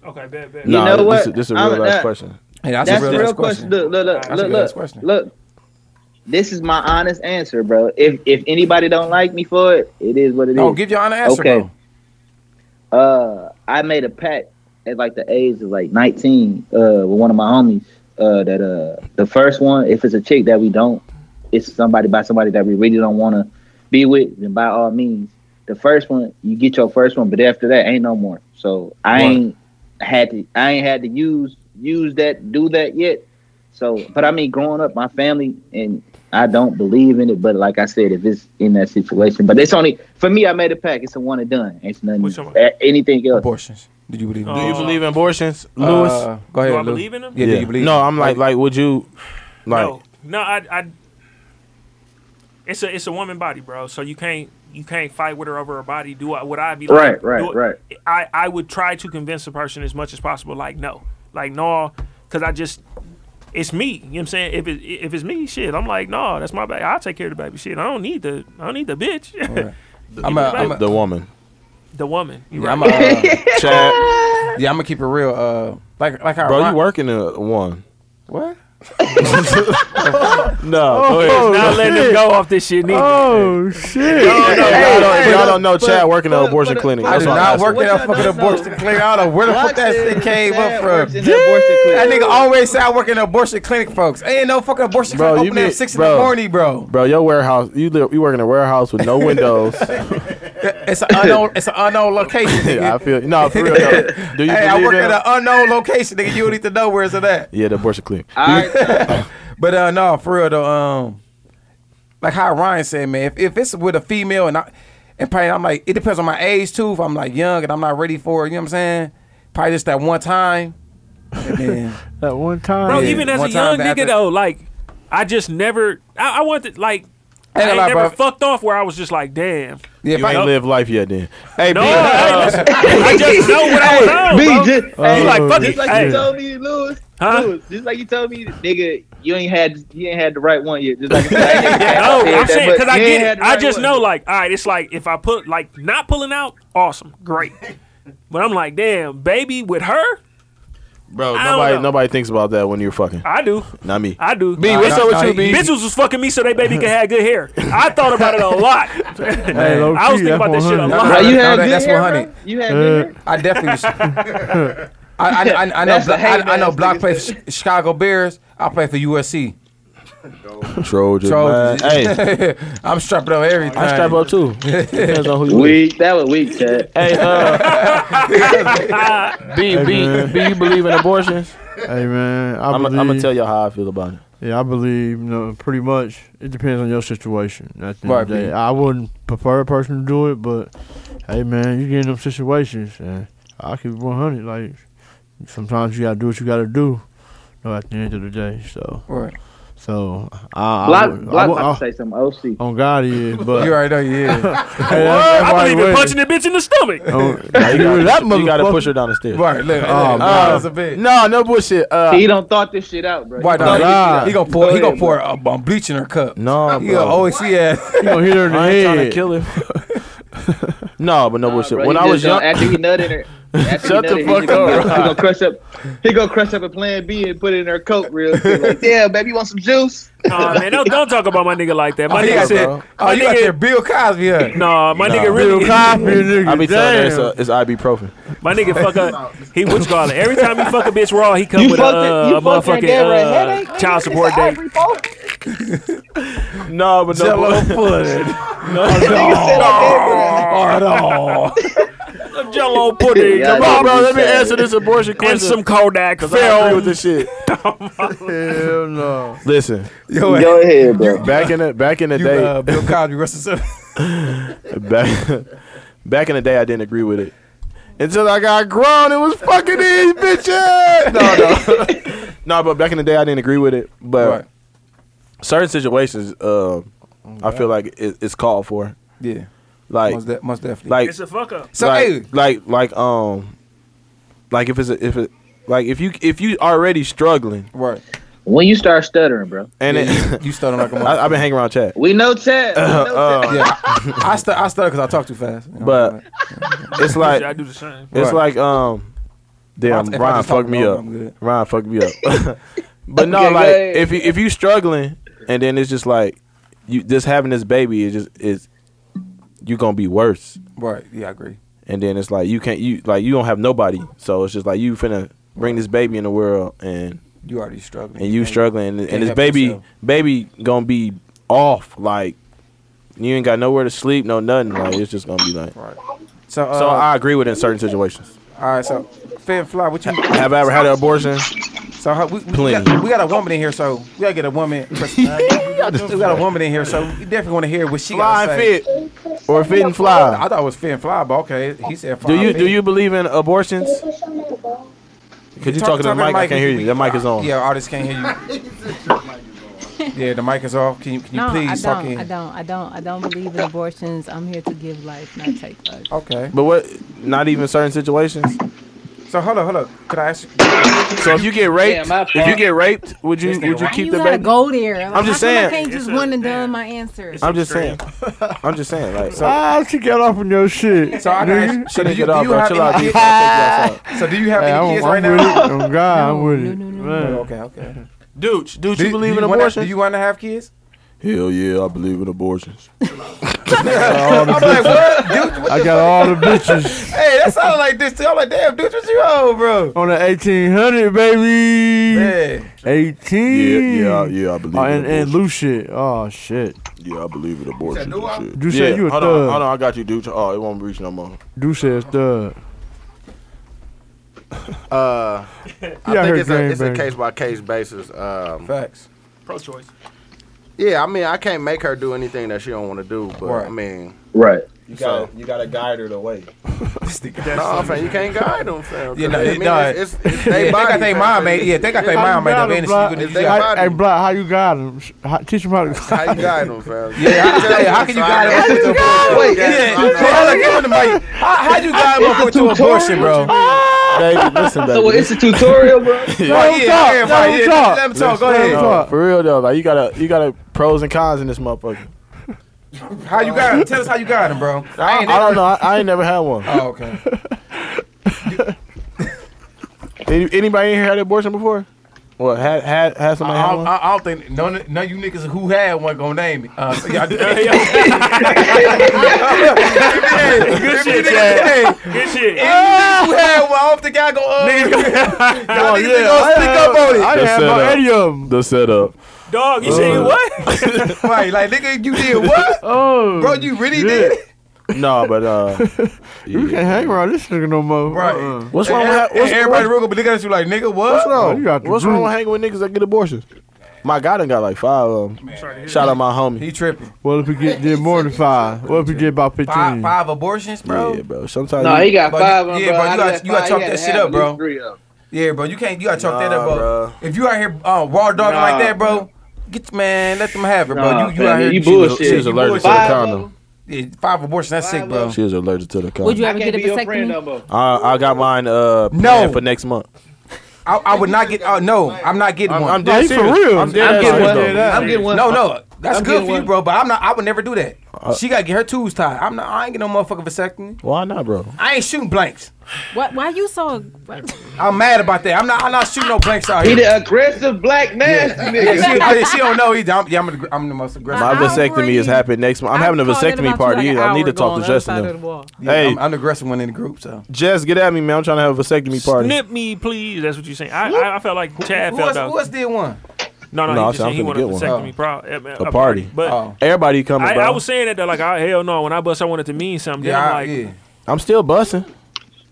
[SPEAKER 2] Okay, bad, bad.
[SPEAKER 4] You Nah, know this what? is- this is a real life question.
[SPEAKER 9] Hey, that's, a
[SPEAKER 8] that's,
[SPEAKER 9] real,
[SPEAKER 8] the
[SPEAKER 9] ass
[SPEAKER 8] real question. Look, look, look,
[SPEAKER 9] That's a
[SPEAKER 8] look,
[SPEAKER 9] good ass
[SPEAKER 8] look,
[SPEAKER 9] question.
[SPEAKER 8] look. This is my honest answer, bro. If if anybody don't like me for it, it is what it is.
[SPEAKER 9] Oh, give your honest answer,
[SPEAKER 8] Okay. Uh, I made a pact at like the age of like 19 uh with one of my homies uh that uh the first one if it's a chick that we don't it's somebody by somebody that we really don't want to be with then by all means the first one you get your first one but after that ain't no more so i
[SPEAKER 17] Right.
[SPEAKER 8] ain't had to i ain't had to use use that do that yet so but i mean growing up my family and i don't believe in it but like i said if it's in that situation but it's only for me i made a pact it's a one and done it's nothing a- anything else
[SPEAKER 9] abortions did you believe
[SPEAKER 4] Do you believe in abortions,
[SPEAKER 9] Uh,
[SPEAKER 4] Lewis?
[SPEAKER 9] go ahead, Do I Lou. believe in them? Yeah, do you believe
[SPEAKER 4] No,
[SPEAKER 9] in
[SPEAKER 4] I'm like, like, would you, like,
[SPEAKER 2] No, Oh, no, I, I. It's a it's a woman body, bro. So you can't you can't fight with her over her body. Do I would I be like
[SPEAKER 8] Right, right,
[SPEAKER 2] do it-
[SPEAKER 8] right.
[SPEAKER 2] I I would try to convince the person as much as possible. Like no, like no, because I just it's me. You know what I'm saying? If it if it's me, shit, I'm like no, that's my baby. I'll take care of the baby. Shit, I don't need the I don't need the bitch. Give
[SPEAKER 9] I'm
[SPEAKER 2] me
[SPEAKER 9] a-
[SPEAKER 2] the
[SPEAKER 9] I'm
[SPEAKER 2] baby.
[SPEAKER 9] a-
[SPEAKER 4] the woman?
[SPEAKER 2] the woman. You
[SPEAKER 9] Yeah, I'm a,
[SPEAKER 2] right.
[SPEAKER 9] uh, Chad. Yeah, I'm gonna keep it real. Uh, like, like how
[SPEAKER 4] Bro,
[SPEAKER 9] Ryan-
[SPEAKER 4] you working a one?
[SPEAKER 9] What?
[SPEAKER 4] no,
[SPEAKER 2] Oh,
[SPEAKER 4] go ahead.
[SPEAKER 2] not letting him go off this shit. Neither.
[SPEAKER 3] Oh shit!
[SPEAKER 4] No, no, y'all don't, y'all don't know
[SPEAKER 2] but-
[SPEAKER 4] Chad working at an abortion clinic.
[SPEAKER 9] I
[SPEAKER 4] That's
[SPEAKER 9] did
[SPEAKER 4] all I'm
[SPEAKER 9] not work
[SPEAKER 4] asking.
[SPEAKER 9] in that fucking abortion clinic. I don't know where the fuck that shit came up from. That nigga always say I work in an abortion clinic, folks. Ain't no fucking abortion
[SPEAKER 4] Bro,
[SPEAKER 9] clinic
[SPEAKER 4] you
[SPEAKER 9] open at
[SPEAKER 4] be-
[SPEAKER 9] six in
[SPEAKER 4] bro.
[SPEAKER 9] the morning, bro.
[SPEAKER 4] Bro, your warehouse, you live, you work in a warehouse with no windows.
[SPEAKER 9] It's an unknown, it's an unknown location.
[SPEAKER 4] I
[SPEAKER 9] Nigga.
[SPEAKER 4] feel no, for real. though. Do you
[SPEAKER 9] hey, I
[SPEAKER 4] believe
[SPEAKER 9] work
[SPEAKER 4] in-
[SPEAKER 9] at an unknown location, nigga. You don't need to know where it's at.
[SPEAKER 4] Yeah, the abortion clinic.
[SPEAKER 9] But uh no, for real though, um like how Ryan said, man, if, if it's with a female and I and probably I'm like, it depends on my age too, if I'm like young and I'm not ready for it, you know what I'm saying? Probably just that one time. And then
[SPEAKER 3] That one time,
[SPEAKER 2] Bro,
[SPEAKER 9] Yeah,
[SPEAKER 2] even as a
[SPEAKER 9] one time
[SPEAKER 2] young
[SPEAKER 9] that
[SPEAKER 2] nigga
[SPEAKER 9] happened.
[SPEAKER 2] though, like I just never I, I wanted like I ain't
[SPEAKER 4] Ain't gonna lie,
[SPEAKER 2] never
[SPEAKER 4] bro.
[SPEAKER 2] fucked off where I was just like, damn.
[SPEAKER 4] You ain't
[SPEAKER 2] Nope.
[SPEAKER 4] lived life yet, then. Hey,
[SPEAKER 2] no,
[SPEAKER 4] B,
[SPEAKER 2] I, ain't listen- I just know what I was on.
[SPEAKER 8] B,
[SPEAKER 2] bro.
[SPEAKER 8] just,
[SPEAKER 2] You like fuck
[SPEAKER 8] just
[SPEAKER 2] it.
[SPEAKER 8] like
[SPEAKER 2] Hey.
[SPEAKER 8] you told me, Lewis.
[SPEAKER 2] Huh?
[SPEAKER 8] Lewis, just like you told me, nigga, you ain't had you ain't had the right one yet. Just like you said, I ain't had
[SPEAKER 2] Yeah,
[SPEAKER 8] the
[SPEAKER 2] no,
[SPEAKER 8] right
[SPEAKER 2] I'm
[SPEAKER 8] one yet,
[SPEAKER 2] saying
[SPEAKER 8] but
[SPEAKER 2] because I
[SPEAKER 8] you ain't
[SPEAKER 2] get
[SPEAKER 8] had
[SPEAKER 2] it.
[SPEAKER 8] the
[SPEAKER 2] I
[SPEAKER 8] right
[SPEAKER 2] just
[SPEAKER 8] one.
[SPEAKER 2] know, like, all right, it's like if I put like not pulling out, awesome, great. But I'm like, damn, baby, with her,
[SPEAKER 4] bro,
[SPEAKER 2] I don't
[SPEAKER 4] nobody
[SPEAKER 2] know.
[SPEAKER 4] nobody thinks about that when you're fucking.
[SPEAKER 2] I do.
[SPEAKER 4] Not me.
[SPEAKER 2] I do. Uh,
[SPEAKER 4] B, what's up with you, B?
[SPEAKER 2] Bitches was fucking me so they baby could have good hair. I thought about it a lot.
[SPEAKER 4] low
[SPEAKER 2] I was
[SPEAKER 4] key,
[SPEAKER 2] thinking about that shit a
[SPEAKER 4] F100.
[SPEAKER 2] lot.
[SPEAKER 9] Bro, you had good
[SPEAKER 2] that's
[SPEAKER 9] hair,
[SPEAKER 2] 100.
[SPEAKER 9] bro? You had good hair? I definitely was- I, I, I, I know
[SPEAKER 2] That's a
[SPEAKER 9] Bla- I, I know
[SPEAKER 2] hating-ass
[SPEAKER 9] Block play for Chi- Chicago Bears. I play for USC.
[SPEAKER 4] Trojan. man.
[SPEAKER 9] Trojans.
[SPEAKER 4] Hey,
[SPEAKER 9] I'm strapped up everything.
[SPEAKER 4] I strap up too. Depends on who you
[SPEAKER 8] Weak. That was weak, Chad.
[SPEAKER 4] Hey, uh, B, B, B, you believe in abortions?
[SPEAKER 3] Hey man, I
[SPEAKER 4] I'm
[SPEAKER 3] believe,
[SPEAKER 4] gonna tell you how I feel about it.
[SPEAKER 3] Yeah, I believe. You know, pretty much. It depends on your situation. At the end
[SPEAKER 4] Right,
[SPEAKER 3] of the day.
[SPEAKER 4] B.
[SPEAKER 3] I wouldn't prefer a person to do it, but hey man, you get in them situations, and I keep it 100. Like sometimes you gotta do what you gotta do. You know, at the end of the day, so
[SPEAKER 9] Right.
[SPEAKER 3] So I, I,
[SPEAKER 8] Block,
[SPEAKER 3] would- I, Oh,
[SPEAKER 8] block,
[SPEAKER 3] would-
[SPEAKER 8] about
[SPEAKER 3] I,
[SPEAKER 8] to say something. OC.
[SPEAKER 3] on God, yeah, but
[SPEAKER 9] You already know
[SPEAKER 3] Hey,
[SPEAKER 9] you is.
[SPEAKER 3] that's- that's
[SPEAKER 2] I
[SPEAKER 3] why
[SPEAKER 2] believe
[SPEAKER 3] he
[SPEAKER 2] in
[SPEAKER 3] went.
[SPEAKER 2] punching the bitch in the stomach.
[SPEAKER 3] Oh,
[SPEAKER 4] Nah, you, gotta,
[SPEAKER 3] That
[SPEAKER 4] you gotta
[SPEAKER 3] motherfucker.
[SPEAKER 4] push her down the stairs.
[SPEAKER 9] Right, look.
[SPEAKER 4] Oh, man.
[SPEAKER 9] Oh, that's a bitch.
[SPEAKER 4] No, no bullshit. Uh,
[SPEAKER 8] he don't thought this shit out, bro.
[SPEAKER 9] Why
[SPEAKER 8] He
[SPEAKER 9] not?
[SPEAKER 8] thought this shit
[SPEAKER 9] He,
[SPEAKER 8] out.
[SPEAKER 9] he gonna pour.
[SPEAKER 8] Go
[SPEAKER 9] he gonna
[SPEAKER 8] ahead,
[SPEAKER 9] pour a, a bleach in her cup.
[SPEAKER 4] No,
[SPEAKER 9] he
[SPEAKER 4] bro.
[SPEAKER 9] gonna always see ass.
[SPEAKER 3] You gonna hit her in the
[SPEAKER 4] I ain't trying
[SPEAKER 3] head.
[SPEAKER 4] to kill him. No, but no bullshit.
[SPEAKER 8] Bro,
[SPEAKER 4] when
[SPEAKER 8] he
[SPEAKER 4] I
[SPEAKER 8] just
[SPEAKER 4] was young,
[SPEAKER 8] gonna- after he nutted her, after
[SPEAKER 4] Shut
[SPEAKER 8] he
[SPEAKER 4] the
[SPEAKER 8] nutted
[SPEAKER 4] fuck
[SPEAKER 8] he gonna,
[SPEAKER 4] up,
[SPEAKER 8] He
[SPEAKER 4] Rod.
[SPEAKER 8] gonna crush up. He gonna crush up a Plan B and put it in her coat real quick. Like, damn, baby, you want some juice?
[SPEAKER 2] Nah, man, don't, don't talk about my nigga like that. My
[SPEAKER 8] Oh, he
[SPEAKER 2] nigga
[SPEAKER 8] out
[SPEAKER 2] said,
[SPEAKER 8] there-
[SPEAKER 2] my
[SPEAKER 9] oh, you out
[SPEAKER 2] nigga-
[SPEAKER 9] there Bill Cosby, huh?
[SPEAKER 2] Nah, my nigga really
[SPEAKER 4] I be telling her it's, uh, it's ibuprofen.
[SPEAKER 2] My nigga fuck up. He what's called it? Every time he fuck a bitch raw, he come
[SPEAKER 4] You
[SPEAKER 2] with a,
[SPEAKER 4] fucked it-
[SPEAKER 2] uh,
[SPEAKER 4] you
[SPEAKER 2] a
[SPEAKER 4] fucked your
[SPEAKER 2] motherfucking
[SPEAKER 4] dad with a
[SPEAKER 2] uh,
[SPEAKER 4] headache,
[SPEAKER 2] child support date.
[SPEAKER 4] No, but no,
[SPEAKER 2] Jello
[SPEAKER 4] pudding. No,
[SPEAKER 2] no, no. Jello pudding.
[SPEAKER 4] Come on, bro. Let me answer this
[SPEAKER 2] abortion
[SPEAKER 4] question.
[SPEAKER 2] And some Kodak
[SPEAKER 4] 'Cause I agree
[SPEAKER 2] film.
[SPEAKER 4] with this shit.
[SPEAKER 3] Hell no.
[SPEAKER 4] Listen,
[SPEAKER 3] Yo, Go ahead, bro.
[SPEAKER 4] Back in the back in the
[SPEAKER 9] You,
[SPEAKER 4] day,
[SPEAKER 9] uh, Bill Cosby, Russell
[SPEAKER 4] back, back in the day, I didn't agree with it until I got grown. It was fucking these bitches. No, no, no. But back in the day, I didn't agree with it. But
[SPEAKER 9] Right.
[SPEAKER 4] certain situations, uh, I feel like it, it's called for.
[SPEAKER 9] Yeah.
[SPEAKER 4] like
[SPEAKER 9] Most de- most definitely.
[SPEAKER 4] Like
[SPEAKER 2] It's a fuck up.
[SPEAKER 9] So,
[SPEAKER 4] like,
[SPEAKER 9] hey.
[SPEAKER 4] like like um, like if it's a, if it like if you if you already struggling,
[SPEAKER 9] right?
[SPEAKER 8] When you start stuttering, bro,
[SPEAKER 4] and it,
[SPEAKER 9] you stuttering like a
[SPEAKER 4] I, I've been hanging around Chad.
[SPEAKER 8] we know Chad. We
[SPEAKER 2] Uh,
[SPEAKER 8] know Chad.
[SPEAKER 9] yeah, I stu- I stutter because I talk too fast. You know,
[SPEAKER 4] But it's like
[SPEAKER 2] I do the same.
[SPEAKER 4] It's
[SPEAKER 9] Right.
[SPEAKER 4] like um, damn,
[SPEAKER 9] If I
[SPEAKER 4] Ryan
[SPEAKER 9] just talk
[SPEAKER 4] fucked me
[SPEAKER 9] low,
[SPEAKER 4] up.
[SPEAKER 9] I'm good.
[SPEAKER 4] Ryan fucked me up. but no,
[SPEAKER 9] Okay,
[SPEAKER 4] like
[SPEAKER 9] go ahead.
[SPEAKER 4] if you, if you struggling and then it's just like you just having this baby is just is you gonna be worse.
[SPEAKER 9] Right? Yeah, I agree.
[SPEAKER 4] And then it's like you can't you like you don't have nobody, so it's just like you finna bring this baby in the world and
[SPEAKER 9] You already struggling.
[SPEAKER 4] and you struggling and,
[SPEAKER 9] can't
[SPEAKER 4] and this
[SPEAKER 9] help
[SPEAKER 4] baby
[SPEAKER 9] yourself.
[SPEAKER 4] baby gonna be off like you ain't got nowhere to sleep, no nothing. Like it's just gonna be like.
[SPEAKER 9] So, uh,
[SPEAKER 4] so I agree with it in certain situations.
[SPEAKER 9] All right, so Finn Fly, what you
[SPEAKER 4] Have I ever had an abortion?
[SPEAKER 9] So how, we, we,
[SPEAKER 4] Plenty.
[SPEAKER 9] Got, we got a woman in here, so we gotta get a woman. we got a woman in here, so we definitely want to hear what she
[SPEAKER 4] Fly
[SPEAKER 9] got
[SPEAKER 4] and
[SPEAKER 9] to say.
[SPEAKER 4] fit, or fit and fly.
[SPEAKER 9] I thought it was Finn Fly, but okay, he said. Fly
[SPEAKER 4] Do you
[SPEAKER 9] and
[SPEAKER 4] do
[SPEAKER 9] fit.
[SPEAKER 4] you believe in abortions? Could you
[SPEAKER 9] Talk-
[SPEAKER 4] talk to the
[SPEAKER 9] talk
[SPEAKER 4] mic? I can't hear you. The mic is on.
[SPEAKER 9] Yeah, artists can't hear you. yeah, the mic is off. Can you can you
[SPEAKER 16] no,
[SPEAKER 9] please
[SPEAKER 16] I
[SPEAKER 9] talk
[SPEAKER 16] don't.
[SPEAKER 9] in?
[SPEAKER 16] I don't. I don't. I don't believe in abortions. I'm here to give life, not take life.
[SPEAKER 9] Okay.
[SPEAKER 4] But what? Not even certain situations.
[SPEAKER 9] So hold on, hold on. Could I ask? You,
[SPEAKER 4] So if you get raped,
[SPEAKER 16] my
[SPEAKER 4] if you get raped, would you would you
[SPEAKER 16] Why
[SPEAKER 4] keep
[SPEAKER 16] you
[SPEAKER 4] the
[SPEAKER 16] gotta
[SPEAKER 4] baby?
[SPEAKER 16] go there? Like,
[SPEAKER 4] I'm just
[SPEAKER 16] how come
[SPEAKER 4] saying.
[SPEAKER 16] I can't just one and done my answer.
[SPEAKER 4] I'm just saying. I'm just saying. Like, so,
[SPEAKER 3] Ah, she got off on your shit.
[SPEAKER 9] So I
[SPEAKER 3] nigga.
[SPEAKER 4] shut it off, bro. Chill out.
[SPEAKER 9] kids?
[SPEAKER 4] Chill out.
[SPEAKER 9] so do you have
[SPEAKER 3] Hey,
[SPEAKER 9] any
[SPEAKER 3] I'm,
[SPEAKER 9] kids
[SPEAKER 3] I'm
[SPEAKER 9] right
[SPEAKER 3] with
[SPEAKER 9] now?
[SPEAKER 3] it. I'm God, I'm with it. Man.
[SPEAKER 9] Okay, okay.
[SPEAKER 4] Dude, dude,
[SPEAKER 9] Do
[SPEAKER 4] you believe
[SPEAKER 9] do
[SPEAKER 4] in
[SPEAKER 9] wanna-
[SPEAKER 4] abortion?
[SPEAKER 9] Do you want to have kids?
[SPEAKER 4] Hell yeah, I believe in abortions.
[SPEAKER 3] All the
[SPEAKER 9] I'm like,
[SPEAKER 3] bitches.
[SPEAKER 9] what, dude? What
[SPEAKER 3] I
[SPEAKER 9] the
[SPEAKER 3] got all the bitches
[SPEAKER 9] Hey, that sounded like this too. I'm like, damn, dude, what you old, bro?
[SPEAKER 3] on the 1800, baby.
[SPEAKER 9] Yeah.
[SPEAKER 3] 18.
[SPEAKER 4] Yeah, yeah, yeah, I believe
[SPEAKER 3] Oh,
[SPEAKER 4] in
[SPEAKER 3] and, and loose shit. Oh, shit.
[SPEAKER 4] Yeah, I believe in abortion.
[SPEAKER 3] You said you a
[SPEAKER 4] hold
[SPEAKER 3] thug.
[SPEAKER 4] on, hold on, I got you, dude. Oh, it won't reach no more.
[SPEAKER 3] Deuce says thug.
[SPEAKER 1] Uh, I
[SPEAKER 3] Yeah, I
[SPEAKER 1] think
[SPEAKER 3] heard
[SPEAKER 1] it's a, it's a
[SPEAKER 3] gangbang.
[SPEAKER 1] case by case basis. Um,
[SPEAKER 9] Facts.
[SPEAKER 2] Pro choice.
[SPEAKER 1] yeah, I mean, I can't make her do anything that she don't want to do, but I
[SPEAKER 9] Right.
[SPEAKER 1] mean,
[SPEAKER 8] Right.
[SPEAKER 4] You got to you got to guide her the way.
[SPEAKER 1] no, fam, you can't guide them, fam. 'cause,
[SPEAKER 9] Yeah, no,
[SPEAKER 1] I
[SPEAKER 9] it-
[SPEAKER 1] mean,
[SPEAKER 9] no,
[SPEAKER 1] it's, it's, it's
[SPEAKER 9] yeah,
[SPEAKER 1] they
[SPEAKER 9] they
[SPEAKER 1] body,
[SPEAKER 9] got they
[SPEAKER 1] fam,
[SPEAKER 9] mind
[SPEAKER 1] so
[SPEAKER 9] made.
[SPEAKER 1] you-
[SPEAKER 9] Yeah, they got
[SPEAKER 1] yeah,
[SPEAKER 9] they mind made
[SPEAKER 3] got
[SPEAKER 9] up.
[SPEAKER 3] him,
[SPEAKER 9] And
[SPEAKER 3] bro.
[SPEAKER 9] you
[SPEAKER 1] If
[SPEAKER 9] could-
[SPEAKER 1] they
[SPEAKER 9] yeah.
[SPEAKER 1] got-
[SPEAKER 3] Hey, Block, how you got him? How, teach him how to.
[SPEAKER 1] How you guide them, fam?
[SPEAKER 9] Yeah, how, hey, how can you guide him up to abortion?
[SPEAKER 1] Wait,
[SPEAKER 9] Yeah,
[SPEAKER 1] I know.
[SPEAKER 9] hold on, give him the mic. How, how you guide him up to abortion, bro?
[SPEAKER 4] baby, listen, baby.
[SPEAKER 8] So well, it's a tutorial, bro.
[SPEAKER 9] Oh,
[SPEAKER 3] talk,
[SPEAKER 9] yeah,
[SPEAKER 3] let
[SPEAKER 9] yeah,
[SPEAKER 3] him
[SPEAKER 9] yeah,
[SPEAKER 3] talk.
[SPEAKER 9] Let him talk. Go
[SPEAKER 3] Let him
[SPEAKER 9] ahead.
[SPEAKER 3] talk.
[SPEAKER 4] No, for real though, like you gotta you gotta pros and cons in this motherfucker.
[SPEAKER 9] How you got him? Tell us how you got him, bro.
[SPEAKER 4] I, I don't know. I, I ain't never had one.
[SPEAKER 9] Oh, okay.
[SPEAKER 4] Any- Anybody in here had an abortion before? What had had had
[SPEAKER 9] I,
[SPEAKER 4] somebody had
[SPEAKER 9] I,
[SPEAKER 4] one?
[SPEAKER 9] I don't think none, of- none of you niggas who had one gonna name it. Uh, so y'all,
[SPEAKER 2] Good shit, Chad.
[SPEAKER 9] hey,
[SPEAKER 2] Good shit.
[SPEAKER 9] Any niggas who had one, I don't think y'all gonna. Uh, y'all niggas yeah, gonna stick up on it.
[SPEAKER 3] I didn't have about
[SPEAKER 4] setup.
[SPEAKER 3] any of them.
[SPEAKER 4] The setup.
[SPEAKER 2] Dog, you
[SPEAKER 4] Uh,
[SPEAKER 2] saying what?
[SPEAKER 9] Right, like nigga, you did what,
[SPEAKER 3] Oh,
[SPEAKER 9] bro? You really did it?
[SPEAKER 4] No, but uh,
[SPEAKER 3] you can't hang around this nigga no more.
[SPEAKER 9] Right.
[SPEAKER 3] Uh-uh. Oh,
[SPEAKER 4] what's wrong with
[SPEAKER 9] And-
[SPEAKER 4] ha-
[SPEAKER 9] and
[SPEAKER 4] what's,
[SPEAKER 9] everybody
[SPEAKER 4] everybody?
[SPEAKER 9] real gonna be looking at you like, nigga, what?
[SPEAKER 4] What's wrong?
[SPEAKER 3] You got the
[SPEAKER 4] what's wrong
[SPEAKER 3] group.
[SPEAKER 4] with hanging with niggas that get abortions? My guy done got like five of them. Shout out my homie.
[SPEAKER 9] He tripping.
[SPEAKER 3] What if he get did more than five? What if he did about fifteen?
[SPEAKER 9] Five, five abortions, bro.
[SPEAKER 4] Yeah, bro. Sometimes
[SPEAKER 8] No,
[SPEAKER 4] you-
[SPEAKER 8] he got
[SPEAKER 9] Bro,
[SPEAKER 8] five
[SPEAKER 9] you-
[SPEAKER 8] of them,
[SPEAKER 9] yeah,
[SPEAKER 8] bro.
[SPEAKER 9] bro, you
[SPEAKER 8] Out of
[SPEAKER 9] gotta-
[SPEAKER 8] that
[SPEAKER 9] you gotta
[SPEAKER 8] five,
[SPEAKER 9] chalk
[SPEAKER 8] he had
[SPEAKER 9] that
[SPEAKER 8] to
[SPEAKER 9] shit
[SPEAKER 8] have
[SPEAKER 9] up,
[SPEAKER 8] at
[SPEAKER 9] bro.
[SPEAKER 8] least three of 'em.
[SPEAKER 9] Yeah, bro, you can't you gotta chalk that up,
[SPEAKER 4] Nah,
[SPEAKER 9] bro.
[SPEAKER 4] bro.
[SPEAKER 9] If you out here uh, raw dogging
[SPEAKER 8] Nah,
[SPEAKER 9] like that, bro, get man, let them have it, bro.
[SPEAKER 8] Nah,
[SPEAKER 9] you you
[SPEAKER 8] fam,
[SPEAKER 9] out here
[SPEAKER 8] you
[SPEAKER 9] she was-
[SPEAKER 8] bullshit.
[SPEAKER 4] she was
[SPEAKER 8] You
[SPEAKER 4] allergic to the
[SPEAKER 8] bullshit.
[SPEAKER 4] condom.
[SPEAKER 9] Yeah, five abortions, that's sick, bro.
[SPEAKER 4] She was allergic to the
[SPEAKER 16] Would
[SPEAKER 4] condom.
[SPEAKER 16] you
[SPEAKER 8] I
[SPEAKER 16] ever
[SPEAKER 8] can't
[SPEAKER 16] get a
[SPEAKER 8] be your friend no
[SPEAKER 16] vasectomy?
[SPEAKER 8] more.
[SPEAKER 4] I, I got mine uh planned for next month.
[SPEAKER 9] I, I would not get. Oh no, I'm not getting one.
[SPEAKER 4] I'm
[SPEAKER 3] Nah,
[SPEAKER 4] dead
[SPEAKER 3] he for
[SPEAKER 4] serious.
[SPEAKER 3] real.
[SPEAKER 4] I'm dead
[SPEAKER 3] I'm
[SPEAKER 4] ass
[SPEAKER 3] getting
[SPEAKER 4] serious,
[SPEAKER 3] one.
[SPEAKER 4] though.
[SPEAKER 8] I'm getting one.
[SPEAKER 9] no, no, That's
[SPEAKER 4] I'm
[SPEAKER 9] good
[SPEAKER 4] getting
[SPEAKER 9] for you,
[SPEAKER 4] one.
[SPEAKER 9] bro. But I'm not. I would never do that.
[SPEAKER 4] Uh,
[SPEAKER 9] she gotta get her tubes tied. I'm not. I ain't getting no motherfucking vasectomy.
[SPEAKER 4] Why not, bro?
[SPEAKER 9] I ain't shooting blanks.
[SPEAKER 16] Why, why you so? What?
[SPEAKER 9] I'm mad about that. I'm not. I'm not shooting no blanks out
[SPEAKER 8] He
[SPEAKER 9] here.
[SPEAKER 8] the aggressive black nasty
[SPEAKER 9] Yeah,
[SPEAKER 8] nigga.
[SPEAKER 9] yeah, she, oh, yeah, she don't know either. I'm, yeah, I'm, the, I'm the most aggressive.
[SPEAKER 4] My vasectomy is happening next month. I'm having a vasectomy party. I need to talk to Justin. though.
[SPEAKER 9] Yeah,
[SPEAKER 4] Hey,
[SPEAKER 9] I'm, I'm the aggressive one in the group. So
[SPEAKER 4] Jess, get at me, man. I'm trying to have a vasectomy party.
[SPEAKER 2] Snip me, please. That's what you're saying. I, I, I felt like Chad
[SPEAKER 9] who
[SPEAKER 2] felt
[SPEAKER 9] else-
[SPEAKER 2] out.
[SPEAKER 9] who else did one?
[SPEAKER 2] No, no,
[SPEAKER 4] No, I
[SPEAKER 2] he just
[SPEAKER 4] said
[SPEAKER 2] said
[SPEAKER 4] I'm
[SPEAKER 2] he
[SPEAKER 4] finna
[SPEAKER 2] wanted a
[SPEAKER 4] get one.
[SPEAKER 2] vasectomy. Pro- a,
[SPEAKER 4] A party.
[SPEAKER 2] But
[SPEAKER 4] Everybody coming,
[SPEAKER 2] I,
[SPEAKER 4] Oh, bro.
[SPEAKER 2] I was saying that though, like, oh, hell no. When I bust, I wanted to mean something. Then
[SPEAKER 4] Yeah,
[SPEAKER 2] I'm
[SPEAKER 4] I-
[SPEAKER 2] like,
[SPEAKER 4] yeah. I'm still bussing.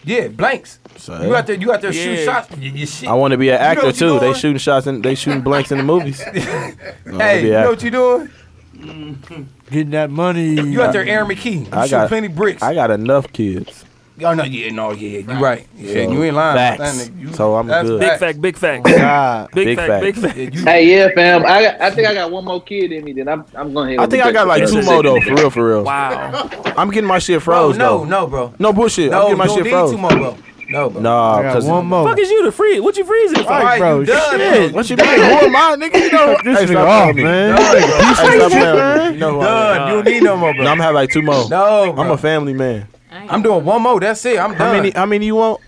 [SPEAKER 9] Yeah, blanks. You out there? You out there shooting
[SPEAKER 2] Yeah.
[SPEAKER 9] shots? Y- y- shit.
[SPEAKER 4] I want to be an
[SPEAKER 9] You know
[SPEAKER 4] actor
[SPEAKER 9] what you
[SPEAKER 4] too. they
[SPEAKER 9] doing?
[SPEAKER 4] shooting shots and they shooting blanks in the movies.
[SPEAKER 9] Hey, you know what you doing?
[SPEAKER 3] Getting that money.
[SPEAKER 9] You out there, Aaron McKee? You
[SPEAKER 4] I
[SPEAKER 9] shoot
[SPEAKER 4] got
[SPEAKER 9] plenty bricks.
[SPEAKER 4] I got enough kids.
[SPEAKER 9] Oh no, yeah, no, yeah, you right. Yeah,
[SPEAKER 4] So,
[SPEAKER 9] you ain't lying.
[SPEAKER 4] facts.
[SPEAKER 9] That nigga, you-
[SPEAKER 4] So I'm
[SPEAKER 9] that's
[SPEAKER 4] good.
[SPEAKER 2] big
[SPEAKER 9] facts.
[SPEAKER 2] fact, big fact. big,
[SPEAKER 4] Big
[SPEAKER 2] fact,
[SPEAKER 4] fact.
[SPEAKER 2] big fact.
[SPEAKER 8] Hey, yeah, fam. I got, I think I got one more kid in me. Then I'm I'm going ahead.
[SPEAKER 4] I
[SPEAKER 8] with
[SPEAKER 4] think
[SPEAKER 8] the-
[SPEAKER 4] I got like
[SPEAKER 8] the-
[SPEAKER 4] two more though, for real, for real.
[SPEAKER 2] Wow.
[SPEAKER 4] I'm getting my shit froze
[SPEAKER 9] no,
[SPEAKER 4] though.
[SPEAKER 9] no, bro.
[SPEAKER 4] No bullshit.
[SPEAKER 9] No,
[SPEAKER 4] I'm getting my
[SPEAKER 9] you don't
[SPEAKER 4] shit
[SPEAKER 9] need
[SPEAKER 4] froze.
[SPEAKER 9] two more, bro. No, bro.
[SPEAKER 4] Nah,
[SPEAKER 3] I got
[SPEAKER 4] because
[SPEAKER 3] one more.
[SPEAKER 2] fuck is you to freeze? What you freezing for?
[SPEAKER 9] All right,
[SPEAKER 4] bro,
[SPEAKER 9] you done,
[SPEAKER 4] shit.
[SPEAKER 9] bro.
[SPEAKER 4] What you mean? Who am I, nigga? You know,
[SPEAKER 3] This
[SPEAKER 4] Hey,
[SPEAKER 3] nigga
[SPEAKER 4] stop
[SPEAKER 3] off,
[SPEAKER 4] playing with me.
[SPEAKER 3] man.
[SPEAKER 4] Hey, stop
[SPEAKER 3] Hey,
[SPEAKER 4] playing with me.
[SPEAKER 3] man.
[SPEAKER 4] You know who I am.
[SPEAKER 9] Done. You don't need no more, bro.
[SPEAKER 4] No, I'm having like two more.
[SPEAKER 9] No, bro.
[SPEAKER 4] I'm a family man.
[SPEAKER 9] I'm doing one more. That's it. I'm done.
[SPEAKER 4] How many? How many you want?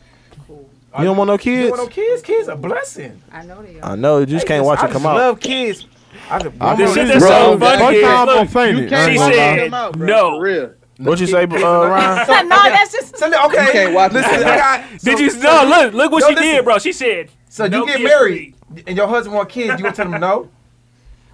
[SPEAKER 4] You don't want no
[SPEAKER 9] You
[SPEAKER 4] kids?
[SPEAKER 9] want no kids? Kids are blessing. I know they
[SPEAKER 4] I know. You just can't watch
[SPEAKER 9] I
[SPEAKER 4] it come
[SPEAKER 9] just
[SPEAKER 4] out.
[SPEAKER 9] love kids. I just
[SPEAKER 4] I'm
[SPEAKER 9] want
[SPEAKER 4] just-
[SPEAKER 9] them.
[SPEAKER 4] Shit, that's so
[SPEAKER 3] Bro,
[SPEAKER 4] funny.
[SPEAKER 3] first time
[SPEAKER 4] Look,
[SPEAKER 3] I'm playing it. I
[SPEAKER 2] She
[SPEAKER 3] ain't gonna lie.
[SPEAKER 2] said no.
[SPEAKER 4] What you say, uh, Ryan?
[SPEAKER 16] no, that's just.
[SPEAKER 9] So, okay,
[SPEAKER 8] You can't watch
[SPEAKER 9] listen,
[SPEAKER 8] it.
[SPEAKER 9] I got,
[SPEAKER 2] Did
[SPEAKER 9] so-
[SPEAKER 2] you?
[SPEAKER 9] so
[SPEAKER 2] No, look, look what
[SPEAKER 9] no,
[SPEAKER 2] she
[SPEAKER 9] listen.
[SPEAKER 2] did, bro. She said.
[SPEAKER 9] So
[SPEAKER 2] no
[SPEAKER 9] you get
[SPEAKER 2] kids
[SPEAKER 9] married and your husband want kids, you gonna tell him no?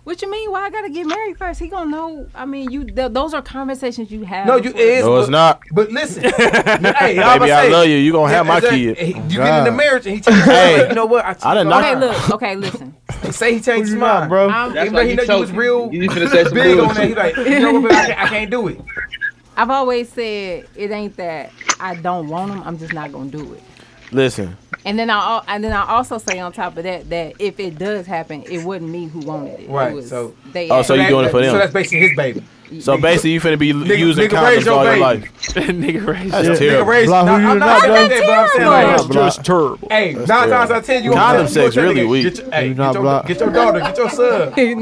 [SPEAKER 16] What you mean? Why I gotta get married first? He gonna know. I mean, you. Th- those are conversations you have.
[SPEAKER 9] No, you
[SPEAKER 16] before-
[SPEAKER 9] is.
[SPEAKER 4] No, it's
[SPEAKER 9] but-
[SPEAKER 4] not.
[SPEAKER 9] But listen, hey, I'm
[SPEAKER 4] Baby,
[SPEAKER 9] about to
[SPEAKER 4] I
[SPEAKER 9] say,
[SPEAKER 4] love you. You gonna
[SPEAKER 9] yeah,
[SPEAKER 4] have my
[SPEAKER 9] exactly.
[SPEAKER 4] kid.
[SPEAKER 9] He- You get
[SPEAKER 4] God.
[SPEAKER 9] into marriage and he tells you,
[SPEAKER 4] Hey,
[SPEAKER 9] you know what? I
[SPEAKER 4] I done
[SPEAKER 16] Okay,
[SPEAKER 4] knocked-
[SPEAKER 16] look. Okay, listen.
[SPEAKER 9] He say he changed his
[SPEAKER 3] you not,
[SPEAKER 9] mind,
[SPEAKER 3] bro?
[SPEAKER 16] I'm-
[SPEAKER 9] Even
[SPEAKER 8] why
[SPEAKER 9] though he
[SPEAKER 8] you
[SPEAKER 9] know you was
[SPEAKER 8] choking.
[SPEAKER 9] real
[SPEAKER 8] You finna say some
[SPEAKER 9] big on
[SPEAKER 8] bullshit.
[SPEAKER 9] that. He like, you know what? I can't, I can't do it.
[SPEAKER 16] I've always said it ain't that I don't want them. I'm just not gonna do it.
[SPEAKER 4] Listen,
[SPEAKER 16] And then I al- and then I also say on top of that that if it does happen, it wasn't me who wanted it.
[SPEAKER 9] Right,
[SPEAKER 16] It was
[SPEAKER 9] so-
[SPEAKER 16] they.
[SPEAKER 4] Oh, so you
[SPEAKER 9] that-
[SPEAKER 4] doing it for them.
[SPEAKER 9] So that's basically his baby.
[SPEAKER 4] so basically you finna be l-
[SPEAKER 9] Nigga-
[SPEAKER 4] using
[SPEAKER 9] nigga, raise
[SPEAKER 4] condoms
[SPEAKER 9] your
[SPEAKER 4] all your
[SPEAKER 9] baby.
[SPEAKER 4] life.
[SPEAKER 2] nigga raised
[SPEAKER 4] That's
[SPEAKER 2] up.
[SPEAKER 4] terrible.
[SPEAKER 9] Nigga raised.
[SPEAKER 3] Blah, who
[SPEAKER 9] Nah,
[SPEAKER 3] you
[SPEAKER 9] I'm
[SPEAKER 3] not
[SPEAKER 9] not saying
[SPEAKER 3] black?
[SPEAKER 9] that, but I'm saying like,
[SPEAKER 3] That's just
[SPEAKER 2] terrible.
[SPEAKER 9] Hey, nine times out of ten, you gonna
[SPEAKER 4] Condom
[SPEAKER 9] tell- you gonna
[SPEAKER 4] sex
[SPEAKER 9] tell
[SPEAKER 4] really
[SPEAKER 9] nigga,
[SPEAKER 4] weak.
[SPEAKER 9] Get your, hey,
[SPEAKER 3] You
[SPEAKER 9] get
[SPEAKER 3] not
[SPEAKER 9] your,
[SPEAKER 3] black.
[SPEAKER 9] get your daughter, get your son.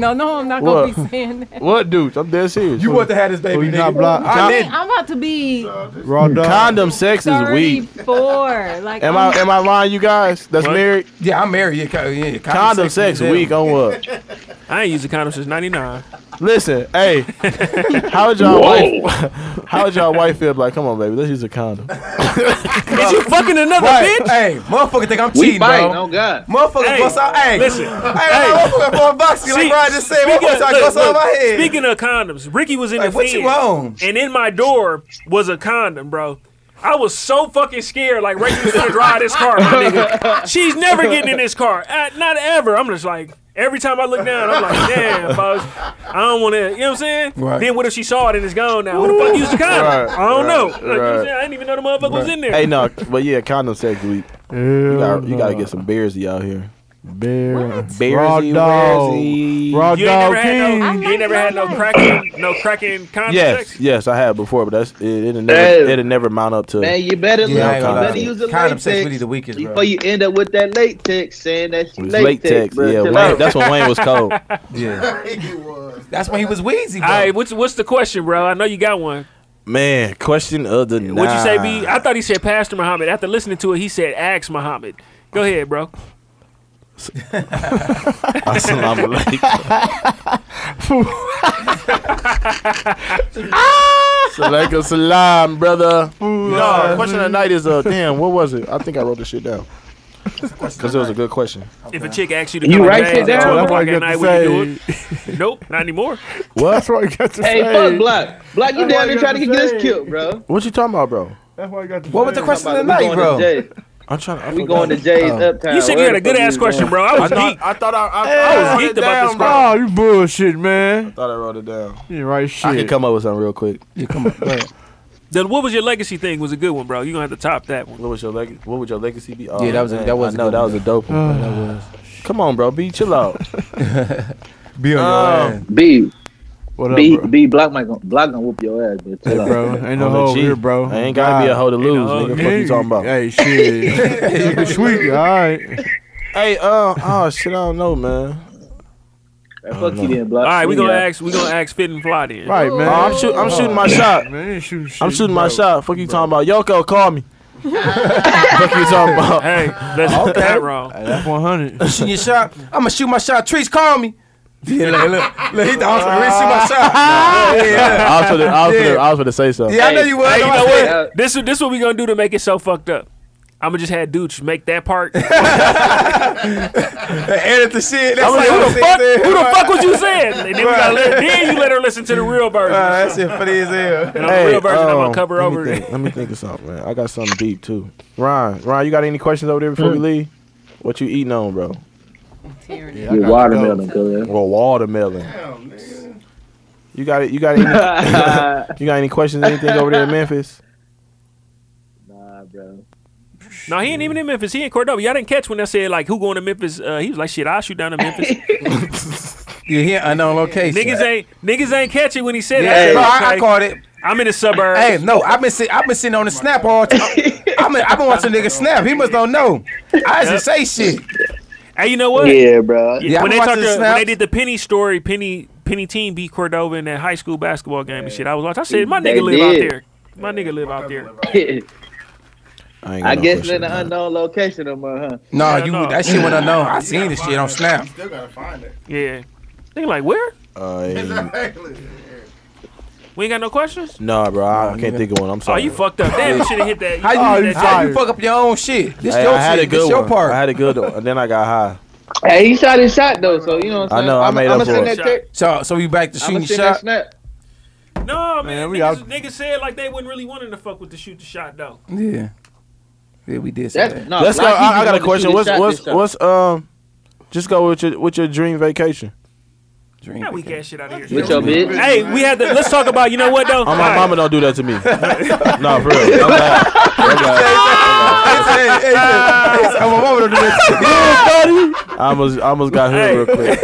[SPEAKER 16] no, no, I'm not gonna be saying that.
[SPEAKER 4] What, dude? I'm dead serious.
[SPEAKER 9] You want to have this baby,
[SPEAKER 3] Oh, you not
[SPEAKER 9] nigga.
[SPEAKER 3] black?
[SPEAKER 9] I did.
[SPEAKER 16] I'm about to be
[SPEAKER 3] Raw dog.
[SPEAKER 4] Condom sex is weak.
[SPEAKER 16] 34. Like, I'm-
[SPEAKER 4] Am I am I lying, you guys? That's
[SPEAKER 2] What?
[SPEAKER 4] married.
[SPEAKER 9] Yeah, I'm married. Yeah, co- yeah,
[SPEAKER 4] Condom sex
[SPEAKER 9] is
[SPEAKER 4] weak on what?
[SPEAKER 2] I ain't used a condom since '99.
[SPEAKER 4] Listen, hey, how would y'all wife? How would y'all wife feel? Like, come on, baby, let's use a condom.
[SPEAKER 2] Is you fucking another
[SPEAKER 9] Right.
[SPEAKER 2] bitch?
[SPEAKER 9] Hey, motherfucker think I'm
[SPEAKER 8] We
[SPEAKER 9] cheating,
[SPEAKER 8] fighting.
[SPEAKER 9] bro.
[SPEAKER 8] Oh God.
[SPEAKER 9] Motherfucker
[SPEAKER 2] Hey,
[SPEAKER 9] bust out. Hey,
[SPEAKER 2] listen.
[SPEAKER 9] Hey, that motherfucker for a box. You like Ryan just said,
[SPEAKER 2] speaking
[SPEAKER 9] motherfucker
[SPEAKER 2] of-
[SPEAKER 9] trying to
[SPEAKER 2] look,
[SPEAKER 9] bust out
[SPEAKER 2] look,
[SPEAKER 9] my head.
[SPEAKER 2] Speaking of condoms, Ricky was in
[SPEAKER 9] Like,
[SPEAKER 2] the
[SPEAKER 9] what you
[SPEAKER 2] fence,
[SPEAKER 9] on?
[SPEAKER 2] and in my door was a condom, bro. I was so fucking scared. Like Ricky was gonna drive this car, my nigga. She's never getting in this car, Uh, not ever. I'm just like. Every time I look down, I'm like, damn, folks, I don't want to. You know what I'm saying?
[SPEAKER 9] Right.
[SPEAKER 2] Then what if she saw it and it's gone now? Who the fuck used the condom?
[SPEAKER 4] Right,
[SPEAKER 2] I don't
[SPEAKER 4] right,
[SPEAKER 2] know. Like, you know what I'm
[SPEAKER 4] right.
[SPEAKER 2] saying? I didn't even know the motherfucker was in there.
[SPEAKER 4] hey, no, but yeah, condom sex weak. You gotta, you gotta get some beersy out here.
[SPEAKER 3] Bear. Raw
[SPEAKER 4] Beersy,
[SPEAKER 3] dog.
[SPEAKER 4] Beersy.
[SPEAKER 3] Raw
[SPEAKER 2] you ain't
[SPEAKER 3] dog
[SPEAKER 2] never
[SPEAKER 3] king.
[SPEAKER 2] had no, you ain't never had no cracking, no cracking condom sex.
[SPEAKER 4] Yes, yes, I have before, but that's it. It'll never,
[SPEAKER 8] Hey.
[SPEAKER 4] it'll never mount up to.
[SPEAKER 8] Man, you
[SPEAKER 9] Yeah, I
[SPEAKER 8] better
[SPEAKER 9] ain't
[SPEAKER 8] look. You
[SPEAKER 9] gonna
[SPEAKER 8] better
[SPEAKER 9] lie.
[SPEAKER 8] use the
[SPEAKER 9] Condom sex
[SPEAKER 8] latex
[SPEAKER 9] really the weakest, bro.
[SPEAKER 8] before you end up with that latex saying that's
[SPEAKER 4] It's
[SPEAKER 8] latex.
[SPEAKER 4] latex,
[SPEAKER 8] bro.
[SPEAKER 4] yeah.
[SPEAKER 8] Chill
[SPEAKER 4] Wayne,
[SPEAKER 8] out.
[SPEAKER 4] that's when Wayne was cold.
[SPEAKER 9] Yeah. That's when he was wheezy, bro.
[SPEAKER 2] All right, what's what's the question, bro? I know you got one.
[SPEAKER 4] Man, question of the night.
[SPEAKER 2] What'd you say, B? I thought he said Pastor Muhammad. After listening to it, he said ask Muhammad. Go ahead, bro.
[SPEAKER 4] Assalamu alaikum. salam, brother. No, question of the night is uh, damn, what was it? I think I wrote this shit down because it was a good question.
[SPEAKER 2] If a chick asks you to
[SPEAKER 8] You
[SPEAKER 2] come
[SPEAKER 8] write
[SPEAKER 2] to
[SPEAKER 8] it down?
[SPEAKER 2] twelve
[SPEAKER 3] That's why
[SPEAKER 2] o'clock
[SPEAKER 3] you
[SPEAKER 2] at
[SPEAKER 3] got
[SPEAKER 2] night,
[SPEAKER 3] to
[SPEAKER 2] would you
[SPEAKER 3] say.
[SPEAKER 2] do it? nope, not anymore.
[SPEAKER 3] That's
[SPEAKER 4] What?
[SPEAKER 3] why you got to
[SPEAKER 8] Hey,
[SPEAKER 3] say.
[SPEAKER 8] fuck Block. Block, you
[SPEAKER 3] That's why
[SPEAKER 8] down there
[SPEAKER 3] you
[SPEAKER 8] trying
[SPEAKER 3] gotta
[SPEAKER 8] to get
[SPEAKER 3] say
[SPEAKER 8] this
[SPEAKER 3] it.
[SPEAKER 8] killed, bro.
[SPEAKER 4] What you talking about, bro?
[SPEAKER 3] That's why you got to
[SPEAKER 9] What was the
[SPEAKER 3] say.
[SPEAKER 9] question of the
[SPEAKER 8] We
[SPEAKER 9] night,
[SPEAKER 8] going
[SPEAKER 9] bro?
[SPEAKER 8] to Jay.
[SPEAKER 4] I'm trying. I
[SPEAKER 8] We
[SPEAKER 4] forgot.
[SPEAKER 8] going to Jay's uptown.
[SPEAKER 2] You said you
[SPEAKER 8] Where
[SPEAKER 2] had a
[SPEAKER 8] the fuck
[SPEAKER 2] good ass
[SPEAKER 8] you
[SPEAKER 2] question,
[SPEAKER 8] going?
[SPEAKER 2] bro. I
[SPEAKER 4] I
[SPEAKER 2] was
[SPEAKER 4] thought
[SPEAKER 2] geeked.
[SPEAKER 4] I thought I, I,
[SPEAKER 2] was
[SPEAKER 4] I wrote
[SPEAKER 2] geeked
[SPEAKER 4] it
[SPEAKER 2] about this
[SPEAKER 4] down,
[SPEAKER 2] question.
[SPEAKER 4] bro. I
[SPEAKER 3] Oh, you bullshit, man.
[SPEAKER 4] thought I wrote it down.
[SPEAKER 3] You ain't right
[SPEAKER 4] I can
[SPEAKER 3] shit.
[SPEAKER 4] come up with something real quick.
[SPEAKER 9] Yeah, come on. Go ahead.
[SPEAKER 2] The what was your legacy thing was a good one, bro. You gonna have to top that one.
[SPEAKER 4] What was your leg- What would your legacy be? Oh,
[SPEAKER 9] Yeah, that was a-
[SPEAKER 4] man,
[SPEAKER 9] that
[SPEAKER 4] I
[SPEAKER 9] was a
[SPEAKER 4] know
[SPEAKER 9] good
[SPEAKER 4] that
[SPEAKER 9] one.
[SPEAKER 4] was a dope one. bro. Come on, bro. B, chill out.
[SPEAKER 9] Be on
[SPEAKER 4] Um,
[SPEAKER 9] your ass.
[SPEAKER 8] B,
[SPEAKER 3] What up,
[SPEAKER 8] B,
[SPEAKER 3] bro?
[SPEAKER 8] B, Block might gon- Block gonna whoop your ass, bitch.
[SPEAKER 3] Hey,
[SPEAKER 8] Chill out.
[SPEAKER 3] bro, ain't no
[SPEAKER 4] On the
[SPEAKER 3] hoe
[SPEAKER 4] G.
[SPEAKER 3] here, bro.
[SPEAKER 4] I ain't gotta be a hoe to lose,
[SPEAKER 2] no hoe.
[SPEAKER 4] nigga. What you talking about?
[SPEAKER 3] Hey, shit. Sweet, all right.
[SPEAKER 4] Hey, uh, oh shit, I don't know, man.
[SPEAKER 8] Man, fuck you then, block.
[SPEAKER 2] All right, we
[SPEAKER 8] We
[SPEAKER 2] gonna
[SPEAKER 8] out.
[SPEAKER 2] ask. We gonna ask Fit and Fly then.
[SPEAKER 13] Right, man. Oh, I'm, shoot, I'm shooting my shot. I'm shooting my shot. Fuck you talking about? Yoko, call me. Fuck you talking about?
[SPEAKER 2] Hey, that's that wrong.
[SPEAKER 3] That's 100.
[SPEAKER 9] Shooting your shot. I'm gonna shoot my shot. Trees, call me. Yeah, look, look, look, he thought I was gonna shoot my shot. Yeah, yeah.
[SPEAKER 13] I was for the, I was for
[SPEAKER 2] Yeah.
[SPEAKER 13] the, I was for the say so.
[SPEAKER 2] Hey, Hey, you know what? This is this what we gonna do to make it so fucked up. I'm gonna just have Dooch make that part.
[SPEAKER 9] Edit the shit.
[SPEAKER 2] I'm like,
[SPEAKER 9] That's what
[SPEAKER 2] who the fuck?
[SPEAKER 9] they said.
[SPEAKER 2] Who the fuck was you saying? And then, we gotta let, then you let her listen to the real version.
[SPEAKER 9] That shit funny as hell.
[SPEAKER 2] And on the real version, I'm
[SPEAKER 13] um,
[SPEAKER 2] gonna cover
[SPEAKER 13] let me
[SPEAKER 2] over
[SPEAKER 13] think-
[SPEAKER 2] it.
[SPEAKER 13] Let me think of something, man. I got something deep too. Ryan, Ryan, you got any questions over there before we leave? What you eating on, bro?
[SPEAKER 8] I Your gotta watermelon, go.
[SPEAKER 13] Well, watermelon. You got it. You got any, You got any questions? Anything over there in Memphis?
[SPEAKER 8] Nah, bro.
[SPEAKER 2] No, he ain't even in Memphis. He in Cordova. Y'all didn't catch when I said like, who going to Memphis? Uh, he was like, shit, I'll shoot down to Memphis.
[SPEAKER 9] You here unknown location.
[SPEAKER 2] niggas ain't niggas ain't catch it when he said that.
[SPEAKER 9] Yeah, bro, I- I caught it.
[SPEAKER 2] I'm in the suburbs.
[SPEAKER 9] Hey, no, I've been sit- I've been sitting on the snap all time. I've been, I've been watching niggas snap. He must don't know. I used to say shit.
[SPEAKER 2] Hey, you know what?
[SPEAKER 8] Yeah, bro.
[SPEAKER 2] Yeah, when they
[SPEAKER 9] watching
[SPEAKER 2] talked to, when
[SPEAKER 9] snaps.
[SPEAKER 2] they did the Penny story, Penny Penny team beat Cordova in that high school basketball game and shit. I was watching. I said, my
[SPEAKER 8] They
[SPEAKER 2] nigga live
[SPEAKER 8] did.
[SPEAKER 2] out there. My nigga live out there.
[SPEAKER 13] I,
[SPEAKER 8] I guess it's in an unknown location, no more, huh?
[SPEAKER 9] No,
[SPEAKER 2] Yeah,
[SPEAKER 9] you
[SPEAKER 2] no.
[SPEAKER 9] that shit went unknown. I seen this shit on Snap.
[SPEAKER 2] Yeah, they like where?
[SPEAKER 13] Uh,
[SPEAKER 2] We ain't got no questions.
[SPEAKER 13] nah, bro. I, I can't think of one. I'm
[SPEAKER 2] Oh,
[SPEAKER 13] sorry.
[SPEAKER 2] you fucked up. Damn, you should have hit that.
[SPEAKER 9] How Oh, you,
[SPEAKER 2] should've hit that
[SPEAKER 9] how you
[SPEAKER 2] shot.
[SPEAKER 9] fuck up your own shit? This
[SPEAKER 13] Hey,
[SPEAKER 9] your
[SPEAKER 13] I had
[SPEAKER 9] shit.
[SPEAKER 13] a good
[SPEAKER 9] this your
[SPEAKER 13] one.
[SPEAKER 9] part.
[SPEAKER 13] I had a good one, and then I got high.
[SPEAKER 8] Hey, he shot his shot though, so you know what I'm
[SPEAKER 13] I
[SPEAKER 8] saying.
[SPEAKER 13] know, I
[SPEAKER 8] I'ma-
[SPEAKER 13] made up
[SPEAKER 8] I'ma
[SPEAKER 13] for
[SPEAKER 8] send
[SPEAKER 13] it.
[SPEAKER 8] that text-
[SPEAKER 9] So, so we back to shooting
[SPEAKER 8] I'ma
[SPEAKER 9] shot.
[SPEAKER 8] send that snap.
[SPEAKER 2] No, man.
[SPEAKER 9] Man, we
[SPEAKER 2] niggas,
[SPEAKER 9] out-
[SPEAKER 2] niggas said like they wasn't really wanting to fuck with the shoot the shot though.
[SPEAKER 9] Yeah, yeah, we did. Say
[SPEAKER 2] That's-
[SPEAKER 9] that.
[SPEAKER 2] no,
[SPEAKER 13] Let's go.
[SPEAKER 2] Black
[SPEAKER 13] I, I
[SPEAKER 2] people
[SPEAKER 13] got
[SPEAKER 2] want
[SPEAKER 13] a
[SPEAKER 2] to
[SPEAKER 13] question.
[SPEAKER 2] shoot
[SPEAKER 13] What's
[SPEAKER 2] this shot,
[SPEAKER 13] what's
[SPEAKER 2] this shot.
[SPEAKER 13] what's um? Just go with your with your dream vacation.
[SPEAKER 9] Dream.
[SPEAKER 2] Now we get shit out of here.
[SPEAKER 13] With your bitch.
[SPEAKER 2] Hey, we had to. Let's talk about. You know what though?
[SPEAKER 13] Oh, my
[SPEAKER 2] All right.
[SPEAKER 13] mama don't do that to me. nah, for real. I'm glad. I'm glad.
[SPEAKER 9] my mama don't do
[SPEAKER 13] that to me. I almost, I almost got hood real quick.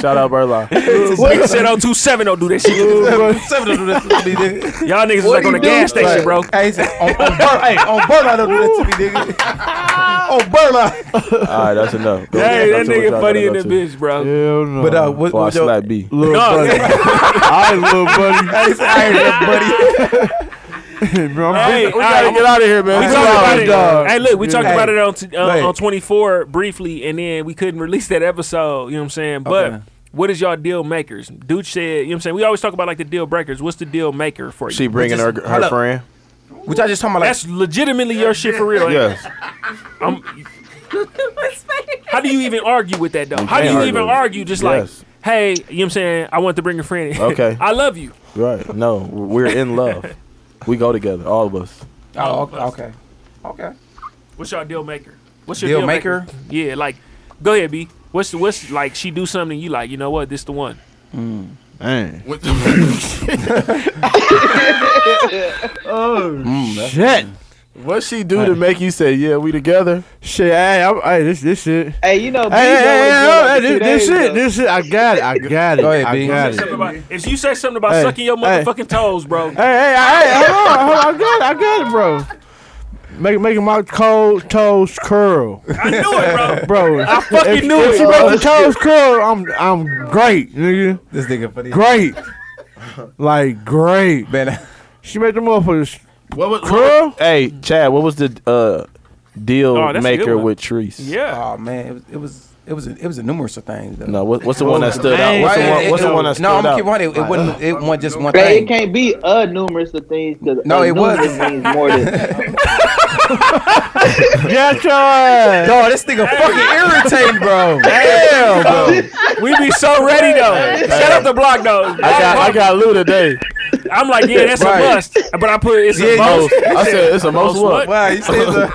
[SPEAKER 13] Shout out Burla.
[SPEAKER 2] Nigga said on 2-7 don't do that shit.
[SPEAKER 9] Seven do that to me, nigga.
[SPEAKER 2] Y'all niggas was like on the gas station, bro.
[SPEAKER 9] Hey, he said, on, on Bur- hey, on Burla don't do that to me, nigga. on Burla.
[SPEAKER 13] All right, that's enough. Go-
[SPEAKER 2] Hey,
[SPEAKER 13] that's
[SPEAKER 2] that
[SPEAKER 13] what
[SPEAKER 2] nigga
[SPEAKER 13] y'all
[SPEAKER 2] funny
[SPEAKER 13] gotta go
[SPEAKER 2] in the
[SPEAKER 13] to.
[SPEAKER 2] bitch, bro.
[SPEAKER 3] Hell no.
[SPEAKER 9] But uh, what,
[SPEAKER 13] Before I
[SPEAKER 9] what your
[SPEAKER 13] slap B.
[SPEAKER 3] Little
[SPEAKER 2] No.
[SPEAKER 3] buddy. I little buddy.
[SPEAKER 9] Hey, buddy.
[SPEAKER 3] Bro, I'm
[SPEAKER 2] Hey,
[SPEAKER 3] getting-
[SPEAKER 2] all
[SPEAKER 13] gotta
[SPEAKER 2] right.
[SPEAKER 13] get outta here, man.
[SPEAKER 2] We
[SPEAKER 13] Two
[SPEAKER 2] talked about
[SPEAKER 13] hours,
[SPEAKER 2] it.
[SPEAKER 13] dog.
[SPEAKER 2] Hey, look, we talked
[SPEAKER 13] Yeah.
[SPEAKER 2] about it on t-
[SPEAKER 13] Hey.
[SPEAKER 2] uh, on 24 briefly, and then we couldn't release that episode. You know what I'm saying? But
[SPEAKER 9] Okay.
[SPEAKER 2] what is y'all deal makers? Dude said, you know what I'm saying? We always talk about like the deal breakers. What's the deal maker for you?
[SPEAKER 13] She bringing her
[SPEAKER 9] Just- hold
[SPEAKER 13] her
[SPEAKER 9] up.
[SPEAKER 13] friend.
[SPEAKER 9] Which I just talking about like
[SPEAKER 2] That's legitimately your shit for real. ain't it?
[SPEAKER 13] Yes.
[SPEAKER 2] How do you even argue with that though? How
[SPEAKER 13] can't
[SPEAKER 2] do you
[SPEAKER 13] argue
[SPEAKER 2] even
[SPEAKER 13] with it.
[SPEAKER 2] argue? Just
[SPEAKER 13] Yes.
[SPEAKER 2] like, hey, you know what I'm saying? I want to bring a friend. in.
[SPEAKER 13] Okay.
[SPEAKER 2] I love you.
[SPEAKER 13] Right. No, we're in love. We go together, all of us.
[SPEAKER 9] Oh, okay. okay. Okay.
[SPEAKER 2] What's your deal maker? What's your deal,
[SPEAKER 9] Deal
[SPEAKER 2] maker?
[SPEAKER 9] maker?
[SPEAKER 2] Yeah, like, go ahead, B. What's what's like? She do something, you like, you know what? This the one.
[SPEAKER 3] Dang.
[SPEAKER 7] What the
[SPEAKER 3] Oh, Shit.
[SPEAKER 13] What she do to make you say, "Yeah, we together"?
[SPEAKER 3] Shit. Hey, I'm, hey, this this shit. Hey,
[SPEAKER 8] Hey, you know,
[SPEAKER 3] hey, hey, hey, hey,
[SPEAKER 8] B
[SPEAKER 3] this, this shit. This shit. I got it. I got it.
[SPEAKER 9] Go ahead,
[SPEAKER 3] I
[SPEAKER 9] B.
[SPEAKER 3] got
[SPEAKER 2] Say something
[SPEAKER 3] it.
[SPEAKER 2] about- if you say something about
[SPEAKER 3] Hey,
[SPEAKER 2] sucking your
[SPEAKER 3] hey.
[SPEAKER 2] motherfucking toes, bro.
[SPEAKER 3] Hey, hey, hey, hey, hold on, hold on, I got it, I got it, bro. Make, making my cold toes curl,
[SPEAKER 2] I knew it, bro.
[SPEAKER 3] bro.
[SPEAKER 2] I fucking
[SPEAKER 3] if,
[SPEAKER 2] knew
[SPEAKER 3] if
[SPEAKER 2] it,
[SPEAKER 3] you
[SPEAKER 2] bro.
[SPEAKER 3] make the toes curl, I'm I'm great, nigga.
[SPEAKER 9] This nigga funny.
[SPEAKER 3] Great, like great.
[SPEAKER 9] Man,
[SPEAKER 3] She made the motherfuckers
[SPEAKER 7] What was
[SPEAKER 3] curl.
[SPEAKER 13] Hey, Chad, what was the uh, deal
[SPEAKER 2] Oh, that's a good
[SPEAKER 13] maker
[SPEAKER 2] one.
[SPEAKER 13] with Trees?
[SPEAKER 2] Yeah.
[SPEAKER 9] Oh man, it was it was it was a, it was a numerous of things. Though.
[SPEAKER 13] No, what, what's the one that stood out?
[SPEAKER 3] Man,
[SPEAKER 13] What's the
[SPEAKER 3] why-
[SPEAKER 13] one? What's the one that stood
[SPEAKER 9] no, I'm
[SPEAKER 13] out?
[SPEAKER 9] gonna keep running. It, it wasn't. It wasn't just one
[SPEAKER 8] But it
[SPEAKER 9] thing.
[SPEAKER 8] can't be a numerous of things because
[SPEAKER 9] No, it was.
[SPEAKER 8] means more than
[SPEAKER 3] Get your ass.
[SPEAKER 9] Dog, this nigga fucking irritating, bro.
[SPEAKER 13] Damn, bro.
[SPEAKER 2] We be so ready though. Shut up the block though. I
[SPEAKER 13] I got I got Lou today.
[SPEAKER 2] am like, yeah, that's
[SPEAKER 9] Right.
[SPEAKER 2] a must. But I put it's a
[SPEAKER 13] Most,
[SPEAKER 2] must.
[SPEAKER 13] I said it's a most
[SPEAKER 2] Most
[SPEAKER 13] what?
[SPEAKER 2] what?
[SPEAKER 9] Wow, he says uh,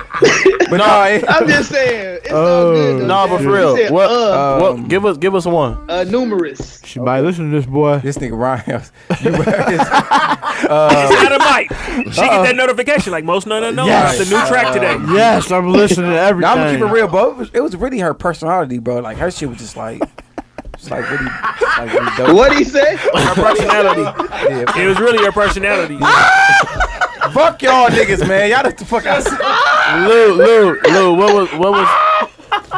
[SPEAKER 9] but no,
[SPEAKER 8] I'm just saying. It's
[SPEAKER 3] Oh.
[SPEAKER 8] all good. though,
[SPEAKER 13] Nah, but
[SPEAKER 8] man.
[SPEAKER 13] for
[SPEAKER 8] You
[SPEAKER 13] real,
[SPEAKER 8] said,
[SPEAKER 13] what?
[SPEAKER 8] Uh,
[SPEAKER 9] Um,
[SPEAKER 13] what? Give us give us one.
[SPEAKER 8] uh, numerous.
[SPEAKER 3] She might listen to this boy.
[SPEAKER 9] this nigga Ryan, you
[SPEAKER 2] It's out of mic. She get that notification like most no no no.
[SPEAKER 3] Yes.
[SPEAKER 2] It's a new track today.
[SPEAKER 3] Yes, I'm listening to everything.
[SPEAKER 9] Now, I'm gonna keep it real, bro. It was, it was really her personality, bro. Like her shit was just like, just like really, like really dope.
[SPEAKER 8] What he say?
[SPEAKER 2] Her personality.
[SPEAKER 9] Yeah,
[SPEAKER 2] It was really her personality.
[SPEAKER 9] fuck y'all niggas, man. Y'all the fuck out.
[SPEAKER 13] Lou, Lou, Lou. What was what was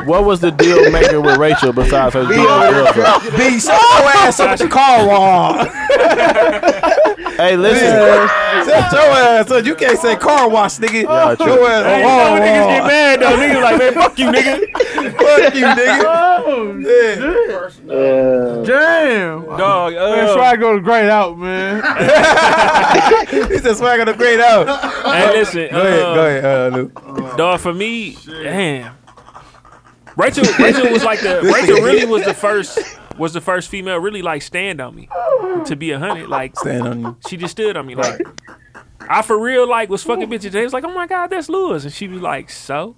[SPEAKER 4] What was the deal maker with Rachel besides her? being a girlfriend?
[SPEAKER 9] B, shut your ass up with the car wash.
[SPEAKER 4] Hey, listen.
[SPEAKER 9] Shut your ass up. You can't say car wash, nigga.
[SPEAKER 4] Yeah, true.
[SPEAKER 9] your ass
[SPEAKER 2] Hey, you know when niggas get mad though. Niggas like, man, fuck you, nigga.
[SPEAKER 9] Fuck you, nigga.
[SPEAKER 11] Damn.
[SPEAKER 2] Dog, uh,
[SPEAKER 3] Man, swag go to great out, man.
[SPEAKER 9] He said swag on the grade out.
[SPEAKER 2] Hey, listen.
[SPEAKER 9] Go ahead,
[SPEAKER 2] uh,
[SPEAKER 9] go ahead, uh, Lou.
[SPEAKER 2] Dog, for me, damn. Rachel, Rachel was like the Rachel really was the first was the first female really like stand on me to be a hundred. Like
[SPEAKER 9] Stand on you.
[SPEAKER 2] she just stood on me like I for real like was fucking bitches. They was like, oh my god, that's Lewis, and she was like, so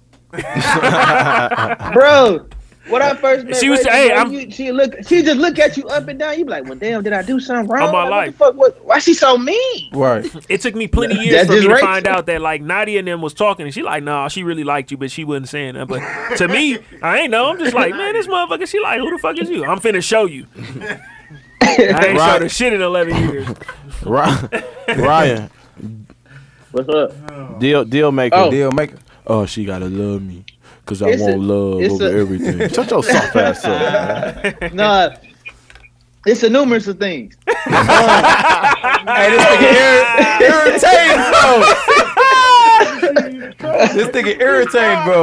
[SPEAKER 8] bro. When I first met
[SPEAKER 2] She was-
[SPEAKER 8] Rachel,
[SPEAKER 2] hey,
[SPEAKER 8] bro,
[SPEAKER 2] I'm-
[SPEAKER 8] you, she look, she just look at you up and down. You be like, well, damn, did I do something wrong?
[SPEAKER 2] On my
[SPEAKER 8] Like,
[SPEAKER 2] life.
[SPEAKER 8] what the fuck? What, why she so mean?
[SPEAKER 9] Right.
[SPEAKER 2] it took me plenty years
[SPEAKER 8] That's
[SPEAKER 2] for me
[SPEAKER 8] just
[SPEAKER 2] to
[SPEAKER 8] Rachel.
[SPEAKER 2] find out that like Nadia and them was talking, and she like, nah, she really liked you, but she wasn't saying that. But to me, I ain't know. I'm just like, man, this motherfucker. She like, who the fuck is you? I'm finna show you. I ain't showed her shit in 11 years.
[SPEAKER 4] Ri- Ryan,
[SPEAKER 8] What's up?
[SPEAKER 4] deal deal maker.
[SPEAKER 8] Oh.
[SPEAKER 9] Deal maker.
[SPEAKER 4] Oh, she gotta love me. Cause I
[SPEAKER 8] It's a-
[SPEAKER 4] want love
[SPEAKER 8] it's
[SPEAKER 4] over
[SPEAKER 8] a-
[SPEAKER 4] everything. Shut your soft ass up. man.
[SPEAKER 8] Nah, it's a numerous of things.
[SPEAKER 9] Hey, this nigga ir- irritating, bro. this nigga irritating, bro.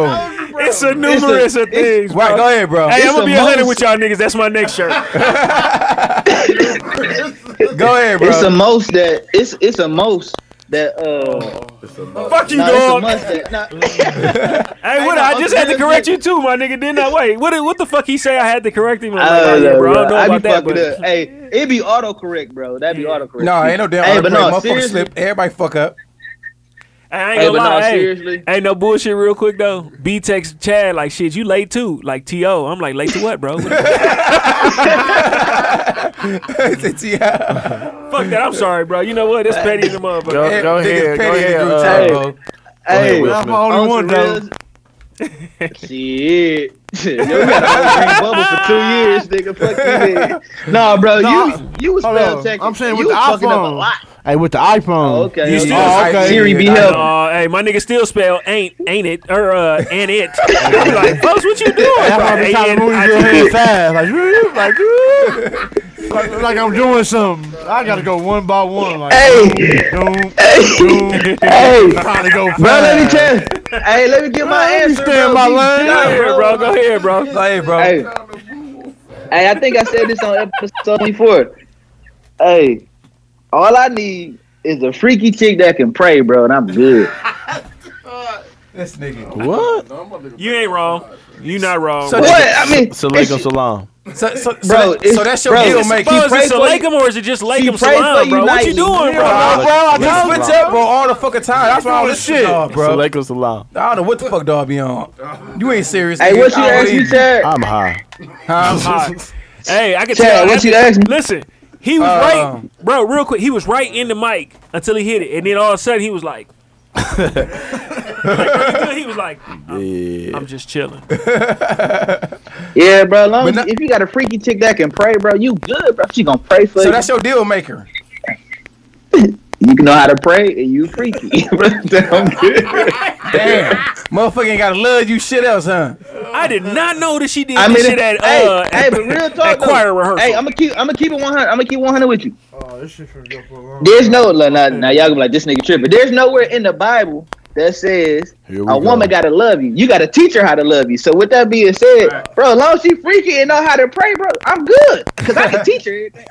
[SPEAKER 2] It's a numerous of things.
[SPEAKER 9] Right, go ahead, bro.
[SPEAKER 2] Hey, I'm
[SPEAKER 8] It's
[SPEAKER 2] gonna
[SPEAKER 8] a
[SPEAKER 2] be a hundred
[SPEAKER 8] most-
[SPEAKER 2] with y'all niggas. That's my next shirt.
[SPEAKER 9] Go ahead, bro.
[SPEAKER 8] It's the most that it's it's a most that uh.
[SPEAKER 2] Fuck you,
[SPEAKER 8] nah, it's a
[SPEAKER 2] dog.
[SPEAKER 8] must that nah,
[SPEAKER 2] Hey, what?
[SPEAKER 8] no,
[SPEAKER 2] I just had to
[SPEAKER 8] I'm
[SPEAKER 2] correct you
[SPEAKER 8] serious.
[SPEAKER 2] too, my nigga. Didn't I? Wait, what? What the fuck he say? I had to correct him. I'm
[SPEAKER 8] I
[SPEAKER 2] like, oh,
[SPEAKER 8] don't
[SPEAKER 2] yeah,
[SPEAKER 8] know,
[SPEAKER 2] bro. I
[SPEAKER 8] bro.
[SPEAKER 2] don't know
[SPEAKER 8] I be
[SPEAKER 2] about that,
[SPEAKER 8] fucking
[SPEAKER 2] but
[SPEAKER 8] up. Hey, it be autocorrect, bro. That be autocorrect.
[SPEAKER 9] no, ain't no damn.
[SPEAKER 8] Hey,
[SPEAKER 9] Hey,
[SPEAKER 8] but no,
[SPEAKER 9] motherfucker
[SPEAKER 8] serious-
[SPEAKER 9] slip. Everybody fuck up.
[SPEAKER 2] Hey, I ain't
[SPEAKER 8] Hey,
[SPEAKER 2] gonna
[SPEAKER 8] but
[SPEAKER 2] lie.
[SPEAKER 8] no,
[SPEAKER 2] hey,
[SPEAKER 8] seriously.
[SPEAKER 2] ain't no bullshit. Real quick though, B text Chad like shit. You late too? Like to? I'm like late to what, bro? What the
[SPEAKER 9] it's, yeah.
[SPEAKER 2] fuck that. I'm sorry, bro. You know what? It's petty in the motherfucker.
[SPEAKER 4] Go, go ahead. Go ahead. uh,
[SPEAKER 8] chat,
[SPEAKER 4] go
[SPEAKER 9] bro.
[SPEAKER 4] ahead,
[SPEAKER 8] Hey,
[SPEAKER 4] Will
[SPEAKER 3] I'm
[SPEAKER 4] Smith.
[SPEAKER 3] the only
[SPEAKER 8] on
[SPEAKER 3] one
[SPEAKER 8] some
[SPEAKER 3] though.
[SPEAKER 8] real- Shit. Yo, we gotta drink bubble for two years, nigga. Fuck you, nigga. Nah, bro,
[SPEAKER 3] Nah,
[SPEAKER 8] you you was
[SPEAKER 3] hold
[SPEAKER 8] spell
[SPEAKER 3] on.
[SPEAKER 8] checking.
[SPEAKER 3] I'm saying
[SPEAKER 8] you
[SPEAKER 3] with
[SPEAKER 8] was
[SPEAKER 3] the
[SPEAKER 8] fucking up a
[SPEAKER 3] iPhone.
[SPEAKER 8] lot.
[SPEAKER 3] Hey, with the iPhone.
[SPEAKER 8] Oh, okay.
[SPEAKER 2] You
[SPEAKER 8] okay.
[SPEAKER 2] still-
[SPEAKER 8] Oh, okay. Siri be
[SPEAKER 9] Yeah,
[SPEAKER 8] helping.
[SPEAKER 2] Uh, hey, my nigga still spell ain't ain't it or uh and it. I be like, folks, what you doing?
[SPEAKER 3] That's
[SPEAKER 2] bro?
[SPEAKER 3] why I be trying
[SPEAKER 2] Ain't
[SPEAKER 3] to
[SPEAKER 2] it,
[SPEAKER 3] move
[SPEAKER 2] I
[SPEAKER 3] your
[SPEAKER 2] just-
[SPEAKER 3] head fast, like, woo, like, woo. like, like I'm doing something. I gotta go one by one, like,
[SPEAKER 8] Hey.
[SPEAKER 3] doom, doom, doom.
[SPEAKER 8] Hey.
[SPEAKER 3] trying to go fast.
[SPEAKER 8] Bro, let me tell. Hey, let me get my
[SPEAKER 3] Let me
[SPEAKER 8] answer.
[SPEAKER 3] stay in
[SPEAKER 8] bro.
[SPEAKER 3] my
[SPEAKER 8] Be
[SPEAKER 3] lane.
[SPEAKER 2] Go
[SPEAKER 8] shy,
[SPEAKER 2] ahead, bro. Go ahead, bro.
[SPEAKER 9] Go ahead, bro.
[SPEAKER 8] Hey. hey, I think I said this on episode 24. Hey, all I need is a freaky chick that can pray, bro, and I'm good.
[SPEAKER 9] This nigga.
[SPEAKER 4] What?
[SPEAKER 2] You ain't wrong. You not wrong.
[SPEAKER 9] So
[SPEAKER 2] bro.
[SPEAKER 8] What? I mean, if
[SPEAKER 4] Salam
[SPEAKER 8] she-
[SPEAKER 4] salam.
[SPEAKER 9] So, so, so,
[SPEAKER 8] Bro,
[SPEAKER 9] that-
[SPEAKER 8] it's-
[SPEAKER 9] so that's your
[SPEAKER 8] bro,
[SPEAKER 9] deal
[SPEAKER 8] it's
[SPEAKER 9] maker.
[SPEAKER 8] supposed-
[SPEAKER 2] Bro, is
[SPEAKER 8] pray
[SPEAKER 2] it
[SPEAKER 8] for
[SPEAKER 2] Salakam or is it just Lakem
[SPEAKER 8] pray for
[SPEAKER 2] Salam,
[SPEAKER 8] you
[SPEAKER 2] bro? What you
[SPEAKER 8] nightly.
[SPEAKER 2] doing, bro?
[SPEAKER 3] Yeah. bro, I
[SPEAKER 9] We
[SPEAKER 3] told
[SPEAKER 9] switch
[SPEAKER 3] you.
[SPEAKER 9] up, bro, all the fucking time. That's why I
[SPEAKER 3] doing
[SPEAKER 9] this shit,
[SPEAKER 3] shit.
[SPEAKER 9] dog, bro.
[SPEAKER 4] Salam salam.
[SPEAKER 9] I don't know what the fuck dog be on. You ain't serious.
[SPEAKER 8] hey,
[SPEAKER 9] nigga.
[SPEAKER 8] what you
[SPEAKER 9] I don't
[SPEAKER 8] asked me,
[SPEAKER 9] even-
[SPEAKER 8] Chad?
[SPEAKER 4] I'm high.
[SPEAKER 9] Huh?
[SPEAKER 2] Hey, I can
[SPEAKER 8] Chad,
[SPEAKER 2] tell.
[SPEAKER 8] what
[SPEAKER 2] after-
[SPEAKER 8] you asked me?
[SPEAKER 2] Listen, he was
[SPEAKER 9] Uh,
[SPEAKER 2] right, bro. Real quick, he was right in the mic until he hit it, and then all of a sudden he was like, like, he was like, I'm,
[SPEAKER 4] Yeah.
[SPEAKER 2] I'm just chilling.
[SPEAKER 8] Yeah, bro. Long
[SPEAKER 9] But
[SPEAKER 8] as-
[SPEAKER 9] no-
[SPEAKER 8] if you got a freaky chick that can pray, bro, you good, bro. She gonna pray for
[SPEAKER 9] So
[SPEAKER 8] you.
[SPEAKER 9] that's your deal maker.
[SPEAKER 8] you know how to pray, and you freaky. bro. I'm good.
[SPEAKER 9] Damn. Motherfucker ain't gotta love you shit else, huh?
[SPEAKER 2] I did not know that she did
[SPEAKER 8] I
[SPEAKER 2] this
[SPEAKER 8] mean,
[SPEAKER 2] shit at
[SPEAKER 8] hey,
[SPEAKER 2] uh,
[SPEAKER 8] hey, but real
[SPEAKER 2] at
[SPEAKER 8] talk, though.
[SPEAKER 2] choir rehearsal.
[SPEAKER 8] Hey, I'm gonna keep, I'm gonna keep it 100. I'm gonna keep 100 with you.
[SPEAKER 3] Oh, this shit finna go for a long
[SPEAKER 8] There's no, like, now, now y'all gonna be like this nigga tripping. There's nowhere in the Bible that says
[SPEAKER 4] Here
[SPEAKER 8] a
[SPEAKER 4] we go.
[SPEAKER 8] woman gotta love you. You gotta teach her how to love you. So with that being said, bro, as long as she freaky and know how to pray, bro, I'm good because I can teach her. everything.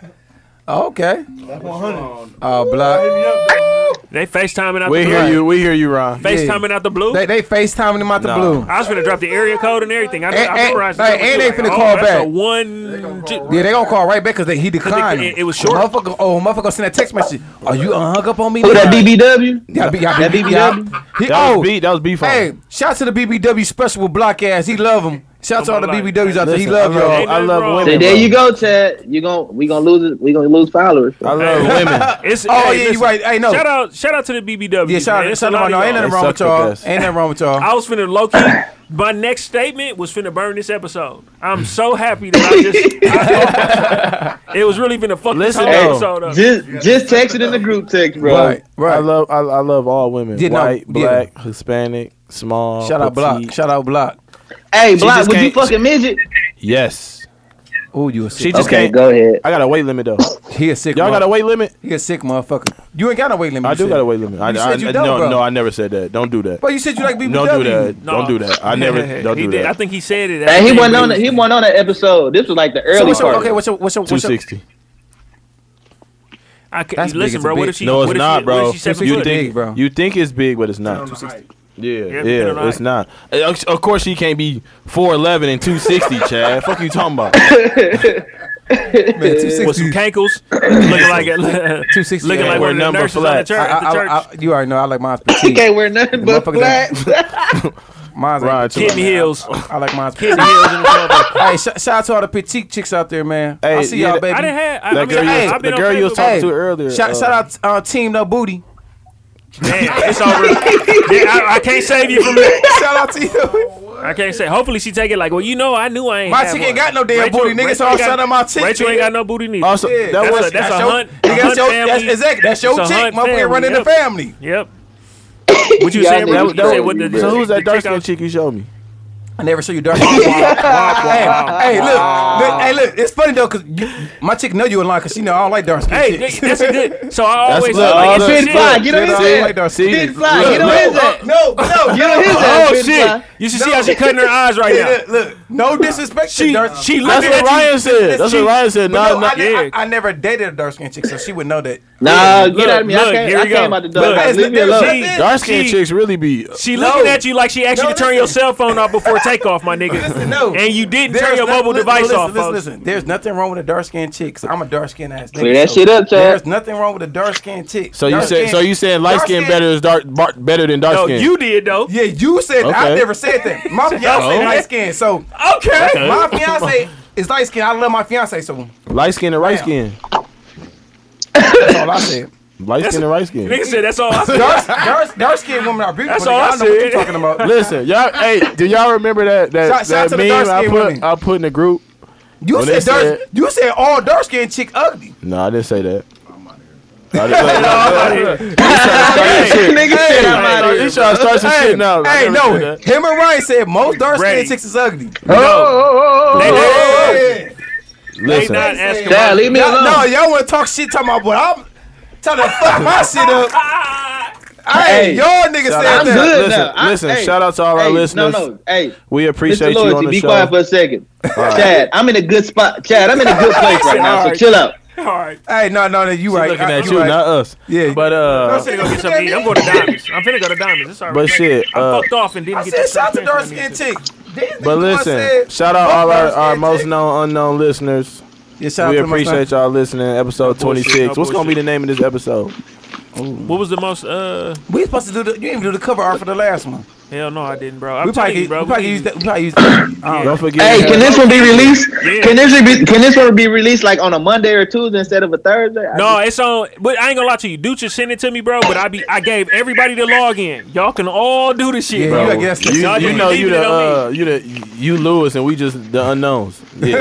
[SPEAKER 9] Oh, okay.
[SPEAKER 3] time. 100.
[SPEAKER 9] Oh, blood.
[SPEAKER 2] they FaceTiming out
[SPEAKER 4] We
[SPEAKER 2] the
[SPEAKER 4] hear
[SPEAKER 2] blue.
[SPEAKER 4] you. We hear you, Ron.
[SPEAKER 2] FaceTiming out the blue.
[SPEAKER 9] They they FaceTiming him out the
[SPEAKER 4] Nah.
[SPEAKER 9] blue.
[SPEAKER 2] I was finna drop the area code and everything. I,
[SPEAKER 9] And-
[SPEAKER 2] I
[SPEAKER 9] and-
[SPEAKER 2] memorized the
[SPEAKER 9] hey,
[SPEAKER 2] number,
[SPEAKER 9] and
[SPEAKER 2] too.
[SPEAKER 9] they
[SPEAKER 2] Like,
[SPEAKER 9] finna
[SPEAKER 2] oh,
[SPEAKER 9] call
[SPEAKER 2] that's
[SPEAKER 9] back.
[SPEAKER 2] A one. ju-
[SPEAKER 9] Yeah, they gonna call right back because he declined.
[SPEAKER 2] it- it was short.
[SPEAKER 9] Motherfucker, oh, motherfucker sent a text message. Are you uh, hung up on me?
[SPEAKER 8] Who Oh, that BBW?
[SPEAKER 9] Yeah, B- yeah,
[SPEAKER 8] That
[SPEAKER 9] B-
[SPEAKER 8] BBW?
[SPEAKER 9] yeah. He,
[SPEAKER 4] That
[SPEAKER 9] oh,
[SPEAKER 4] was B. That was B.
[SPEAKER 9] hey, shout to the BBW special with block ass. He love him. Shout to all
[SPEAKER 2] On
[SPEAKER 9] the
[SPEAKER 2] my life.
[SPEAKER 9] BBWs out there. He
[SPEAKER 4] Listen,
[SPEAKER 9] love
[SPEAKER 4] I
[SPEAKER 9] y'all.
[SPEAKER 4] love,
[SPEAKER 2] Ain't
[SPEAKER 4] I
[SPEAKER 2] nothing
[SPEAKER 4] love
[SPEAKER 2] wrong.
[SPEAKER 8] Then
[SPEAKER 4] women.
[SPEAKER 8] there
[SPEAKER 4] bro.
[SPEAKER 8] you go, Chad. You gon' we gonna lose, we gonna lose followers.
[SPEAKER 4] I love women.
[SPEAKER 2] It's,
[SPEAKER 9] Oh,
[SPEAKER 2] hey,
[SPEAKER 9] yeah,
[SPEAKER 2] listen,
[SPEAKER 9] you right. Hey, no.
[SPEAKER 2] Shout out, shout out to the BBW.
[SPEAKER 9] Yeah, shout
[SPEAKER 2] man.
[SPEAKER 9] out.
[SPEAKER 2] It's
[SPEAKER 9] Shout
[SPEAKER 2] a lot
[SPEAKER 9] out.
[SPEAKER 2] of
[SPEAKER 9] No, ain't
[SPEAKER 2] y'all.
[SPEAKER 9] nothing wrong
[SPEAKER 4] They
[SPEAKER 9] with
[SPEAKER 4] suck
[SPEAKER 9] y'all.
[SPEAKER 4] with us.
[SPEAKER 9] Ain't nothing wrong with y'all.
[SPEAKER 2] I was finna low key. My next statement was finna burn this episode. I'm so happy that I just. I- it was really finna fuck
[SPEAKER 4] Listen,
[SPEAKER 2] this whole
[SPEAKER 4] though.
[SPEAKER 2] episode up.
[SPEAKER 8] Just just text it in the group text, bro.
[SPEAKER 9] Right,
[SPEAKER 4] I
[SPEAKER 9] right.
[SPEAKER 4] love I, I love all women.
[SPEAKER 9] Yeah, no,
[SPEAKER 4] White,
[SPEAKER 9] yeah.
[SPEAKER 4] black, Hispanic, small.
[SPEAKER 9] Shout
[SPEAKER 4] petite.
[SPEAKER 9] out block. Shout out block.
[SPEAKER 8] Hey, Block,
[SPEAKER 4] just
[SPEAKER 8] would you
[SPEAKER 4] can't-
[SPEAKER 8] fucking midget?
[SPEAKER 4] Yes.
[SPEAKER 9] Oh, you a sick.
[SPEAKER 4] She just
[SPEAKER 9] Okay,
[SPEAKER 4] can't.
[SPEAKER 9] go ahead.
[SPEAKER 4] I got a weight limit though.
[SPEAKER 9] He a sick.
[SPEAKER 4] Y'all got a weight limit?
[SPEAKER 9] He a sick motherfucker. You ain't got no weight limit.
[SPEAKER 4] I
[SPEAKER 9] you
[SPEAKER 4] do
[SPEAKER 9] said.
[SPEAKER 4] got a weight limit. I,
[SPEAKER 9] You
[SPEAKER 4] I,
[SPEAKER 9] said you
[SPEAKER 4] I-
[SPEAKER 9] don't,
[SPEAKER 4] no,
[SPEAKER 9] bro.
[SPEAKER 4] no, I never said that. Don't do that.
[SPEAKER 9] Well, you said you like BBW.
[SPEAKER 4] Don't do
[SPEAKER 3] uh,
[SPEAKER 4] that. Don't do that. I never. Don't
[SPEAKER 2] He
[SPEAKER 4] do
[SPEAKER 2] did. I
[SPEAKER 4] that.
[SPEAKER 2] think he said it.
[SPEAKER 8] And he
[SPEAKER 2] after
[SPEAKER 8] wasn't on. The,
[SPEAKER 2] released
[SPEAKER 8] he
[SPEAKER 2] it.
[SPEAKER 8] wasn't on that episode. This was like the early
[SPEAKER 2] So what's your-
[SPEAKER 8] part.
[SPEAKER 2] okay, what's your- what's your-
[SPEAKER 4] Two sixty.
[SPEAKER 2] I can't,
[SPEAKER 4] That's
[SPEAKER 2] listen, bro. What if she?
[SPEAKER 4] No, it's
[SPEAKER 2] what if
[SPEAKER 4] not,
[SPEAKER 2] she,
[SPEAKER 4] bro.
[SPEAKER 2] What if she seven
[SPEAKER 4] you
[SPEAKER 2] foot?
[SPEAKER 4] think, You think it's big, but it's not. Yeah, yeah,
[SPEAKER 2] depending on
[SPEAKER 4] it's not. Uh, Of of course, she can't be four eleven and two sixty, Chad. Fuck you talking about?
[SPEAKER 2] with some cankles, looking like a
[SPEAKER 9] two sixty,
[SPEAKER 2] looking like one of the nurses on the church. at the church.
[SPEAKER 9] you already know I like mine's petite.
[SPEAKER 8] can't wear nothing but
[SPEAKER 9] mine's
[SPEAKER 4] Right,
[SPEAKER 9] ain't petite.
[SPEAKER 4] Kidney
[SPEAKER 2] heels.
[SPEAKER 9] I, I like mine's
[SPEAKER 2] Kidney
[SPEAKER 9] petite.
[SPEAKER 2] heels in the motherfucker.
[SPEAKER 9] Hey, sh- shout out to all the petite chicks out there, man. I
[SPEAKER 4] Hey,
[SPEAKER 9] see
[SPEAKER 4] yeah,
[SPEAKER 9] y'all,
[SPEAKER 4] that-
[SPEAKER 9] baby.
[SPEAKER 4] I done had- I- That I mean, girl you was- hey, I've been the on girl you was Facebook. talking to earlier,
[SPEAKER 9] Shout,
[SPEAKER 4] uh,
[SPEAKER 9] shout out uh, Team No Booty.
[SPEAKER 2] Damn, it's over. Yeah, I, I can't save you from that.
[SPEAKER 9] Shout out to you.
[SPEAKER 2] I can't say. Hopefully, she take it like, well, you know, I knew I ain't.
[SPEAKER 9] My
[SPEAKER 2] have
[SPEAKER 9] chick
[SPEAKER 2] one.
[SPEAKER 9] ain't got no damn booty, nigga, so I'm
[SPEAKER 2] got-
[SPEAKER 9] shutting my Uh, chick,
[SPEAKER 2] Rachel ain't
[SPEAKER 9] nigga.
[SPEAKER 2] got no booty neither.
[SPEAKER 9] Also, that
[SPEAKER 2] that's
[SPEAKER 9] was-
[SPEAKER 2] a, that's
[SPEAKER 9] that's
[SPEAKER 2] a
[SPEAKER 9] your-
[SPEAKER 2] hunt.
[SPEAKER 9] nigga,
[SPEAKER 2] a
[SPEAKER 9] that's
[SPEAKER 2] hunt
[SPEAKER 9] your-
[SPEAKER 2] family.
[SPEAKER 9] that's- exactly, that's your
[SPEAKER 2] It's a
[SPEAKER 9] chick,
[SPEAKER 2] hunt
[SPEAKER 9] my boy,
[SPEAKER 2] family,
[SPEAKER 9] running the
[SPEAKER 2] yep.
[SPEAKER 9] family.
[SPEAKER 2] Yep. What you
[SPEAKER 9] Y'all
[SPEAKER 2] saying?
[SPEAKER 9] niggas
[SPEAKER 2] That was, you
[SPEAKER 9] crazy,
[SPEAKER 2] said what the,
[SPEAKER 4] so who's that
[SPEAKER 2] the
[SPEAKER 4] dark
[SPEAKER 2] chick I
[SPEAKER 4] skinned
[SPEAKER 2] was-
[SPEAKER 4] chick you showed me?
[SPEAKER 9] I never saw you dark. hey, hey, look, look, hey, look. It's funny though, cause you, my chick know you in line, cause she know I don't like dark skin.
[SPEAKER 2] Hey,
[SPEAKER 9] chicks.
[SPEAKER 2] that's a good. So I
[SPEAKER 9] That's
[SPEAKER 2] always
[SPEAKER 9] look,
[SPEAKER 2] like,
[SPEAKER 9] all
[SPEAKER 2] it's
[SPEAKER 9] the-
[SPEAKER 2] shit.
[SPEAKER 9] fly, get on his
[SPEAKER 2] See?
[SPEAKER 9] ass.
[SPEAKER 2] Like,
[SPEAKER 9] See?
[SPEAKER 2] Big
[SPEAKER 9] Fly,
[SPEAKER 2] look,
[SPEAKER 9] get on
[SPEAKER 2] look.
[SPEAKER 9] his ass. No, no, get on his ass,
[SPEAKER 2] Oh
[SPEAKER 9] big fly.
[SPEAKER 2] shit! You should see how she cutting her eyes right
[SPEAKER 9] Yeah,
[SPEAKER 2] now.
[SPEAKER 9] Look, look, no disrespect.
[SPEAKER 2] She-
[SPEAKER 9] to dark,
[SPEAKER 2] she
[SPEAKER 9] I
[SPEAKER 2] looked
[SPEAKER 9] never-
[SPEAKER 2] at you. That's
[SPEAKER 9] she-
[SPEAKER 2] what Ryan said.
[SPEAKER 9] but
[SPEAKER 2] Nah,
[SPEAKER 9] no,
[SPEAKER 2] nah,
[SPEAKER 9] I, ne-
[SPEAKER 2] yeah.
[SPEAKER 9] I, I never dated a dark skinned chick, so she would know that.
[SPEAKER 8] Nah,
[SPEAKER 2] Look,
[SPEAKER 8] get out of me.
[SPEAKER 2] look,
[SPEAKER 8] I came,
[SPEAKER 2] here
[SPEAKER 8] I
[SPEAKER 2] we go.
[SPEAKER 8] came out the door.
[SPEAKER 2] Look,
[SPEAKER 8] Guys, leave me alone.
[SPEAKER 2] she-
[SPEAKER 4] Dark skinned
[SPEAKER 2] she-
[SPEAKER 4] chicks really be.
[SPEAKER 2] She looking at you like she asked you to turn your cell phone off before takeoff, my nigga.
[SPEAKER 9] No,
[SPEAKER 2] and you didn't
[SPEAKER 9] There's
[SPEAKER 2] turn your
[SPEAKER 9] no-
[SPEAKER 2] mobile
[SPEAKER 9] listen,
[SPEAKER 2] device
[SPEAKER 9] listen,
[SPEAKER 2] off.
[SPEAKER 9] Listen,
[SPEAKER 2] folks.
[SPEAKER 9] listen, there's nothing wrong with a dark skinned chick. So I'm a dark skinned ass.
[SPEAKER 4] Clear
[SPEAKER 9] nigga,
[SPEAKER 4] that
[SPEAKER 9] so
[SPEAKER 4] shit up, Chad.
[SPEAKER 9] There's nothing wrong with a dark skinned chick.
[SPEAKER 4] So you said.
[SPEAKER 9] Dark-skinned-
[SPEAKER 4] So you saying light skin
[SPEAKER 9] dark-skinned-
[SPEAKER 4] better is dark, bar- better than dark
[SPEAKER 2] No,
[SPEAKER 4] skin?
[SPEAKER 2] you did though.
[SPEAKER 9] Yeah, you said that. I
[SPEAKER 4] Okay.
[SPEAKER 9] never said that. My fiance
[SPEAKER 4] Okay.
[SPEAKER 9] light skin, so
[SPEAKER 2] Okay.
[SPEAKER 9] My fiance is light skin. I love my fiance, so
[SPEAKER 4] light skin and right skin.
[SPEAKER 9] that's all I said.
[SPEAKER 4] Light skin and right skin.
[SPEAKER 2] Nigga said that's all I said.
[SPEAKER 9] Dark, dark, dark skinned women are
[SPEAKER 2] That's
[SPEAKER 9] beautiful. nigga.
[SPEAKER 2] all I
[SPEAKER 9] I know what you're
[SPEAKER 2] said.
[SPEAKER 9] talking about.
[SPEAKER 4] Listen, y'all. Hey, do y'all remember that that,
[SPEAKER 9] Shout- shout out
[SPEAKER 4] that
[SPEAKER 9] to the
[SPEAKER 4] meme I
[SPEAKER 9] dark-skinned
[SPEAKER 4] put
[SPEAKER 9] women.
[SPEAKER 4] I put in the group?
[SPEAKER 9] You
[SPEAKER 4] When
[SPEAKER 9] said
[SPEAKER 4] they
[SPEAKER 9] dark. You said all dark skinned chick ugly.
[SPEAKER 4] No, I didn't say that. I
[SPEAKER 9] Nigga said I'm out
[SPEAKER 4] He trying to start some shit now. I
[SPEAKER 9] Hey,
[SPEAKER 4] never
[SPEAKER 9] no,
[SPEAKER 4] said that.
[SPEAKER 9] him and Ryan said most dark
[SPEAKER 4] Ready.
[SPEAKER 9] skinned chicks is ugly.
[SPEAKER 4] No.
[SPEAKER 2] They-
[SPEAKER 9] Hey.
[SPEAKER 4] Listen,
[SPEAKER 2] not asking
[SPEAKER 9] Y'all-
[SPEAKER 2] about-
[SPEAKER 9] y'all- No, y'all want to talk shit talking about what I'm trying to fuck my shit up. Hey,
[SPEAKER 8] Hey,
[SPEAKER 9] y'all niggas said
[SPEAKER 4] shout
[SPEAKER 9] that.
[SPEAKER 4] out-
[SPEAKER 8] I'm good
[SPEAKER 4] listen,
[SPEAKER 8] now. I-
[SPEAKER 4] listen,
[SPEAKER 8] hey,
[SPEAKER 4] shout out to all our
[SPEAKER 8] hey,
[SPEAKER 4] listeners.
[SPEAKER 8] No, no, hey.
[SPEAKER 4] We appreciate
[SPEAKER 8] Mr. Loyalty,
[SPEAKER 4] you on the
[SPEAKER 8] be
[SPEAKER 4] show.
[SPEAKER 8] quiet for a second. Chad, I'm in a good spot. Chad, I'm in a good place right now, so
[SPEAKER 4] Alright.
[SPEAKER 8] chill out.
[SPEAKER 2] All right.
[SPEAKER 9] Hey, no, no, no, you right.
[SPEAKER 4] Looking
[SPEAKER 9] I-
[SPEAKER 4] at
[SPEAKER 9] you
[SPEAKER 4] you,
[SPEAKER 9] right.
[SPEAKER 4] not us. Yeah, but
[SPEAKER 2] I'm
[SPEAKER 4] uh,
[SPEAKER 2] finna go get some meat. I'm going to Diamonds. I'm finna go to Diamonds. It's all right.
[SPEAKER 4] But shit,
[SPEAKER 2] I
[SPEAKER 4] uh,
[SPEAKER 2] fucked off and didn't
[SPEAKER 9] I
[SPEAKER 2] get
[SPEAKER 9] said
[SPEAKER 2] this.
[SPEAKER 9] shout out to dark skinned chick.
[SPEAKER 4] but listen, shout out all our, our most known unknown listeners.
[SPEAKER 9] Yeah, shout out
[SPEAKER 4] we
[SPEAKER 9] to my
[SPEAKER 4] appreciate y'all listening. Episode
[SPEAKER 2] No bullshit,
[SPEAKER 4] twenty six.
[SPEAKER 2] no
[SPEAKER 4] What's gonna
[SPEAKER 2] bullshit.
[SPEAKER 4] be the name of this episode?
[SPEAKER 2] What was the most? Uh,
[SPEAKER 9] We supposed to do the. You didn't even do the cover art for the last one.
[SPEAKER 2] hell no, I didn't, bro. I'm
[SPEAKER 9] we probably,
[SPEAKER 2] telling you,
[SPEAKER 9] could-
[SPEAKER 2] bro.
[SPEAKER 9] we probably use that. We probably use that. I
[SPEAKER 4] Don't
[SPEAKER 9] don't know.
[SPEAKER 4] forget.
[SPEAKER 8] Hey, can this one be released?
[SPEAKER 2] Yeah.
[SPEAKER 8] Can this be can this one be released like on a Monday or Tuesday instead of a Thursday? I
[SPEAKER 2] No, it's on. But I ain't gonna lie to you. Ducha sent it to me, bro. But I be I gave everybody the login. Y'all can all do this shit,
[SPEAKER 9] Yeah,
[SPEAKER 2] bro.
[SPEAKER 9] you gotta get us-
[SPEAKER 4] You,
[SPEAKER 2] Y'all
[SPEAKER 4] you
[SPEAKER 2] just
[SPEAKER 4] know
[SPEAKER 2] leave
[SPEAKER 4] you
[SPEAKER 2] it on
[SPEAKER 4] the
[SPEAKER 2] me.
[SPEAKER 4] uh, you the you Lewis and we just the unknowns. Yeah,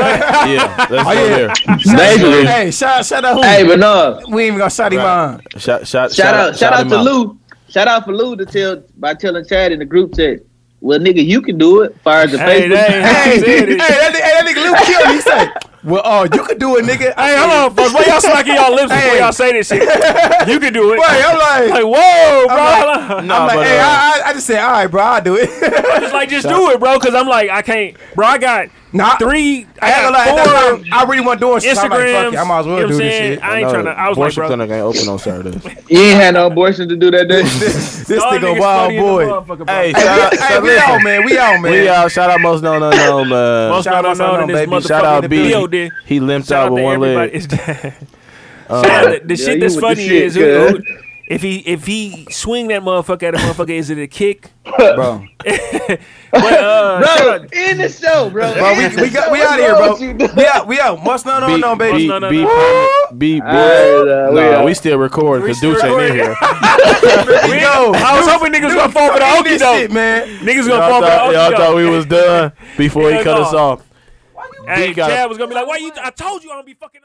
[SPEAKER 4] yeah. Let's go there.
[SPEAKER 8] just- Basically.
[SPEAKER 9] Hey, shout shout out. who?
[SPEAKER 8] Hey, but no.
[SPEAKER 9] We ain't even gonna shout him out.
[SPEAKER 4] Shout, shout, shout,
[SPEAKER 8] Shout out shout out
[SPEAKER 4] him
[SPEAKER 8] to Lou. Shout out for Lou to tell by telling Chad in the group chat. Well, nigga, you can do it. Fire the
[SPEAKER 2] Hey,
[SPEAKER 8] Facebook.
[SPEAKER 2] they ain't how
[SPEAKER 9] Hey,
[SPEAKER 2] you
[SPEAKER 9] hey,
[SPEAKER 2] said
[SPEAKER 9] that, ni- hey,
[SPEAKER 2] it.
[SPEAKER 9] that nigga Luke killed me. He said, "Well, oh, you could do it, nigga."
[SPEAKER 2] Hey, hold on, folks. Why y'all smacking y'all lips before
[SPEAKER 9] Hey.
[SPEAKER 2] y'all say this shit? You can do it.
[SPEAKER 9] Wait, I'm like,
[SPEAKER 2] Like, whoa, bro.
[SPEAKER 9] I'm
[SPEAKER 2] I'm
[SPEAKER 4] Nah,
[SPEAKER 9] I'm like,
[SPEAKER 4] but,
[SPEAKER 9] hey,
[SPEAKER 4] uh,
[SPEAKER 9] I, I, I just said, all right, bro, I'll do it.
[SPEAKER 2] just like, just do it, bro. Cause I'm like, I can't, bro. I got
[SPEAKER 9] Nah,
[SPEAKER 2] three.
[SPEAKER 9] I
[SPEAKER 2] I
[SPEAKER 9] ain't gonna lie, at that
[SPEAKER 2] got four.
[SPEAKER 9] time, I really want doing shit. so I'm like, fuck it, I might
[SPEAKER 2] Instagrams, you know
[SPEAKER 9] as well do
[SPEAKER 2] what I'm
[SPEAKER 9] this
[SPEAKER 2] saying?
[SPEAKER 9] shit.
[SPEAKER 2] I ain't trying to. I was like,
[SPEAKER 4] Worship
[SPEAKER 2] bro.
[SPEAKER 4] Center ain't open on Saturdays.
[SPEAKER 8] You ain't had no abortion to do that day.
[SPEAKER 9] This
[SPEAKER 2] y'all
[SPEAKER 9] nigga
[SPEAKER 2] niggas
[SPEAKER 9] wild
[SPEAKER 2] funny in the
[SPEAKER 9] boy.
[SPEAKER 2] motherfucker, bro.
[SPEAKER 4] Hey,
[SPEAKER 9] Hey,
[SPEAKER 4] shout out,
[SPEAKER 9] we- hey,
[SPEAKER 4] shout-
[SPEAKER 9] we
[SPEAKER 4] listen,
[SPEAKER 9] out, man. We out, man.
[SPEAKER 4] We out. Shout out most known unknown man.
[SPEAKER 2] Most
[SPEAKER 9] Shout out
[SPEAKER 2] not
[SPEAKER 9] to
[SPEAKER 2] known in
[SPEAKER 9] Unknown,
[SPEAKER 2] this
[SPEAKER 9] baby.
[SPEAKER 2] motherfucker.
[SPEAKER 4] Shout out
[SPEAKER 2] in
[SPEAKER 4] B.
[SPEAKER 2] the building.
[SPEAKER 4] He limped
[SPEAKER 2] Shout
[SPEAKER 4] out
[SPEAKER 2] out
[SPEAKER 4] with
[SPEAKER 2] to
[SPEAKER 4] one
[SPEAKER 2] everybody.
[SPEAKER 4] leg.
[SPEAKER 2] It's-
[SPEAKER 9] Uh,
[SPEAKER 2] Shout out to- the
[SPEAKER 8] Yeah,
[SPEAKER 2] shit
[SPEAKER 8] you
[SPEAKER 2] that's
[SPEAKER 8] with the
[SPEAKER 2] funny
[SPEAKER 8] shit,
[SPEAKER 2] is who- who-
[SPEAKER 8] cuz.
[SPEAKER 2] if he if he swing that motherfucker at a motherfucker, is it a kick?
[SPEAKER 9] bro.
[SPEAKER 2] But, uh, shout
[SPEAKER 8] bro,
[SPEAKER 2] out-
[SPEAKER 8] in the show, bro.
[SPEAKER 9] Bro, we, we got we out here, bro. We out, we out. Must not on, no,
[SPEAKER 4] B,
[SPEAKER 9] baby.
[SPEAKER 4] B,
[SPEAKER 2] no, no,
[SPEAKER 4] B, B, B,
[SPEAKER 8] Alright, uh, we
[SPEAKER 4] Nah,
[SPEAKER 8] out.
[SPEAKER 4] we still recording because
[SPEAKER 2] still
[SPEAKER 4] Deuce ain't in
[SPEAKER 2] recording.
[SPEAKER 4] here.
[SPEAKER 9] we go.
[SPEAKER 2] I was hoping niggas gonna fall for the
[SPEAKER 9] End
[SPEAKER 2] okie
[SPEAKER 9] this
[SPEAKER 2] doke.
[SPEAKER 9] shit, man.
[SPEAKER 2] Niggas gonna
[SPEAKER 4] Y'all
[SPEAKER 2] fall for the
[SPEAKER 4] thought, y'all
[SPEAKER 2] okie
[SPEAKER 4] thought
[SPEAKER 2] doke.
[SPEAKER 4] we was done before he
[SPEAKER 2] Hell
[SPEAKER 4] cut
[SPEAKER 2] no.
[SPEAKER 4] us off.
[SPEAKER 2] Hey,
[SPEAKER 4] got-
[SPEAKER 2] Chad was gonna be like, "Why you? I told you I don't be fucking."